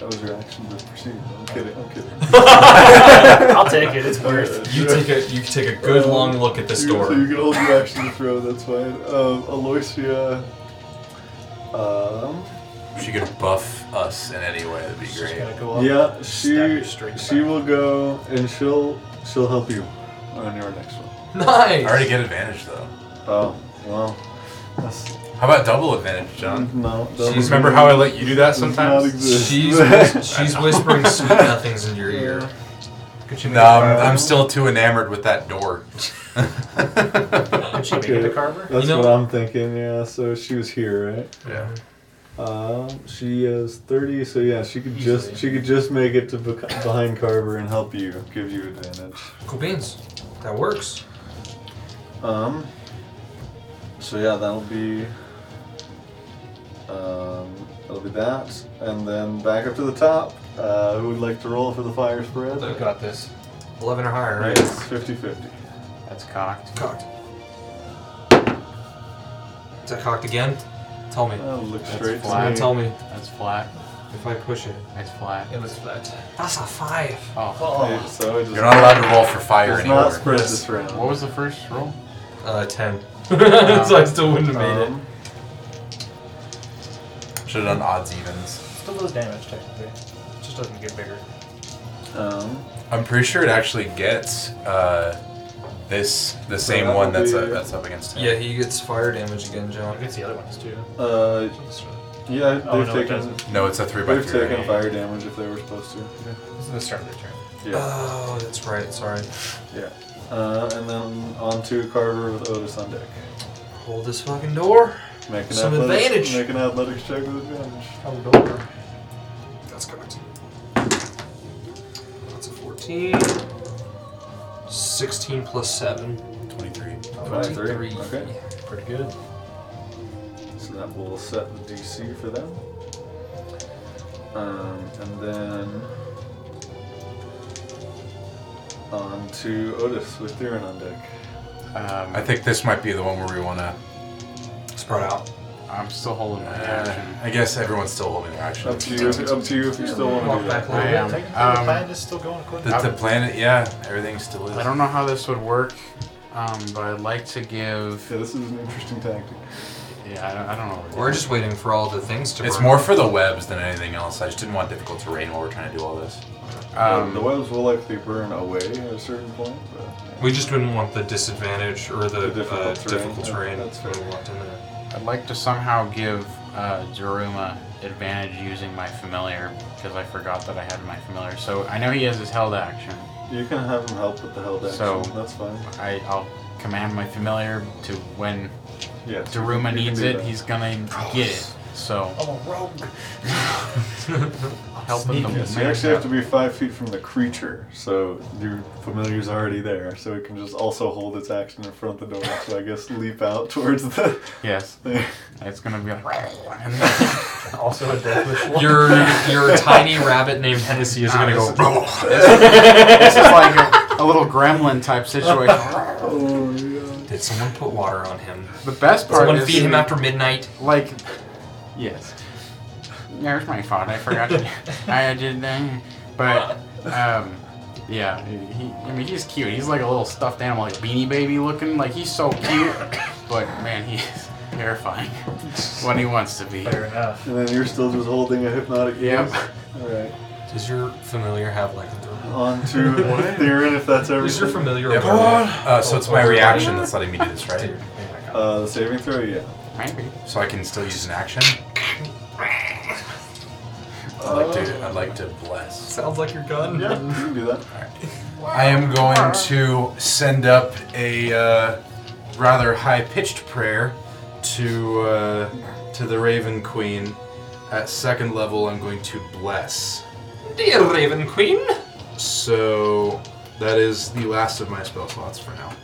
[SPEAKER 1] That was your action to proceed. I'm kidding. I'm kidding. (laughs)
[SPEAKER 6] I'll take it. It's worth.
[SPEAKER 2] You take a you take a good long look at this
[SPEAKER 1] You- So you
[SPEAKER 2] door.
[SPEAKER 1] can hold your action to throw. That's fine. Um, Aloysia. Um.
[SPEAKER 4] If she could buff us in any way, that'd be
[SPEAKER 6] It's just
[SPEAKER 4] great.
[SPEAKER 6] gonna go up.
[SPEAKER 1] Yeah,
[SPEAKER 6] stab
[SPEAKER 1] she
[SPEAKER 6] you straight in the
[SPEAKER 1] she
[SPEAKER 6] back.
[SPEAKER 1] will go and she'll she'll help you on your next one.
[SPEAKER 4] I
[SPEAKER 2] Nice.
[SPEAKER 4] already get advantage though.
[SPEAKER 1] Oh well, that's
[SPEAKER 4] How about double advantage, John?
[SPEAKER 1] no. that
[SPEAKER 2] She's-
[SPEAKER 1] doesn't-
[SPEAKER 4] Remember how I let you do that
[SPEAKER 1] does not
[SPEAKER 4] sometimes?
[SPEAKER 1] exist.
[SPEAKER 2] She's whis- she's whispering sweet nothings in your ear.
[SPEAKER 4] No, I'm, I'm still too enamored with that door. (laughs)
[SPEAKER 6] Did she make it to Carver?
[SPEAKER 1] (laughs) That's
[SPEAKER 2] You know-
[SPEAKER 1] what I'm thinking. Yeah. So she was here, right?
[SPEAKER 4] Yeah.
[SPEAKER 1] Um, she is 30, so yeah, she could
[SPEAKER 6] Easily.
[SPEAKER 1] just she could just make it to bec- behind Carver and help you, give you advantage.
[SPEAKER 2] Cool beans. That works.
[SPEAKER 1] Um. So yeah, that'll be. Um, that'll be that, and then back up to the top. Uh, who would like to roll for the fire spread?
[SPEAKER 6] We got this.
[SPEAKER 2] Eleven or higher,
[SPEAKER 1] Right,
[SPEAKER 2] right?
[SPEAKER 1] it's 50-50.
[SPEAKER 5] That's cocked.
[SPEAKER 2] Cocked. Is that cocked again? Tell me.
[SPEAKER 1] That'll look
[SPEAKER 5] That's
[SPEAKER 1] straight
[SPEAKER 5] flat.
[SPEAKER 1] to me.
[SPEAKER 2] Tell me
[SPEAKER 5] That's flat.
[SPEAKER 2] if I push it.
[SPEAKER 5] That's flat.
[SPEAKER 6] It was flat.
[SPEAKER 2] That's a five.
[SPEAKER 5] Oh.
[SPEAKER 1] Okay, so I just,
[SPEAKER 4] You're not allowed to roll for fire
[SPEAKER 1] Let's not
[SPEAKER 4] anymore.
[SPEAKER 1] spread this round.
[SPEAKER 5] What was the first roll?
[SPEAKER 2] Uh, ten. so I still wouldn't have made
[SPEAKER 1] Um,
[SPEAKER 4] Should have done odds evens.
[SPEAKER 6] Still does damage technically. It just doesn't get bigger.
[SPEAKER 1] um,
[SPEAKER 4] I'm pretty sure it actually gets uh, this the same
[SPEAKER 1] that
[SPEAKER 4] one
[SPEAKER 1] would
[SPEAKER 4] that's
[SPEAKER 1] be-
[SPEAKER 4] up, that's up against
[SPEAKER 2] it.
[SPEAKER 4] him.
[SPEAKER 2] Yeah, he gets fire damage again,
[SPEAKER 6] I
[SPEAKER 2] John.
[SPEAKER 6] guess the other ones too.
[SPEAKER 1] uh, yeah, they've
[SPEAKER 6] Oh, no, it
[SPEAKER 1] taken
[SPEAKER 6] doesn't.
[SPEAKER 4] No, it's a three by
[SPEAKER 1] they've
[SPEAKER 4] three.
[SPEAKER 1] taken
[SPEAKER 4] right?
[SPEAKER 1] fire damage if they were supposed to.
[SPEAKER 6] This is the start of their turn.
[SPEAKER 1] Yeah,
[SPEAKER 2] Oh, that's right. Sorry.
[SPEAKER 1] yeah. Uh, and then on to Carver with Otis on deck.
[SPEAKER 2] Hold this fucking door.
[SPEAKER 1] Make an
[SPEAKER 2] Some
[SPEAKER 1] athletics,
[SPEAKER 2] advantage.
[SPEAKER 1] Make an athletics check with advantage.
[SPEAKER 6] Oh, door.
[SPEAKER 2] That's cocked. That's a fourteen. Sixteen plus seven.
[SPEAKER 4] 23.
[SPEAKER 2] Twenty-three.
[SPEAKER 1] Okay.
[SPEAKER 6] Pretty good.
[SPEAKER 1] So that will set the DC for them. Um, and then on to Otis with Theron on deck.
[SPEAKER 5] Um,
[SPEAKER 4] I think this might be the one where we want to.
[SPEAKER 2] Spread out.
[SPEAKER 5] I'm still holding my action.
[SPEAKER 4] uh, I guess everyone's still holding their
[SPEAKER 1] Up
[SPEAKER 4] action.
[SPEAKER 1] to you. Up to you if you still want
[SPEAKER 2] Walk
[SPEAKER 1] to do
[SPEAKER 2] back
[SPEAKER 1] that.
[SPEAKER 2] a little
[SPEAKER 5] I
[SPEAKER 2] bit.
[SPEAKER 5] am.
[SPEAKER 6] Technically, the
[SPEAKER 5] Um,
[SPEAKER 6] plan is still going according
[SPEAKER 4] The, the planet, yeah, everything still is.
[SPEAKER 5] I don't know how this would work, um, but I'd like to give.
[SPEAKER 1] Yeah, this is an interesting tactic.
[SPEAKER 5] Yeah, I don't, I don't know. what
[SPEAKER 2] We're just waiting for all the things to.
[SPEAKER 4] It's
[SPEAKER 2] burn.
[SPEAKER 4] more for the webs than anything else. I just didn't want difficult terrain while we're trying to do all this.
[SPEAKER 1] Oh the
[SPEAKER 5] Um,
[SPEAKER 1] webs will likely burn away at a certain point, but
[SPEAKER 2] We just didn't want the disadvantage or the,
[SPEAKER 1] The difficult
[SPEAKER 2] uh,
[SPEAKER 1] terrain.
[SPEAKER 2] difficult terrain
[SPEAKER 1] That's fair.
[SPEAKER 2] when we walked in there.
[SPEAKER 5] I'd like to somehow give uh, Daruma advantage using my familiar because I forgot that I had my familiar. So I know he has his held action.
[SPEAKER 1] you can have him help with the held action.
[SPEAKER 5] So-
[SPEAKER 1] that's fine.
[SPEAKER 5] I, I'll command my familiar to when
[SPEAKER 1] Yes.
[SPEAKER 5] Daruma
[SPEAKER 1] you can
[SPEAKER 5] needs
[SPEAKER 1] do
[SPEAKER 5] it,
[SPEAKER 1] that.
[SPEAKER 5] he's gonna get it. So
[SPEAKER 6] I'm a rogue.
[SPEAKER 5] help him to
[SPEAKER 1] Yes, you
[SPEAKER 5] manage
[SPEAKER 1] actually have
[SPEAKER 5] that.
[SPEAKER 1] to be five feet from the creature, so your familiar's already there, so it can just also hold its action in front of the door. So I guess leap out (laughs) towards the
[SPEAKER 5] Yes,
[SPEAKER 1] thing.
[SPEAKER 5] it's gonna
[SPEAKER 1] (laughs)
[SPEAKER 5] be like.
[SPEAKER 6] (laughs) Also a death wish.
[SPEAKER 2] Your your tiny rabbit named Hennessy is gonna go.
[SPEAKER 1] Ah,
[SPEAKER 5] (laughs) this is like a, a little gremlin type situation.
[SPEAKER 2] (laughs)
[SPEAKER 1] Oh yeah.
[SPEAKER 2] Did someone put water on him?
[SPEAKER 5] The best part
[SPEAKER 2] Someone
[SPEAKER 5] is
[SPEAKER 2] feed him after midnight.
[SPEAKER 5] like yes.
[SPEAKER 2] (laughs)
[SPEAKER 5] There's my fault. I forgot to. I did that, but um, Yeah, he, I mean, he's cute. He's like a little stuffed animal, like Beanie Baby looking. Like he's so cute, but man, he's terrifying (laughs) when he wants to be.
[SPEAKER 6] Fair enough.
[SPEAKER 1] And then you're still just holding a hypnotic
[SPEAKER 5] Yep.
[SPEAKER 1] gaze? Alright.
[SPEAKER 2] Does your familiar have like a
[SPEAKER 1] On to Theron, if that's
[SPEAKER 2] Is your
[SPEAKER 1] everything.
[SPEAKER 2] familiar
[SPEAKER 4] Yep.
[SPEAKER 2] a werewolf?
[SPEAKER 4] Uh, so
[SPEAKER 5] Oh,
[SPEAKER 4] it's my reaction that's letting me do this, right?
[SPEAKER 2] Dude, oh my god.
[SPEAKER 1] Uh, the saving throw, yeah.
[SPEAKER 5] Maybe.
[SPEAKER 4] So I can still use an action. I'd like to. I'd like to bless.
[SPEAKER 2] Sounds like your gun.
[SPEAKER 1] Yeah, Uh, you can do that.
[SPEAKER 4] I am going to send up a uh, rather high-pitched prayer to uh, to the Raven Queen. At second level, I'm going to bless.
[SPEAKER 2] Dear Raven Queen.
[SPEAKER 4] So that is the last of my spell slots for now.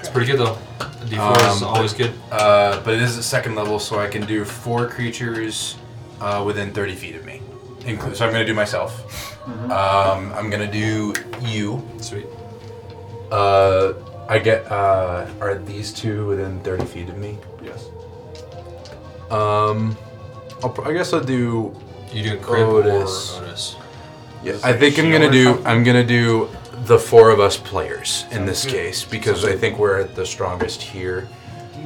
[SPEAKER 2] It's pretty good though. A D4 is
[SPEAKER 4] Um,
[SPEAKER 2] always good.
[SPEAKER 4] Uh, but it is at second level, so I can do four creatures uh, within 30 feet of me. Inclu- so I'm going to do myself. Um, I'm going to do you.
[SPEAKER 2] Sweet.
[SPEAKER 4] Uh, I get. Uh, are these two within 30 feet of me?
[SPEAKER 1] Yes.
[SPEAKER 4] Um, I'll, pr- I guess I'll do.
[SPEAKER 2] You doing crib
[SPEAKER 4] Otis.
[SPEAKER 2] or Otis?
[SPEAKER 4] Yeah, I think I'm gonna do. I'm gonna do the four of us players in this case because I think we're at the strongest here.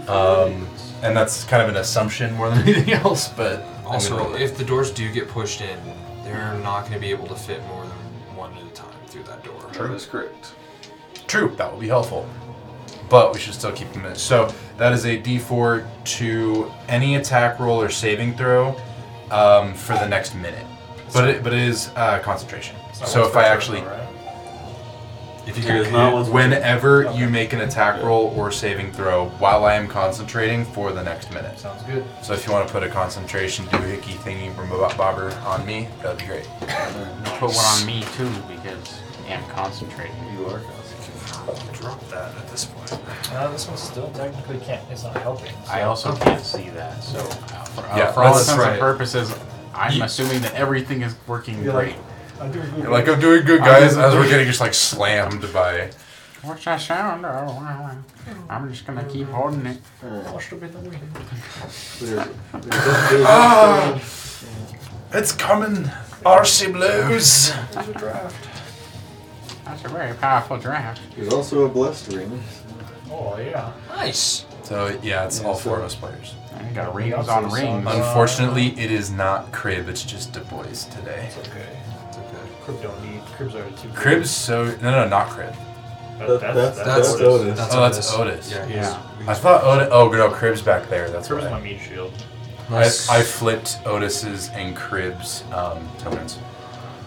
[SPEAKER 4] Um, and that's kind of an assumption more than (laughs) anything else, but I'm gonna roll
[SPEAKER 2] Also,
[SPEAKER 4] it.
[SPEAKER 2] if the doors do get pushed in, they're not going to be able to fit more than one at a time through that door.
[SPEAKER 1] That is correct.
[SPEAKER 4] True, that will be helpful. But we should still keep them in. So that is a d4 to any attack roll or saving throw um, for the next minute. But it, but it is uh, concentration. So if I actually,
[SPEAKER 2] If you
[SPEAKER 1] It is
[SPEAKER 2] could,
[SPEAKER 1] not once per turn.
[SPEAKER 4] whenever you make an attack roll or saving throw while I am concentrating for the next minute.
[SPEAKER 6] Sounds good.
[SPEAKER 4] So if you want to put a concentration doohickey thingy remote bobber on me, that'd be great.
[SPEAKER 5] Put one on me too because I'm concentrating.
[SPEAKER 1] You are concentrating.
[SPEAKER 2] drop that at this point.
[SPEAKER 6] Uh, this one's still technically can't. It's not helping.
[SPEAKER 5] I also can't see that, so uh, for, uh,
[SPEAKER 4] Yeah,
[SPEAKER 5] for all
[SPEAKER 4] that's
[SPEAKER 5] intents
[SPEAKER 4] right.
[SPEAKER 5] and purposes, I'm
[SPEAKER 4] Ye-
[SPEAKER 5] assuming that everything is working
[SPEAKER 1] You're
[SPEAKER 5] great.
[SPEAKER 1] like- I'm doing good.
[SPEAKER 4] You're like, I'm doing good, guys, as we're getting just like slammed by.
[SPEAKER 5] What's that sound? Oh, wow, wow. I'm just gonna keep holding it.
[SPEAKER 1] Ah!
[SPEAKER 4] It's coming, RC Blues.
[SPEAKER 1] There's a draft.
[SPEAKER 5] That's a very powerful draft.
[SPEAKER 1] There's also a blessed ring.
[SPEAKER 6] Oh yeah.
[SPEAKER 2] Nice.
[SPEAKER 4] So yeah, it's all
[SPEAKER 1] Yeah, so-
[SPEAKER 4] four of us players.
[SPEAKER 5] I got
[SPEAKER 6] We
[SPEAKER 5] rings
[SPEAKER 6] also
[SPEAKER 5] on
[SPEAKER 6] saw
[SPEAKER 5] rings.
[SPEAKER 6] that-
[SPEAKER 4] Unfortunately, it is not Crib. It's just Du Bois today.
[SPEAKER 6] It's okay.
[SPEAKER 2] It's okay.
[SPEAKER 6] Crib don't need. Cribs are too.
[SPEAKER 4] Crib's so no no not Crib.
[SPEAKER 1] That-
[SPEAKER 6] But
[SPEAKER 1] that's-
[SPEAKER 6] that's
[SPEAKER 1] that's
[SPEAKER 6] that's,
[SPEAKER 1] Otis.
[SPEAKER 4] Oh, that's Otis.
[SPEAKER 2] Yeah.
[SPEAKER 5] Yeah.
[SPEAKER 4] I thought Otis. Oh no, Crib's back there. That's
[SPEAKER 6] Cribs my
[SPEAKER 4] right.
[SPEAKER 6] meat shield.
[SPEAKER 4] I, I flipped Otis's and Crib's um, tokens.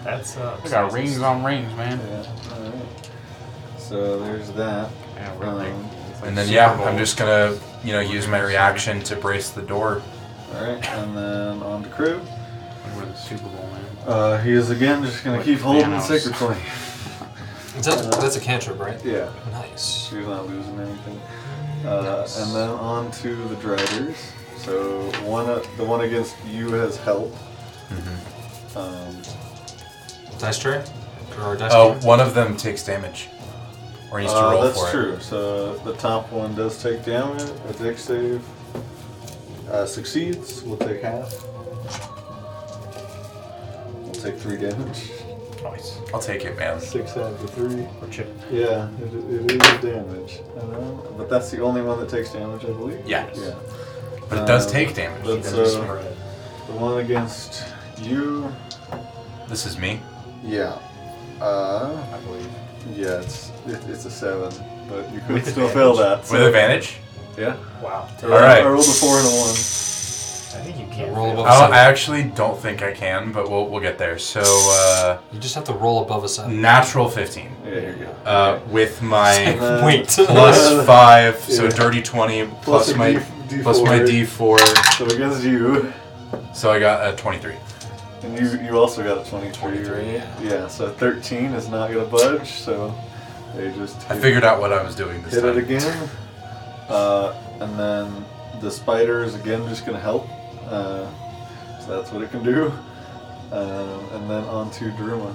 [SPEAKER 6] That's uh.
[SPEAKER 5] I got rings on rings, man.
[SPEAKER 1] Yeah, alright. So there's that.
[SPEAKER 5] Yeah, we're like-
[SPEAKER 1] Um,
[SPEAKER 5] it's like
[SPEAKER 4] And then
[SPEAKER 5] Super
[SPEAKER 4] yeah,
[SPEAKER 5] Bowl.
[SPEAKER 4] I'm just gonna you know use my reaction to brace the door.
[SPEAKER 1] Alright, and then on to crew.
[SPEAKER 5] We're the Super Bowl, man.
[SPEAKER 1] Uh, he is again just gonna
[SPEAKER 5] Like
[SPEAKER 1] keep holding
[SPEAKER 5] Thanos.
[SPEAKER 1] secretly.
[SPEAKER 2] Is that, that's a cantrip, right?
[SPEAKER 1] (laughs) Yeah,
[SPEAKER 2] Nice.
[SPEAKER 1] she's not losing anything. Uh, and then on to the drivers. So one, uh, the one against you has help.
[SPEAKER 4] Mm-hmm.
[SPEAKER 1] Um,
[SPEAKER 2] Dice tray? Or dice
[SPEAKER 4] Oh,
[SPEAKER 2] tray?
[SPEAKER 4] one of them takes damage, or needs to
[SPEAKER 1] uh,
[SPEAKER 4] roll
[SPEAKER 1] that's
[SPEAKER 4] for it.
[SPEAKER 1] true. So the top one does take damage. A deck save uh, succeeds. We'll take half. We'll take three damage.
[SPEAKER 6] Nice.
[SPEAKER 4] I'll take it, man.
[SPEAKER 1] Six out of the three.
[SPEAKER 6] Or chip.
[SPEAKER 1] Yeah, it, it is damage. And, uh, but that's the only one that takes damage, I believe.
[SPEAKER 4] Yes.
[SPEAKER 1] Yeah.
[SPEAKER 4] But it does
[SPEAKER 1] Um,
[SPEAKER 4] take damage.
[SPEAKER 1] That's uh, the one against you.
[SPEAKER 4] This is me.
[SPEAKER 1] Yeah. Uh,
[SPEAKER 5] I believe.
[SPEAKER 1] yeah, it's it, it's a seven, but you could
[SPEAKER 6] With
[SPEAKER 1] still
[SPEAKER 6] advantage.
[SPEAKER 1] fail that. so- Oh,
[SPEAKER 4] With advantage?
[SPEAKER 1] Yeah.
[SPEAKER 6] Wow.
[SPEAKER 1] I
[SPEAKER 4] All right.
[SPEAKER 1] I rolled a four and a one.
[SPEAKER 6] I think you can't.
[SPEAKER 2] Roll
[SPEAKER 6] fail.
[SPEAKER 2] above-
[SPEAKER 4] I, don't- Oh, I actually don't think I can, but we'll, we'll get there. So,
[SPEAKER 1] (laughs)
[SPEAKER 4] uh,
[SPEAKER 2] You just have to roll above a seven.
[SPEAKER 4] natural 15
[SPEAKER 1] Yeah, here you go.
[SPEAKER 4] uh,
[SPEAKER 1] (laughs)
[SPEAKER 4] with my
[SPEAKER 1] Uh,
[SPEAKER 2] Wait.
[SPEAKER 4] plus 5, so
[SPEAKER 1] Yeah.
[SPEAKER 4] dirty 20,
[SPEAKER 1] Plus
[SPEAKER 4] plus
[SPEAKER 1] a
[SPEAKER 4] my,
[SPEAKER 1] D- D4.
[SPEAKER 4] plus my d4.
[SPEAKER 1] So against you,
[SPEAKER 4] So I got a 23.
[SPEAKER 1] and you you also got a twenty-three, right?
[SPEAKER 2] 23, yeah.
[SPEAKER 1] Yeah. So thirteen is not gonna budge. So they just
[SPEAKER 4] I
[SPEAKER 1] hit-
[SPEAKER 4] figured out what I was doing this
[SPEAKER 1] hit it
[SPEAKER 4] time.
[SPEAKER 1] again. Uh, and then the spider is again just gonna help. Uh, so that's what it can do. Um, and then on to Daruma.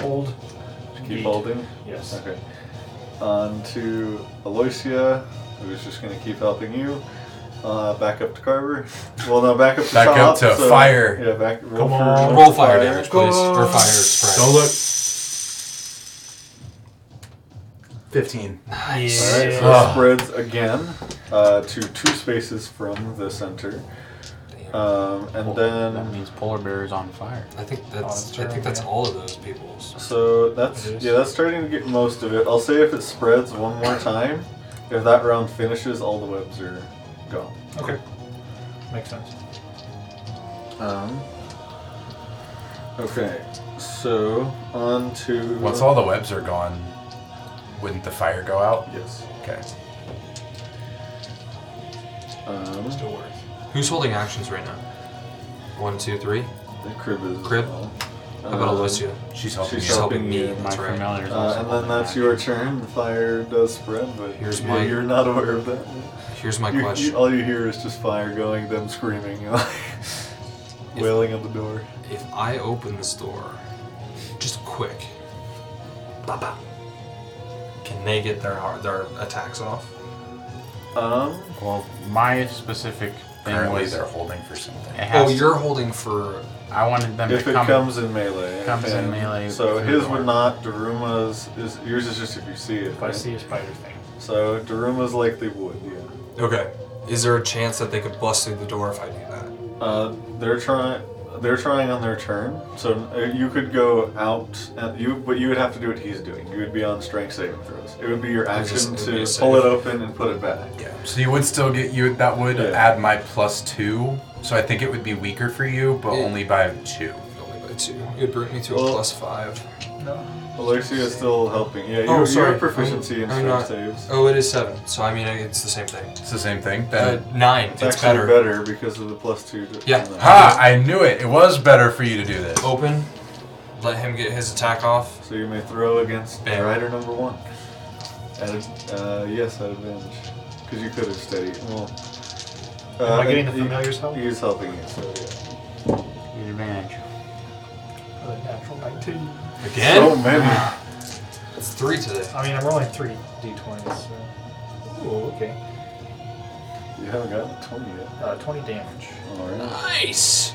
[SPEAKER 6] Hold.
[SPEAKER 1] Keep
[SPEAKER 6] Yeet.
[SPEAKER 1] holding.
[SPEAKER 6] Yes.
[SPEAKER 1] Okay. On to Aloysia, who's just going to keep helping you. Uh, back up to Carver. (laughs) Well, no, back up to
[SPEAKER 4] Back up
[SPEAKER 1] top,
[SPEAKER 4] to
[SPEAKER 1] so-
[SPEAKER 4] fire.
[SPEAKER 1] Yeah, back. Roll
[SPEAKER 6] Come
[SPEAKER 1] for-
[SPEAKER 6] on.
[SPEAKER 2] roll fire damage, please. Or fire spread.
[SPEAKER 4] Don't look. Fifteen.
[SPEAKER 1] Mm-hmm. All right, so
[SPEAKER 4] Yeah.
[SPEAKER 1] it spreads again uh, to two spaces from the center,
[SPEAKER 2] Damn.
[SPEAKER 1] um, and
[SPEAKER 5] that
[SPEAKER 1] then
[SPEAKER 5] means polar bear is on fire.
[SPEAKER 2] I think
[SPEAKER 3] that's
[SPEAKER 2] that's I
[SPEAKER 3] true,
[SPEAKER 2] think that's
[SPEAKER 3] yeah.
[SPEAKER 2] all of those people's.
[SPEAKER 1] so that's
[SPEAKER 3] It is.
[SPEAKER 1] yeah that's starting to get most of it. I'll say if it spreads one more time, if that round finishes, all the webs are gone.
[SPEAKER 3] Okay. Makes sense.
[SPEAKER 1] Um. Okay, so on to
[SPEAKER 4] Once all the webs are gone, wouldn't the fire go out?
[SPEAKER 1] yes.
[SPEAKER 4] Okay.
[SPEAKER 1] Um,
[SPEAKER 2] Who's holding actions right now? One, two, three.
[SPEAKER 1] the crib is
[SPEAKER 2] Crib?
[SPEAKER 1] Well.
[SPEAKER 2] How about Alessia?
[SPEAKER 4] She's helping
[SPEAKER 1] She's
[SPEAKER 4] you.
[SPEAKER 2] She's helping
[SPEAKER 1] Um, helping
[SPEAKER 2] me.
[SPEAKER 1] you.
[SPEAKER 5] My
[SPEAKER 2] That's right.
[SPEAKER 5] familiar is
[SPEAKER 1] Uh,
[SPEAKER 5] also
[SPEAKER 1] and then
[SPEAKER 5] on
[SPEAKER 1] that's
[SPEAKER 5] that.
[SPEAKER 1] your turn. The fire does spread, but
[SPEAKER 2] Here's
[SPEAKER 1] you-
[SPEAKER 2] my-
[SPEAKER 1] you're not aware of that.
[SPEAKER 2] Here's my
[SPEAKER 1] You- you-
[SPEAKER 2] question.
[SPEAKER 1] all you hear is just fire going, them screaming, (laughs) you know, wailing at the door.
[SPEAKER 2] If I open this door, just quick, ba-ba, can they get their har- their attacks off?
[SPEAKER 1] Um,
[SPEAKER 5] Well, my specific thing
[SPEAKER 4] Currently,
[SPEAKER 5] was
[SPEAKER 4] they're holding for something.
[SPEAKER 5] it has
[SPEAKER 2] Oh,
[SPEAKER 5] to-
[SPEAKER 2] you're holding for.
[SPEAKER 5] I wanted them
[SPEAKER 1] if
[SPEAKER 5] to
[SPEAKER 1] it
[SPEAKER 5] come.
[SPEAKER 1] comes in melee,
[SPEAKER 5] comes in
[SPEAKER 1] and-
[SPEAKER 5] melee
[SPEAKER 1] So
[SPEAKER 5] through
[SPEAKER 1] his
[SPEAKER 5] the
[SPEAKER 1] would
[SPEAKER 5] door.
[SPEAKER 1] not. Daruma's is yours is just if you see it.
[SPEAKER 6] If I
[SPEAKER 1] right?
[SPEAKER 6] see a spider thing.
[SPEAKER 1] So Daruma's likely would. Yeah.
[SPEAKER 2] Okay. Is there a chance that they could bust through the door if I do that?
[SPEAKER 1] Uh, they're trying. They're trying on their turn, so uh, you could go out. And you, but you would have to do what he's doing. You would be on strength saving throws. It would be your
[SPEAKER 2] It was
[SPEAKER 1] action
[SPEAKER 2] just- it would be a
[SPEAKER 1] to
[SPEAKER 2] save.
[SPEAKER 1] pull it open and put it back.
[SPEAKER 4] Yeah. So you would still get you. That would
[SPEAKER 1] Yeah.
[SPEAKER 4] add my plus two. So I think it would be weaker for you, but
[SPEAKER 2] Yeah.
[SPEAKER 4] only by two.
[SPEAKER 2] Only by two. It would bring me to a
[SPEAKER 1] Well-
[SPEAKER 2] plus five.
[SPEAKER 1] Alexia is still helping. Yeah,
[SPEAKER 2] Oh,
[SPEAKER 1] you, you
[SPEAKER 2] sorry.
[SPEAKER 1] have proficiency in
[SPEAKER 2] I'm- I'm
[SPEAKER 1] strength
[SPEAKER 2] not-
[SPEAKER 1] saves.
[SPEAKER 2] Oh, it is seven. So I mean, it's the same thing.
[SPEAKER 4] It's the same thing.
[SPEAKER 2] Uh,
[SPEAKER 4] Then.
[SPEAKER 2] nine.
[SPEAKER 1] It's,
[SPEAKER 2] It's,
[SPEAKER 1] actually
[SPEAKER 2] better.
[SPEAKER 1] better. because of the plus two. To,
[SPEAKER 2] Yeah.
[SPEAKER 1] from that.
[SPEAKER 4] ha! I knew it. It was better for you to do this. Oh,
[SPEAKER 2] Open. Let him get his attack off.
[SPEAKER 1] So you may throw against
[SPEAKER 2] Bam.
[SPEAKER 1] rider number one. At ad- uh, yes, at advantage, because you could have steadied. Well, uh,
[SPEAKER 6] Am I getting the
[SPEAKER 1] you-
[SPEAKER 6] familiar's help?
[SPEAKER 1] He's helping you. So yeah.
[SPEAKER 5] Your advantage.
[SPEAKER 6] With a natural 19.
[SPEAKER 2] Again?
[SPEAKER 1] So many.
[SPEAKER 2] it's three today.
[SPEAKER 6] I mean, I'm rolling three d20s. So. Ooh, okay.
[SPEAKER 1] You haven't gotten twenty yet.
[SPEAKER 6] Uh, 20 damage.
[SPEAKER 1] All right.
[SPEAKER 2] Nice!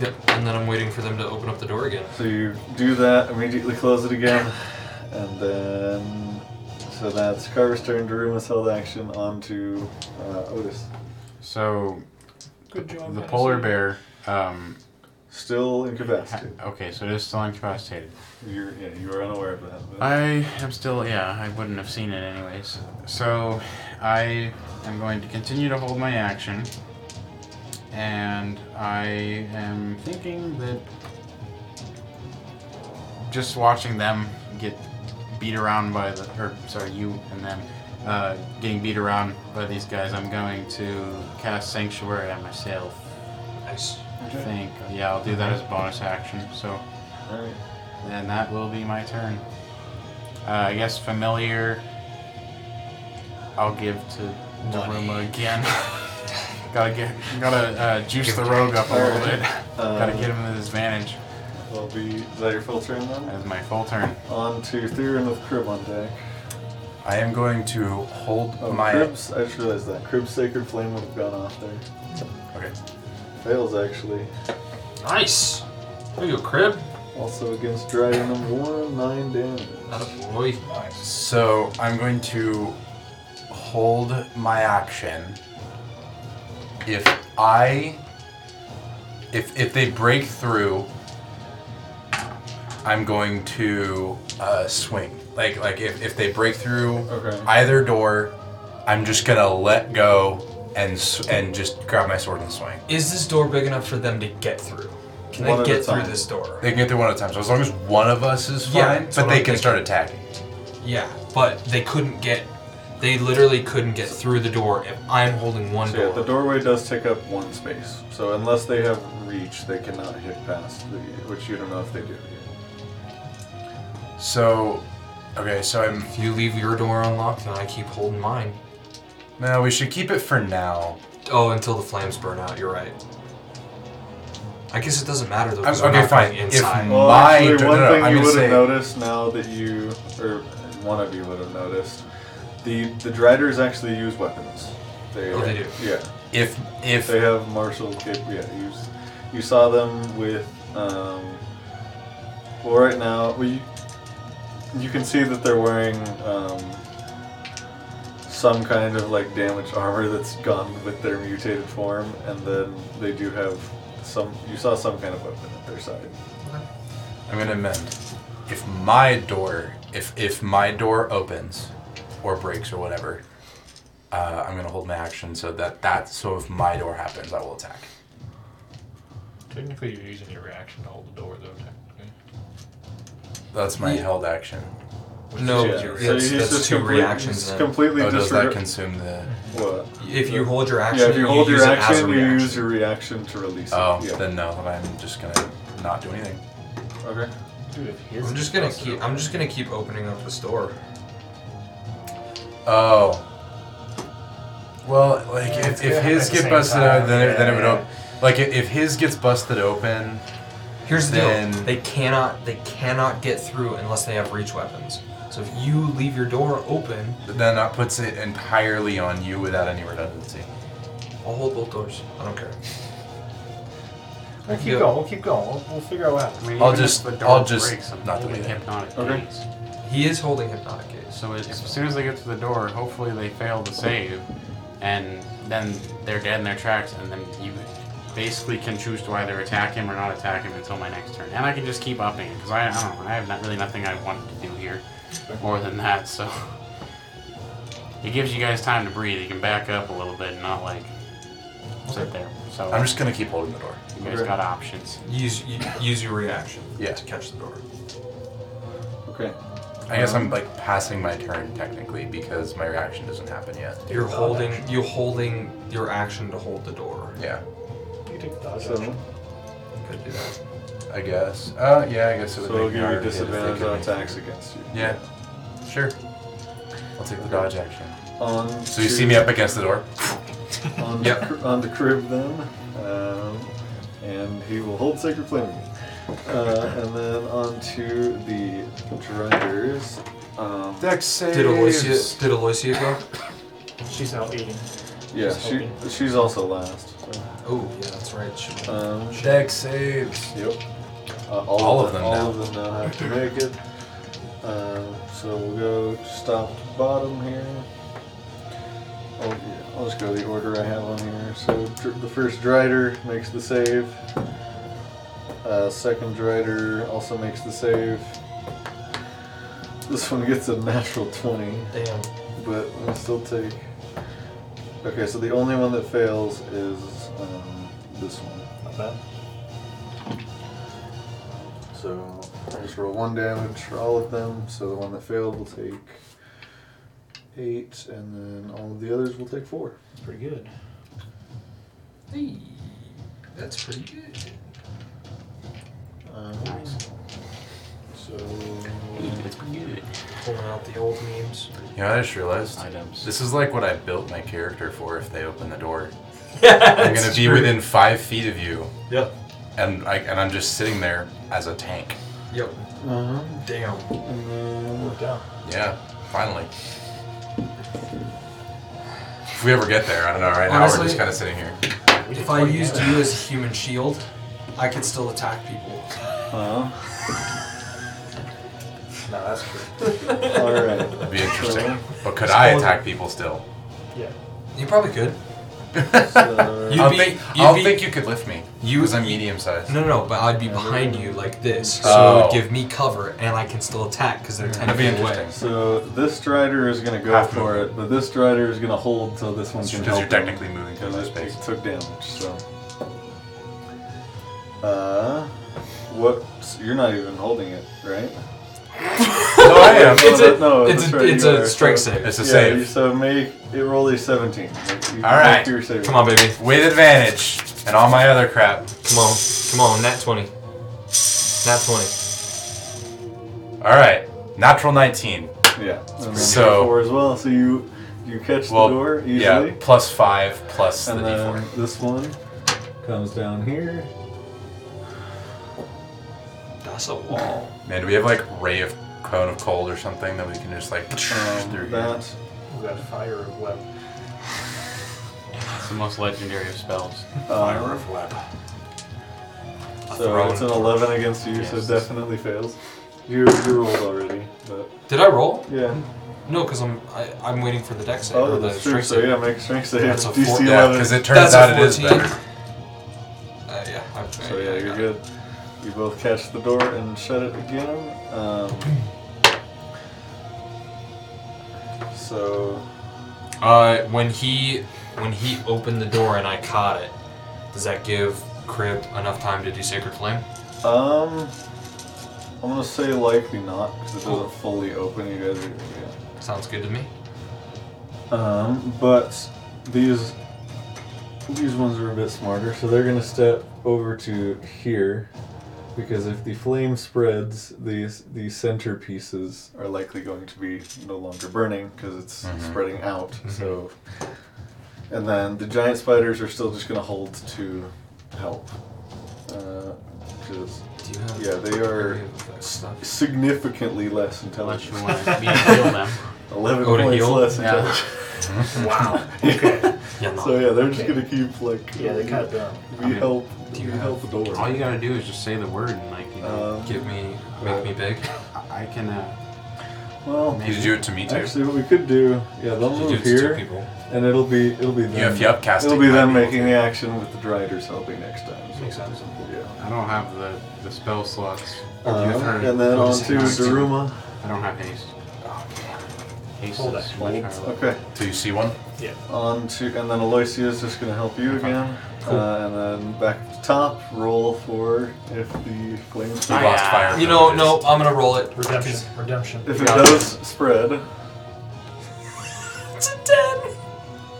[SPEAKER 2] Yep, and then I'm waiting for them to open up the door again.
[SPEAKER 1] So you do that immediately, close it again, and then. So that's Carver's turn. Daruma's held action onto uh, Otis.
[SPEAKER 5] So
[SPEAKER 6] Good job.
[SPEAKER 5] the polar bear. Um,
[SPEAKER 1] Still
[SPEAKER 5] ha-
[SPEAKER 1] incapacitated.
[SPEAKER 5] okay, so it is still incapacitated.
[SPEAKER 1] You're, yeah, you were unaware of that. But
[SPEAKER 5] I am still, yeah, I wouldn't have seen it anyways. So I am going to continue to hold my action. And I am thinking that just watching them get beat around by the, or sorry, you and them uh, getting beat around by these guys, I'm going to cast Sanctuary on myself.
[SPEAKER 2] Nice.
[SPEAKER 5] I think, yeah, I'll do that as a bonus action. So
[SPEAKER 1] All right.
[SPEAKER 5] and that will be my turn. Uh, I guess familiar. I'll give to Daruma again. (laughs) gotta get, gotta uh, juice the rogue up a little bit.
[SPEAKER 4] Uh,
[SPEAKER 5] gotta get him an advantage
[SPEAKER 1] I'll be. Is that your full turn then?
[SPEAKER 5] as my full turn.
[SPEAKER 1] On to Theron with Crib on deck.
[SPEAKER 4] I am going to hold
[SPEAKER 1] Oh,
[SPEAKER 4] my.
[SPEAKER 1] Crib's. I just realized that. Crib's Sacred Flame would have gone off there.
[SPEAKER 4] Okay.
[SPEAKER 1] Fails actually.
[SPEAKER 2] Nice! There you go, Crib.
[SPEAKER 1] Also against Dragon number one, nine damage.
[SPEAKER 2] Atta boy.
[SPEAKER 4] So I'm going to hold my action. If I if if they break through, I'm going to uh, swing. Like like if, if they break through
[SPEAKER 1] Okay.
[SPEAKER 4] either door, I'm just gonna let go and s- and just grab my sword and swing.
[SPEAKER 2] Is this door big enough for them to get through? Can
[SPEAKER 1] One at
[SPEAKER 2] they
[SPEAKER 1] a
[SPEAKER 2] get through
[SPEAKER 1] time.
[SPEAKER 2] this door?
[SPEAKER 4] They can get through one at a time. So as long as one of us is fine,
[SPEAKER 2] Yeah, that's
[SPEAKER 4] but
[SPEAKER 2] what
[SPEAKER 4] they
[SPEAKER 2] I'm
[SPEAKER 4] can start attacking.
[SPEAKER 2] yeah, but they couldn't get. They literally couldn't get through the door if I'm holding one
[SPEAKER 1] So
[SPEAKER 2] door.
[SPEAKER 1] yeah, the doorway does take up one space. So unless they have reach, they cannot hit past the. Which you don't know if they do.
[SPEAKER 4] So okay, so I'm
[SPEAKER 2] If you leave your door unlocked, then I keep holding mine.
[SPEAKER 4] No, we should keep it for now.
[SPEAKER 2] Oh, until the flames burn out. You're right. I guess it doesn't matter though. 'cause
[SPEAKER 4] I'm-
[SPEAKER 2] we're
[SPEAKER 4] okay,
[SPEAKER 2] not going
[SPEAKER 4] fine. If-
[SPEAKER 2] Inside.
[SPEAKER 4] Well,
[SPEAKER 1] Well,
[SPEAKER 4] My
[SPEAKER 1] actually,
[SPEAKER 4] turn-
[SPEAKER 1] one
[SPEAKER 4] no, no,
[SPEAKER 1] thing
[SPEAKER 4] I'm
[SPEAKER 1] you
[SPEAKER 4] just
[SPEAKER 1] would
[SPEAKER 4] saying-
[SPEAKER 1] have noticed now that you, or one of you would have noticed, the the Driders actually use weapons. They,
[SPEAKER 2] Oh, they do.
[SPEAKER 1] Yeah,
[SPEAKER 4] If if
[SPEAKER 1] they have martial cap. Yeah, you, s- you saw them with. Um, well, right now, well, you, You can see that they're wearing um, some kind of like damaged armor that's gone with their mutated form, and then they do have some. You saw some kind of weapon at their side.
[SPEAKER 4] I'm gonna amend. If my door, if if my door opens, or breaks or whatever, uh, I'm gonna hold my action so that that so if my door happens, I will attack.
[SPEAKER 3] Technically, you're using your reaction to hold the door, though. Technically.
[SPEAKER 4] That's my held action.
[SPEAKER 2] No,
[SPEAKER 1] Yeah,
[SPEAKER 2] you're-
[SPEAKER 1] so
[SPEAKER 2] that's,
[SPEAKER 1] he's
[SPEAKER 2] that's
[SPEAKER 1] just
[SPEAKER 2] two
[SPEAKER 1] complete-
[SPEAKER 2] reactions.
[SPEAKER 1] he's
[SPEAKER 2] then.
[SPEAKER 1] Completely
[SPEAKER 4] Oh, does that
[SPEAKER 1] disregard.
[SPEAKER 4] consume the?
[SPEAKER 1] what?
[SPEAKER 2] if you hold your action,
[SPEAKER 1] yeah, if you hold
[SPEAKER 2] use
[SPEAKER 1] your
[SPEAKER 2] it as a
[SPEAKER 1] action, you
[SPEAKER 2] reaction.
[SPEAKER 1] use your reaction to release
[SPEAKER 4] Oh,
[SPEAKER 1] it. Yeah.
[SPEAKER 4] then no. I'm just gonna not do anything.
[SPEAKER 1] okay.
[SPEAKER 3] Dude, if his
[SPEAKER 2] I'm just gonna keep. I'm just gonna keep opening up this door.
[SPEAKER 4] Oh. Well, like if, if his
[SPEAKER 6] At the
[SPEAKER 4] get
[SPEAKER 6] same
[SPEAKER 4] busted
[SPEAKER 6] time,
[SPEAKER 4] out, then it, then it
[SPEAKER 6] yeah,
[SPEAKER 4] would
[SPEAKER 6] yeah.
[SPEAKER 4] open. Like if, if his gets busted open,
[SPEAKER 2] Here's the deal.
[SPEAKER 4] Then-
[SPEAKER 2] They cannot. They cannot get through unless they have reach weapons. So if you leave your door open,
[SPEAKER 4] then that puts it entirely on you without any redundancy.
[SPEAKER 2] I'll hold both doors. I don't care.
[SPEAKER 6] We'll keep
[SPEAKER 2] Yeah.
[SPEAKER 6] going. We'll keep going. We'll, we'll figure out what happens.
[SPEAKER 5] I mean,
[SPEAKER 4] I'll
[SPEAKER 5] even if
[SPEAKER 4] just-
[SPEAKER 5] the door
[SPEAKER 4] I'll just
[SPEAKER 5] breaks, I'm
[SPEAKER 4] not do
[SPEAKER 5] holding
[SPEAKER 4] anything.
[SPEAKER 5] hypnotic
[SPEAKER 1] Okay.
[SPEAKER 5] gaze.
[SPEAKER 2] He is holding hypnotic gaze.
[SPEAKER 5] So as, as soon as they get to the door, hopefully they fail to save, and then they're dead in their tracks, and then you basically can choose to either attack him or not attack him until my next turn. And I can just keep upping it, because I, I don't know, I have not, really nothing I wanted to do here more than that, so... (laughs) It gives you guys time to breathe. You can back up a little bit and not, like, sit there. So
[SPEAKER 4] I'm just gonna keep holding the door.
[SPEAKER 5] you guys got options.
[SPEAKER 2] Use you, use your reaction.
[SPEAKER 4] Yeah.
[SPEAKER 2] To catch the door.
[SPEAKER 1] Okay.
[SPEAKER 4] I
[SPEAKER 1] Uh-huh.
[SPEAKER 4] guess I'm like passing my turn technically because my reaction doesn't happen yet.
[SPEAKER 2] You're holding. You're holding your action to hold the door.
[SPEAKER 4] Yeah,
[SPEAKER 6] You take the dodge
[SPEAKER 1] So,
[SPEAKER 6] action.
[SPEAKER 2] Could do that.
[SPEAKER 4] I guess. Uh, yeah, I guess it would.
[SPEAKER 1] so it'll
[SPEAKER 4] make
[SPEAKER 1] give
[SPEAKER 4] me
[SPEAKER 1] you
[SPEAKER 4] harder to hit if they
[SPEAKER 1] disadvantage
[SPEAKER 4] could
[SPEAKER 1] on
[SPEAKER 4] make-
[SPEAKER 1] attacks against you.
[SPEAKER 4] Yeah, sure. I'll take the dodge action.
[SPEAKER 1] On
[SPEAKER 4] So you
[SPEAKER 1] to-
[SPEAKER 4] see me up against the door.
[SPEAKER 1] on,
[SPEAKER 2] Yep.
[SPEAKER 1] the, cr- on the crib then, um, and he will hold sacred flame. Uh, and then on to the drivers. Um,
[SPEAKER 4] Dex saves.
[SPEAKER 2] Did Aloysia? Did Aloysia go?
[SPEAKER 6] She's now eating.
[SPEAKER 1] yeah, she, she's also last.
[SPEAKER 2] Oh yeah, that's right. She went.
[SPEAKER 1] So,
[SPEAKER 4] Uh.
[SPEAKER 1] um,
[SPEAKER 4] Dex saves.
[SPEAKER 1] yep. Uh, all,
[SPEAKER 4] All
[SPEAKER 1] of
[SPEAKER 4] of
[SPEAKER 1] them.
[SPEAKER 4] them
[SPEAKER 1] All
[SPEAKER 4] now.
[SPEAKER 1] of them now have to make it. Um, so we'll go stop at the bottom here. Oh, yeah. I'll just go the order I have on here. So dr- the first Drider makes the save. Uh, second Drider also makes the save. This one gets a natural 20,
[SPEAKER 2] Damn.
[SPEAKER 1] but I still take. Okay, so the only one that fails is um, this one.
[SPEAKER 6] Not bad.
[SPEAKER 1] So I just roll one damage for all of them. So the one that failed will take eight, and then all of the others will take four.
[SPEAKER 6] It's pretty good.
[SPEAKER 2] Hey, that's pretty good.
[SPEAKER 1] Um,
[SPEAKER 5] Nice.
[SPEAKER 1] So
[SPEAKER 5] It's good.
[SPEAKER 2] Pulling out the old memes.
[SPEAKER 4] You know, what I just realized
[SPEAKER 5] Items.
[SPEAKER 4] this is like what I built my character for. If they open the door,
[SPEAKER 2] Yeah.
[SPEAKER 4] (laughs) I'm gonna be within five feet of you,
[SPEAKER 2] Yep.
[SPEAKER 4] and I and I'm just sitting there as a tank.
[SPEAKER 2] Yep.
[SPEAKER 1] uh
[SPEAKER 2] Damn.
[SPEAKER 1] and then
[SPEAKER 6] Look down.
[SPEAKER 4] Yeah, finally. If we ever get there, I don't know. Right now,
[SPEAKER 2] Honestly-
[SPEAKER 4] we're just kind of sitting here.
[SPEAKER 6] We did
[SPEAKER 2] If I
[SPEAKER 6] 20
[SPEAKER 2] used
[SPEAKER 6] damage.
[SPEAKER 2] you as a human shield, I could still attack people.
[SPEAKER 1] uh,
[SPEAKER 6] No, that's true.
[SPEAKER 1] all right.
[SPEAKER 4] It'd be interesting. But could I attack people still?
[SPEAKER 6] Yeah.
[SPEAKER 2] You probably could.
[SPEAKER 1] So,
[SPEAKER 2] You'd
[SPEAKER 4] I'll
[SPEAKER 2] be-
[SPEAKER 4] think
[SPEAKER 2] you'd
[SPEAKER 4] I'll
[SPEAKER 2] be-
[SPEAKER 4] think you could lift me. Because I'm medium sized.
[SPEAKER 2] No, no, no, but I'd be behind you like this, so it
[SPEAKER 4] Oh.
[SPEAKER 2] would give me cover, and I can still attack because they're ten
[SPEAKER 4] That'd be
[SPEAKER 2] feet away.
[SPEAKER 4] interesting.
[SPEAKER 1] so this Strider is gonna go
[SPEAKER 4] Half
[SPEAKER 1] for it, but this Strider is gonna hold till this one can
[SPEAKER 4] Because
[SPEAKER 1] help.
[SPEAKER 4] you're
[SPEAKER 1] him.
[SPEAKER 4] technically moving through
[SPEAKER 1] Because
[SPEAKER 4] my
[SPEAKER 1] I
[SPEAKER 4] space.
[SPEAKER 1] took- took damage, so. Uh, what? You're not even holding it, right?
[SPEAKER 4] No, I am.
[SPEAKER 2] It's a,
[SPEAKER 1] No,
[SPEAKER 2] it's
[SPEAKER 1] that's
[SPEAKER 2] a,
[SPEAKER 1] right,
[SPEAKER 2] it's
[SPEAKER 1] you
[SPEAKER 2] a
[SPEAKER 1] are,
[SPEAKER 2] strength
[SPEAKER 1] so-
[SPEAKER 2] save.
[SPEAKER 4] It's a
[SPEAKER 1] yeah, you-
[SPEAKER 4] save.
[SPEAKER 1] So make it roll a 17. Like, you
[SPEAKER 4] All right.
[SPEAKER 1] make your save.
[SPEAKER 2] Come on, baby.
[SPEAKER 4] With advantage and all my other crap.
[SPEAKER 2] Come on. Come on. Nat 20. Nat 20.
[SPEAKER 4] All right, natural 19.
[SPEAKER 1] Yeah. And then
[SPEAKER 4] So-
[SPEAKER 1] four as well. So you you catch
[SPEAKER 4] Well,
[SPEAKER 1] the door easily,
[SPEAKER 4] yeah, plus five plus
[SPEAKER 1] and
[SPEAKER 4] the
[SPEAKER 1] then
[SPEAKER 4] d4.
[SPEAKER 1] this one comes down here.
[SPEAKER 2] That's a wall.
[SPEAKER 4] Man, do we have like ray of cone of cold or something that we can just like through
[SPEAKER 1] Um,
[SPEAKER 4] here?
[SPEAKER 1] that.
[SPEAKER 6] We got fire of web.
[SPEAKER 5] It's the most legendary of
[SPEAKER 4] (laughs)
[SPEAKER 5] spells.
[SPEAKER 1] Um,
[SPEAKER 2] web.
[SPEAKER 1] so it's an 11 against you, so
[SPEAKER 5] Yes.
[SPEAKER 1] definitely fails. You you rolled already. but that.
[SPEAKER 2] Did I roll?
[SPEAKER 1] Yeah.
[SPEAKER 2] No, because I'm I, I'm waiting for the deck save
[SPEAKER 1] Oh,
[SPEAKER 2] or the
[SPEAKER 1] that's true.
[SPEAKER 2] strength
[SPEAKER 1] So
[SPEAKER 2] save.
[SPEAKER 1] yeah, make strength save.
[SPEAKER 2] That's a
[SPEAKER 1] DC
[SPEAKER 2] four-
[SPEAKER 4] Yeah,
[SPEAKER 1] 11.
[SPEAKER 4] because it
[SPEAKER 2] That's
[SPEAKER 4] turns
[SPEAKER 2] a
[SPEAKER 4] out it is
[SPEAKER 2] 14.
[SPEAKER 4] better.
[SPEAKER 2] Uh, yeah, I,
[SPEAKER 1] So yeah,
[SPEAKER 2] I
[SPEAKER 1] you're
[SPEAKER 2] got
[SPEAKER 1] good. You both catch the door and shut it again. Um, so
[SPEAKER 2] it. Uh, when he when he opened the door and I caught it, does that give Crib enough time to do Sacred Flame?
[SPEAKER 1] Um, I'm gonna say likely not because it doesn't fully open. You guys are yeah.
[SPEAKER 2] Sounds good to me.
[SPEAKER 1] Um, but these these ones are a bit smarter, so they're gonna step over to here because if the flame spreads, these the center pieces are likely going to be no longer burning because it's
[SPEAKER 2] Mm-hmm.
[SPEAKER 4] Mhm.
[SPEAKER 1] spreading out. So, and then the giant spiders are still just gonna hold to help. Uh, just
[SPEAKER 2] Do you have?
[SPEAKER 1] Yeah, they are-
[SPEAKER 2] any of that stuff?
[SPEAKER 1] significantly less
[SPEAKER 5] Unless
[SPEAKER 1] intelligent.
[SPEAKER 5] you want me to heal them.
[SPEAKER 1] 11
[SPEAKER 2] Oh, to
[SPEAKER 1] points
[SPEAKER 2] heal?
[SPEAKER 1] less
[SPEAKER 5] Yeah.
[SPEAKER 1] intelligent.
[SPEAKER 6] Wow.
[SPEAKER 2] (laughs) Yeah, no.
[SPEAKER 1] So (laughs) yeah, they're just
[SPEAKER 6] Okay.
[SPEAKER 1] gonna keep like uh,
[SPEAKER 6] Yeah, they cut it down.
[SPEAKER 1] we
[SPEAKER 5] I mean,
[SPEAKER 1] help
[SPEAKER 2] do
[SPEAKER 1] we
[SPEAKER 2] you
[SPEAKER 1] help the door.
[SPEAKER 5] All you gotta do is just say the word and like, you know,
[SPEAKER 1] um,
[SPEAKER 2] Give me, make me big.
[SPEAKER 5] I I can. Uh,
[SPEAKER 1] well,
[SPEAKER 4] You should do it to me too.
[SPEAKER 1] actually, what we could do, yeah, they'll
[SPEAKER 2] You do
[SPEAKER 1] move
[SPEAKER 2] it to two
[SPEAKER 1] here,
[SPEAKER 2] people.
[SPEAKER 1] and it'll be it'll be them.
[SPEAKER 4] yeah, if you upcast
[SPEAKER 1] it'll
[SPEAKER 4] it,
[SPEAKER 1] be
[SPEAKER 4] you might
[SPEAKER 1] them
[SPEAKER 4] able
[SPEAKER 1] making
[SPEAKER 4] to.
[SPEAKER 1] the action with the driders helping next time. So,
[SPEAKER 2] Makes sense.
[SPEAKER 1] yeah.
[SPEAKER 5] I don't have the, the spell slots.
[SPEAKER 1] Um,
[SPEAKER 5] heard-
[SPEAKER 1] and then
[SPEAKER 5] Oh,
[SPEAKER 1] on
[SPEAKER 5] just
[SPEAKER 1] to
[SPEAKER 5] haste.
[SPEAKER 1] Daruma.
[SPEAKER 5] I don't have haste. Haste
[SPEAKER 6] Hold
[SPEAKER 5] is
[SPEAKER 6] that.
[SPEAKER 5] much higher level.
[SPEAKER 1] Okay.
[SPEAKER 4] Do you see one?
[SPEAKER 1] On to and then Aloysia is just gonna help you again. Uh, and then back to top, roll for if the flame
[SPEAKER 4] You lost fire.
[SPEAKER 2] You know, no, I'm gonna roll it.
[SPEAKER 6] Redemption. Redemption.
[SPEAKER 1] if
[SPEAKER 6] You
[SPEAKER 1] it
[SPEAKER 6] got
[SPEAKER 1] does spread.
[SPEAKER 2] It's a ten.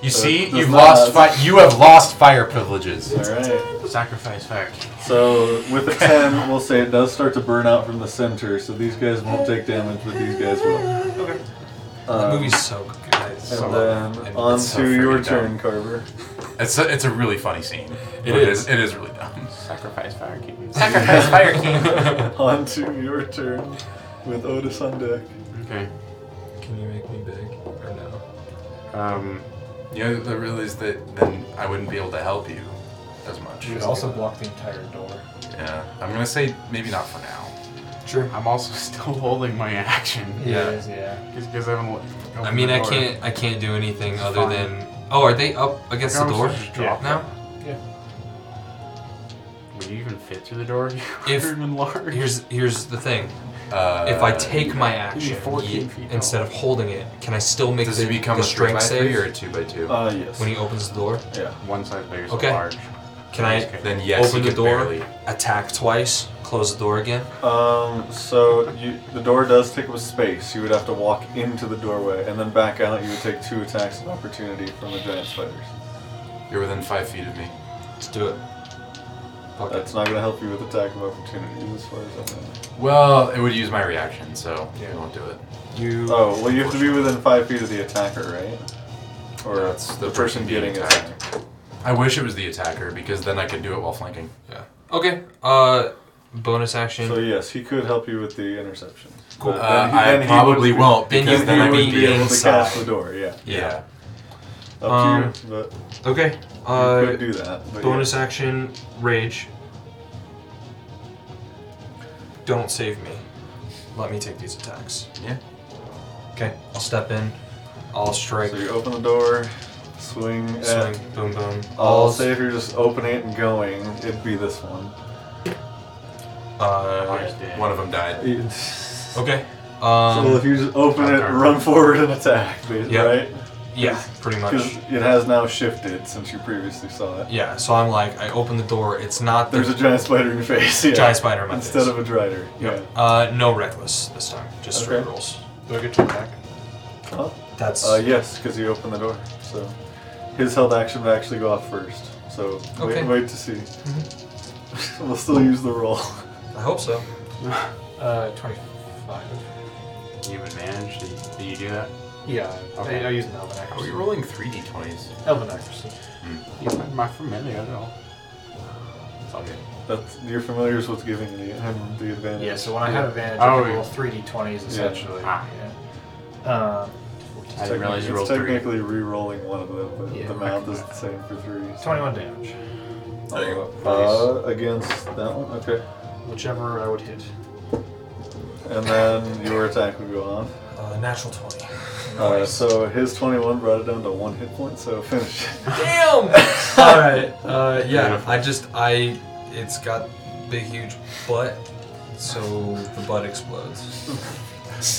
[SPEAKER 4] You see,
[SPEAKER 1] does
[SPEAKER 4] you've
[SPEAKER 1] not.
[SPEAKER 4] lost fire. You have lost fire privileges.
[SPEAKER 1] Alright.
[SPEAKER 5] Sacrifice fire.
[SPEAKER 1] So with a ten, we'll say it does start to burn out from the center. So these guys won't take damage, but these guys will. Okay.
[SPEAKER 2] That movie's so good.
[SPEAKER 1] Um, and
[SPEAKER 4] so-
[SPEAKER 1] then on
[SPEAKER 4] so
[SPEAKER 1] to your
[SPEAKER 4] freaking
[SPEAKER 1] turn, Carver. (laughs)
[SPEAKER 4] It's a, it's a really funny scene.
[SPEAKER 2] It
[SPEAKER 4] But
[SPEAKER 2] is.
[SPEAKER 4] It is really dumb.
[SPEAKER 5] Sacrifice fire. Keep it.
[SPEAKER 4] Sacrifice
[SPEAKER 2] (laughs)
[SPEAKER 4] fire
[SPEAKER 5] (laughs)
[SPEAKER 1] On to your turn with Otis on deck.
[SPEAKER 5] Okay.
[SPEAKER 2] Can you make me big or no?
[SPEAKER 5] Um,
[SPEAKER 4] You know, I realized that then I wouldn't be able to help you as much.
[SPEAKER 6] You could also block the entire door.
[SPEAKER 4] Yeah. I'm gonna say maybe not for now.
[SPEAKER 2] Sure.
[SPEAKER 5] I'm also (laughs) still holding my action.
[SPEAKER 2] Yeah.
[SPEAKER 6] It is, yeah.
[SPEAKER 5] Because I haven't. opened
[SPEAKER 2] I mean,
[SPEAKER 5] the
[SPEAKER 2] I
[SPEAKER 5] door.
[SPEAKER 2] can't. I can't do anything
[SPEAKER 5] It's
[SPEAKER 2] other
[SPEAKER 5] fine.
[SPEAKER 2] than. Oh, are they up against the
[SPEAKER 5] I
[SPEAKER 2] door
[SPEAKER 5] almost just dropped
[SPEAKER 2] now?
[SPEAKER 5] it. Would you even fit through the door? (laughs)
[SPEAKER 2] If-
[SPEAKER 5] You're even large.
[SPEAKER 2] Here's here's the thing.
[SPEAKER 4] Uh,
[SPEAKER 2] If I take my action
[SPEAKER 5] 14 feet tall.
[SPEAKER 2] instead of holding it, can I still make
[SPEAKER 4] does
[SPEAKER 2] the,
[SPEAKER 4] it become
[SPEAKER 2] the
[SPEAKER 4] a three by
[SPEAKER 2] strength
[SPEAKER 4] three
[SPEAKER 2] save
[SPEAKER 4] or a two by two?
[SPEAKER 1] Uh, yes.
[SPEAKER 2] when he opens the door?
[SPEAKER 1] yeah.
[SPEAKER 5] one size bigger, so
[SPEAKER 2] Okay.
[SPEAKER 5] large.
[SPEAKER 2] Can I
[SPEAKER 5] Okay.
[SPEAKER 4] then yes,
[SPEAKER 2] open
[SPEAKER 4] you
[SPEAKER 2] the
[SPEAKER 4] could
[SPEAKER 2] door,
[SPEAKER 4] barely.
[SPEAKER 2] attack twice, close the door again?
[SPEAKER 1] Um. So you, the door does take up space. You would have to walk into the doorway and then back out. You would take two attacks of opportunity from the giant spiders.
[SPEAKER 4] You're within five feet of me.
[SPEAKER 2] Let's do it. Fuck it.
[SPEAKER 1] That's not going to help you with attack of opportunity as far as I know.
[SPEAKER 4] Well, it would use my reaction, so
[SPEAKER 2] Yeah.
[SPEAKER 4] I won't do it.
[SPEAKER 2] You.
[SPEAKER 1] Oh, well, you have to be within five feet of the attacker, right? Or
[SPEAKER 4] That's
[SPEAKER 1] the,
[SPEAKER 4] the
[SPEAKER 1] person
[SPEAKER 4] person being
[SPEAKER 1] getting
[SPEAKER 4] attacked.
[SPEAKER 1] attacked.
[SPEAKER 4] I wish it was the attacker because then I could do it while flanking.
[SPEAKER 2] Yeah. Okay. Uh, bonus action.
[SPEAKER 1] So yes, he could help you with the interception.
[SPEAKER 2] Cool.
[SPEAKER 1] But
[SPEAKER 4] Uh,
[SPEAKER 1] then he-
[SPEAKER 4] I
[SPEAKER 1] then he
[SPEAKER 4] probably
[SPEAKER 1] would be-
[SPEAKER 4] won't
[SPEAKER 2] then
[SPEAKER 4] because
[SPEAKER 2] you-
[SPEAKER 4] then
[SPEAKER 2] you
[SPEAKER 4] I
[SPEAKER 2] would
[SPEAKER 4] would
[SPEAKER 2] be
[SPEAKER 4] be
[SPEAKER 1] able
[SPEAKER 4] able
[SPEAKER 1] to
[SPEAKER 4] to.
[SPEAKER 1] cast the door. Yeah,
[SPEAKER 4] Yeah.
[SPEAKER 1] up
[SPEAKER 2] Um,
[SPEAKER 1] to you, but you
[SPEAKER 2] okay. Uh,
[SPEAKER 1] could do that. But
[SPEAKER 2] bonus action, rage. Don't save me. Let me take these attacks.
[SPEAKER 4] Yeah.
[SPEAKER 2] Okay. I'll step in. I'll
[SPEAKER 1] Yeah.
[SPEAKER 2] strike.
[SPEAKER 1] So you open the door, swing,
[SPEAKER 2] swing.
[SPEAKER 1] At,
[SPEAKER 2] Boom, boom. Uh,
[SPEAKER 1] I'll
[SPEAKER 2] s-
[SPEAKER 1] say if you're just opening it and going, it'd be this one.
[SPEAKER 2] Uh,
[SPEAKER 5] Mine's dead.
[SPEAKER 4] One of them died.
[SPEAKER 1] Okay.
[SPEAKER 2] okay.
[SPEAKER 1] so
[SPEAKER 2] Um,
[SPEAKER 1] if you just open it,
[SPEAKER 5] darn.
[SPEAKER 1] run forward and attack, basically,
[SPEAKER 2] Yeah.
[SPEAKER 1] right?
[SPEAKER 2] yeah, pretty
[SPEAKER 1] Because
[SPEAKER 2] much.
[SPEAKER 1] it has now shifted since you previously saw it.
[SPEAKER 2] Yeah, so I'm like, I open the door. It's not the
[SPEAKER 1] There's a giant spider in your face. Yeah.
[SPEAKER 2] giant spider in my
[SPEAKER 1] Instead
[SPEAKER 2] face.
[SPEAKER 1] of a drider.
[SPEAKER 2] Yep. Uh, no reckless this time. Just straight
[SPEAKER 1] Okay.
[SPEAKER 2] rolls.
[SPEAKER 6] Do I get to attack?
[SPEAKER 1] Huh?
[SPEAKER 2] That's
[SPEAKER 1] Uh, yes, because you opened the door. So his held action would actually go off first. So
[SPEAKER 2] Okay.
[SPEAKER 1] wait, wait to see. (laughs) we'll still use the roll.
[SPEAKER 2] I hope so.
[SPEAKER 6] Uh, 25.
[SPEAKER 5] You have advantage. Did, did you do that?
[SPEAKER 6] Yeah.
[SPEAKER 5] Okay.
[SPEAKER 6] I, I use an elven
[SPEAKER 4] Are we
[SPEAKER 6] accuracy.
[SPEAKER 4] rolling three d20s?
[SPEAKER 6] Elven accuracy.
[SPEAKER 5] You find my familiar at all? It's all good.
[SPEAKER 1] That's you're familiar with what's giving the, him the advantage.
[SPEAKER 6] Yeah, so when I
[SPEAKER 5] Yeah.
[SPEAKER 6] have advantage,
[SPEAKER 5] Oh,
[SPEAKER 6] I
[SPEAKER 5] yeah.
[SPEAKER 6] roll 3d20s essentially.
[SPEAKER 5] Ah.
[SPEAKER 6] Yeah. Um,
[SPEAKER 5] I didn't realize you
[SPEAKER 1] it's
[SPEAKER 5] rolled three.
[SPEAKER 1] technically re-rolling one of them, but
[SPEAKER 6] Yeah,
[SPEAKER 1] the mount is the same for three. so-
[SPEAKER 6] 21 damage.
[SPEAKER 4] There you go.
[SPEAKER 1] Uh, against that one, okay.
[SPEAKER 6] Whichever I would hit.
[SPEAKER 1] And and then your attack would go off.
[SPEAKER 2] Uh,
[SPEAKER 1] (laughs)
[SPEAKER 2] natural 20.
[SPEAKER 1] Uh, so his 21 brought it down to one hit point, so finish it. (laughs)
[SPEAKER 2] Damn! Alright, uh, yeah, I just, I, it's got big, huge butt, so the butt explodes.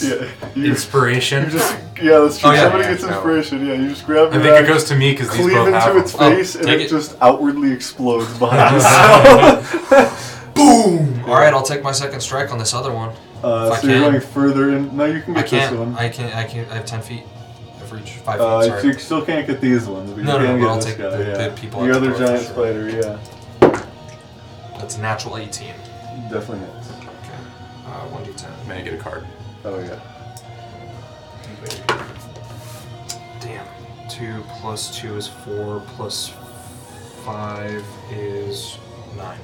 [SPEAKER 1] yeah, you,
[SPEAKER 4] Inspiration.
[SPEAKER 1] you just, yeah, that's true.
[SPEAKER 2] Oh, yeah,
[SPEAKER 1] Somebody
[SPEAKER 5] yeah,
[SPEAKER 1] gets
[SPEAKER 5] no.
[SPEAKER 1] inspiration. Yeah, you just grab
[SPEAKER 4] I
[SPEAKER 1] your
[SPEAKER 4] think it
[SPEAKER 1] axe,
[SPEAKER 4] goes to me because these
[SPEAKER 1] cleave
[SPEAKER 4] both have
[SPEAKER 1] into its
[SPEAKER 4] them.
[SPEAKER 2] Oh,
[SPEAKER 1] face, and
[SPEAKER 2] take
[SPEAKER 1] it,
[SPEAKER 2] it.
[SPEAKER 1] just outwardly
[SPEAKER 2] (laughs)
[SPEAKER 1] explodes behind (laughs) Uh, itself.
[SPEAKER 2] Boom! Alright, I'll take my second strike on this other one.
[SPEAKER 1] uh,
[SPEAKER 2] If I
[SPEAKER 1] so you're
[SPEAKER 2] can.
[SPEAKER 1] going further in. No, you can
[SPEAKER 2] I
[SPEAKER 1] get this
[SPEAKER 2] can't,
[SPEAKER 1] one.
[SPEAKER 2] I can't, I can't, I have 10 feet. I've reached 5 feet,
[SPEAKER 1] Uh,
[SPEAKER 2] sorry.
[SPEAKER 1] you still can't get these ones, but
[SPEAKER 2] No,
[SPEAKER 1] you can
[SPEAKER 2] no, no, but
[SPEAKER 1] get
[SPEAKER 2] I'll
[SPEAKER 1] this
[SPEAKER 2] take
[SPEAKER 1] guy.
[SPEAKER 2] the-
[SPEAKER 1] yeah.
[SPEAKER 2] the people at
[SPEAKER 1] the
[SPEAKER 2] the
[SPEAKER 1] other
[SPEAKER 2] door for
[SPEAKER 1] giant
[SPEAKER 2] sure.
[SPEAKER 1] spider, yeah,
[SPEAKER 2] That's a natural 18.
[SPEAKER 1] definitely hits.
[SPEAKER 2] Okay, uh, 1d10.
[SPEAKER 4] May I get a card?
[SPEAKER 1] Oh yeah.
[SPEAKER 2] Damn. 2 plus 2 is 4, plus 5 is 9.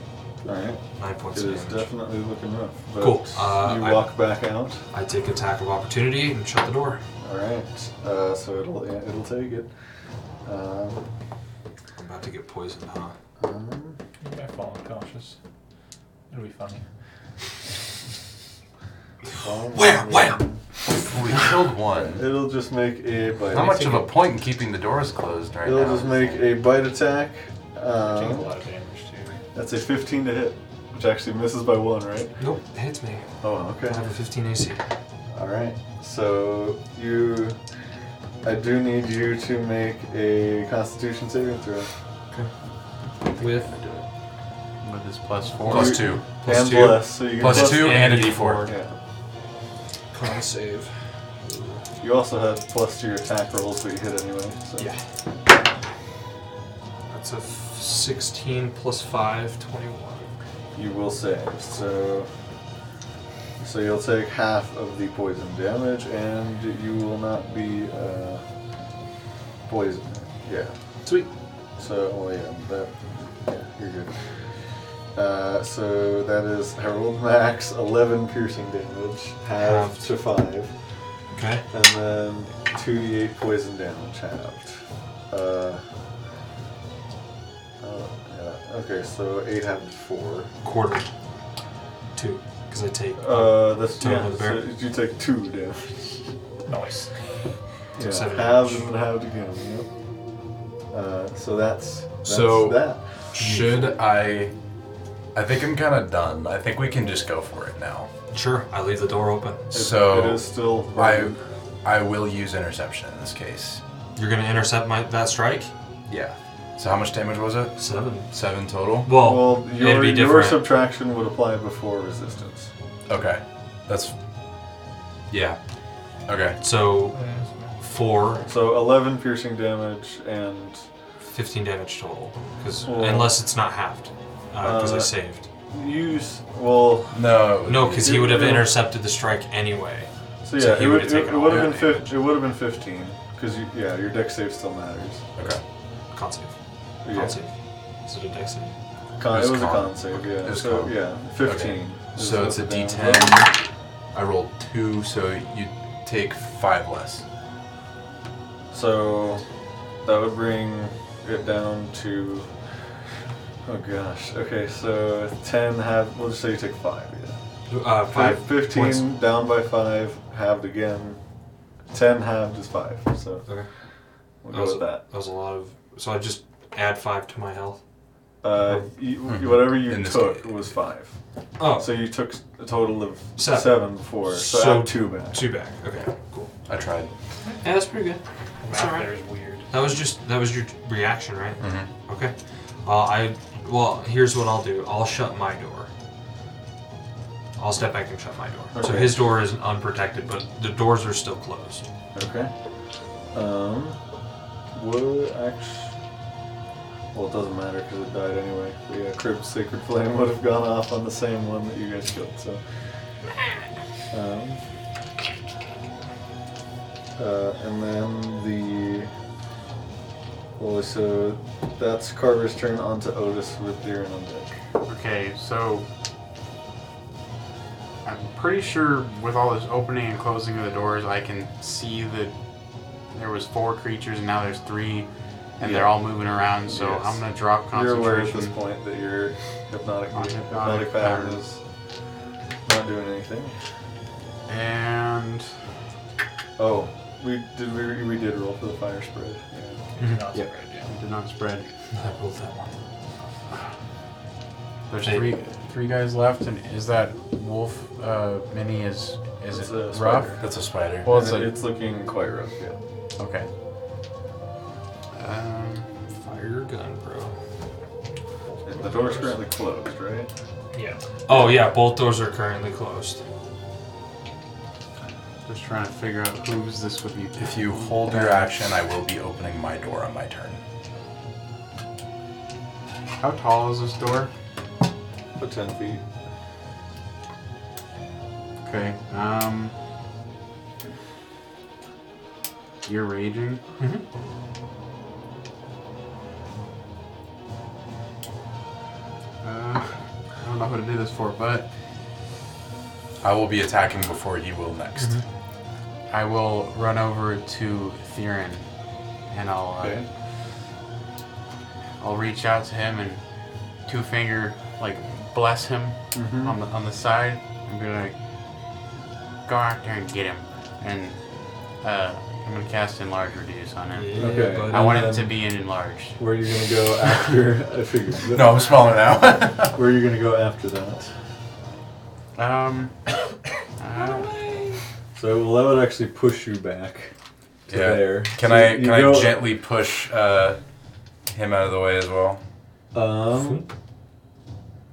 [SPEAKER 1] All right.
[SPEAKER 2] 9 points
[SPEAKER 1] It
[SPEAKER 2] of
[SPEAKER 1] is
[SPEAKER 2] damage.
[SPEAKER 1] definitely looking rough. But
[SPEAKER 2] Cool. Uh,
[SPEAKER 1] you
[SPEAKER 2] I-
[SPEAKER 1] walk back out.
[SPEAKER 2] I take attack of opportunity and shut the door.
[SPEAKER 1] All right. Uh, so it'll yeah, it'll take it. Um,
[SPEAKER 2] I'm about to get poisoned, huh?
[SPEAKER 1] um,
[SPEAKER 6] I fall unconscious. It'll be funny.
[SPEAKER 1] um,
[SPEAKER 2] Wham, wham.
[SPEAKER 4] We killed one.
[SPEAKER 1] It'll just make a bite.
[SPEAKER 4] How much of a point in keeping the doors closed right
[SPEAKER 1] It'll
[SPEAKER 4] now?
[SPEAKER 1] just make a bite attack.
[SPEAKER 6] I think a
[SPEAKER 1] Um,
[SPEAKER 6] lot of damage too.
[SPEAKER 1] that's a 15 to hit, which actually misses by one, right?
[SPEAKER 2] Nope, it hits me.
[SPEAKER 1] Oh, okay.
[SPEAKER 2] I have a 15 AC.
[SPEAKER 1] All right. So you, I do need you to make a Constitution saving throw.
[SPEAKER 2] With
[SPEAKER 5] With this plus four.
[SPEAKER 4] Plus two.
[SPEAKER 2] Plus
[SPEAKER 1] and
[SPEAKER 2] two.
[SPEAKER 1] bless. So you get
[SPEAKER 4] Plus two and a
[SPEAKER 5] and
[SPEAKER 4] d4.
[SPEAKER 1] Yeah.
[SPEAKER 2] con save.
[SPEAKER 1] You also have plus to your attack rolls, but you hit anyway. So.
[SPEAKER 2] Yeah. That's a f- 16 plus 5, 21.
[SPEAKER 1] You will save, so so you'll take half of the poison damage, and you will not be uh, poisoned. Yeah.
[SPEAKER 6] Sweet.
[SPEAKER 1] So well, yeah, that yeah, you're good. Uh, so that is I rolled max eleven piercing damage, halved to five,
[SPEAKER 2] Okay.
[SPEAKER 1] and then two d eight poison damage halved. Uh, oh, yeah. Okay, so eight halved to four.
[SPEAKER 2] Quarter. Two. Because I take
[SPEAKER 1] Uh, that's
[SPEAKER 2] Total
[SPEAKER 1] yeah,
[SPEAKER 2] of
[SPEAKER 1] so
[SPEAKER 2] bear.
[SPEAKER 1] you take two damage.
[SPEAKER 6] Nice.
[SPEAKER 1] Yeah,
[SPEAKER 2] Seven
[SPEAKER 1] halved
[SPEAKER 2] damage.
[SPEAKER 1] and halved again. Yep. Uh, so that's, that's
[SPEAKER 4] So-
[SPEAKER 1] that.
[SPEAKER 4] Should I. I think I'm kind of done. I think we can just go for it now.
[SPEAKER 2] Sure, I leave the door open.
[SPEAKER 1] It-
[SPEAKER 4] So,
[SPEAKER 1] it is still
[SPEAKER 4] I,
[SPEAKER 1] burning.
[SPEAKER 4] I will use interception in this case.
[SPEAKER 2] You're gonna intercept my that strike?
[SPEAKER 4] Yeah. So, how much damage was it?
[SPEAKER 2] Seven.
[SPEAKER 4] Seven total?
[SPEAKER 2] Well,
[SPEAKER 1] well,
[SPEAKER 2] oh, it'd
[SPEAKER 1] your,
[SPEAKER 2] be
[SPEAKER 1] your
[SPEAKER 2] different.
[SPEAKER 1] subtraction would apply before resistance.
[SPEAKER 4] Okay. That's. Yeah. Okay.
[SPEAKER 2] so, four,
[SPEAKER 1] So eleven piercing damage and
[SPEAKER 2] 15 damage total. Because
[SPEAKER 1] Well-
[SPEAKER 2] unless it's not halved, because I
[SPEAKER 1] Uh,
[SPEAKER 2] saved.
[SPEAKER 1] use well.
[SPEAKER 4] No.
[SPEAKER 2] No, because he would have intercepted the strike anyway.
[SPEAKER 1] So yeah,
[SPEAKER 2] So he
[SPEAKER 1] it
[SPEAKER 2] would've
[SPEAKER 1] would
[SPEAKER 2] taken
[SPEAKER 1] it,
[SPEAKER 2] all
[SPEAKER 1] would have
[SPEAKER 2] that
[SPEAKER 1] been fif- it would have been fifteen because you, yeah your deck save still matters.
[SPEAKER 4] Okay.
[SPEAKER 2] Con save. Con
[SPEAKER 1] Yeah.
[SPEAKER 2] save. Is it a dex save?
[SPEAKER 1] Con,
[SPEAKER 4] It
[SPEAKER 1] it
[SPEAKER 4] was
[SPEAKER 1] was, a
[SPEAKER 4] con.
[SPEAKER 1] con save. Yeah.
[SPEAKER 4] It was
[SPEAKER 1] so
[SPEAKER 4] con.
[SPEAKER 1] yeah, fifteen. is
[SPEAKER 4] So
[SPEAKER 1] what
[SPEAKER 4] it's a
[SPEAKER 1] the damage-
[SPEAKER 4] d10. I rolled two, so you take five less.
[SPEAKER 1] So that would bring it down to. Oh gosh. Okay, so 10 half. We'll just say you take 5, yeah.
[SPEAKER 2] Uh, five.
[SPEAKER 1] Fif- 15
[SPEAKER 2] points.
[SPEAKER 1] down by 5, halved again. 10 halved is 5, so
[SPEAKER 2] Okay.
[SPEAKER 1] we'll
[SPEAKER 4] Oh,
[SPEAKER 2] That
[SPEAKER 1] go
[SPEAKER 2] was,
[SPEAKER 1] with that.
[SPEAKER 2] that was a lot of. So I just add five to my health.
[SPEAKER 1] Uh, you,
[SPEAKER 4] Mhm.
[SPEAKER 1] Whatever you
[SPEAKER 4] In this
[SPEAKER 1] took
[SPEAKER 4] case.
[SPEAKER 1] was 5.
[SPEAKER 2] Oh,
[SPEAKER 1] So you took s- a total of
[SPEAKER 2] Seven.
[SPEAKER 1] 7, before, so,
[SPEAKER 2] So
[SPEAKER 1] add 2 back.
[SPEAKER 2] two back. Okay, cool.
[SPEAKER 4] I tried.
[SPEAKER 2] Yeah, that's pretty good.
[SPEAKER 6] The
[SPEAKER 2] It's
[SPEAKER 6] map
[SPEAKER 2] alright.
[SPEAKER 6] there is weird.
[SPEAKER 2] That was just that was your reaction, right?
[SPEAKER 4] Mhm.
[SPEAKER 1] Mm-hmm.
[SPEAKER 2] Okay. Uh, I well, here's what I'll do. I'll shut my door. I'll step back and shut my door. So
[SPEAKER 1] Okay.
[SPEAKER 2] his door is unprotected, but the doors are still closed.
[SPEAKER 1] Okay. Um, would actually. Well, it doesn't matter because it died anyway. The uh, crib sacred flame would have gone off on the same one that you guys killed. So. Um. Uh, and then the. Well, so that's Carver's turn onto Otis with Deer and Undead.
[SPEAKER 5] Okay, so I'm pretty sure with all this opening and closing of the doors, I can see that there was four creatures and now there's three, and they're
[SPEAKER 1] Yeah.
[SPEAKER 5] all moving around. So
[SPEAKER 1] Yes.
[SPEAKER 5] I'm gonna drop
[SPEAKER 1] You're aware at this
[SPEAKER 5] concentration.
[SPEAKER 1] point that your hypnotic,
[SPEAKER 5] On
[SPEAKER 1] hypnotic,
[SPEAKER 5] hypnotic
[SPEAKER 1] power
[SPEAKER 5] powers.
[SPEAKER 1] is not doing anything.
[SPEAKER 5] And
[SPEAKER 1] Oh, we did we, we did roll for the fire spread.
[SPEAKER 6] Not
[SPEAKER 1] Yeah.
[SPEAKER 6] spread, yeah.
[SPEAKER 5] it did not spread.
[SPEAKER 2] I rolled that one.
[SPEAKER 5] There's
[SPEAKER 2] Hey.
[SPEAKER 5] three three guys left, and is that wolf uh, mini is is
[SPEAKER 1] It's
[SPEAKER 5] it
[SPEAKER 1] a
[SPEAKER 5] rough?
[SPEAKER 1] spider.
[SPEAKER 4] That's a spider.
[SPEAKER 5] Well, it's
[SPEAKER 1] And
[SPEAKER 5] a-
[SPEAKER 1] it's looking quite rough. Yeah.
[SPEAKER 5] okay. Um,
[SPEAKER 2] Fire your gun, bro.
[SPEAKER 1] The door's currently closed, right?
[SPEAKER 6] Yeah.
[SPEAKER 2] Oh yeah, both doors are currently closed.
[SPEAKER 5] just trying to figure out who's this would be.
[SPEAKER 4] If you hold your action, I will be opening my door on my turn.
[SPEAKER 5] How tall is this door?
[SPEAKER 1] About ten feet.
[SPEAKER 5] Okay. Um. You're raging.
[SPEAKER 2] Mhm.
[SPEAKER 5] Uh, I don't know who to do this for, but
[SPEAKER 4] I will be attacking before he will next.
[SPEAKER 5] I will run over to Theron, and I'll uh,
[SPEAKER 1] Okay.
[SPEAKER 5] I'll reach out to him and two finger like bless him
[SPEAKER 4] Mm-hmm.
[SPEAKER 5] on the on the side and be like, go out there and get him, and uh, I'm gonna cast enlarge reduce on him.
[SPEAKER 1] Okay.
[SPEAKER 2] buddy.
[SPEAKER 5] I want him to be an enlarged.
[SPEAKER 1] Where are you gonna go after? (laughs) I figured. that-
[SPEAKER 4] No, I'm
[SPEAKER 1] (laughs)
[SPEAKER 4] smaller now.
[SPEAKER 1] Where are you gonna go after that?
[SPEAKER 5] Um. uh,
[SPEAKER 1] So well, that would actually push you back. To
[SPEAKER 4] yeah.
[SPEAKER 1] There.
[SPEAKER 4] Can
[SPEAKER 1] So
[SPEAKER 4] I
[SPEAKER 1] you
[SPEAKER 4] can I
[SPEAKER 1] go-
[SPEAKER 4] gently push uh, him out of the way as well?
[SPEAKER 1] Um.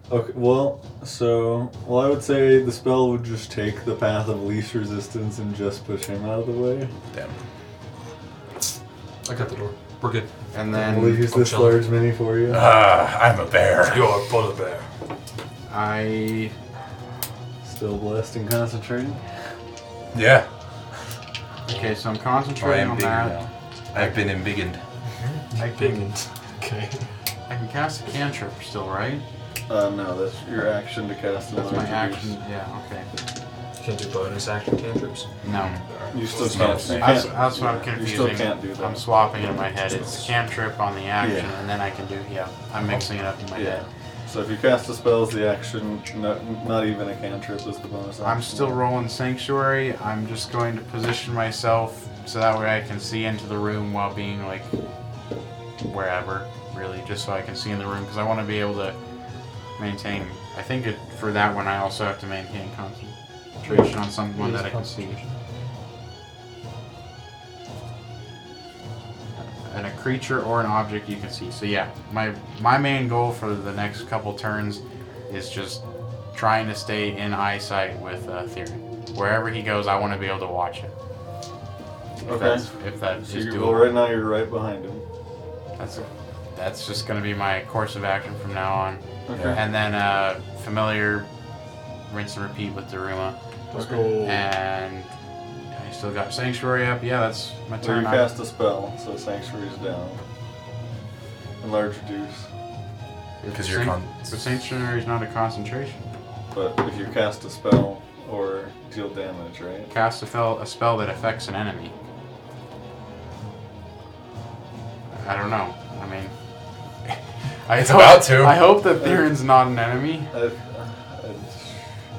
[SPEAKER 1] Okay. Well, so well, I would say the spell would just take the path of least resistance and just push him out of the way.
[SPEAKER 4] Damn.
[SPEAKER 2] I got the door. We're good.
[SPEAKER 5] and
[SPEAKER 1] we'll
[SPEAKER 5] then
[SPEAKER 1] use this
[SPEAKER 2] Challenge.
[SPEAKER 1] large mini for you.
[SPEAKER 4] Ah, I'm a bear.
[SPEAKER 2] You're but a bear.
[SPEAKER 5] I
[SPEAKER 1] Still blessed and concentrating.
[SPEAKER 4] Yeah.
[SPEAKER 5] okay, so I'm
[SPEAKER 4] I
[SPEAKER 5] concentrating
[SPEAKER 4] am
[SPEAKER 5] on
[SPEAKER 4] bigger
[SPEAKER 5] that.
[SPEAKER 4] now. I've been embiggened.
[SPEAKER 5] I can
[SPEAKER 2] Okay.
[SPEAKER 5] I can cast a cantrip still, right?
[SPEAKER 1] Uh, no, that's your action to cast.
[SPEAKER 5] That's
[SPEAKER 1] enlarge
[SPEAKER 5] my
[SPEAKER 1] reduce.
[SPEAKER 5] action. Yeah. Okay.
[SPEAKER 2] Can't do bonus action cantrips.
[SPEAKER 5] No.
[SPEAKER 1] You still
[SPEAKER 4] It's
[SPEAKER 1] can't.
[SPEAKER 4] not-
[SPEAKER 1] you
[SPEAKER 5] That's,
[SPEAKER 1] can't-
[SPEAKER 5] that's what I'm
[SPEAKER 1] You
[SPEAKER 5] confusing.
[SPEAKER 1] still can't do
[SPEAKER 5] I'm
[SPEAKER 1] that.
[SPEAKER 5] swapping in my head. It's cantrip on the action,
[SPEAKER 1] Yeah.
[SPEAKER 5] and then I can do. Yeah, I'm mixing it up in my
[SPEAKER 1] Yeah.
[SPEAKER 5] head.
[SPEAKER 1] So if you cast the spells, the action, no, not even a cantrip is the bonus.
[SPEAKER 5] I'm
[SPEAKER 1] action.
[SPEAKER 5] still rolling sanctuary. I'm just going to position myself so that way I can see into the room while being like wherever, really, just so I can see in the room because I want to be able to maintain. I think it, for that one, I also have to maintain concentration on someone that I can see. and a creature or an object you can see. So yeah, my my main goal for the next couple turns is just trying to stay in eyesight with uh, Theory. Wherever he goes, I want to be able to watch it. If
[SPEAKER 1] Okay.
[SPEAKER 5] That's, if that is
[SPEAKER 1] So you, well,
[SPEAKER 5] doable.
[SPEAKER 1] right now you're right behind him.
[SPEAKER 5] That's that's just gonna be my course of action from now on.
[SPEAKER 1] Okay.
[SPEAKER 5] And then uh, familiar, rinse and repeat with Daruma.
[SPEAKER 6] Let's go.
[SPEAKER 5] And I still got sanctuary up. Yeah, that's my
[SPEAKER 1] So you
[SPEAKER 5] turn. I-
[SPEAKER 1] cast a spell, so sanctuary's down. Enlarge reduce.
[SPEAKER 4] Because you're
[SPEAKER 5] Sanct-
[SPEAKER 4] con-
[SPEAKER 5] but sanctuary is not a concentration.
[SPEAKER 1] But if you cast a spell or deal damage, right?
[SPEAKER 5] Cast a, fel- a spell that affects an enemy. I don't know. I mean, (laughs) I
[SPEAKER 4] It's
[SPEAKER 5] hope-
[SPEAKER 4] about to.
[SPEAKER 5] I hope that Theron's not an enemy.
[SPEAKER 1] I,
[SPEAKER 5] I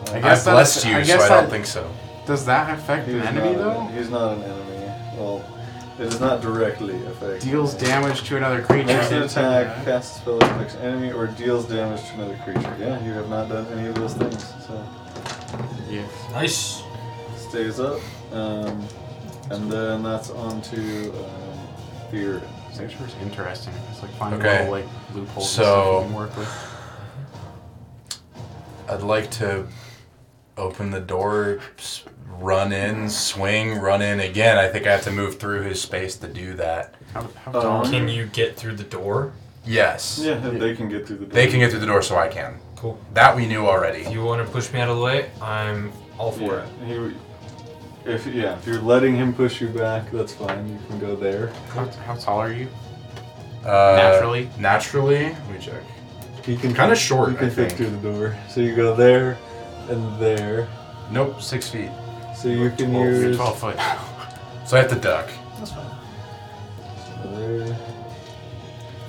[SPEAKER 1] I,
[SPEAKER 4] I
[SPEAKER 5] guess that-
[SPEAKER 4] blessed you,
[SPEAKER 5] I
[SPEAKER 4] so
[SPEAKER 5] guess
[SPEAKER 4] I don't
[SPEAKER 5] that-
[SPEAKER 4] think so.
[SPEAKER 5] Does that affect an
[SPEAKER 1] not
[SPEAKER 5] enemy though?
[SPEAKER 1] He's not an enemy. Well, it does not directly affect.
[SPEAKER 5] Deals damage to another creature.
[SPEAKER 1] Makes an attack, casts a spell that affects enemy, or deals damage to another creature. Yeah, you have not done any of those things, so
[SPEAKER 5] Yeah.
[SPEAKER 2] Nice.
[SPEAKER 1] stays up. Um, and then that's on to um, fear.
[SPEAKER 5] Sanctuary's interesting. It's like finding
[SPEAKER 4] Okay.
[SPEAKER 5] little like loopholes
[SPEAKER 4] So-
[SPEAKER 5] and stuff you can work with.
[SPEAKER 4] I'd like to open the door, s- run in, swing, run in again. I think I have to move through his space to do that.
[SPEAKER 5] How, how
[SPEAKER 1] Oh.
[SPEAKER 5] tall?
[SPEAKER 2] Can you get through the door?
[SPEAKER 4] Yes.
[SPEAKER 1] Yeah, they can get through the door.
[SPEAKER 4] They can get through the door, so I can.
[SPEAKER 2] Cool.
[SPEAKER 4] That we knew
[SPEAKER 2] If
[SPEAKER 4] already.
[SPEAKER 2] you want to push me out of the way, I'm all for
[SPEAKER 1] Yeah, he, if yeah, if you're letting him push you back, that's fine. You can go there.
[SPEAKER 5] How, how tall are you?
[SPEAKER 4] Uh,
[SPEAKER 5] Naturally?
[SPEAKER 4] Naturally. Let me check.
[SPEAKER 1] He can
[SPEAKER 4] Kinda short,
[SPEAKER 1] You can
[SPEAKER 4] I
[SPEAKER 1] fit
[SPEAKER 4] think.
[SPEAKER 1] through the door, so you go there and there.
[SPEAKER 4] Nope, six feet.
[SPEAKER 1] So you can
[SPEAKER 5] You're
[SPEAKER 1] use
[SPEAKER 5] 12 foot.
[SPEAKER 4] (laughs) So I have to duck.
[SPEAKER 6] Ah.
[SPEAKER 1] there.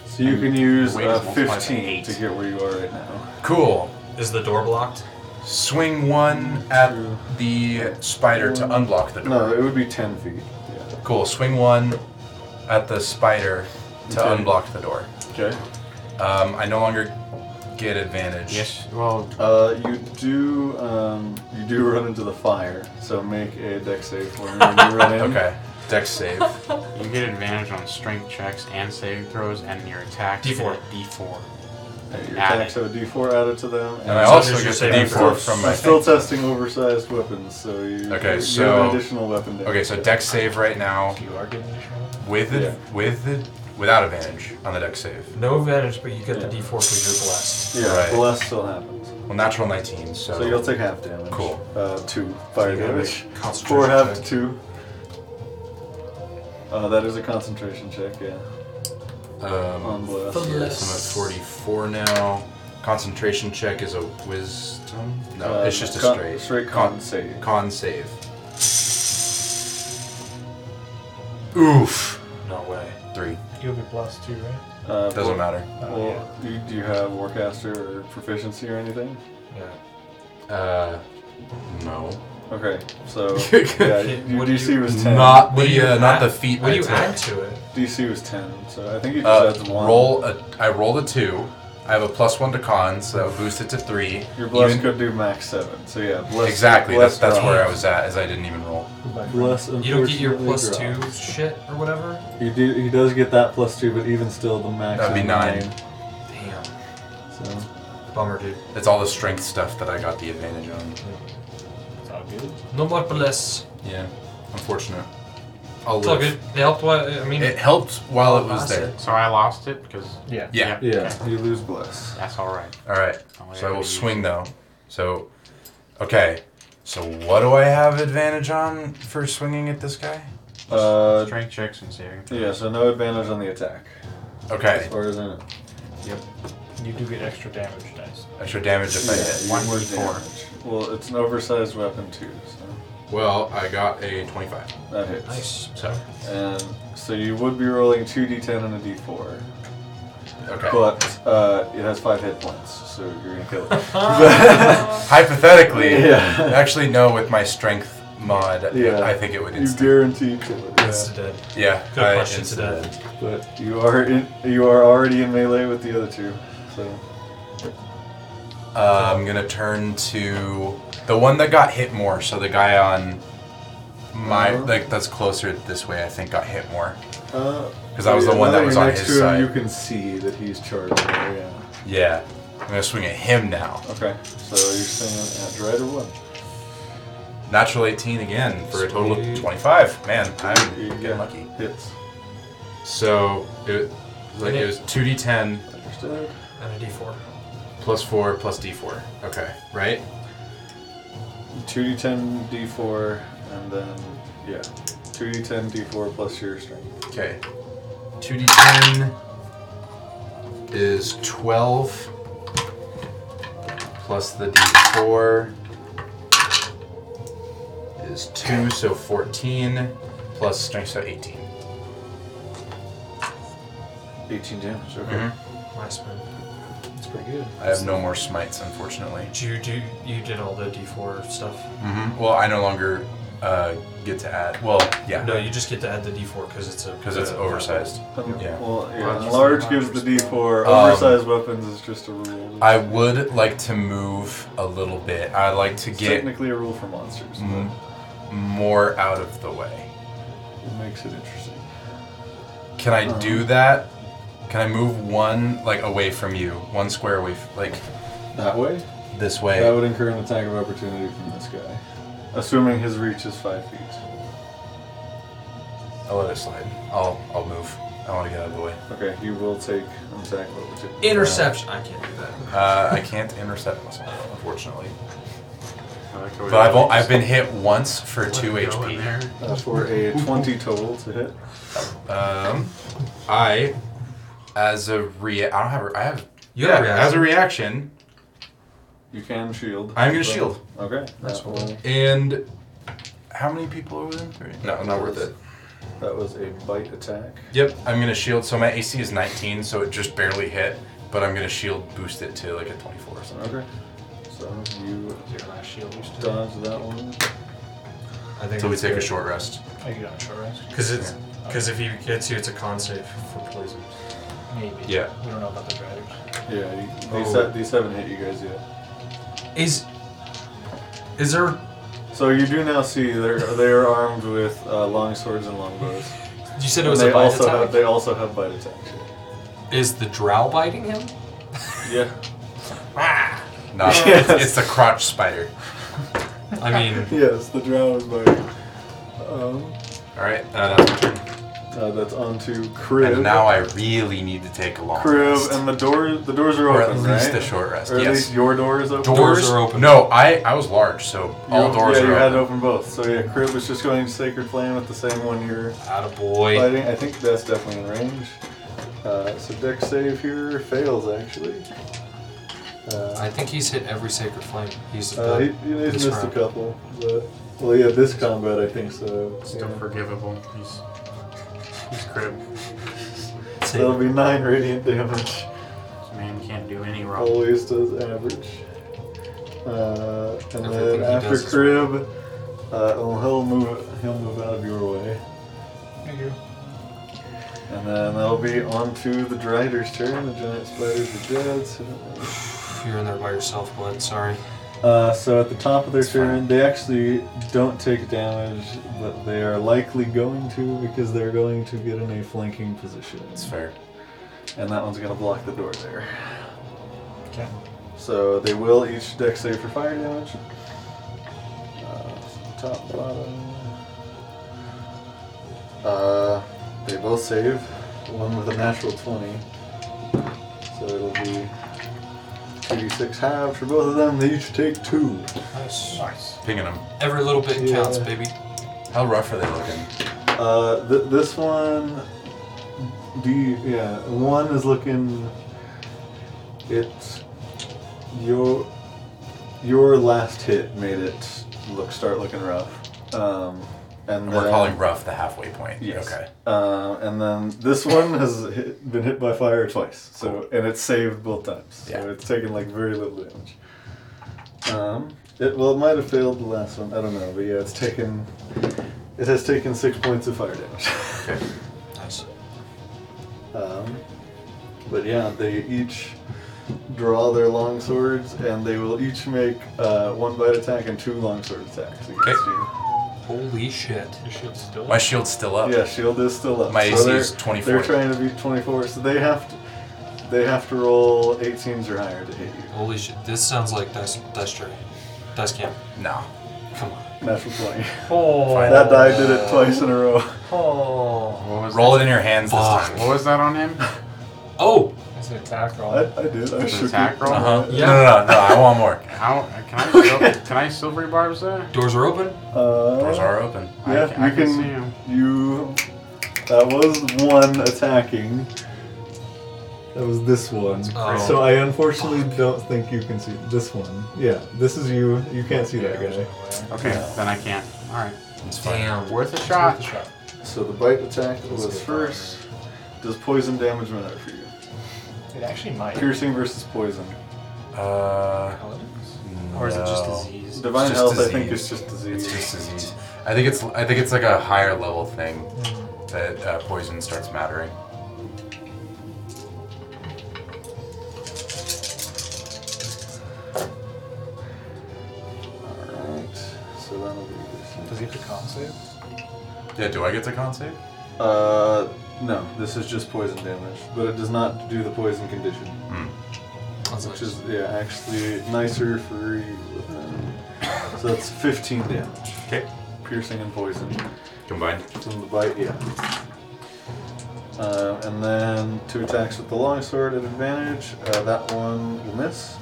[SPEAKER 1] So you can use
[SPEAKER 5] weight is
[SPEAKER 1] uh,
[SPEAKER 5] multiplied by
[SPEAKER 1] 15
[SPEAKER 5] eight.
[SPEAKER 1] to get where you are right now.
[SPEAKER 4] Cool.
[SPEAKER 2] it. Is the door blocked?
[SPEAKER 4] swing one at the spider to unblock the door.
[SPEAKER 1] No, it would be 10 feet. Yeah.
[SPEAKER 4] Cool. Swing one at the spider to
[SPEAKER 1] Okay.
[SPEAKER 4] unblock the door.
[SPEAKER 1] Okay.
[SPEAKER 4] Um, I no longer get advantage.
[SPEAKER 5] Yes. Well,
[SPEAKER 1] Uh, you do um, you do run into the fire, so make a deck save for me when you run in.
[SPEAKER 4] (laughs) Okay. Dex save.
[SPEAKER 5] you get advantage on strength checks and saving throws and your attack.
[SPEAKER 2] D4.
[SPEAKER 5] at D4.
[SPEAKER 1] And your
[SPEAKER 5] Add
[SPEAKER 1] attack,
[SPEAKER 5] it.
[SPEAKER 1] so a D4 added to them.
[SPEAKER 4] And I
[SPEAKER 2] So
[SPEAKER 4] also
[SPEAKER 2] there's your
[SPEAKER 4] get the
[SPEAKER 2] saving
[SPEAKER 4] D4
[SPEAKER 1] still-
[SPEAKER 4] from my
[SPEAKER 1] still
[SPEAKER 4] thing.
[SPEAKER 1] testing oversized weapons, so you
[SPEAKER 4] Okay,
[SPEAKER 1] you
[SPEAKER 4] so-
[SPEAKER 1] have an additional weapon.
[SPEAKER 4] Okay, so deck save right now
[SPEAKER 8] You are getting additional damage.
[SPEAKER 4] with it, with it, without advantage on the deck save.
[SPEAKER 2] No advantage, but you get the
[SPEAKER 1] Yeah.
[SPEAKER 2] D4 because you're blessed.
[SPEAKER 1] yeah,
[SPEAKER 4] right.
[SPEAKER 1] bless still happens.
[SPEAKER 4] Well, natural 19, so,
[SPEAKER 1] So you'll take half damage.
[SPEAKER 4] Cool.
[SPEAKER 1] Uh, two fire
[SPEAKER 4] Yeah,
[SPEAKER 1] damage.
[SPEAKER 2] Concentration
[SPEAKER 1] Four half to
[SPEAKER 2] check.
[SPEAKER 1] two. Uh, that is a concentration check, yeah. On
[SPEAKER 4] um,
[SPEAKER 1] bless.
[SPEAKER 4] yes, I'm at 44 now. Concentration check is a wisdom. No,
[SPEAKER 1] Uh,
[SPEAKER 4] it's just a
[SPEAKER 1] con-
[SPEAKER 4] straight
[SPEAKER 1] straight con save.
[SPEAKER 4] Con save. Oof.
[SPEAKER 2] No way.
[SPEAKER 4] Three.
[SPEAKER 6] You'll be blessed too, right?
[SPEAKER 1] Uh,
[SPEAKER 4] Doesn't matter.
[SPEAKER 1] Well, do you, do you have Warcaster or proficiency or anything?
[SPEAKER 2] Yeah.
[SPEAKER 4] Uh, no.
[SPEAKER 1] Okay,
[SPEAKER 4] (laughs)
[SPEAKER 1] so yeah, your
[SPEAKER 2] What do
[SPEAKER 1] DC
[SPEAKER 2] you-
[SPEAKER 1] was ten.
[SPEAKER 4] Not
[SPEAKER 2] What do you
[SPEAKER 4] the uh, not
[SPEAKER 2] add-
[SPEAKER 4] the feet.
[SPEAKER 2] What do you
[SPEAKER 4] I
[SPEAKER 2] add
[SPEAKER 4] took.
[SPEAKER 2] to it?
[SPEAKER 1] DC was ten, so I think you
[SPEAKER 4] Uh,
[SPEAKER 1] just adds one.
[SPEAKER 4] roll a. I rolled a two. I have a plus one to con, so that would boost it to three.
[SPEAKER 1] Your bless
[SPEAKER 4] Even-
[SPEAKER 1] could do max seven, so yeah. Bless,
[SPEAKER 4] exactly.
[SPEAKER 1] Bless
[SPEAKER 4] That's that's where I
[SPEAKER 1] drops.
[SPEAKER 4] was at, as I didn't even roll.
[SPEAKER 1] Bless.
[SPEAKER 2] You don't get your
[SPEAKER 1] unfortunately
[SPEAKER 2] plus two
[SPEAKER 1] drops.
[SPEAKER 2] shit or whatever?
[SPEAKER 1] He do. He does get that plus two, but even still, the max.
[SPEAKER 4] That'd be
[SPEAKER 1] is
[SPEAKER 4] nine.
[SPEAKER 2] Damn.
[SPEAKER 1] so
[SPEAKER 2] Bummer, dude.
[SPEAKER 4] It's all the strength stuff that I got the advantage on.
[SPEAKER 6] It's all good.
[SPEAKER 2] No more bless.
[SPEAKER 4] Yeah, unfortunate. I'll
[SPEAKER 2] It's all
[SPEAKER 4] live.
[SPEAKER 2] good. They helped. What, I mean,
[SPEAKER 4] It helped while it was
[SPEAKER 2] Lost
[SPEAKER 4] there.
[SPEAKER 2] it.
[SPEAKER 5] So I lost it because.
[SPEAKER 6] Yeah.
[SPEAKER 4] Yeah.
[SPEAKER 1] yeah, you lose bless.
[SPEAKER 5] That's all right.
[SPEAKER 4] All right.
[SPEAKER 5] Oh,
[SPEAKER 4] So
[SPEAKER 5] yeah,
[SPEAKER 4] I will
[SPEAKER 5] you-
[SPEAKER 4] swing though. So, okay. So what do I have advantage on for swinging at this guy?
[SPEAKER 1] Uh,
[SPEAKER 5] Strength checks and saving.
[SPEAKER 1] yeah. So no advantage on the attack. As
[SPEAKER 4] Okay.
[SPEAKER 1] far as I know.
[SPEAKER 6] You do get extra damage dice.
[SPEAKER 4] Extra damage if I hit.
[SPEAKER 1] you
[SPEAKER 5] One
[SPEAKER 1] would
[SPEAKER 5] D4.
[SPEAKER 1] damage. Well, it's an oversized weapon too, so
[SPEAKER 4] Well, I got a 25.
[SPEAKER 1] that hits.
[SPEAKER 2] nice.
[SPEAKER 4] So
[SPEAKER 1] And so you would be rolling two d10 and a d4,
[SPEAKER 4] okay.
[SPEAKER 1] but uh, it has five hit points, so you're gonna kill it.
[SPEAKER 4] (laughs) Hypothetically,
[SPEAKER 1] (laughs) Yeah.
[SPEAKER 4] actually no. With my strength mod,
[SPEAKER 1] Yeah.
[SPEAKER 4] I think it would
[SPEAKER 1] you
[SPEAKER 4] insta-
[SPEAKER 1] guarantee kill it.
[SPEAKER 2] That's dead.
[SPEAKER 4] yeah.
[SPEAKER 2] Good
[SPEAKER 4] I
[SPEAKER 2] question to
[SPEAKER 4] insta-
[SPEAKER 2] that.
[SPEAKER 1] But you are in, you are already in melee with the other two, so
[SPEAKER 4] Uh, I'm gonna turn to the one that got hit more. So the guy on my
[SPEAKER 1] Uh-huh.
[SPEAKER 4] like that's closer this way, I think, got hit more.
[SPEAKER 1] uh,
[SPEAKER 4] 'Cause I was the
[SPEAKER 1] yeah,
[SPEAKER 4] one
[SPEAKER 1] now
[SPEAKER 4] that was
[SPEAKER 1] you're
[SPEAKER 4] on
[SPEAKER 1] next
[SPEAKER 4] his
[SPEAKER 1] to him,
[SPEAKER 4] side.
[SPEAKER 1] You can see that he's charging. Yeah.
[SPEAKER 4] Yeah. I'm gonna swing at him now.
[SPEAKER 1] Okay. So you're saying at right or what?
[SPEAKER 4] Natural 18 again for a total
[SPEAKER 2] Sweet.
[SPEAKER 4] of 25. Man, I'm
[SPEAKER 1] You
[SPEAKER 4] getting
[SPEAKER 1] got
[SPEAKER 4] lucky.
[SPEAKER 1] Hits.
[SPEAKER 4] So it like it was 2d10
[SPEAKER 1] Understood.
[SPEAKER 2] And a D4.
[SPEAKER 4] plus 4 plus d4. Okay, right?
[SPEAKER 1] Two d10, d4, and then yeah, two d10, d4 plus your strength.
[SPEAKER 4] Okay. 2d10 is 12 plus the d4 is 2, so 14 plus strength, so 18.
[SPEAKER 1] 18 damage. Okay.
[SPEAKER 4] Mm-hmm.
[SPEAKER 2] Mm-hmm. Nice move.
[SPEAKER 6] That's pretty good.
[SPEAKER 4] I have no more smites, unfortunately.
[SPEAKER 2] Did you do? You did all the D4 stuff.
[SPEAKER 4] Mm-hmm. Well, I no longer uh, get to add. Well, yeah,
[SPEAKER 2] No, you just get to add the D4 because it's a
[SPEAKER 4] because it's
[SPEAKER 2] uh,
[SPEAKER 4] oversized. Yeah.
[SPEAKER 1] Well,
[SPEAKER 5] Well,
[SPEAKER 1] yeah.
[SPEAKER 5] just
[SPEAKER 1] Large
[SPEAKER 5] the
[SPEAKER 1] gives the
[SPEAKER 5] numbers,
[SPEAKER 1] d4.
[SPEAKER 4] though.
[SPEAKER 1] Oversized weapons is just a rule.
[SPEAKER 4] Um, I would like to move a little bit. I'd like to
[SPEAKER 1] It's
[SPEAKER 4] get Mm-hmm.
[SPEAKER 1] technically a rule for monsters,
[SPEAKER 4] m- more out of the way.
[SPEAKER 1] but it makes it interesting.
[SPEAKER 4] Can I do that? Can I move one like away from you, one square away, f- like
[SPEAKER 1] That way,
[SPEAKER 4] this
[SPEAKER 1] that
[SPEAKER 4] way?
[SPEAKER 1] would incur an attack of opportunity from this guy, assuming his reach is five feet.
[SPEAKER 4] I'll let it slide. I'll I'll move. I want to get out of the way.
[SPEAKER 1] Okay, he will take an attack of opportunity.
[SPEAKER 2] Interception. I can't do that.
[SPEAKER 4] Uh, I can't intercept myself, unfortunately.
[SPEAKER 5] But
[SPEAKER 4] But I've o- I've been hit once for two HP.
[SPEAKER 5] There.
[SPEAKER 1] Uh, for a 20 total to hit.
[SPEAKER 4] Um, I as a rea- I don't have a, I have
[SPEAKER 2] You have a
[SPEAKER 4] yeah, as a
[SPEAKER 2] reaction.
[SPEAKER 4] reaction
[SPEAKER 1] You can shield.
[SPEAKER 4] I'm gonna
[SPEAKER 1] So-
[SPEAKER 4] shield.
[SPEAKER 1] Okay.
[SPEAKER 2] That's
[SPEAKER 1] that
[SPEAKER 2] cool.
[SPEAKER 1] will-
[SPEAKER 4] and how many people are within three? No, not worth it.
[SPEAKER 1] That was a bite attack.
[SPEAKER 4] Yep, I'm gonna shield. So my AC is 19, so it just barely hit. But I'm gonna shield boost it to like a 24 or something.
[SPEAKER 1] Okay. So you
[SPEAKER 6] Is your last shield used to?
[SPEAKER 1] dodge that one.
[SPEAKER 2] I think
[SPEAKER 4] Until we
[SPEAKER 2] it's
[SPEAKER 4] take a
[SPEAKER 2] good.
[SPEAKER 4] short
[SPEAKER 1] (laughs)
[SPEAKER 4] rest.
[SPEAKER 6] I get on short rest.
[SPEAKER 2] Because it's because if he gets you, it's a con save for poison.
[SPEAKER 6] Maybe.
[SPEAKER 4] Yeah.
[SPEAKER 6] We don't know about the drivers.
[SPEAKER 1] Yeah, you, these,
[SPEAKER 2] Oh.
[SPEAKER 1] ha- these haven't hit you guys yet.
[SPEAKER 2] Is is there?
[SPEAKER 1] So you do now see they're they are armed with uh, long swords and longbows.
[SPEAKER 2] You said it was
[SPEAKER 1] they
[SPEAKER 2] a bite
[SPEAKER 1] also
[SPEAKER 2] attack.
[SPEAKER 1] have they also have bite attacks.
[SPEAKER 2] Is the drow biting him?
[SPEAKER 1] Yeah.
[SPEAKER 4] No, it's, it's the crotch spider.
[SPEAKER 2] I mean,
[SPEAKER 1] (laughs) yes, the drow is biting. Um,
[SPEAKER 4] All right, uh, that's my turn.
[SPEAKER 1] uh, that's on to crib.
[SPEAKER 4] And now I really need to take a long
[SPEAKER 1] crib
[SPEAKER 4] rest.
[SPEAKER 1] and the door the doors are
[SPEAKER 4] Or at
[SPEAKER 1] open,
[SPEAKER 4] least
[SPEAKER 1] right?
[SPEAKER 4] a short rest,
[SPEAKER 1] Or at
[SPEAKER 4] yes.
[SPEAKER 1] least your door is open.
[SPEAKER 2] doors are open.
[SPEAKER 4] No, I I was large, so
[SPEAKER 1] You-
[SPEAKER 4] all doors
[SPEAKER 1] yeah, you
[SPEAKER 4] are
[SPEAKER 1] had to
[SPEAKER 4] open.
[SPEAKER 1] open both. So yeah, crib was just going to sacred flame with the same one you're
[SPEAKER 2] Out of boy.
[SPEAKER 1] fighting. I think that's definitely in range. Uh, so deck save here fails actually. Uh,
[SPEAKER 2] I think he's hit every sacred flame. He's
[SPEAKER 1] Uh, he, he he's
[SPEAKER 2] this
[SPEAKER 1] missed a
[SPEAKER 2] round.
[SPEAKER 1] couple, but well, yeah, this combat I think so.
[SPEAKER 5] Still
[SPEAKER 1] yeah.
[SPEAKER 5] forgivable. He's he's crib.
[SPEAKER 2] Save.
[SPEAKER 1] That'll be nine radiant damage.
[SPEAKER 5] This man can't do any wrong.
[SPEAKER 1] Always does average. Uh, and
[SPEAKER 2] Everything
[SPEAKER 1] then
[SPEAKER 2] he
[SPEAKER 1] after
[SPEAKER 2] does is-
[SPEAKER 1] crib, uh, well, he'll move he'll move out of your way,
[SPEAKER 6] Thank you.
[SPEAKER 1] and then that'll be on to the Drider's turn. The giant spiders are dead. So
[SPEAKER 2] You're in there by yourself, bud. Sorry.
[SPEAKER 1] Uh, so at the top of their
[SPEAKER 2] It's
[SPEAKER 1] turn,
[SPEAKER 2] fine.
[SPEAKER 1] they actually don't take damage, but they are likely going to because they're going to get in a flanking position.
[SPEAKER 4] It's fair.
[SPEAKER 1] And that one's going to block the door there.
[SPEAKER 6] Okay.
[SPEAKER 1] So they will each deck save for fire damage. Uh, top, bottom. Uh, they both save. One with a natural 20. So it'll be 2d6 halves for both of them. They each take two.
[SPEAKER 2] Nice.
[SPEAKER 4] Pinging them.
[SPEAKER 2] Every little bit
[SPEAKER 1] Yeah.
[SPEAKER 2] counts, baby.
[SPEAKER 4] How rough are they looking?
[SPEAKER 1] Uh, th- this one, D, yeah, one is looking. It's your your last hit made it look start looking rough. Um, and
[SPEAKER 4] We're
[SPEAKER 1] then-
[SPEAKER 4] calling rough the halfway point.
[SPEAKER 1] Yes.
[SPEAKER 4] Okay.
[SPEAKER 1] Uh, and then this one has hit, been hit by fire twice, so and it's saved both times. So
[SPEAKER 4] Yeah.
[SPEAKER 1] it's taken like very little damage. Um, it well, it might have failed the last one. I don't know, but yeah, it's taken. It has taken six points of fire damage. (laughs)
[SPEAKER 4] Okay.
[SPEAKER 2] Nice.
[SPEAKER 1] Um, but yeah, they each draw their long swords, and they will each make uh, one bite attack and two long sword attacks against
[SPEAKER 4] Okay.
[SPEAKER 1] you.
[SPEAKER 2] Holy shit.
[SPEAKER 6] Your shield's still
[SPEAKER 4] My shield's still up.
[SPEAKER 1] Yeah, shield E is still up.
[SPEAKER 4] My AC
[SPEAKER 1] they're-
[SPEAKER 4] is 24.
[SPEAKER 1] They're trying to beat 24, so they have to they have to roll 18s or higher to hit you.
[SPEAKER 2] Holy shit. This sounds like dice dice jury. Dice camp.
[SPEAKER 4] No.
[SPEAKER 2] Come on.
[SPEAKER 1] Natural 20.
[SPEAKER 6] Oh.
[SPEAKER 1] That die did it twice in a row.
[SPEAKER 6] Oh.
[SPEAKER 5] What was
[SPEAKER 4] Roll
[SPEAKER 5] that?
[SPEAKER 4] it in your hands this
[SPEAKER 2] Fuck.
[SPEAKER 4] time.
[SPEAKER 5] What was that on
[SPEAKER 4] (laughs)
[SPEAKER 5] him?
[SPEAKER 2] Oh,
[SPEAKER 6] That's an attack roll.
[SPEAKER 1] I, I did. I
[SPEAKER 5] An
[SPEAKER 1] shook
[SPEAKER 5] attack
[SPEAKER 1] it.
[SPEAKER 5] roll?
[SPEAKER 4] Uh-huh. No,
[SPEAKER 2] Yeah.
[SPEAKER 4] no, no, no. I want more.
[SPEAKER 5] How can I sil- can I silvery barbs that?
[SPEAKER 2] doors are open.
[SPEAKER 1] Uh,
[SPEAKER 4] Doors are open.
[SPEAKER 5] I
[SPEAKER 1] Yeah,
[SPEAKER 5] ca- I
[SPEAKER 1] you can.
[SPEAKER 5] can see 'em.
[SPEAKER 1] You. That was one attacking. That was this one.
[SPEAKER 2] Oh.
[SPEAKER 1] So I unfortunately don't think you can see this one. Yeah, this is you. You can't see that guy.
[SPEAKER 5] Okay, then I can't. All right,
[SPEAKER 4] It's fine.
[SPEAKER 2] Damn.
[SPEAKER 5] worth a shot.
[SPEAKER 1] So the bite attack was first. Does poison damage matter for you?
[SPEAKER 6] It actually might.
[SPEAKER 1] Piercing versus poison.
[SPEAKER 4] Uh,
[SPEAKER 5] Or is it just
[SPEAKER 4] no.
[SPEAKER 5] disease?
[SPEAKER 1] Divine
[SPEAKER 4] just
[SPEAKER 1] health, I think,
[SPEAKER 4] disease.
[SPEAKER 1] is just disease.
[SPEAKER 4] It's just disease. I think it's I think it's like a higher level thing that uh, poison starts mattering.
[SPEAKER 1] Alright, so that'll be this.
[SPEAKER 6] Does he have to con save?
[SPEAKER 4] Yeah. Do I get to con save?
[SPEAKER 1] Uh, no, this is just poison damage, but it does not do the poison condition,
[SPEAKER 4] Hmm.
[SPEAKER 2] Sounds like
[SPEAKER 1] which is yeah actually nicer for you. Um, so that's 15 damage,
[SPEAKER 4] Okay.
[SPEAKER 1] piercing and poison
[SPEAKER 4] Combined.
[SPEAKER 1] from the bite. Yeah. Um, and then two attacks with the longsword at advantage. Uh, that one will miss.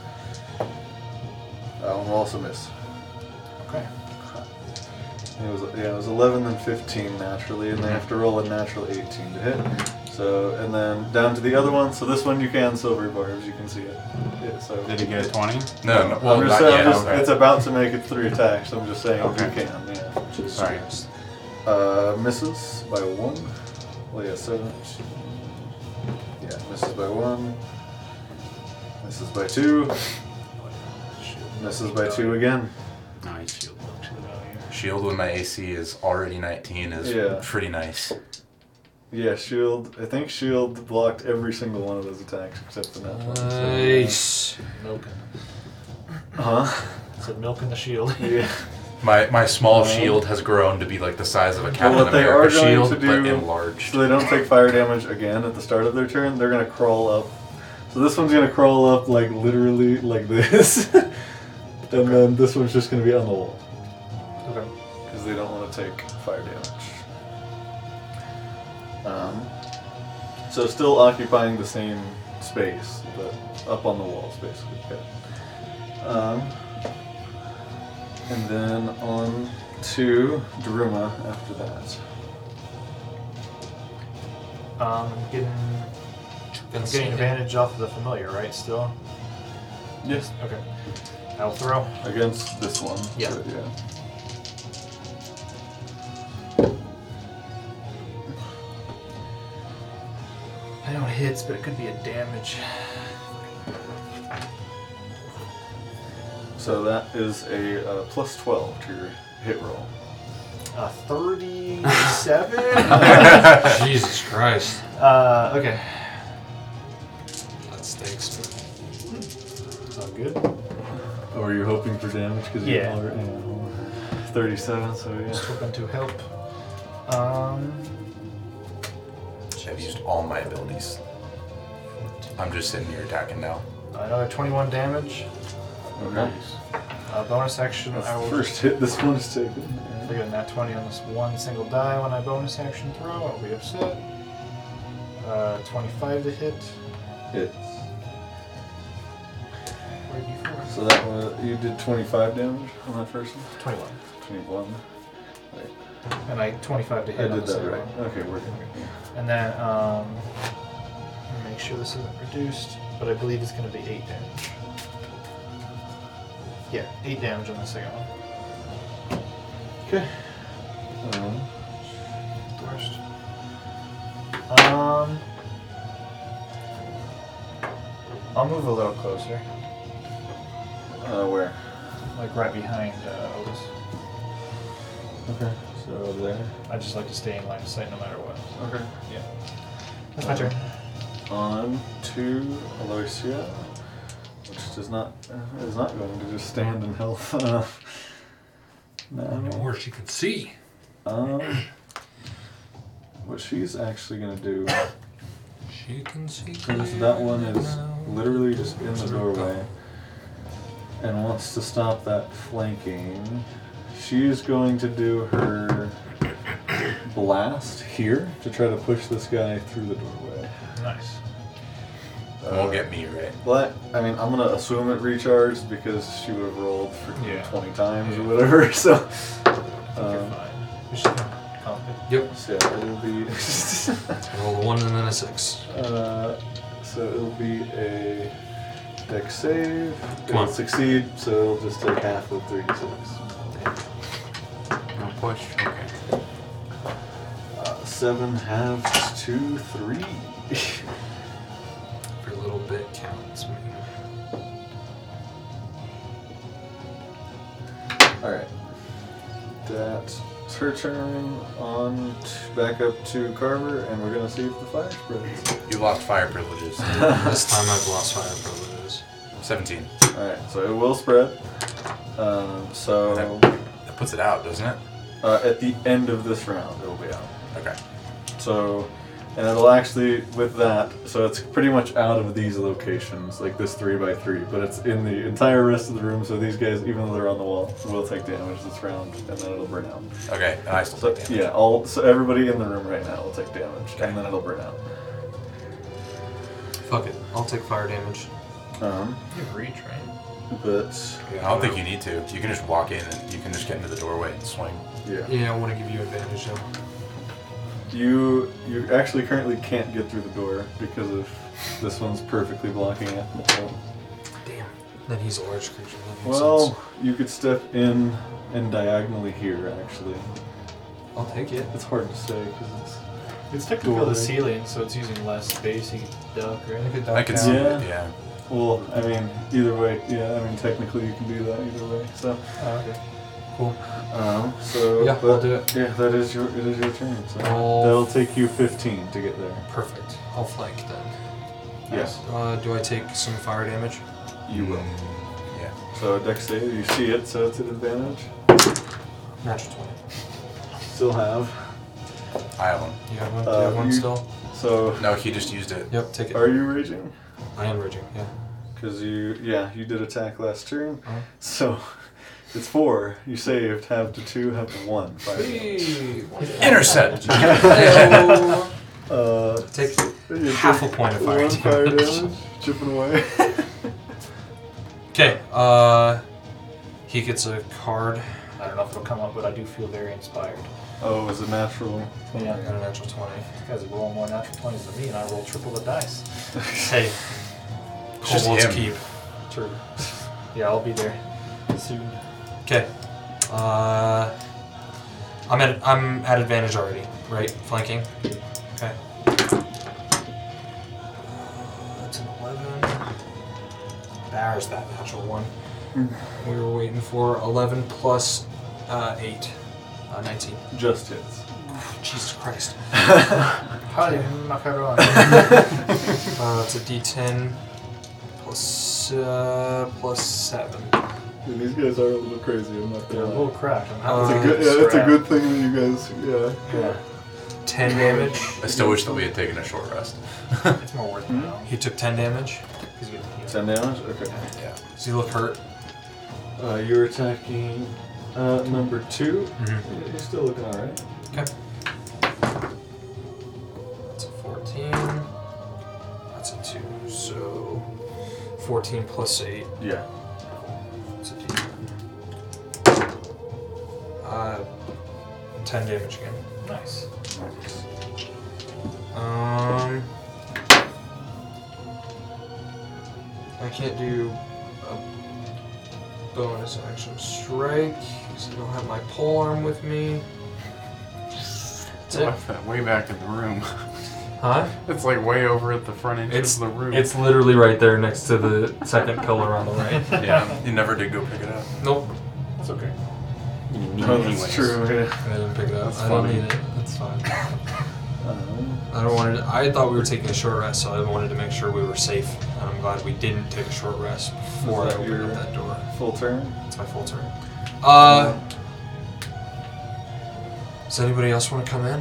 [SPEAKER 1] That one will also miss.
[SPEAKER 6] Okay.
[SPEAKER 1] It was yeah, it was 11 and 15 naturally, and they have to roll a natural 18 to hit. So and then down to the other one. So this one you can silver barbs, you can see it. Yeah, so
[SPEAKER 5] Did he get a twenty?
[SPEAKER 4] No, no.
[SPEAKER 1] I'm
[SPEAKER 4] Well, not
[SPEAKER 1] just saying,
[SPEAKER 4] yet.
[SPEAKER 1] I'm just-
[SPEAKER 4] okay.
[SPEAKER 1] it's about to make it three attacks. I'm just saying
[SPEAKER 5] Okay.
[SPEAKER 1] you can. Yeah.
[SPEAKER 5] Sorry.
[SPEAKER 1] Uh, misses by one. Well, yeah, so yeah, misses by one. Misses by two. Misses by two again.
[SPEAKER 5] Nice shield.
[SPEAKER 4] Shield when my AC is already 19 is
[SPEAKER 1] Yeah.
[SPEAKER 4] pretty nice.
[SPEAKER 1] Yeah, shield. I think shield blocked every single one of those attacks except the natural.
[SPEAKER 2] Nice.
[SPEAKER 6] Milking.
[SPEAKER 1] Huh?
[SPEAKER 6] Said milking the shield.
[SPEAKER 1] (laughs) Yeah.
[SPEAKER 4] My my small shield has grown to be like the size of a Captain
[SPEAKER 1] what they are
[SPEAKER 4] America
[SPEAKER 1] going
[SPEAKER 4] shield,
[SPEAKER 1] to do-
[SPEAKER 4] but enlarged.
[SPEAKER 1] So they don't take fire damage again at the start of their turn. They're gonna crawl up. So this one's gonna crawl up like literally like this, (laughs) and then this one's just gonna be on the wall
[SPEAKER 6] Okay.
[SPEAKER 1] because they don't want to take fire damage. Um, so still occupying the same space, but up on the walls basically. Okay. Um, and then on to Daruma after that.
[SPEAKER 6] Um, getting, I'm getting advantage off of the familiar, right? Still.
[SPEAKER 1] Yes.
[SPEAKER 6] Okay. I'll throw.
[SPEAKER 1] Against this one.
[SPEAKER 6] Yeah.
[SPEAKER 1] so yeah.
[SPEAKER 6] I know it hits, but it could be a damage.
[SPEAKER 1] So that is a uh, plus 12 to your hit roll.
[SPEAKER 6] Uh, 37?
[SPEAKER 4] I
[SPEAKER 2] (laughs) Jesus Christ.
[SPEAKER 6] (laughs) uh, okay.
[SPEAKER 2] That stinks.
[SPEAKER 6] Sound good?
[SPEAKER 1] Or you're Oh, hoping for damage because
[SPEAKER 6] you're Yeah.
[SPEAKER 1] you're
[SPEAKER 6] already-
[SPEAKER 1] 37, so
[SPEAKER 6] Just
[SPEAKER 1] yeah.
[SPEAKER 6] hoping to help. Um,
[SPEAKER 4] have used all my abilities. I'm just sitting here attacking now.
[SPEAKER 6] another 21 damage.
[SPEAKER 5] Nice.
[SPEAKER 6] Uh, bonus action,
[SPEAKER 1] That's
[SPEAKER 6] I
[SPEAKER 1] the
[SPEAKER 6] will
[SPEAKER 1] first hit this one is taken.
[SPEAKER 6] I get a nat 20 on this one single die when I bonus action throw. I'll be upset. Uh, 25 to hit.
[SPEAKER 1] Hits.
[SPEAKER 6] 44.
[SPEAKER 1] So that was, you did 25 damage on that first one?
[SPEAKER 6] 21.
[SPEAKER 1] 21. Right.
[SPEAKER 6] And I 25 to
[SPEAKER 1] I
[SPEAKER 6] hit on
[SPEAKER 1] did
[SPEAKER 6] the
[SPEAKER 1] that
[SPEAKER 6] second
[SPEAKER 1] right.
[SPEAKER 6] one.
[SPEAKER 1] Okay, we're good.
[SPEAKER 6] And then, um, let me make sure this isn't reduced, but I believe it's going to be 8 damage. Yeah, 8 damage on the second one.
[SPEAKER 1] Okay. Um,
[SPEAKER 6] Worst. Um, I'll move a little closer,
[SPEAKER 1] uh, where?
[SPEAKER 6] like right behind uh, Otis.
[SPEAKER 1] Okay. So over there.
[SPEAKER 6] I just like to stay in line of sight no matter what.
[SPEAKER 1] Okay.
[SPEAKER 6] Yeah. That's my turn.
[SPEAKER 1] On to Aloysia, which does not uh, is not going to just stand in health. (laughs) Uh, no.
[SPEAKER 2] More she can see.
[SPEAKER 1] Um, what she's actually going to do
[SPEAKER 2] She can see.
[SPEAKER 1] since that one is
[SPEAKER 2] now.
[SPEAKER 1] literally just in the doorway and wants to stop that flanking, she is going to do her blast here to try to push this guy through the doorway.
[SPEAKER 6] Nice.
[SPEAKER 1] Uh,
[SPEAKER 4] Won't get me right.
[SPEAKER 1] Well, I mean, I'm gonna assume it recharged because she would have rolled for
[SPEAKER 6] Yeah.
[SPEAKER 1] 20 times or
[SPEAKER 6] Yeah.
[SPEAKER 1] whatever. (laughs) So,
[SPEAKER 6] You're
[SPEAKER 1] um,
[SPEAKER 6] fine. We should comp it.
[SPEAKER 2] Yep.
[SPEAKER 1] so yeah, it'll be. (laughs)
[SPEAKER 2] Roll a one and then a six.
[SPEAKER 1] uh, so it'll be a deck save.
[SPEAKER 2] Come on.
[SPEAKER 1] It'll succeed, so it'll just take half of 36.
[SPEAKER 5] No push. Okay.
[SPEAKER 1] Uh, seven halves two three.
[SPEAKER 2] Every little bit counts. Man.
[SPEAKER 1] (laughs) All right. That's her turn. On t- back up to Carver, and we're gonna see if the fire spreads.
[SPEAKER 4] You lost fire
[SPEAKER 1] (laughs)
[SPEAKER 4] privileges.
[SPEAKER 2] This time I've lost fire privileges.
[SPEAKER 4] 17.
[SPEAKER 1] Alright, so it will spread. Um, so
[SPEAKER 4] That, that puts it out, doesn't it?
[SPEAKER 1] uh, at the end of this round, it will be out.
[SPEAKER 4] Okay.
[SPEAKER 1] So, and it'll actually, with that, so it's pretty much out of these locations, like this 3 by 3 but it's in the entire rest of the room, so these guys, even though they're on the wall, will take damage this round, and then it'll burn out.
[SPEAKER 4] Okay. And I still
[SPEAKER 1] So,
[SPEAKER 4] take damage.
[SPEAKER 1] yeah, all, so everybody in the room right now will take damage, and then it'll burn out.
[SPEAKER 2] Fuck it. I'll take fire damage.
[SPEAKER 1] Um,
[SPEAKER 6] You have reach, right?
[SPEAKER 1] but,
[SPEAKER 4] I don't think you need to. You can just walk in and you can just get into the doorway and swing.
[SPEAKER 1] yeah.
[SPEAKER 2] Yeah, I want to give you advantage though.
[SPEAKER 1] You you actually currently can't get through the door because of this onene's perfectly blocking it. So-
[SPEAKER 2] Damn. Then he's a large creature. That makes
[SPEAKER 1] Well,
[SPEAKER 2] sense.
[SPEAKER 1] you could step in and diagonally here. Actually,
[SPEAKER 2] I'll take it.
[SPEAKER 1] it's hard to say because it's
[SPEAKER 6] It's technically
[SPEAKER 1] Door.
[SPEAKER 6] the ceiling, so it's using less space. You can duck,
[SPEAKER 2] I
[SPEAKER 6] right?
[SPEAKER 2] could
[SPEAKER 4] I
[SPEAKER 2] duck
[SPEAKER 4] can
[SPEAKER 2] down.
[SPEAKER 4] see
[SPEAKER 1] Yeah.
[SPEAKER 4] it. Yeah.
[SPEAKER 1] Well, I mean, either way, yeah. I mean, technically, you can do that either way. So,
[SPEAKER 9] Oh, okay. Cool.
[SPEAKER 1] um, so
[SPEAKER 2] Yeah,
[SPEAKER 1] that-
[SPEAKER 2] we'll do it. Oh.
[SPEAKER 1] Yeah, that is your it is your turn. So
[SPEAKER 2] Roll.
[SPEAKER 1] that'll take you 15 to get there.
[SPEAKER 2] Perfect. I'll flank then.
[SPEAKER 1] Yes,
[SPEAKER 2] Uh, do I take some fire damage?
[SPEAKER 1] you will.
[SPEAKER 4] Yeah.
[SPEAKER 1] So dex save, you see it, so it's an advantage.
[SPEAKER 2] Natural 20.
[SPEAKER 1] Still have.
[SPEAKER 4] I have one.
[SPEAKER 2] You have one,
[SPEAKER 1] Uh,
[SPEAKER 2] you have one
[SPEAKER 1] you-
[SPEAKER 2] still?
[SPEAKER 1] So
[SPEAKER 4] No, he just used
[SPEAKER 1] (laughs)
[SPEAKER 4] it.
[SPEAKER 2] Yep, take it.
[SPEAKER 1] are you raging?
[SPEAKER 2] I am raging,
[SPEAKER 1] (laughs)
[SPEAKER 2] yeah.
[SPEAKER 1] Because you yeah you did attack last turn.
[SPEAKER 2] Uh-huh.
[SPEAKER 1] So it's four. You saved. Have to two. Have to one. Fire damage. (laughs)
[SPEAKER 4] Intercept.
[SPEAKER 2] Oh,
[SPEAKER 1] Uh,
[SPEAKER 2] take
[SPEAKER 1] you
[SPEAKER 2] half a
[SPEAKER 1] take
[SPEAKER 2] point of fire
[SPEAKER 1] One
[SPEAKER 2] (laughs)
[SPEAKER 1] fire
[SPEAKER 2] damage.
[SPEAKER 1] damage. Chipping away.
[SPEAKER 2] Okay, uh, he gets a card
[SPEAKER 6] I don't know if it'll come up, but I do feel very inspired.
[SPEAKER 1] oh, it was a natural.
[SPEAKER 2] and a natural 20.
[SPEAKER 6] Because I roll more natural 20s than me, and I roll triple the dice.
[SPEAKER 2] Hey,
[SPEAKER 4] It's just
[SPEAKER 2] Kobold's
[SPEAKER 4] him.
[SPEAKER 2] Keep.
[SPEAKER 6] True. (laughs) Yeah, I'll be there soon.
[SPEAKER 2] Okay. Uh, I'm at I'm at advantage already, right? Flanking. Okay. Uh, That's an eleven. There's that natural one
[SPEAKER 6] Hmm.
[SPEAKER 2] we were waiting for. Eleven plus uh, eight, uh, nineteen.
[SPEAKER 1] Just hits.
[SPEAKER 2] Jesus Christ.
[SPEAKER 6] Hi, macaron. (laughs)
[SPEAKER 2] Uh, it's a D10 plus uh, plus seven.
[SPEAKER 1] Dude, these guys are a little crazy. I'm not
[SPEAKER 6] They're
[SPEAKER 1] gonna
[SPEAKER 6] a
[SPEAKER 1] lie.
[SPEAKER 6] little cracked. I'm happy
[SPEAKER 2] Uh,
[SPEAKER 1] It's a good, yeah, it's a good thing that you guys, yeah.
[SPEAKER 6] yeah.
[SPEAKER 2] Ten damage.
[SPEAKER 4] I still wish that we had taken a short rest.
[SPEAKER 6] It's more worth it now.
[SPEAKER 2] He took ten damage.
[SPEAKER 6] Hmm? He's good to heal.
[SPEAKER 1] Ten damage. Okay.
[SPEAKER 4] Yeah.
[SPEAKER 2] Does he look hurt?
[SPEAKER 1] Uh, you're attacking uh, number two.
[SPEAKER 2] Mm-hmm.
[SPEAKER 1] Yeah, You're still looking all right.
[SPEAKER 2] Okay. That's a 14. That's a 2. So 14 plus 8.
[SPEAKER 1] Yeah.
[SPEAKER 2] That's a D. Uh, 10 damage again.
[SPEAKER 6] Nice.
[SPEAKER 2] Um, I can't do a bonus action strike because I don't have my pole arm with me. That's it.
[SPEAKER 5] Left that way back in the room. (laughs)
[SPEAKER 2] Huh?
[SPEAKER 5] it's like way over at the front
[SPEAKER 2] It's-
[SPEAKER 5] entrance of the room.
[SPEAKER 2] It's literally right there next to the second pillar on the right.
[SPEAKER 6] (laughs)
[SPEAKER 4] Yeah. You never did go pick it up.
[SPEAKER 2] (laughs) Nope.
[SPEAKER 6] It's okay.
[SPEAKER 1] No,
[SPEAKER 5] Anyways.
[SPEAKER 1] Mm-hmm. that's true. Yeah.
[SPEAKER 2] I didn't pick it up.
[SPEAKER 5] That's
[SPEAKER 2] I don't
[SPEAKER 5] funny.
[SPEAKER 2] need it. That's fine.
[SPEAKER 1] Um,
[SPEAKER 2] I don't wanted. I thought we were taking a short rest, so I wanted to make sure we were safe. And I'm glad we didn't take a short rest before I
[SPEAKER 1] that
[SPEAKER 2] opened
[SPEAKER 1] your-
[SPEAKER 2] up that door.
[SPEAKER 1] full turn.
[SPEAKER 2] It's my full turn. Uh. Does anybody else want to come in?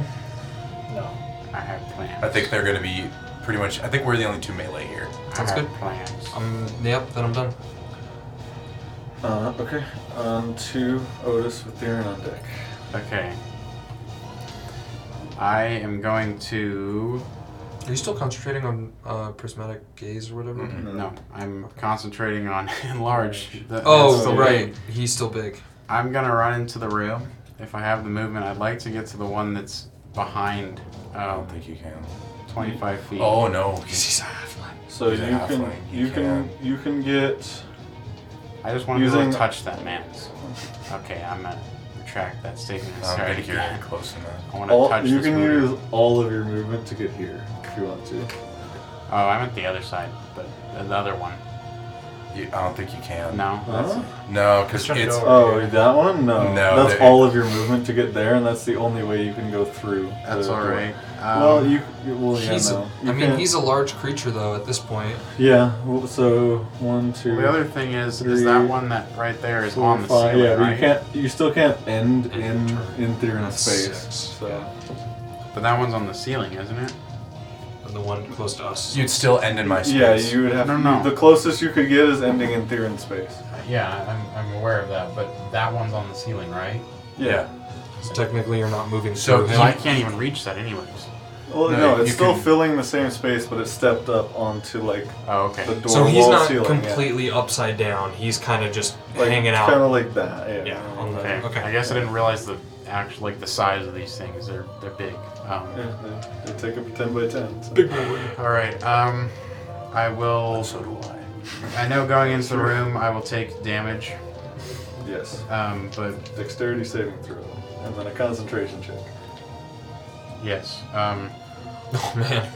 [SPEAKER 6] No.
[SPEAKER 5] I have plans.
[SPEAKER 4] I think they're going to be pretty much. I think we're the only two melee here.
[SPEAKER 2] Sounds
[SPEAKER 5] I have
[SPEAKER 2] good.
[SPEAKER 5] plans.
[SPEAKER 2] I'm. Yep. Then I'm done.
[SPEAKER 1] Uh, okay. On to Otis with the iron on deck.
[SPEAKER 5] Okay. I am going to.
[SPEAKER 2] Are you still concentrating on uh, prismatic gaze or whatever?
[SPEAKER 4] Mhm.
[SPEAKER 5] No, I'm concentrating on (laughs) enlarge. That- that's
[SPEAKER 2] Oh,
[SPEAKER 5] the
[SPEAKER 2] right.
[SPEAKER 5] way.
[SPEAKER 2] He's still big.
[SPEAKER 5] I'm gonna run into the rail. If I have the movement, I'd like to get to the one that's behind
[SPEAKER 4] I
[SPEAKER 5] um,
[SPEAKER 4] don't think you can.
[SPEAKER 5] 25 feet.
[SPEAKER 4] Oh no.
[SPEAKER 2] He's a halfling.
[SPEAKER 1] So
[SPEAKER 4] He's a
[SPEAKER 1] you can
[SPEAKER 4] halfling, he
[SPEAKER 1] you can
[SPEAKER 4] can.
[SPEAKER 1] you can get
[SPEAKER 5] I just want to be able
[SPEAKER 1] Using-
[SPEAKER 5] to touch that man. Okay, I'm gonna retract that statement.
[SPEAKER 4] I don't
[SPEAKER 5] Sorry,
[SPEAKER 4] think you're
[SPEAKER 5] again.
[SPEAKER 4] close enough.
[SPEAKER 5] I want to
[SPEAKER 1] all
[SPEAKER 5] touch
[SPEAKER 1] you
[SPEAKER 5] this
[SPEAKER 1] can
[SPEAKER 5] movement.
[SPEAKER 1] use all of your movement to get here if you want to.
[SPEAKER 5] Oh, I meant the other side, but the other one.
[SPEAKER 4] You, I don't think you can.
[SPEAKER 5] No, that's
[SPEAKER 1] Huh?
[SPEAKER 4] No, because
[SPEAKER 9] Shut
[SPEAKER 4] it's
[SPEAKER 9] the door.
[SPEAKER 1] Oh, that one? No.
[SPEAKER 4] No,
[SPEAKER 1] That's
[SPEAKER 4] there-
[SPEAKER 1] all of your movement to get there, and that's the only way you can go through.
[SPEAKER 5] that's
[SPEAKER 1] the
[SPEAKER 5] all
[SPEAKER 1] door.
[SPEAKER 5] right. Um,
[SPEAKER 1] well, you, you well, yeah,
[SPEAKER 2] He's.
[SPEAKER 1] no.
[SPEAKER 2] a-
[SPEAKER 1] You
[SPEAKER 2] I mean,
[SPEAKER 1] can't-
[SPEAKER 2] he's a large creature though. At this point.
[SPEAKER 1] yeah. well, So one, two.
[SPEAKER 5] The other thing is, is
[SPEAKER 1] Three,
[SPEAKER 5] that one that right there is
[SPEAKER 1] four,
[SPEAKER 5] on the
[SPEAKER 1] five,
[SPEAKER 5] ceiling,
[SPEAKER 1] yeah, but
[SPEAKER 5] right?
[SPEAKER 1] you can't. You still can't end in in theory in
[SPEAKER 2] That's
[SPEAKER 1] space.
[SPEAKER 2] six,
[SPEAKER 1] So
[SPEAKER 2] yeah.
[SPEAKER 5] But that one's on the ceiling, isn't it?
[SPEAKER 2] And the one close to us.
[SPEAKER 4] you'd still end in my space.
[SPEAKER 1] yeah, you would have.
[SPEAKER 5] No, no.
[SPEAKER 1] The closest you could get is ending in theory in space.
[SPEAKER 5] Yeah, I'm, I'm aware of that, but that one's on the ceiling, right?
[SPEAKER 4] Yeah.
[SPEAKER 2] So technically, you're not moving
[SPEAKER 4] So
[SPEAKER 2] through
[SPEAKER 5] So I
[SPEAKER 2] him.
[SPEAKER 5] can't even reach that anyways.
[SPEAKER 1] Well,
[SPEAKER 4] No,
[SPEAKER 1] no, it's
[SPEAKER 4] you
[SPEAKER 1] still
[SPEAKER 4] can-
[SPEAKER 1] filling the same space, but it's stepped up onto like
[SPEAKER 5] Oh,
[SPEAKER 1] the
[SPEAKER 5] okay.
[SPEAKER 1] door
[SPEAKER 2] So he's
[SPEAKER 1] wall
[SPEAKER 2] not
[SPEAKER 1] ceiling. yeah.
[SPEAKER 2] completely upside down. He's kind of just
[SPEAKER 1] like,
[SPEAKER 2] hanging
[SPEAKER 1] Kind of
[SPEAKER 2] out.
[SPEAKER 1] like that. Yeah.
[SPEAKER 2] Yeah, on the-
[SPEAKER 5] Okay.
[SPEAKER 2] Okay.
[SPEAKER 5] I guess I didn't realize the actual like the size of these things. They're they're big. Um,
[SPEAKER 1] Yeah, they, they take up a ten by ten. So.
[SPEAKER 5] All right. Um, I will.
[SPEAKER 4] So do I.
[SPEAKER 5] I know going into the room, I will take damage.
[SPEAKER 1] Yes.
[SPEAKER 5] Um, but
[SPEAKER 1] Dexterity saving throw, and then a concentration check.
[SPEAKER 5] yes. Um,
[SPEAKER 2] Oh (laughs)
[SPEAKER 1] (laughs)
[SPEAKER 2] man.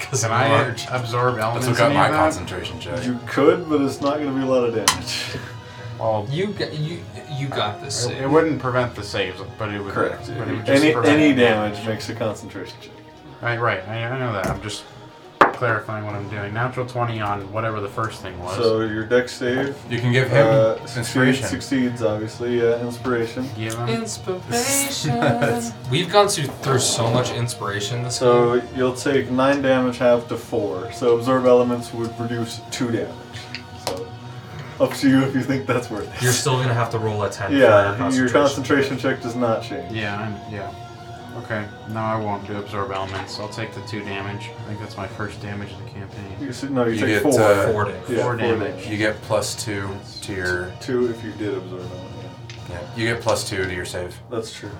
[SPEAKER 2] Because
[SPEAKER 5] Can I absorb
[SPEAKER 4] That's
[SPEAKER 5] elements?
[SPEAKER 4] what got
[SPEAKER 5] any of
[SPEAKER 4] my
[SPEAKER 5] that?
[SPEAKER 4] concentration check.
[SPEAKER 1] You could, but it's not going to be a lot of damage.
[SPEAKER 5] Well,
[SPEAKER 2] You got you you got this.
[SPEAKER 5] it,
[SPEAKER 2] Sid.
[SPEAKER 5] it wouldn't prevent the saves, but it would.
[SPEAKER 1] Correct.
[SPEAKER 5] But it would just
[SPEAKER 1] Any
[SPEAKER 5] prevent
[SPEAKER 1] any damage makes a concentration check.
[SPEAKER 5] Right, right. I, I know that. I'm just clarifying what I'm doing. Natural 20 on whatever the first thing was.
[SPEAKER 1] So your deck save
[SPEAKER 4] You can give him
[SPEAKER 1] uh, succeeds,
[SPEAKER 4] inspiration.
[SPEAKER 1] succeeds, obviously. Yeah, inspiration.
[SPEAKER 5] Give him.
[SPEAKER 2] Mm.
[SPEAKER 1] (laughs)
[SPEAKER 2] Inspiration. We've gone through through so much inspiration this
[SPEAKER 1] So
[SPEAKER 2] game.
[SPEAKER 1] you'll take nine damage, half to four. So absorb elements would reduce two damage. So up to you if you think that's worth it.
[SPEAKER 2] You're still gonna have to roll a ten. for
[SPEAKER 1] yeah, your
[SPEAKER 2] concentration.
[SPEAKER 1] concentration check does not change.
[SPEAKER 5] Yeah, I'm, yeah. Okay, no, I won't do absorb elements. I'll take the two damage. I think that's my first damage of the campaign.
[SPEAKER 1] You s- no, you,
[SPEAKER 4] You
[SPEAKER 1] take
[SPEAKER 4] get,
[SPEAKER 1] four.
[SPEAKER 4] uh,
[SPEAKER 2] Four damage.
[SPEAKER 1] Yeah,
[SPEAKER 5] Four damage.
[SPEAKER 4] You get plus two to your.
[SPEAKER 1] Two if you did absorb element. Yeah.
[SPEAKER 4] Yeah, you get plus two to your save.
[SPEAKER 1] That's true.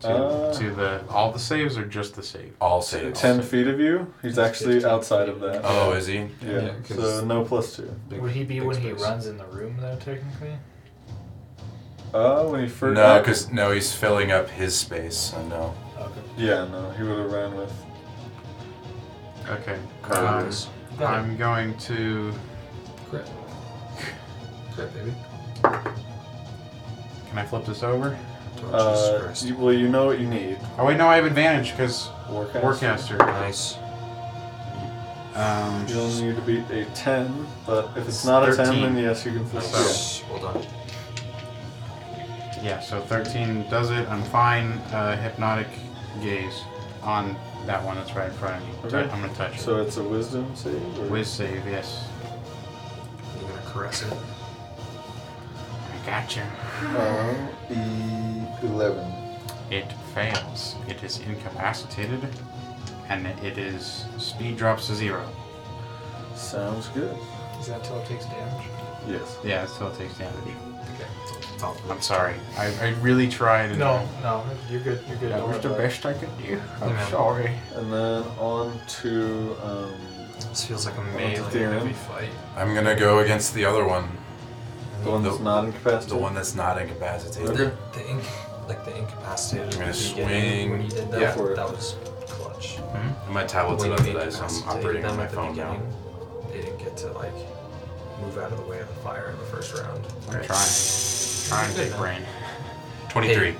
[SPEAKER 5] To,
[SPEAKER 1] Uh,
[SPEAKER 5] to the all the saves or just the save?
[SPEAKER 4] All saves.
[SPEAKER 1] Ten feet of you. He's actually outside of that.
[SPEAKER 4] Oh, is he?
[SPEAKER 1] Yeah.
[SPEAKER 2] Yeah, 'cause-
[SPEAKER 1] so no plus two.
[SPEAKER 2] Big-
[SPEAKER 6] Would he be
[SPEAKER 2] big
[SPEAKER 6] when he
[SPEAKER 2] space.
[SPEAKER 6] runs in the room though, technically?
[SPEAKER 1] Uh, when he first.
[SPEAKER 4] No, because no, he's filling up his space. I know.
[SPEAKER 6] Okay.
[SPEAKER 1] Yeah, no, he would have ran with.
[SPEAKER 5] Okay.
[SPEAKER 2] Got
[SPEAKER 5] Um,
[SPEAKER 2] this.
[SPEAKER 5] I'm going to.
[SPEAKER 2] Crit. Crit, baby.
[SPEAKER 5] Can I flip this over?
[SPEAKER 2] Torches
[SPEAKER 1] Uh,
[SPEAKER 2] first.
[SPEAKER 1] you, well, you know what you need.
[SPEAKER 5] Oh wait, no, I have advantage because
[SPEAKER 1] Warcaster.
[SPEAKER 5] Warcaster.
[SPEAKER 2] Nice.
[SPEAKER 5] Um,
[SPEAKER 1] You'll need to beat a 10, but if it's not a 10,
[SPEAKER 5] 13.
[SPEAKER 1] then yes, you can flip
[SPEAKER 5] So-
[SPEAKER 1] it.
[SPEAKER 2] Nice. Well done.
[SPEAKER 5] yeah, so 13 does it. I'm fine. Uh, hypnotic gaze on that one that's right in front of me.
[SPEAKER 1] Okay.
[SPEAKER 5] I'm gonna touch it.
[SPEAKER 1] So it's a wisdom save? or-
[SPEAKER 5] Whiz save, yes.
[SPEAKER 2] You're gonna caress it.
[SPEAKER 5] I gotcha.
[SPEAKER 1] Um,
[SPEAKER 6] Uh,
[SPEAKER 1] e- 11.
[SPEAKER 5] It fails. It is incapacitated, and it is speed drops to zero.
[SPEAKER 1] Sounds good.
[SPEAKER 6] Is that till it takes damage?
[SPEAKER 1] Yes.
[SPEAKER 5] Yeah, it still takes damage. Oh,
[SPEAKER 2] Top
[SPEAKER 5] I'm sorry. I, I really tried. And
[SPEAKER 6] No, no, you're good. You're good.
[SPEAKER 5] That
[SPEAKER 6] Don't
[SPEAKER 5] was
[SPEAKER 6] worry
[SPEAKER 5] the
[SPEAKER 6] about it.
[SPEAKER 5] best I could do. I'm
[SPEAKER 2] Yeah.
[SPEAKER 5] sorry.
[SPEAKER 1] And then on to. Um,
[SPEAKER 2] This feels like a
[SPEAKER 1] Onto
[SPEAKER 2] melee
[SPEAKER 1] Theron.
[SPEAKER 2] heavy fight.
[SPEAKER 4] I'm gonna go against the other one,
[SPEAKER 1] the one that's
[SPEAKER 4] The-
[SPEAKER 1] not incapacitated.
[SPEAKER 4] the one that's not incapacitated.
[SPEAKER 1] Okay.
[SPEAKER 2] The inc- like the incapacitated.
[SPEAKER 4] I'm gonna
[SPEAKER 2] at the beginning
[SPEAKER 4] swing.
[SPEAKER 2] When you did that,
[SPEAKER 4] Yeah.
[SPEAKER 1] For it.
[SPEAKER 2] that was clutch.
[SPEAKER 5] Hmm?
[SPEAKER 4] My tablet's
[SPEAKER 2] When
[SPEAKER 4] not
[SPEAKER 2] you
[SPEAKER 4] up today, so I'm
[SPEAKER 2] incapacitated
[SPEAKER 4] operating on
[SPEAKER 2] them
[SPEAKER 4] my
[SPEAKER 2] at the
[SPEAKER 4] phone now.
[SPEAKER 2] beginning, They didn't get to like move out of the way of the fire in the first round.
[SPEAKER 5] I'm trying. Trying, big brain.
[SPEAKER 4] 23.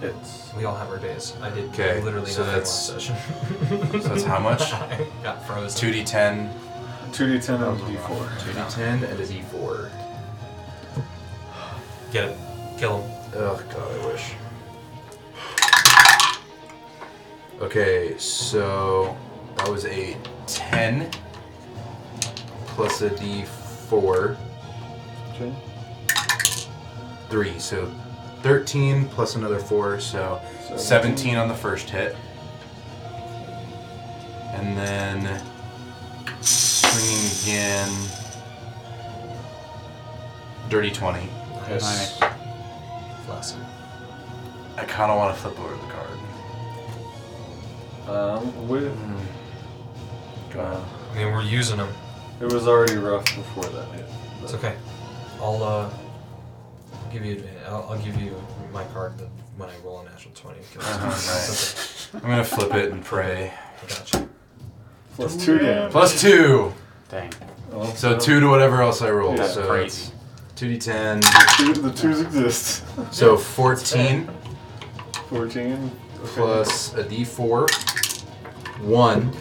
[SPEAKER 1] It's.
[SPEAKER 2] We all have our days. I did
[SPEAKER 4] Okay,
[SPEAKER 2] literally
[SPEAKER 4] so
[SPEAKER 2] nothing last
[SPEAKER 4] that's-
[SPEAKER 2] session.
[SPEAKER 4] So that's how (laughs) much?
[SPEAKER 2] I got frozen.
[SPEAKER 4] 2d10.
[SPEAKER 1] 2d10 and d4.
[SPEAKER 4] 2d10 and a d4.
[SPEAKER 2] Get it. Kill him.
[SPEAKER 4] Oh god, I wish. Okay, so that was a 10 plus a d4.
[SPEAKER 1] Okay.
[SPEAKER 4] 3, so 13 plus another 4, so 17, on the first hit. And then swinging again. Dirty 20.
[SPEAKER 2] Nice. Flaccid.
[SPEAKER 4] I kind of want to flip over the card.
[SPEAKER 1] Um, with.
[SPEAKER 4] Go ahead.
[SPEAKER 2] I mean, we're using them.
[SPEAKER 1] It was already rough before that hit.
[SPEAKER 2] It's okay. I'll uh, give you. advan- I'll, I'll give you my card that when I roll a natural
[SPEAKER 4] (laughs)
[SPEAKER 2] twenty. 'cause-
[SPEAKER 4] Uh-huh,
[SPEAKER 2] That's
[SPEAKER 4] I'm gonna flip it and pray.
[SPEAKER 2] okay. I got you.
[SPEAKER 1] Plus 2 damage.
[SPEAKER 4] Plus two,
[SPEAKER 5] Dang.
[SPEAKER 1] Oh,
[SPEAKER 4] so two to whatever else I roll.
[SPEAKER 1] Yeah,
[SPEAKER 4] so it's
[SPEAKER 5] crazy.
[SPEAKER 4] two d ten.
[SPEAKER 1] Two- The twos exist. (laughs)
[SPEAKER 4] So fourteen
[SPEAKER 1] 14. Okay.
[SPEAKER 4] plus a d four, one.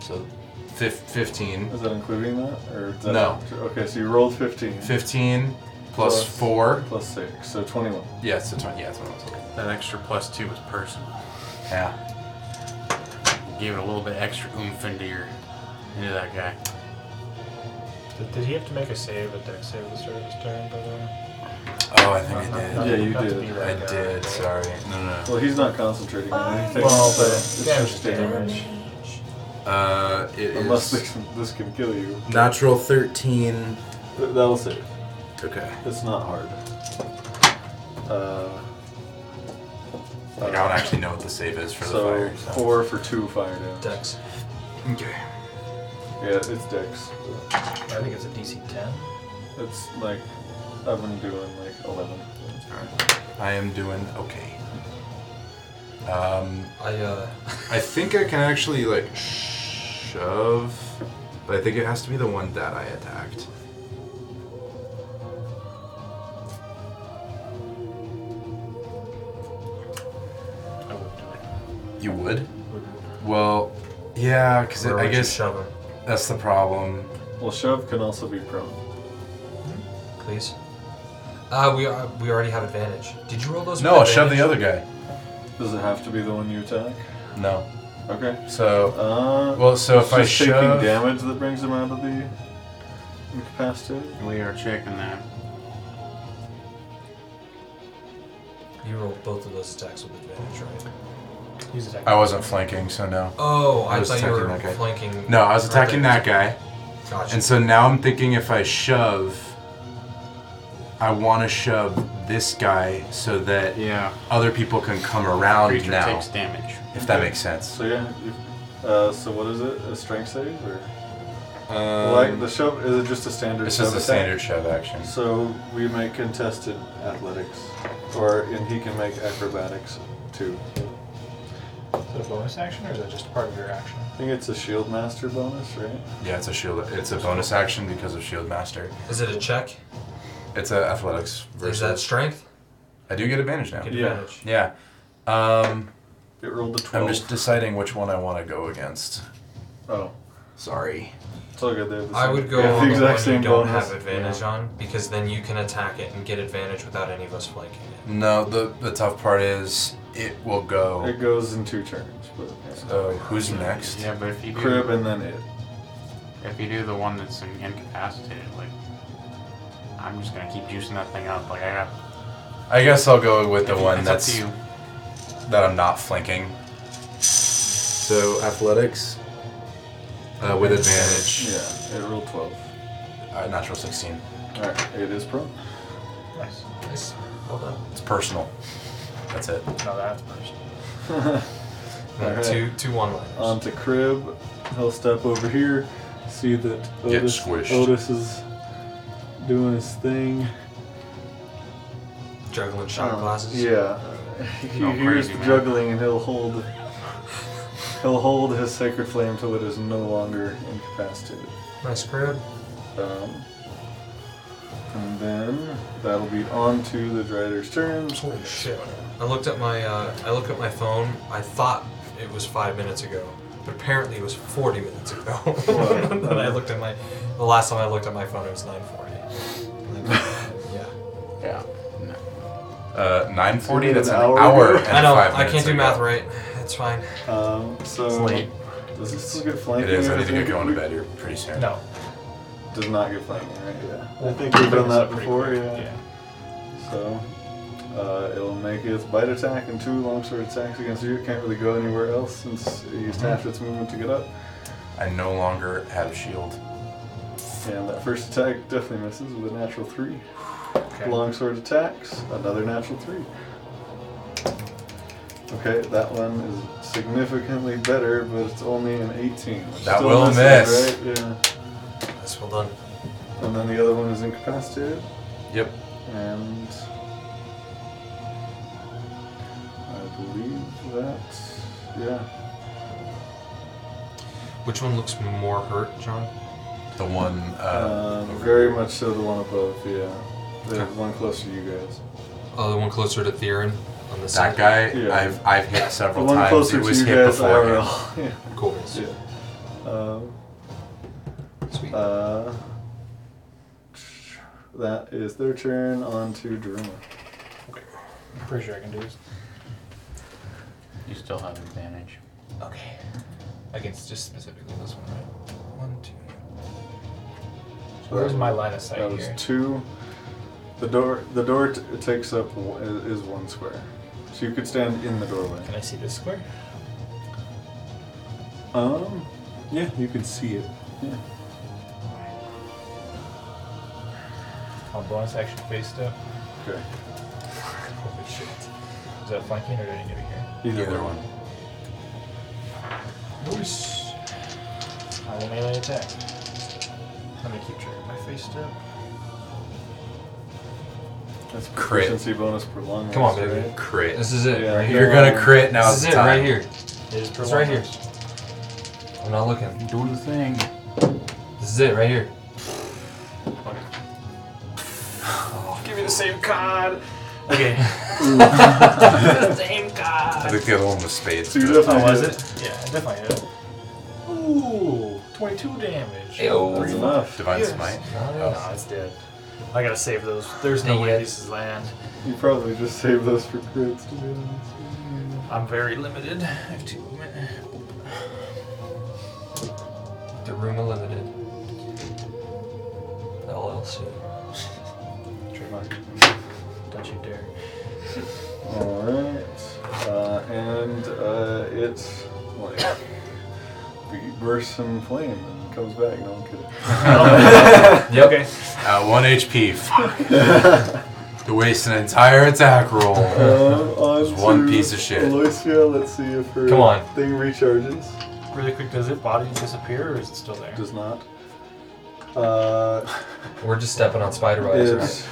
[SPEAKER 4] So fif- fifteen.
[SPEAKER 1] Is that including that? Or is that
[SPEAKER 4] No.
[SPEAKER 1] Okay, so you rolled 15.
[SPEAKER 4] Fifteen plus, plus
[SPEAKER 1] Plus-
[SPEAKER 4] four.
[SPEAKER 1] Plus 6, so 21.
[SPEAKER 4] Yeah, it's a twenty. Yeah, it's one. of those.
[SPEAKER 5] That extra plus two was personal.
[SPEAKER 4] Yeah.
[SPEAKER 5] Gave it a little bit extra oomph into your into that guy.
[SPEAKER 6] Did, did he have to make a save, a deck save, the start of his turn? By the way.
[SPEAKER 4] Oh, I think I
[SPEAKER 6] Not-
[SPEAKER 1] Yeah,
[SPEAKER 4] did.
[SPEAKER 1] you
[SPEAKER 6] not to
[SPEAKER 1] did.
[SPEAKER 6] be that
[SPEAKER 4] I
[SPEAKER 6] guy,
[SPEAKER 4] did.
[SPEAKER 6] but-
[SPEAKER 4] Sorry. No, no.
[SPEAKER 1] Well, he's not concentrating on anything.
[SPEAKER 6] Well,
[SPEAKER 1] so
[SPEAKER 6] but
[SPEAKER 1] it's
[SPEAKER 6] damage
[SPEAKER 1] just
[SPEAKER 6] is damage.
[SPEAKER 1] damage.
[SPEAKER 4] no. Uh, it is
[SPEAKER 1] Unless this, this can kill you.
[SPEAKER 4] natural thirteen.
[SPEAKER 1] Th- That'll save.
[SPEAKER 4] Okay.
[SPEAKER 1] It's not hard. Uh,
[SPEAKER 4] Like, I don't actually know what the save is for
[SPEAKER 1] so,
[SPEAKER 4] the fire. So.
[SPEAKER 1] 4 for 2 fire damage.
[SPEAKER 2] Dex.
[SPEAKER 4] Okay.
[SPEAKER 1] Yeah, it's dex.
[SPEAKER 6] I think it's a DC 10.
[SPEAKER 1] It's like, I've been doing like 11.
[SPEAKER 4] I am doing okay. Um, (laughs)
[SPEAKER 2] I uh,
[SPEAKER 4] I think I can actually like shove, but I think it has to be the one that I attacked.
[SPEAKER 6] I wouldn't do it.
[SPEAKER 4] You would? Well, yeah, because
[SPEAKER 2] where
[SPEAKER 4] I
[SPEAKER 2] would you
[SPEAKER 4] guess
[SPEAKER 2] shove him,
[SPEAKER 4] that's the problem.
[SPEAKER 1] Well, shove can also be prone.
[SPEAKER 2] please. Uh, we are, we already have advantage. Did you roll those?
[SPEAKER 4] No,
[SPEAKER 2] with
[SPEAKER 4] shove the
[SPEAKER 2] advantage?
[SPEAKER 4] other guy.
[SPEAKER 1] Does it have to be the one you attack?
[SPEAKER 4] No.
[SPEAKER 1] Okay.
[SPEAKER 4] So,
[SPEAKER 1] Uh,
[SPEAKER 4] well, so
[SPEAKER 1] it's
[SPEAKER 4] if I
[SPEAKER 1] just taking
[SPEAKER 4] shove,
[SPEAKER 1] damage that brings him out of the incapacitated.
[SPEAKER 5] We are checking that.
[SPEAKER 2] You rolled both of those attacks with advantage, right?
[SPEAKER 6] He's attacking.
[SPEAKER 4] I wasn't flanking, so no.
[SPEAKER 2] Oh,
[SPEAKER 4] I
[SPEAKER 2] I,
[SPEAKER 4] was
[SPEAKER 2] thought you were
[SPEAKER 4] attacking that guy.
[SPEAKER 2] flanking.
[SPEAKER 4] No, I was
[SPEAKER 2] right
[SPEAKER 4] attacking
[SPEAKER 2] there.
[SPEAKER 4] that guy,
[SPEAKER 2] Gotcha.
[SPEAKER 4] and so now I'm thinking if I shove, I want to shove this guy so that
[SPEAKER 5] Yeah.
[SPEAKER 4] other people can come around
[SPEAKER 5] Creature
[SPEAKER 4] now,
[SPEAKER 5] takes damage.
[SPEAKER 4] if that makes sense.
[SPEAKER 1] So yeah. You, uh, so what is it? A strength save or like
[SPEAKER 4] Um,
[SPEAKER 1] the shove? Is it just a standard?
[SPEAKER 4] this is
[SPEAKER 1] shove
[SPEAKER 4] the
[SPEAKER 1] attack?
[SPEAKER 4] standard shove action.
[SPEAKER 1] So we make contested athletics, or and he can make acrobatics too.
[SPEAKER 6] Is it a bonus action or is that just part of your action?
[SPEAKER 1] I think it's a shield master bonus, right?
[SPEAKER 4] Yeah, it's a shield. It's a bonus action because of Shield Master.
[SPEAKER 2] Is it a check?
[SPEAKER 4] It's a athletics
[SPEAKER 2] Is that
[SPEAKER 4] versus.
[SPEAKER 2] strength?
[SPEAKER 4] I do get advantage now.
[SPEAKER 2] Get
[SPEAKER 1] Yeah.
[SPEAKER 2] advantage.
[SPEAKER 4] Yeah. Um,
[SPEAKER 1] It rolled a 12
[SPEAKER 4] I'm
[SPEAKER 5] Oh.
[SPEAKER 4] just deciding which one I want to go against.
[SPEAKER 1] oh,
[SPEAKER 4] Sorry.
[SPEAKER 1] it's all good. They're the
[SPEAKER 2] I
[SPEAKER 1] same-
[SPEAKER 2] would go
[SPEAKER 1] they have
[SPEAKER 2] on the one you don't
[SPEAKER 1] bonus.
[SPEAKER 2] have advantage on because then you can attack it and get advantage without any of us flanking it.
[SPEAKER 4] No, the the tough part is it will
[SPEAKER 1] It
[SPEAKER 4] go.
[SPEAKER 1] goes in two turns, but yeah.
[SPEAKER 4] So who's next?
[SPEAKER 5] Yeah, but if you do,
[SPEAKER 1] crib and then it.
[SPEAKER 5] if you do the one that's incapacitated, like I'm just gonna keep juicing that thing up. Like I got
[SPEAKER 4] I guess I'll go with the
[SPEAKER 5] if you-
[SPEAKER 4] one
[SPEAKER 5] it's up
[SPEAKER 4] that's
[SPEAKER 5] to you.
[SPEAKER 4] that I'm not flanking. So athletics uh, with advantage.
[SPEAKER 1] Yeah, it rolled twelve.
[SPEAKER 4] Uh, natural 16.
[SPEAKER 1] All right, it is prone.
[SPEAKER 6] Nice.
[SPEAKER 2] Nice. Well done.
[SPEAKER 4] It's personal. That's it.
[SPEAKER 6] Now that's first.
[SPEAKER 1] Alright.
[SPEAKER 2] Two, two one-liners.
[SPEAKER 1] (laughs)
[SPEAKER 4] Um,
[SPEAKER 1] On to crib. He'll step over here, see that
[SPEAKER 4] Get
[SPEAKER 1] Otis,
[SPEAKER 4] squished.
[SPEAKER 1] Otis is doing his thing.
[SPEAKER 2] Juggling shot
[SPEAKER 1] Uh,
[SPEAKER 2] glasses.
[SPEAKER 1] Yeah, he
[SPEAKER 5] Go
[SPEAKER 1] hears
[SPEAKER 5] crazy,
[SPEAKER 1] the
[SPEAKER 5] man.
[SPEAKER 1] juggling and he'll hold. He'll hold his sacred flame till it is no longer incapacitated.
[SPEAKER 2] Nice crib.
[SPEAKER 1] Um, and then that'll be on to the Dryder's turn.
[SPEAKER 4] (laughs)
[SPEAKER 2] Holy shit. I looked at my uh, I looked at my phone. I thought it was five minutes ago, but apparently it was forty minutes ago. (laughs) and then I looked at my the last time I looked at my phone it was nine forty. yeah.
[SPEAKER 5] Yeah. No.
[SPEAKER 4] Uh, 940.
[SPEAKER 1] It's
[SPEAKER 4] That's an
[SPEAKER 1] an hour
[SPEAKER 4] hour.
[SPEAKER 1] ago.
[SPEAKER 4] and
[SPEAKER 2] I know,
[SPEAKER 4] five
[SPEAKER 2] I can't
[SPEAKER 4] minutes
[SPEAKER 2] do
[SPEAKER 4] ago.
[SPEAKER 2] math right. It's fine.
[SPEAKER 1] Um, so
[SPEAKER 5] It's late.
[SPEAKER 1] does this still get flanking?
[SPEAKER 4] It is. I
[SPEAKER 1] or
[SPEAKER 4] need to
[SPEAKER 1] think
[SPEAKER 4] get going to
[SPEAKER 1] we-
[SPEAKER 4] bed here pretty soon.
[SPEAKER 6] No.
[SPEAKER 1] Does not get flanking, right? Yeah. I
[SPEAKER 6] We'll
[SPEAKER 1] think we've
[SPEAKER 6] pick
[SPEAKER 1] done
[SPEAKER 6] this up
[SPEAKER 1] that
[SPEAKER 6] pretty
[SPEAKER 1] before.
[SPEAKER 6] quick,
[SPEAKER 1] Yeah. So uh, it'll make its bite attack and two longsword attacks against you. It can't really go anywhere else since it used half its movement to get up.
[SPEAKER 4] I no longer have shield.
[SPEAKER 1] And that first attack definitely misses with a natural three.
[SPEAKER 6] Okay.
[SPEAKER 1] Longsword attacks, another natural three. Okay, that one is significantly better, but it's only an 18. which
[SPEAKER 4] That
[SPEAKER 1] still
[SPEAKER 4] will
[SPEAKER 1] misses, Right?
[SPEAKER 2] That's well done.
[SPEAKER 1] Yeah. And then the other one is incapacitated,
[SPEAKER 4] Yep.
[SPEAKER 1] and I believe that, yeah.
[SPEAKER 2] Which one looks more hurt, John?
[SPEAKER 4] The one. Uh,
[SPEAKER 1] Um,
[SPEAKER 4] over-
[SPEAKER 1] very much so the one above, yeah. The one closer to you guys.
[SPEAKER 2] Oh, the one closer to Theron on this
[SPEAKER 4] that
[SPEAKER 2] side.
[SPEAKER 4] guy.
[SPEAKER 1] Yeah.
[SPEAKER 4] I've I've hit
[SPEAKER 1] The
[SPEAKER 4] several
[SPEAKER 1] one
[SPEAKER 4] times.
[SPEAKER 1] closer
[SPEAKER 4] it
[SPEAKER 1] to
[SPEAKER 4] was
[SPEAKER 1] you
[SPEAKER 4] hit
[SPEAKER 1] guys,
[SPEAKER 4] before. him.
[SPEAKER 1] IRL. (laughs)
[SPEAKER 4] (laughs)
[SPEAKER 1] yeah.
[SPEAKER 2] Cool.
[SPEAKER 1] Yeah. Um,
[SPEAKER 2] Sweet.
[SPEAKER 1] Uh, that is their turn on to Daruma.
[SPEAKER 6] I'm pretty sure I can do this.
[SPEAKER 5] You still have advantage.
[SPEAKER 2] okay. Against just specifically this one, right? One, two.
[SPEAKER 6] Where's my line of sight
[SPEAKER 1] That was
[SPEAKER 6] here?
[SPEAKER 1] two. The door the door t- it takes up w- i- is one square, so you could stand in the doorway.
[SPEAKER 6] Can I see this square?
[SPEAKER 1] Um, yeah, you could see it. Yeah.
[SPEAKER 6] On bonus action face step.
[SPEAKER 1] Okay.
[SPEAKER 2] Holy shit.
[SPEAKER 6] Is that flanking or did I get it here?
[SPEAKER 1] Either,
[SPEAKER 4] Either
[SPEAKER 1] one.
[SPEAKER 4] one.
[SPEAKER 2] Nice.
[SPEAKER 6] I will melee attack. Let me keep track of my face step.
[SPEAKER 1] That's
[SPEAKER 4] Crit.
[SPEAKER 1] proficiency bonus per long
[SPEAKER 2] Come on,
[SPEAKER 1] rest,
[SPEAKER 2] baby.
[SPEAKER 1] right?
[SPEAKER 4] Crit.
[SPEAKER 2] This is it.
[SPEAKER 1] Yeah,
[SPEAKER 2] right here.
[SPEAKER 4] You're gonna crit now.
[SPEAKER 2] This is
[SPEAKER 4] it's
[SPEAKER 2] it
[SPEAKER 4] time.
[SPEAKER 2] right here.
[SPEAKER 6] It is per
[SPEAKER 2] It's
[SPEAKER 6] long
[SPEAKER 2] right here.
[SPEAKER 6] rest.
[SPEAKER 2] I'm not looking.
[SPEAKER 5] Do the thing.
[SPEAKER 2] This is it right here.
[SPEAKER 6] Oh,
[SPEAKER 2] give me the
[SPEAKER 6] (laughs)
[SPEAKER 2] same card.
[SPEAKER 6] Okay. (laughs)
[SPEAKER 2] same
[SPEAKER 4] I
[SPEAKER 2] card.
[SPEAKER 4] think the other one was spades.
[SPEAKER 1] So you
[SPEAKER 4] but-
[SPEAKER 1] definitely
[SPEAKER 6] Oh, was
[SPEAKER 1] hit.
[SPEAKER 6] it? Yeah, I definitely hit it. Ooh, 22 damage.
[SPEAKER 1] That's
[SPEAKER 4] Three.
[SPEAKER 1] enough.
[SPEAKER 4] Divine
[SPEAKER 6] Yes.
[SPEAKER 4] smite.
[SPEAKER 2] Oh.
[SPEAKER 6] No, it's dead. I gotta save those. There's no
[SPEAKER 2] Dang
[SPEAKER 6] way
[SPEAKER 2] it.
[SPEAKER 6] this is land.
[SPEAKER 1] You probably just saved those for crits, to be honest.
[SPEAKER 6] I'm very limited. I have two movement.
[SPEAKER 2] The room limited. LLC.
[SPEAKER 6] Trademark. Don't you dare.
[SPEAKER 1] Alright. Uh, and uh, it's like we bursts in flame and comes back. No, I'm kidding.
[SPEAKER 2] Yep.
[SPEAKER 6] Okay.
[SPEAKER 4] Uh,
[SPEAKER 1] (laughs)
[SPEAKER 4] one HP. Fuck. You waste an entire attack roll.
[SPEAKER 1] Um, on
[SPEAKER 4] There's one
[SPEAKER 1] to
[SPEAKER 4] piece of shit.
[SPEAKER 1] Aloysia, let's see if her
[SPEAKER 2] Come on.
[SPEAKER 1] thing recharges.
[SPEAKER 6] Really quick, does it body disappear or is it still there?
[SPEAKER 1] Does not. Uh,
[SPEAKER 2] We're just stepping on spider webs.
[SPEAKER 1] it's,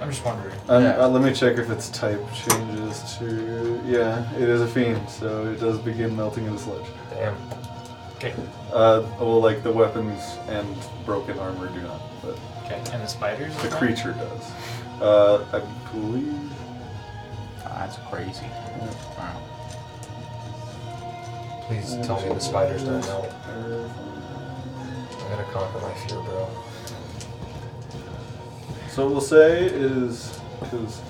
[SPEAKER 6] I'm just wondering.
[SPEAKER 1] um, uh, let me check if its type changes to. Yeah, it is a fiend, so it does begin melting into sludge.
[SPEAKER 2] right? Damn.
[SPEAKER 6] Okay.
[SPEAKER 1] Uh, well, like the weapons and broken armor do not, but
[SPEAKER 6] Okay. And the spiders?
[SPEAKER 1] The creature does. Uh, I believe.
[SPEAKER 5] Ah, That's crazy. Wow.
[SPEAKER 2] Please tell me the spiders don't know. I gotta conquer my fear, bro.
[SPEAKER 1] So we'll say is because.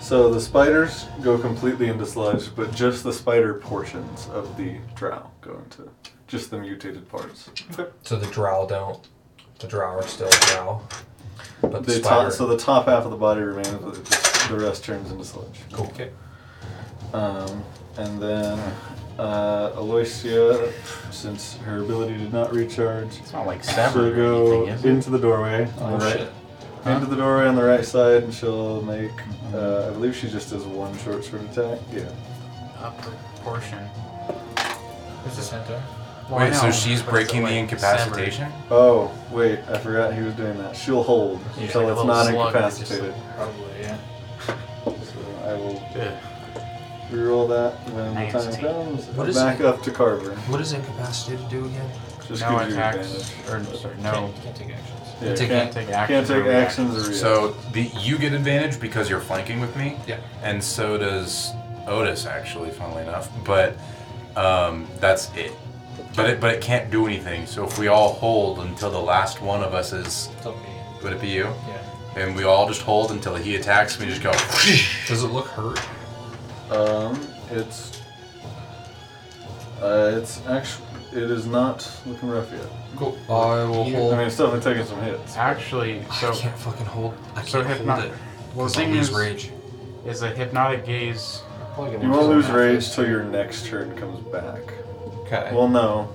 [SPEAKER 1] So the spiders go completely into sludge, but just the spider portions of the drow go into just the mutated parts.
[SPEAKER 2] So the drow don't. The drow are still drow. But
[SPEAKER 1] The
[SPEAKER 2] the spider.
[SPEAKER 1] top, so the top half of the body remains, but it just- the rest turns into sludge.
[SPEAKER 2] cool.
[SPEAKER 1] Um, and then uh, Aloysia, since her ability did not recharge,
[SPEAKER 5] It's not like
[SPEAKER 1] She'll
[SPEAKER 5] severed or
[SPEAKER 1] go
[SPEAKER 5] anything, is it?
[SPEAKER 1] into the doorway on
[SPEAKER 2] Oh,
[SPEAKER 1] the right.
[SPEAKER 2] shit.
[SPEAKER 1] Into the doorway on the right side, and she'll make. Uh, I believe she just does one short sword attack. Yeah.
[SPEAKER 5] Upper portion.
[SPEAKER 6] There's a center.
[SPEAKER 5] Why
[SPEAKER 4] Wait, so
[SPEAKER 5] not?
[SPEAKER 4] she's
[SPEAKER 5] But
[SPEAKER 4] breaking
[SPEAKER 5] it's
[SPEAKER 4] the
[SPEAKER 5] like
[SPEAKER 4] incapacitation?
[SPEAKER 1] Oh wait, I forgot he was doing that. She'll hold
[SPEAKER 5] Yeah,
[SPEAKER 1] until
[SPEAKER 5] like a
[SPEAKER 1] it's
[SPEAKER 5] little
[SPEAKER 1] not
[SPEAKER 5] slug that just-
[SPEAKER 1] incapacitated.
[SPEAKER 6] Probably, yeah.
[SPEAKER 1] So I will
[SPEAKER 5] severed. Ugh.
[SPEAKER 1] reroll that when the time
[SPEAKER 5] Nasty.
[SPEAKER 1] comes.
[SPEAKER 2] What is
[SPEAKER 1] Back
[SPEAKER 2] it?
[SPEAKER 1] up to Carver.
[SPEAKER 2] What does incapacitated do again?
[SPEAKER 1] Just
[SPEAKER 5] no
[SPEAKER 1] gives you
[SPEAKER 5] attacks,
[SPEAKER 1] advantage.
[SPEAKER 5] or no, sorry, no.
[SPEAKER 6] Can't, can't take actions.
[SPEAKER 1] Yeah,
[SPEAKER 2] take-
[SPEAKER 1] can't,
[SPEAKER 5] take
[SPEAKER 1] can't
[SPEAKER 5] actions
[SPEAKER 1] take
[SPEAKER 5] or reactions.
[SPEAKER 1] actions or reactions.
[SPEAKER 4] So the you get advantage because you're flanking with me.
[SPEAKER 2] Yeah.
[SPEAKER 4] And so does Otis, actually, funnily enough. But um, that's it. But it but it can't do anything. So if we all hold until the last one of us is,
[SPEAKER 6] It's okay.
[SPEAKER 4] would it be you?
[SPEAKER 6] Yeah.
[SPEAKER 4] And we all just hold until he attacks. We just go. (laughs)
[SPEAKER 2] Does it look hurt?
[SPEAKER 1] Um, it's. Uh, it's actually. It is not looking rough yet.
[SPEAKER 2] Cool. I will
[SPEAKER 1] I
[SPEAKER 2] hold.
[SPEAKER 1] mean, it's definitely taking some hits.
[SPEAKER 5] Actually,
[SPEAKER 2] I
[SPEAKER 5] so
[SPEAKER 2] can't fucking hold. I
[SPEAKER 5] so
[SPEAKER 2] can't hold it.
[SPEAKER 5] hypno- well, the
[SPEAKER 2] 'cause I'll
[SPEAKER 5] thing
[SPEAKER 2] lose
[SPEAKER 5] is,
[SPEAKER 2] rage.
[SPEAKER 5] is a hypnotic gaze.
[SPEAKER 1] You won't lose rage till your next turn comes back.
[SPEAKER 2] Okay.
[SPEAKER 1] Well, no,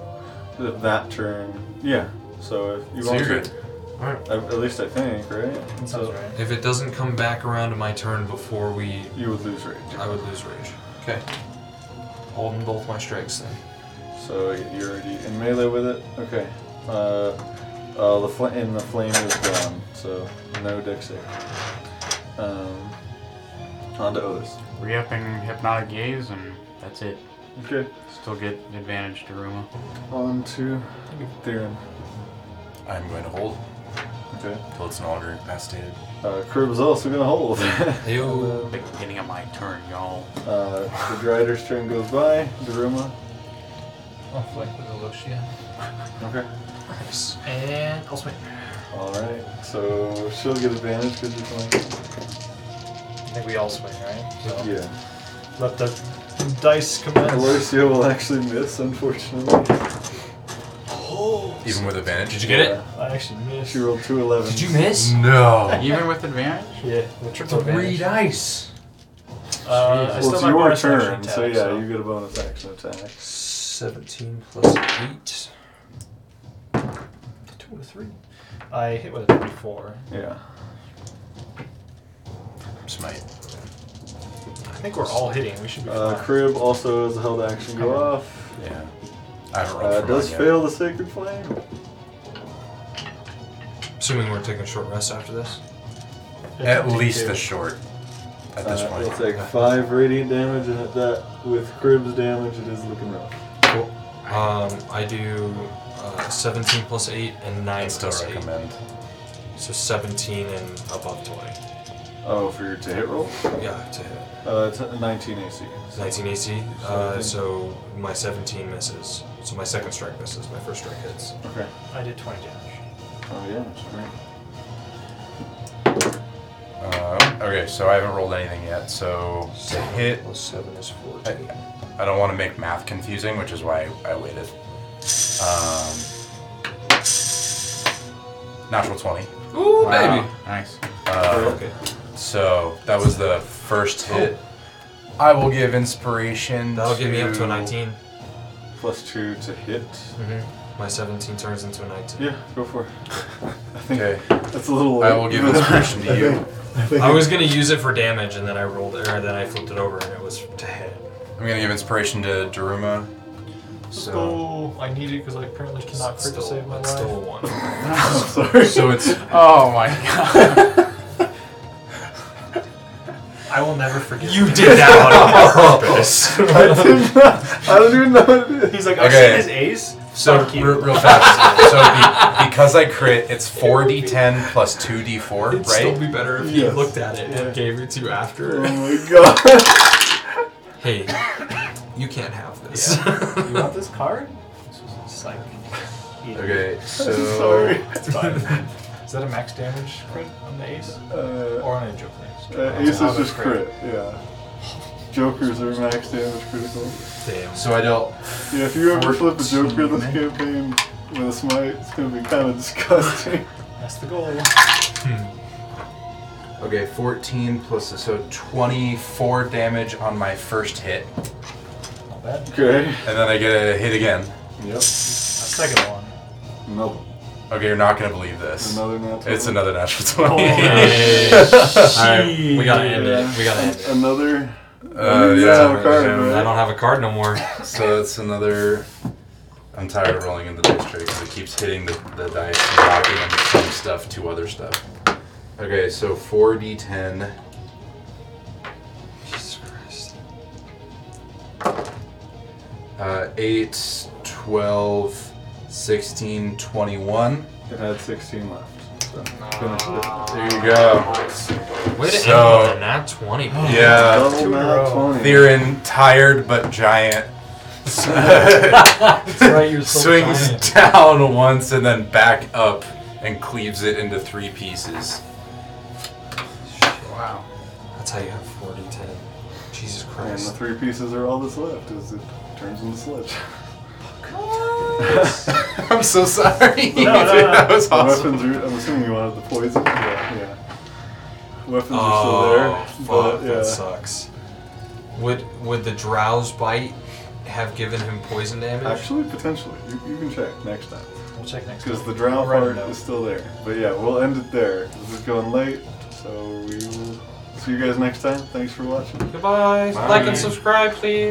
[SPEAKER 1] Th- that turn. Yeah. So if you
[SPEAKER 4] So
[SPEAKER 1] won't.
[SPEAKER 4] you're good.
[SPEAKER 1] At, at least I think, right?
[SPEAKER 6] Sounds
[SPEAKER 1] So
[SPEAKER 6] right.
[SPEAKER 2] if it doesn't come back around to my turn before we,
[SPEAKER 1] you would lose rage.
[SPEAKER 2] I would lose rage. Okay. Holding both my strikes then.
[SPEAKER 1] So you're already in melee with it. Okay. Uh, uh, the fl- and the flame is gone. So no dex save. Um, on to Otis.
[SPEAKER 5] Re-upping hypnotic gaze, and that's it.
[SPEAKER 1] Okay.
[SPEAKER 5] Still get advantage to Ruma.
[SPEAKER 1] On to Theron.
[SPEAKER 4] I'm going to hold
[SPEAKER 1] Okay.
[SPEAKER 4] until it's no longer incapacitated.
[SPEAKER 1] Uh, Curb's also gonna hold. (laughs)
[SPEAKER 2] Yo.
[SPEAKER 5] Beginning of my turn, y'all.
[SPEAKER 1] uh, the Drider's turn goes by. Daruma.
[SPEAKER 6] I'll flank with Alocia.
[SPEAKER 1] Okay.
[SPEAKER 2] Nice.
[SPEAKER 6] And I'll swing.
[SPEAKER 1] All right. So she'll get advantage because you're flanking.
[SPEAKER 6] I think we all swing, right? So
[SPEAKER 1] Yeah.
[SPEAKER 6] let the dice commence.
[SPEAKER 1] Aloysia will actually miss, unfortunately.
[SPEAKER 4] Even with advantage.
[SPEAKER 2] Did you get it?
[SPEAKER 6] Oh, I actually missed.
[SPEAKER 1] She rolled two 11s.
[SPEAKER 2] Did you miss?
[SPEAKER 4] No.
[SPEAKER 5] Even with advantage.
[SPEAKER 6] Yeah, the triple advantage.
[SPEAKER 2] dice.
[SPEAKER 6] Uh, I
[SPEAKER 1] Well, it's
[SPEAKER 6] still have my
[SPEAKER 1] your
[SPEAKER 6] bonus action
[SPEAKER 1] turn,
[SPEAKER 6] attack,
[SPEAKER 1] so yeah, you get a bonus action attack.
[SPEAKER 2] 17 plus 8. 2 to 3.
[SPEAKER 6] I hit with a 24.
[SPEAKER 1] Yeah.
[SPEAKER 4] Smite.
[SPEAKER 6] I think we're all hitting. We should be
[SPEAKER 1] Uh,
[SPEAKER 6] fine.
[SPEAKER 1] Crib also has a held action go off.
[SPEAKER 4] Yeah. I haven't rolled
[SPEAKER 1] Uh,
[SPEAKER 4] for
[SPEAKER 1] does
[SPEAKER 4] mine yet.
[SPEAKER 1] fail the sacred flame.
[SPEAKER 2] So assuming we're taking a short rest after this.
[SPEAKER 4] At least the short. At this
[SPEAKER 1] Uh,
[SPEAKER 4] point.
[SPEAKER 1] We'll take five radiant damage, and at that, with Crib's damage, it is looking rough.
[SPEAKER 2] Cool. Um, I do uh, 17 plus 8 and 9
[SPEAKER 4] I still
[SPEAKER 2] plus 8.
[SPEAKER 4] recommend.
[SPEAKER 2] So 17 and above 20.
[SPEAKER 1] Oh, for your to hit roll?
[SPEAKER 2] Yeah, to hit.
[SPEAKER 1] Uh, it's a 19 AC.
[SPEAKER 2] 19 AC. Uh, so my 17 misses. So my second strike misses. My first strike hits.
[SPEAKER 1] Okay.
[SPEAKER 6] I did 20 damage.
[SPEAKER 1] Oh, yeah, that's great.
[SPEAKER 4] Uh, okay, so I haven't rolled anything yet, so to
[SPEAKER 2] Seven
[SPEAKER 4] hit,
[SPEAKER 2] plus 7 is 14.
[SPEAKER 4] I, I don't want to make math confusing, which is why I waited. Um, natural 20.
[SPEAKER 2] Ooh,
[SPEAKER 5] Wow, Nice.
[SPEAKER 4] Uh,
[SPEAKER 2] Ah, Okay.
[SPEAKER 4] So that was the first hit. I will give inspiration.
[SPEAKER 2] That'll get me up to a
[SPEAKER 4] to-
[SPEAKER 2] 19.
[SPEAKER 1] Plus two to hit.
[SPEAKER 2] Mm-hmm. My 17 turns into a 19.
[SPEAKER 1] Yeah, go for it. I think
[SPEAKER 4] Okay,
[SPEAKER 1] that's a little.
[SPEAKER 4] I
[SPEAKER 1] (laughs)
[SPEAKER 4] will give inspiration to you.
[SPEAKER 2] I was gonna use it for damage, and then I rolled, or then I flipped it over, and it was to hit.
[SPEAKER 4] I'm gonna give inspiration to Daruma. So,
[SPEAKER 6] Oh, I need it because I apparently cannot crit to
[SPEAKER 2] Still-
[SPEAKER 6] save my life.
[SPEAKER 2] that's still a one.
[SPEAKER 1] Sorry.
[SPEAKER 4] so
[SPEAKER 2] (laughs)
[SPEAKER 4] it's
[SPEAKER 5] Oh my (laughs) god.
[SPEAKER 6] (laughs) I will never forget.
[SPEAKER 2] you did that
[SPEAKER 6] (laughs)
[SPEAKER 2] one on purpose.
[SPEAKER 1] I did not. I don't even know what it is.
[SPEAKER 6] He's like,
[SPEAKER 4] I've Okay. seen his
[SPEAKER 6] ace.
[SPEAKER 4] so
[SPEAKER 6] Fuck you.
[SPEAKER 4] re- real fast. so be- because I crit, it's four d10 plus two d4,
[SPEAKER 2] It'd still
[SPEAKER 4] right?
[SPEAKER 2] be better if you
[SPEAKER 1] Yes.
[SPEAKER 2] looked at it and gave it to you
[SPEAKER 1] Oh
[SPEAKER 2] after.
[SPEAKER 1] my god.
[SPEAKER 2] hey, you can't have this.
[SPEAKER 6] You want this card? This was a psych. Eat it.
[SPEAKER 4] Okay,
[SPEAKER 2] (laughs)
[SPEAKER 4] so
[SPEAKER 1] I'm (laughs) sorry.
[SPEAKER 6] It's fine. Is that a max damage crit on the ace?
[SPEAKER 1] Uh,
[SPEAKER 6] Or on a joker ace?
[SPEAKER 1] uh, ace is
[SPEAKER 6] Oh, that's
[SPEAKER 1] just
[SPEAKER 6] great.
[SPEAKER 1] crit. Yeah. Jokers are max damage critical.
[SPEAKER 2] (laughs) Damn.
[SPEAKER 4] so I dealt
[SPEAKER 1] Yeah, if you ever flip a Joker in this
[SPEAKER 5] 14,
[SPEAKER 1] campaign with a smite, it's gonna be kind of
[SPEAKER 4] (laughs)
[SPEAKER 1] disgusting.
[SPEAKER 6] That's the goal.
[SPEAKER 4] okay 14 plus so 24 damage on my first hit,
[SPEAKER 6] Not bad.
[SPEAKER 1] Okay.
[SPEAKER 4] and then I get a hit again.
[SPEAKER 1] Yep.
[SPEAKER 6] A second one.
[SPEAKER 1] Nope.
[SPEAKER 4] Okay, you're not gonna believe this.
[SPEAKER 1] Another natural.
[SPEAKER 4] It's another natural (laughs) Uh, 20.
[SPEAKER 1] Oh,
[SPEAKER 2] Alright, we gotta end it. We gotta end it.
[SPEAKER 1] Another.
[SPEAKER 4] Uh,
[SPEAKER 1] You
[SPEAKER 4] yeah,
[SPEAKER 1] have a card,
[SPEAKER 4] yeah.
[SPEAKER 2] I don't have a card no more.
[SPEAKER 4] So that's another. I'm tired of rolling in the dice tray because it keeps hitting the, the dice and knocking them from stuff to other stuff. Okay, so 4d10.
[SPEAKER 2] Jesus Christ.
[SPEAKER 4] Uh, 8, 12, 16, 21.
[SPEAKER 1] It had 16 left. So finish it.
[SPEAKER 4] There you go.
[SPEAKER 2] Way to
[SPEAKER 4] So-
[SPEAKER 2] end with a nat 20. man.
[SPEAKER 4] Yeah.
[SPEAKER 1] Double nat 20.
[SPEAKER 4] Theron, tired but giant,
[SPEAKER 6] right, you're so
[SPEAKER 4] swings
[SPEAKER 6] giant.
[SPEAKER 4] down once and then back up and cleaves it into three pieces.
[SPEAKER 5] Wow.
[SPEAKER 2] That's how you have 4d10. Jesus
[SPEAKER 1] And the
[SPEAKER 2] Christ.
[SPEAKER 1] three pieces are all that's left as it turns into sludge.
[SPEAKER 4] (laughs) I'm so sorry.
[SPEAKER 6] No, no, no.
[SPEAKER 4] (laughs) that
[SPEAKER 1] (laughs)
[SPEAKER 4] was
[SPEAKER 1] The
[SPEAKER 4] awesome.
[SPEAKER 1] Weapons are. I'm assuming you wanted the poison? Yeah. yeah. Weapons
[SPEAKER 2] Oh,
[SPEAKER 1] are still there.
[SPEAKER 2] fuck,
[SPEAKER 1] but,
[SPEAKER 2] that
[SPEAKER 1] yeah.
[SPEAKER 2] sucks. Would would the drow's bite have given him poison damage?
[SPEAKER 1] Actually, potentially. You, you can check next time.
[SPEAKER 6] We'll check next
[SPEAKER 1] Because
[SPEAKER 6] time.
[SPEAKER 1] the drown
[SPEAKER 6] I'll write a
[SPEAKER 1] part
[SPEAKER 6] note.
[SPEAKER 1] is still there. But yeah, we'll end it there. This is going late, so we will see you guys next time. Thanks for watching.
[SPEAKER 2] Goodbye. Like and subscribe, please.